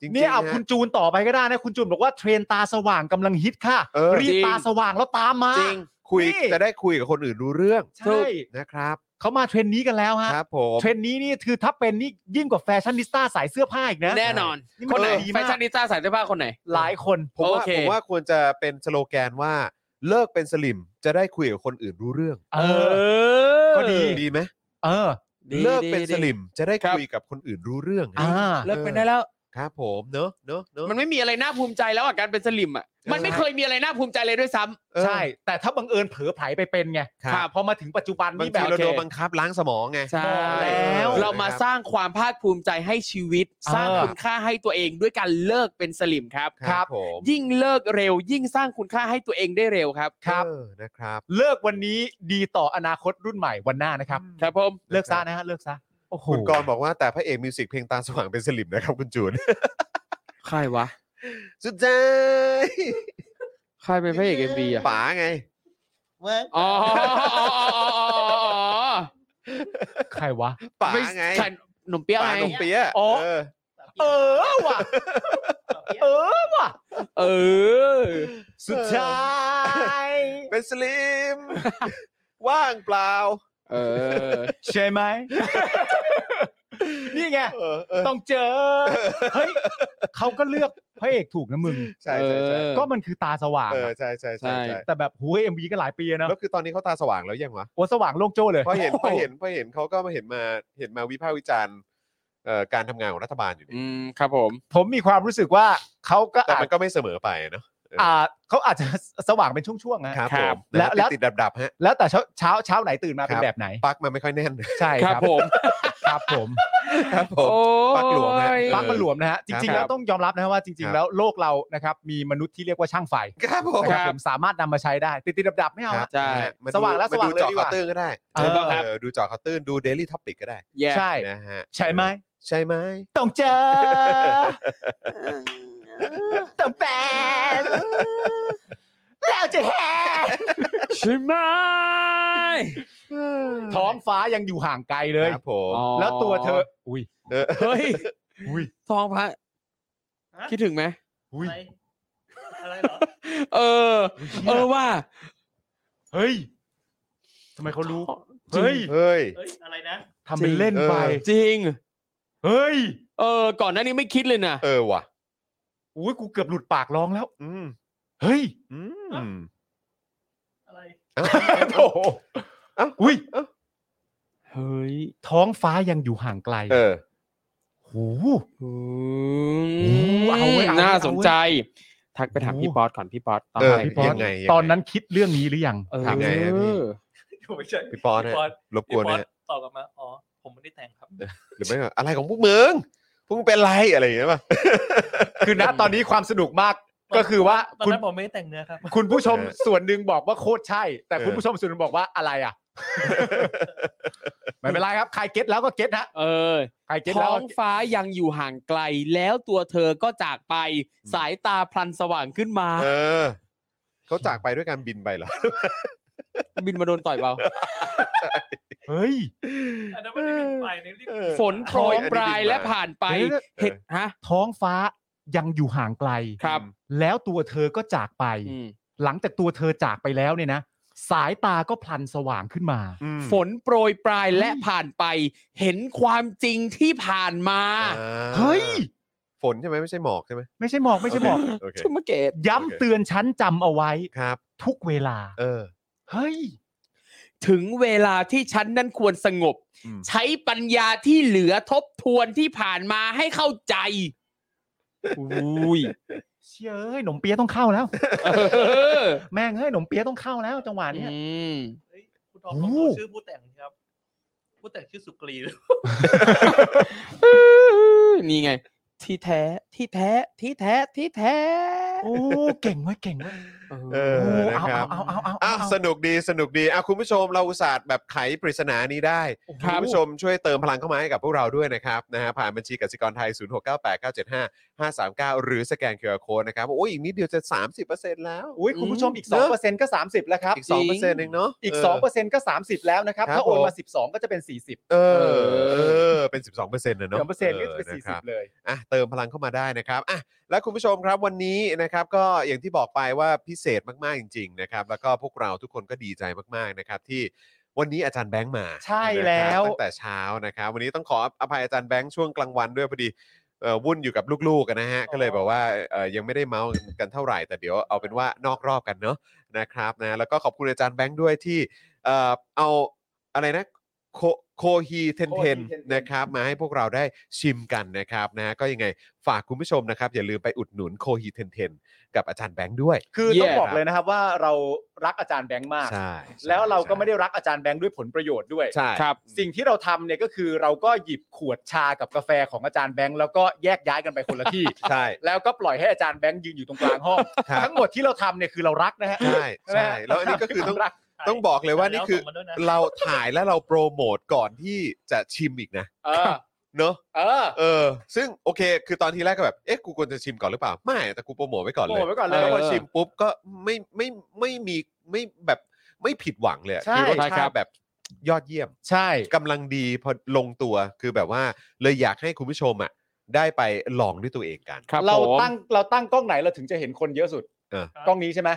B: จริงๆ
C: เนี่ยเอา
B: ฮะ
C: คุณจูนต่อไปก็ได้นะ คุณจูนบอกว่าเทรนตาสว่างกำลังฮิตค่ะ
B: เออ
C: รีบ
D: จริง
C: ตาสว่างแล้วตามมา
B: จริงคุย
C: นี่
B: จะได้คุยกับคนอื่นรู้เรื่อง
C: ใช่
B: นะครับ
C: เขามาเทรนนี้กันแล้วฮะ
B: ครับผม
C: เทรนนี้นี่คือถ้าเป็นนี่ยิ่งกว่าแฟชั่นนิสต้าสายเสื้อผ้าอีกนะ
D: แน่นอน
C: นี่
D: ค
C: มัน น
D: ไหน
C: ดี
D: แฟ
C: มาก
D: ชั่นนิสต้าสายเสื้อผ้าคนไหน
C: หลายคน
B: ผมว่า
D: โอเค
B: ผมว่าควรจะเป็นสโลแกนว่าเลิกเป็นสลิมจะได้คุยกับคนอื่นรู้เรื่อง
C: เออ
D: อ
C: ก็ดี
B: ดีไหม
C: เออ
D: ดี
B: เลิกเป็น
D: ดีดี
B: สลิมจะได้
D: ครับ
B: คุยกับคนอื่นรู้เรื่องฮะ
C: อ่า
D: เลิกเป็นได้แล้ว
B: ครับผมเนอะเนอะเนอะ
D: มันไม่มีอะไรน่าภูมิใจแล้วอ่ะการเป็นสลิมอ่ะมันไม่
B: ใช่
D: เคยมีอะไรน่าภูมิใจเลยด้วยซ้ำ
B: เออ
C: ใช่ แต่ถ้าบังเอิญเผลอไผลไปเป็นไง
B: ครับ
C: ค่ะพอมาถึงปัจจุบัน
B: บาง
C: นี่แบ
B: ที
C: บ
B: เราโดน
D: โอเค
B: บังคับล้างสมองไง
D: ใช่
C: แล้ว
D: เรามาสร้างความภาคภูมิใจให้ชีวิต สร้างคุณค่าให้ตัวเองด้วยการเลิกเป็นสลิมครับ
B: ครับผม
D: ยิ่งเลิกเร็ว ยิ่งสร้างคุณค่าให้ตัวเองได้เร็วครับ
B: เออนะครับ
C: เลิกวันนี้ดีต่ออนาคตรุ่นใหม่วันหน้านะครับ
D: ครับผม
C: เลิกซะนะฮะเลิกซะโอ้โห
B: คุณกรณ์บอกว่าแต่พระเอกมิวสิกเพลงตาสว่างเป็นสลิมนะครับคุณจูน
D: ใครวะ
B: สุดใจ
D: ใครเป็นพระเอกเอ็มบีอ่ะ
B: ป๋าไง
D: อ๋อ
C: ใครวะ
B: ป๋าไง
D: หนุ่มเปี๊ยก
B: ป๋า
D: ไง
B: หนุ่มเปี๊ยะ
C: อ๋อ
B: เออ
C: เออว่ะเออว่ะ
D: เออ
C: สุดท้าย
B: เป็นสลิ ม ว่างเปล่า
D: เออ
C: ใช่ไหมนี่ไง
B: เออเออ
C: ต้องเจอเฮ้ยเขาก็เลือกพระเอกถูกนะมึง
B: ใช่ใช่ใช่
C: ก็มันคือตาสว่าง
B: เออ
C: อะ
B: ใช่ใช่ใช่
D: ใช่
B: ใช่
C: แต่แบบหูยเอ็มวีก็หลายปีอะเนอะ
B: แล้วคือตอนนี้เขาตาสว่างแล้วยังวะ
C: โอ้สว่างโลกโจ้เลย
B: เพราะเห็นเพราะเห็นเพราะเห็นเขาก็มาเห็นมาเห็นมาวิพากษ์วิจารณ์เอ่อการทำงานของรัฐบาลอยู่นี่
D: อืมครับผม
C: ผมมีความรู้สึกว่าเขาก็
B: แต่
C: อาจ
B: มันก็ไม่เสมอไปเนาะเอออ
C: อ่าเขาอาจจะสว่างเป็นช่วงๆนะ
B: ครับผม
C: แล้
B: แล้ว
C: วแล้ว
B: ติดๆดับๆฮะ
C: แล้วแต่เช้าเช้าเช้าไหนตื่นมาเป็
B: ครั
C: น
B: บ
C: แบบไหน
B: ปลั๊กมันไม่ค่อยแน่น
C: ใช่ค
D: ครั
C: รั
D: บบ ผม
C: ครับผม
B: ครับผม
D: โอ้
B: ปักหลวมฮะ
D: ย
C: ปลั๊กมันหลวมนะฮะจริง
B: ครับ
C: ๆ แล้วต้องยอมรับนะฮะว่าจริ
B: ค
C: ง
B: รั
C: ๆ
B: บ
C: แล้วโลกเรานะครับมีมนุษย์ที่เรียกว่าช่างไฟ
B: ครับผม
C: นะครับผมสามารถนำมาใช้ได้ ติดๆดับๆไม่เอาฮะ
D: ใช่
B: มดู
C: สว่างแล้ว
B: ม
C: สว่างเลย
B: ดูจอ
C: ดีก
B: ข่า
C: ว่า
B: วตื้นก็ได้
C: เออ
B: เออดูจอข่าวตื้นดู Daily Topic ก็ได้
D: แย่
C: ใช่
B: นะฮะ
C: ใช่ไหม
B: ใช่ไหม
C: ต้องเจอต้องแปนแล้วจะแห่
D: ใช่ไหม
C: ท้องฟ้ายังอยู่ห่างไกลเลย
B: ครับผม
D: อ๋อ
C: แล้วตัวเธออุ้ย
B: เออ
D: เฮ้ย
C: อุ้ย
D: ทองพระ
E: ฮะ
D: คิดถึงไหม
C: อุ้ย
E: อะไรอะไรเหรอ
D: เออ เออว่า
C: เฮ้ยทำไมเขารู้
D: จริง
C: เฮ้ย
B: เฮ้ย
E: เอ้ย อะไรนะ
C: ทำเป็นเล่นไป
B: เออ
D: จริง
C: เฮ้ย
D: เออ ก่อนหน้านี้ไม่คิดเลยนะ
B: เออว่ะ
C: อุ้ยกูเกือบหลุดปากร้องแล้ว
B: อืม
C: เฮ้ย
B: อื
E: อ่ะ
B: ม
E: อะไร
B: เอ้า
C: โอ้โหอุ้ย
D: เฮ้ย
C: ท้องฟ้ายังอยู่ห่างไกล
B: เออ
C: หู
D: อืม
C: เอาเว้ยเอาเว้ย
D: น่าสนใจ ทักไปถามพี่ป๊อตก่อนพี่ป๊อตตอน
B: เออ
D: ไหน
B: พี่
C: บอส
B: ยังไง
C: ตอนนั้นคิดเรื่องนี้หรือยัง
D: เออ
B: ถามไงอะพี่
E: ไม่ใช่
B: พี่ปอนฮะ
E: พี่ปอน
B: รบกวนนะฮะ
E: ตอบกลับมาอ๋อผมไม่ได้แต่งครับ
B: หรือไม่ก็อะไรของพวกมึงพวกมึงเป็นไรอะไรอย่างเงี้ยป่ะ
C: คือณตอนนี้ความสนุกมากก็คือว่า
E: ตอน
C: คุณ
E: นั้นผมไม่ได้แต่งเนื้อครับ
C: คุณผู้ชม
B: เออ
C: ส่วนหนึ่งบอกว่าโคตรใช่ แต่
B: เออ
C: คุณผู้ชมส่วนหนึ่งบอกว่าอะไรอ่ะ ไม่เป็นไรครับใครเก็ตแล้วก็เก็ตฮะ
D: เออ
C: ใครเก็ตแล้ว
D: ท้อง
C: ก็เก็ต
D: ฟ้ายังอยู่ห่างไกล แล้วตัวเธอก็จากไปสายตาพลันสว่างขึ้นมา
B: เออเขาจากไปด้วยการบินไปเหรอ
D: บินมาโดนต่อยเบา
C: เฮ้ย
E: อันนั้นไม่ได้เป็นไปในเรื่อง
B: เออ
D: ฝนโปรยปลายและผ่านไป
C: เดี๋ยว
D: เห็ดฮะ
C: ท้องฟ้ายังอยู่ห่างไกล
D: ครับ
C: แล้วตัวเธอก็จากไป
D: อืม
C: หลังจากตัวเธอจากไปแล้วเนี่ยนะ สายตาก็พลันสว่างขึ้นมา
B: อืม
D: ฝนโปรยปลายและผ่านไป เห็นความจริงที่ผ่านมา
B: อ่า
C: เฮ้ย
B: ฝนใช่ไหมไม่ใช่หมอกใช่ไหม
C: ไม่ใช่หมอกไม่ใช่หมอก
B: โอเค
D: ชมเกต
C: ย้ำเตือนชั้นจำเอาไว้
B: ครับ
C: ทุกเวลา
B: เออ
C: เฮ้ย
D: ถึงเวลาที่ฉันนั้นควรสงบ
B: อืม
D: ใช้ปัญญาที่เหลือทบทวนที่ผ่านมาให้เข้าใจอุ้ย
C: เชื่ยเอ้ยหนมเปี๊ยะต้องเข้าแล้ว
D: เออ
C: แม่งเฮ้ยหนมเปี๊ยะต้องเข้าแล้ว จังหวะ
D: อ
C: เนี้ย
D: อืม
E: เฮ้ยคุณทอม
C: โอ้
E: ลองดูชื่อผู้แต่งสิครับ ผู้แต่งชื่อสุกรีหรือ
D: นี่ไง ที่แท้ที่แท้ที่แท้ที่แท้
C: โอ้ เก่งเว้ยเก่งเว้ย
B: เออ
C: โอ้
B: นะ
C: เอา
B: ครับ
C: เอาเอาเอา
B: อ้าวสนุกดีสนุกดีอ้าวคุณผู้ชมเราอุตส่าห์แบบไขปริศนานี้ได้
D: ครั
B: คุ
D: บ
B: ณผู้ชมช่วยเติมพลังเข้ามาให้กับพวกเราด้วยนะครับนะฮะผ่านบัญชีกสิกรไทย 0698975539 หรือสแกนเคอร์โคนะครับโอ้ยอีกนิดเดียวจะ 30%แล้ว
C: อุ้ยคุณผู้ชมอีก
B: เนอะ
C: 2%ก็ 30 แล้วครับ
B: อีก 2%เองเนาะ
C: อีก
B: เ
C: 2%ก็ 30 แล้วนะครับ
B: ครับ
C: ถ้าโอนมา 12 ก็จะเป็น 40
B: เออเออ เป็น 12%นะเนาะ
C: 2%ก็จะเป็น
B: ออนะครับ
C: 40 เลย
B: อ่ะเติมพลังเข้ามาได้นะครับอ่ะและคุณผู้ชมครับวันนี้นะครับก็อย่างที่บอกไปว่าพิเศษมากๆจริงๆนะครับแล้วก็พวกเราทุกคนก็ดีใจมากๆนะครับที่วันนี้อาจารย์แบงค์มา
C: ใช่แล้ว
B: นะครับตั้งแต่เช้านะครับวันนี้ต้องขออภัยอาจารย์แบงค์ช่วงกลางวันด้วยพอดีเอ่อวุ่นอยู่กับลูกๆกันนะฮะก็เลยแบบว่าเอ่อยังไม่ได้เมาส์กันเท่าไหร่แต่เดี๋ยวเอาเป็นว่านอกรอบกันเนาะนะครับนะแล้วก็ขอบคุณอาจารย์แบงค์ด้วยที่เอ่อเอาอะไรนะ โคโคฮีเทนเทน
C: Kohi Tenten
B: นะครับมาให้พวกเราได้ชิมกันนะครับนะก็ยังไงฝากคุณผู้ชมนะครับ อย่าลืมไปอุดหนุนโคฮีเทนเทนกับอาจารย์แบงค์ด้วย
C: คือต้อง
D: เย่
C: บอกเลยนะครับว่าเรารักอาจารย์แบงค์มาก
B: ใช่
C: แล้วเราก็ไม่ได้รักอาจารย์แบงค์ด้วยผลประโยชน์ด้วย
B: ใช่
D: ครับ
C: สิ่งที่เราทำเนี่ยก็คือเราก็หยิบขวดชากับกาแฟของอาจารย์แบงค์แล้วก็แยกย้ายกันไปคนละที่
B: ใช่
C: แล้วก็ปล่อยให้อาจารย์แบงค์ยืนอยู่ตรงกลางห้อง
B: ครับ
C: ทั้งหมดที่เราทำเนี่ยคือเรารักนะฮะ
B: ใช่
C: ใช่ไหม
B: ใช่
C: ฮะ
B: แล้วอันนี้ก็คือต้อง
C: เรารัก
B: ต้องบอกเลยว่านี่คือ
E: ส่งมาด้วยนะ
B: เราถ่ายและเราโปรโมทก่อนที่จะชิมอีกนะ
C: เออ
B: เนาะ
C: เออ
B: เออ ซึ่งโอเค คือตอนที่แรกก็แบบเอ๊ะกูควรจะชิมก่อนหรือเปล่าไม่แต่กูโปรโมทไว้ก่อน
C: โอ้
B: เลย
C: ไว้ก่อนเล
B: แล้
C: ย
B: วพอ
D: เออ
B: ชิมปุ๊บก็ไม่ไม่ไม่มีไม่แบบไม่ผิดหวังเลยอะ
C: ใช่
B: คือรส
D: ใช่ครั
B: ชา
D: บ
B: ติแบบยอดเยี่ยม
C: ใช่
B: กำลังดีพอลงตัวคือแบบว่าเลยอยากให้คุณผู้ชมอ่ะได้ไปลองด้วยตัวเองกัน
D: ครับ
C: เรา
D: ผม
C: ตั้งเราตั้งกล้องไหนเราถึงจะเห็นคนเยอะสุด
B: เออก
C: ล้องนี้ใช่ไหม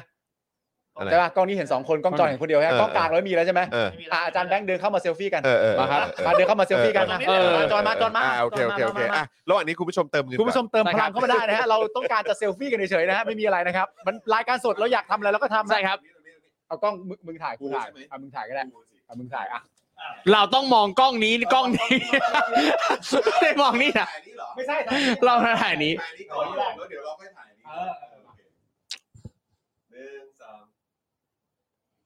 B: อะไร
C: ใช่ป่ะกล้องนี้เห็นสองคนกล้องจอเห็นคนเดียวฮะ
B: เออก
C: ล้องกลางเราไม่มีแล้วใช่ไหม
B: เออ
E: ไม่มี
C: อ่ะอาจารย์แบงค์เดินเข้ามาเซลฟี่กัน
B: เออเออ
D: มาครับ
B: เออ
C: มาเดินเข้ามาเซลฟี่กันมา
E: เออ
C: มาจอยมาจอยมา
B: ะโอเคโอเค
C: จย
B: โอ
C: มา
B: เค
C: มามา
B: อ่ะระหว่างนี้คุณผู้ชมเติมเงิน
C: คุณผู้ชม
B: ก่อน
C: เติมพลังเข้ามาได้นะฮะ เราต้องการจะเซลฟี่กันเฉยๆนะฮะ ไม่มีอะไรนะครับ มันรายการสดเราอยากทำอะไรเราก็ทำนะ
D: ใช่ครับ
C: เอากล้องมึงมึงถ่ายกูถ่ายเอามึงถ่ายก็ได้เอามึงถ่ายอ่ะ
D: เราต้องมองกล้องนี้กล้องนี้ไม่ได้มองนี่นะ
C: ไม่ใช่
D: เราถ่ายนี้
B: เ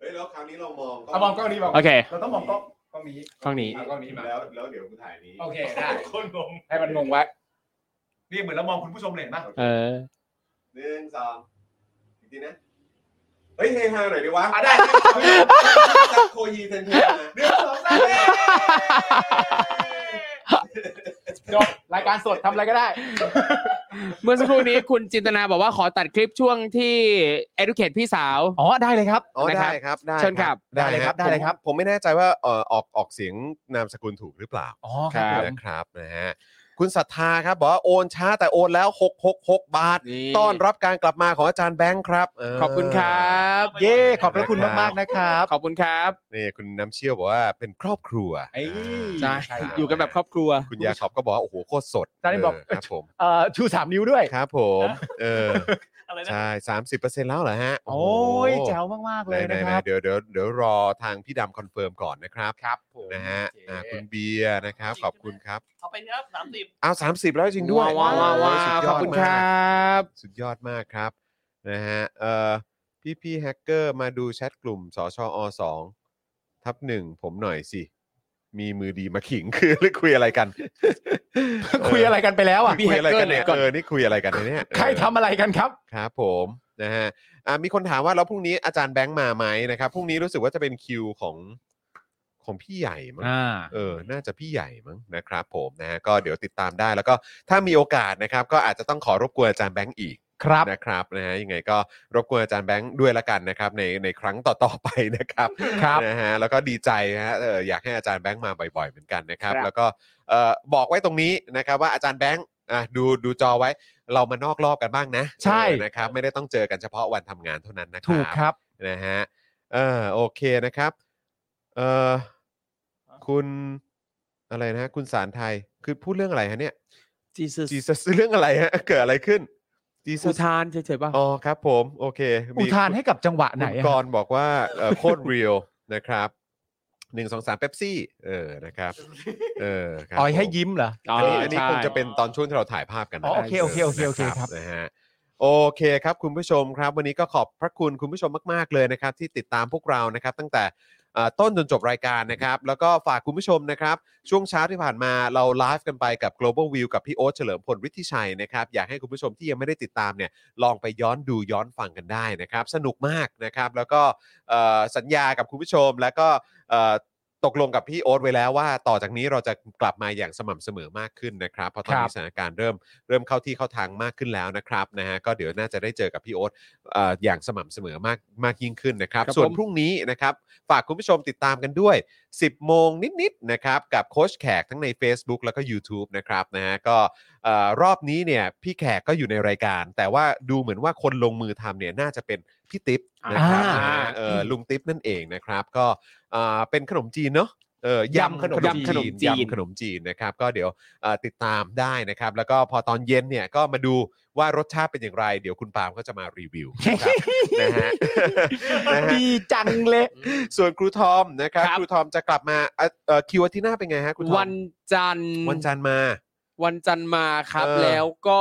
B: ฮ้ยแล้วคราวนี้เรามอง
C: เอามองกล้องนี้มอง
D: โอเค
C: เราต้องมองกล้องกล้องนี้
D: กล้องนี้
C: เอากล้องนี้มา
B: แล้วแล้วเดี๋ยวกูถ่ายนี้
C: โอเคได้
E: คนงง
C: ให้มันงงไว้ นี่เหมือนเรามองคุณผู้ชมเลยเห็นปะ
D: เออ
B: หนึ่งสองอีกทีนะเฮ้ยเฮฮาหน่อยดิวะ
C: อ่ะได้
B: จากโคยีเทนเทนมา
C: หนึ่งสองสามสี่จบรายการสดทำอะไรก็ได้
D: เมื่อสักครู่นี้คุณจินตนาบอกว่าขอตัดคลิปช่วงที่ educate พี่สาว
C: อ๋อได้เลยครับ
B: อ๋อ
D: นะครับ
B: ได้ครับได้
D: เชิญครับ
B: ได้
C: ได้เล
B: ค
C: ยครั
B: รับบ
C: ได้เลยครับ
B: ผมผมไม่แน่ใจว่าเอ่อออกออกเสียงนามสกุลถูกหรือเปล่า
C: อ๋อครับผ
D: ครับ
C: ม
B: นะครับนะฮะคุณศรัทธาครับบอกว่าโอนช้าแต่โอนแล้ว 666 บาท
D: นี่
B: ต้อนรับการกลับมาของอาจารย์แบงค์ครับเ
D: ขอบคุณครับ
C: เย่ขอบพระคุณมากๆนะครับ
D: ขอบคุณครับ
B: นี่คุณน้ำเชี่ยวบอกว่าเป็นครอบครัว
C: เอ้ย
D: ใช่
B: ครั
D: อยู่กันแบบครอบครัว
B: คุณยาขอบก็บอกว่าโอ้โหโคตรสด
C: อาจารย์นี่บอก
B: เครับผม
C: เอ่อชูสามนิ้วด้วย
B: ครับผมเออ
E: อะไรนะ
B: ใช่สามสิบเปอร์เซ็นต์แล้วเหรอฮะ
C: โอ้ยแจ๋วมากๆเลย
B: ไหนๆ
C: นะ
B: ๆ
C: ครับ
B: เดี๋ยวเดี๋ยวเดี๋ยวรอทางพี่ดำคอนเฟิร์มก่อนนะครับ
C: ครับผม
B: นะฮะ
C: โอเค
B: อ่าคุณเบียร์นะครับขอบคุณครับ
E: เอาไปเถอะสามสิบ
B: เอาสามสิบแล้วจริงด้วย
D: ว้าวว้าวว้า
B: สุด
D: วย ข
B: ด
D: อบคุณ
B: มาก
D: ครับ
B: สุดยอดมากครับนะฮะเอ่อพี่พี่ๆแฮกเกอร์มาดูแชทกลุ่มสชอสองทับหนึ่งผมหน่อยสิ มีมือดีมาขิง คือหรือคุยอะไรกัน
C: คุยอะไรกันไปแล้วอ่ะ
B: คุยอะไรกันเนี่ย
D: พี่แฮกเกอร์เนี่ย
B: เออนี่คุยอะไรกันเนี่ย
C: ใครทำอะไรกันครับ
B: ครับ ผมนะฮะอ่ะมีคนถามว่าแล้วพรุ่งนี้อาจารย์แบงค์มาไหมนะครับพรุ่งนี้รู้สึกว่าจะเป็นคิวของของพี่ใหญ่มั้ง
C: อ่า
B: เออ น่าจะพี่ใหญ่มั้งนะครับผมนะฮะ ก็เดี๋ยวติดตามได้แล้วก็ถ้ามีโอกาสนะครับ ก็อาจจะต้องขอรบกวนอาจารย์แบงค์อีก
C: ครับ
B: นะครับนะฮะ ยังไงก็รบกวนอาจารย์แบงค์ด้วยละกันนะครับ ในในครั้งต่อๆไปนะครับ
C: ครับ
B: นะฮะ แล้วก็ดีใจนะฮะเอออยากให้อาจารย์แบงค์มาบ่อยๆเหมือนกันนะครับ
D: ครับ
B: แล้วก็เอ่อบอกไว้ตรงนี้นะครับว่าอาจารย์แบงค์อ่ะดูดูจอไว้ เรามานอกรอบกันบ้างนะ
C: ใช่
B: เออนะครับ ไม่ได้ต้องเจอกันเฉพาะวันทำงานเท่านั้นนะครั
C: ถูกครับ
B: นะฮะ เออโอเคนะครับ เออคุณอะไรนะฮะคุณสารไทย คือพูดเรื่องอะไรฮะเนี่ย
D: จีซ
B: จีซัสเรื่องอะไรฮะ เกิดอะไรขึ้นจีซั
D: อุ
B: ส
D: ทานเฉยๆป่ะ
B: อ๋อครับผม โอเค
C: อุทานให้กับจังหวะ
B: คุณ
C: ไหนอะ
B: กรณ์บอกว่าเอ่อโคตรเรียลนะครับหนึ่งสองสามเป๊ปซี่ เออนะครับ เออครับ
C: อ๋อยให้
B: ผม
C: ยิ้มเหรอ
D: อ๋อ
B: อันนี้อันนี้
D: ใช่
B: คงจะเป็นตอนช่วงที่เราถ่ายภาพกันนะ
C: อ๋อโอเคโอเคโอเคโอเค
B: นะครับ นะฮะโอเคครับคุณผู้ชมครับ วันนี้ก็ขอบพระคุณคุณผู้ชมมาก ๆ เลยนะครับ ที่ติดตามพวกเรานะครับ ตั้งแต่เอ่อต้นจนจบรายการนะครับ แล้วก็ฝากคุณผู้ชมนะครับ ช่วงเช้าที่ผ่านมาเราไลฟ์กันไปกับ global view กับพี่โอ๊ตเฉลิมพลวิทิชัยนะครับ อยากให้คุณผู้ชมที่ยังไม่ได้ติดตามเนี่ยลองไปย้อนดูย้อนฟังกันได้นะครับ สนุกมากนะครับ แล้วก็เอ่อสัญญากับคุณผู้ชมแล้วก็เอ่อ ตกลงกับพี่โอ๊ตไว้แล้วว่าต่อจากนี้เราจะกลับมาอย่างสม่ำเสมอมากขึ้นนะครับเพราะตอน
C: ครั
B: นี้
C: บ
B: สถานการณ์เริ่มเริ่มเข้าที่เข้าทางมากขึ้นแล้วนะครับนะฮะก็เดี๋ยวน่าจะได้เจอกับพี่โอ๊ตเอ่ออย่างสม่ำเสมอมากมากยิ่งขึ้นนะครับ
D: ครับ
B: ส่วน
D: ผม
B: พรุ่งนี้นะครับฝากคุณผู้ชมติดตามกันด้วย 10 โมงนิดๆนะครับกับโค้ชแขกทั้งใน Facebook แล้วก็ YouTube นะครับนะฮะก็เอ่อรอบนี้เนี่ยพี่แขกก็อยู่ในรายการ แต่ว่าดูเหมือนว่าคนลงมือทำเนี่ยน่าจะเป็นพี่ติ๊บนะครับ
C: อ่า
B: นะฮะเอ่อลุงติ๊บนั่นเองนะครับก็ อ่าเป็นขนมจีนเนาะเออยำ
C: ยำ
B: ข
C: ข
B: น
C: น
B: ม
C: ม
B: จีน
D: จีน
B: ยำขนมจีนนะครับ ก็เดี๋ยวเอ่อติดตามได้นะครับ แล้วก็พอตอนเย็นเนี่ยก็มาดูว่ารสชาติเป็นอย่างไร เดี๋ยวคุณปาล์มก็จะมารีวิวนะครับ นะฮะนะฮะ
C: ดีจังเลย
B: ส่วนครูทอมนะครับ
D: ครับ
B: ครูทอมจะกลับมาเอ่อเอ่อคิวอาทิตย์หน้าเป็นไงฮะครูทอม
D: วันจันทร์
B: วันจันทร์มา
D: วันจันทร์มาครับ
B: เออ
D: แล้วก็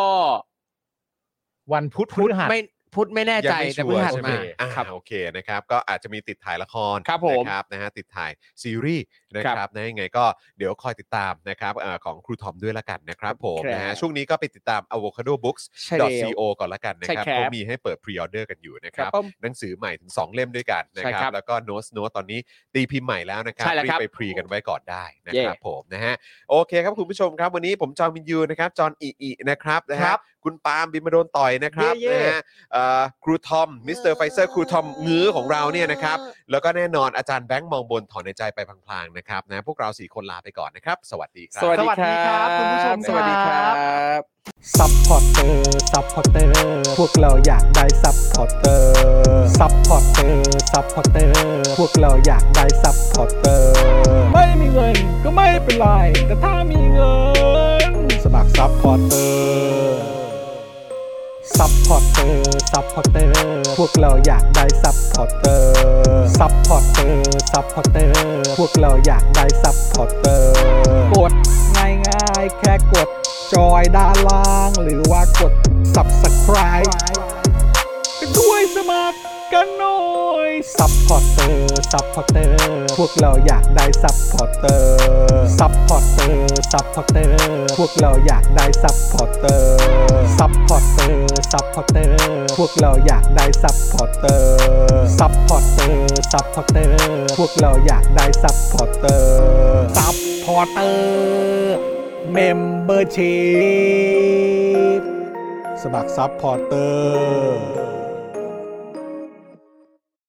C: วันพุธพฤหัส
D: ไม่พุธไม่แน่ใจแต่
B: ยัง
D: พฤ
B: ไม่
D: หัส
B: ชัวร์ใช่ไหม
D: มา
B: อ่า
D: ครับ
B: โอเคนะครับ ก็อาจจะมีติดถ่ายละคร
D: ครับผม
B: นะครับนะฮะติดถ่ายซีรีส์นะค
D: ค
B: รั
D: รั
B: บบ นะยังไงก็เดี๋ยวคอยติดตามนะครับเอ่อของครูทอมด้วยละกันนะครับผม
D: ครับ
B: นะฮะช่วงนี้ก็ไปติดตาม avocado books
D: ใช่แล้ว
B: co ก่อนละกันนะ
D: ใช่
B: ครับ
D: ครับ
B: เขามีให้เปิดพรีออเดอร์กันอยู่นะค
D: ครั
B: รั
D: บบ ผม
B: หนังสือใหม่ถึง 2 เล่มด้วยกันนะค
D: ใช่ครั
B: รับ
D: บ
B: แล้วก็โน้ตโน้ตตอนนี้ตีพิมพ์ใหม่แล้วนะครับ
D: ใช่แล้วครับ
B: รีบไปพรีกันไว้ก่อนได้นะ
D: เย่
B: ครับผมนะฮะโอเคครับคุณผู้ชมครับ วันนี้ผมจอห์นวินยูนะครับจอห์นอิอินะครับนะ
C: ครั
B: ฮะ
C: บ
B: คุณปาล์มบินมาโดนต่อยนะครับ
C: เย่ๆ
B: นะฮะเอ่อครูทอมมิสเตอร์ไฟเซอร์ครูทอมงื้อของเราเนี่ยนะครับ แล้วก็แน่นอนอาจารย์แบงค์มองบนถอนในใจไปพลางๆนะครับนะพวกเราสี่คนลาไปก่อนนะครับ สวัสดีครับ
C: สวัสดีครับคุณผู้ชม
D: สวัสดีครับ
A: ซัพพอร์เตอร์ ซัพพอร์เตอร์ พวกเราอยากได้ซัพพอร์เตอร์ ซัพพอร์เตอร์ ซัพพอร์เตอร์ พวกเราอยากได้ซัพพอร์เตอร์ ไม่มีเงินก็ไม่เป็นไร แต่ถ้ามีเงิน สมัครซัพพอร์เตอร์ ซัพพอร์เตอร์ ซัพพอร์เตอร์ พวกเราอยากได้ซัพพอร์เตอร์ ซัพพอร์เตอร์ ซัพพอร์เตอร์ พวกเราอยากได้ซัพพอร์เตอร์ กดง่ายง่ายๆแค่กด จอยด้านล่าง หรือว่ากด subscribe กันด้วยสมัครกันหน่อย ซัพพอร์เตอร์ ซัพพอร์เตอร์ พวกเราอยากได้ซัพพอร์เตอร์ ซัพพอร์เตอร์ ซัพพอร์เตอร์ พวกเราอยากได้ซัพพอร์เตอร์ ซัพพอร์เตอร์ ซัพพอร์เตอร์ พวกเราอยากได้ซัพพอร์เตอร์ ซัพพอร์เตอร์ ซัพพอร์เตอร์ พวกเราอยากได้ซัพพอร์เตอร์ ซัพพอร์เตอร์ เมมเบอร์ชีพสมัครซัพพอร์เตอร์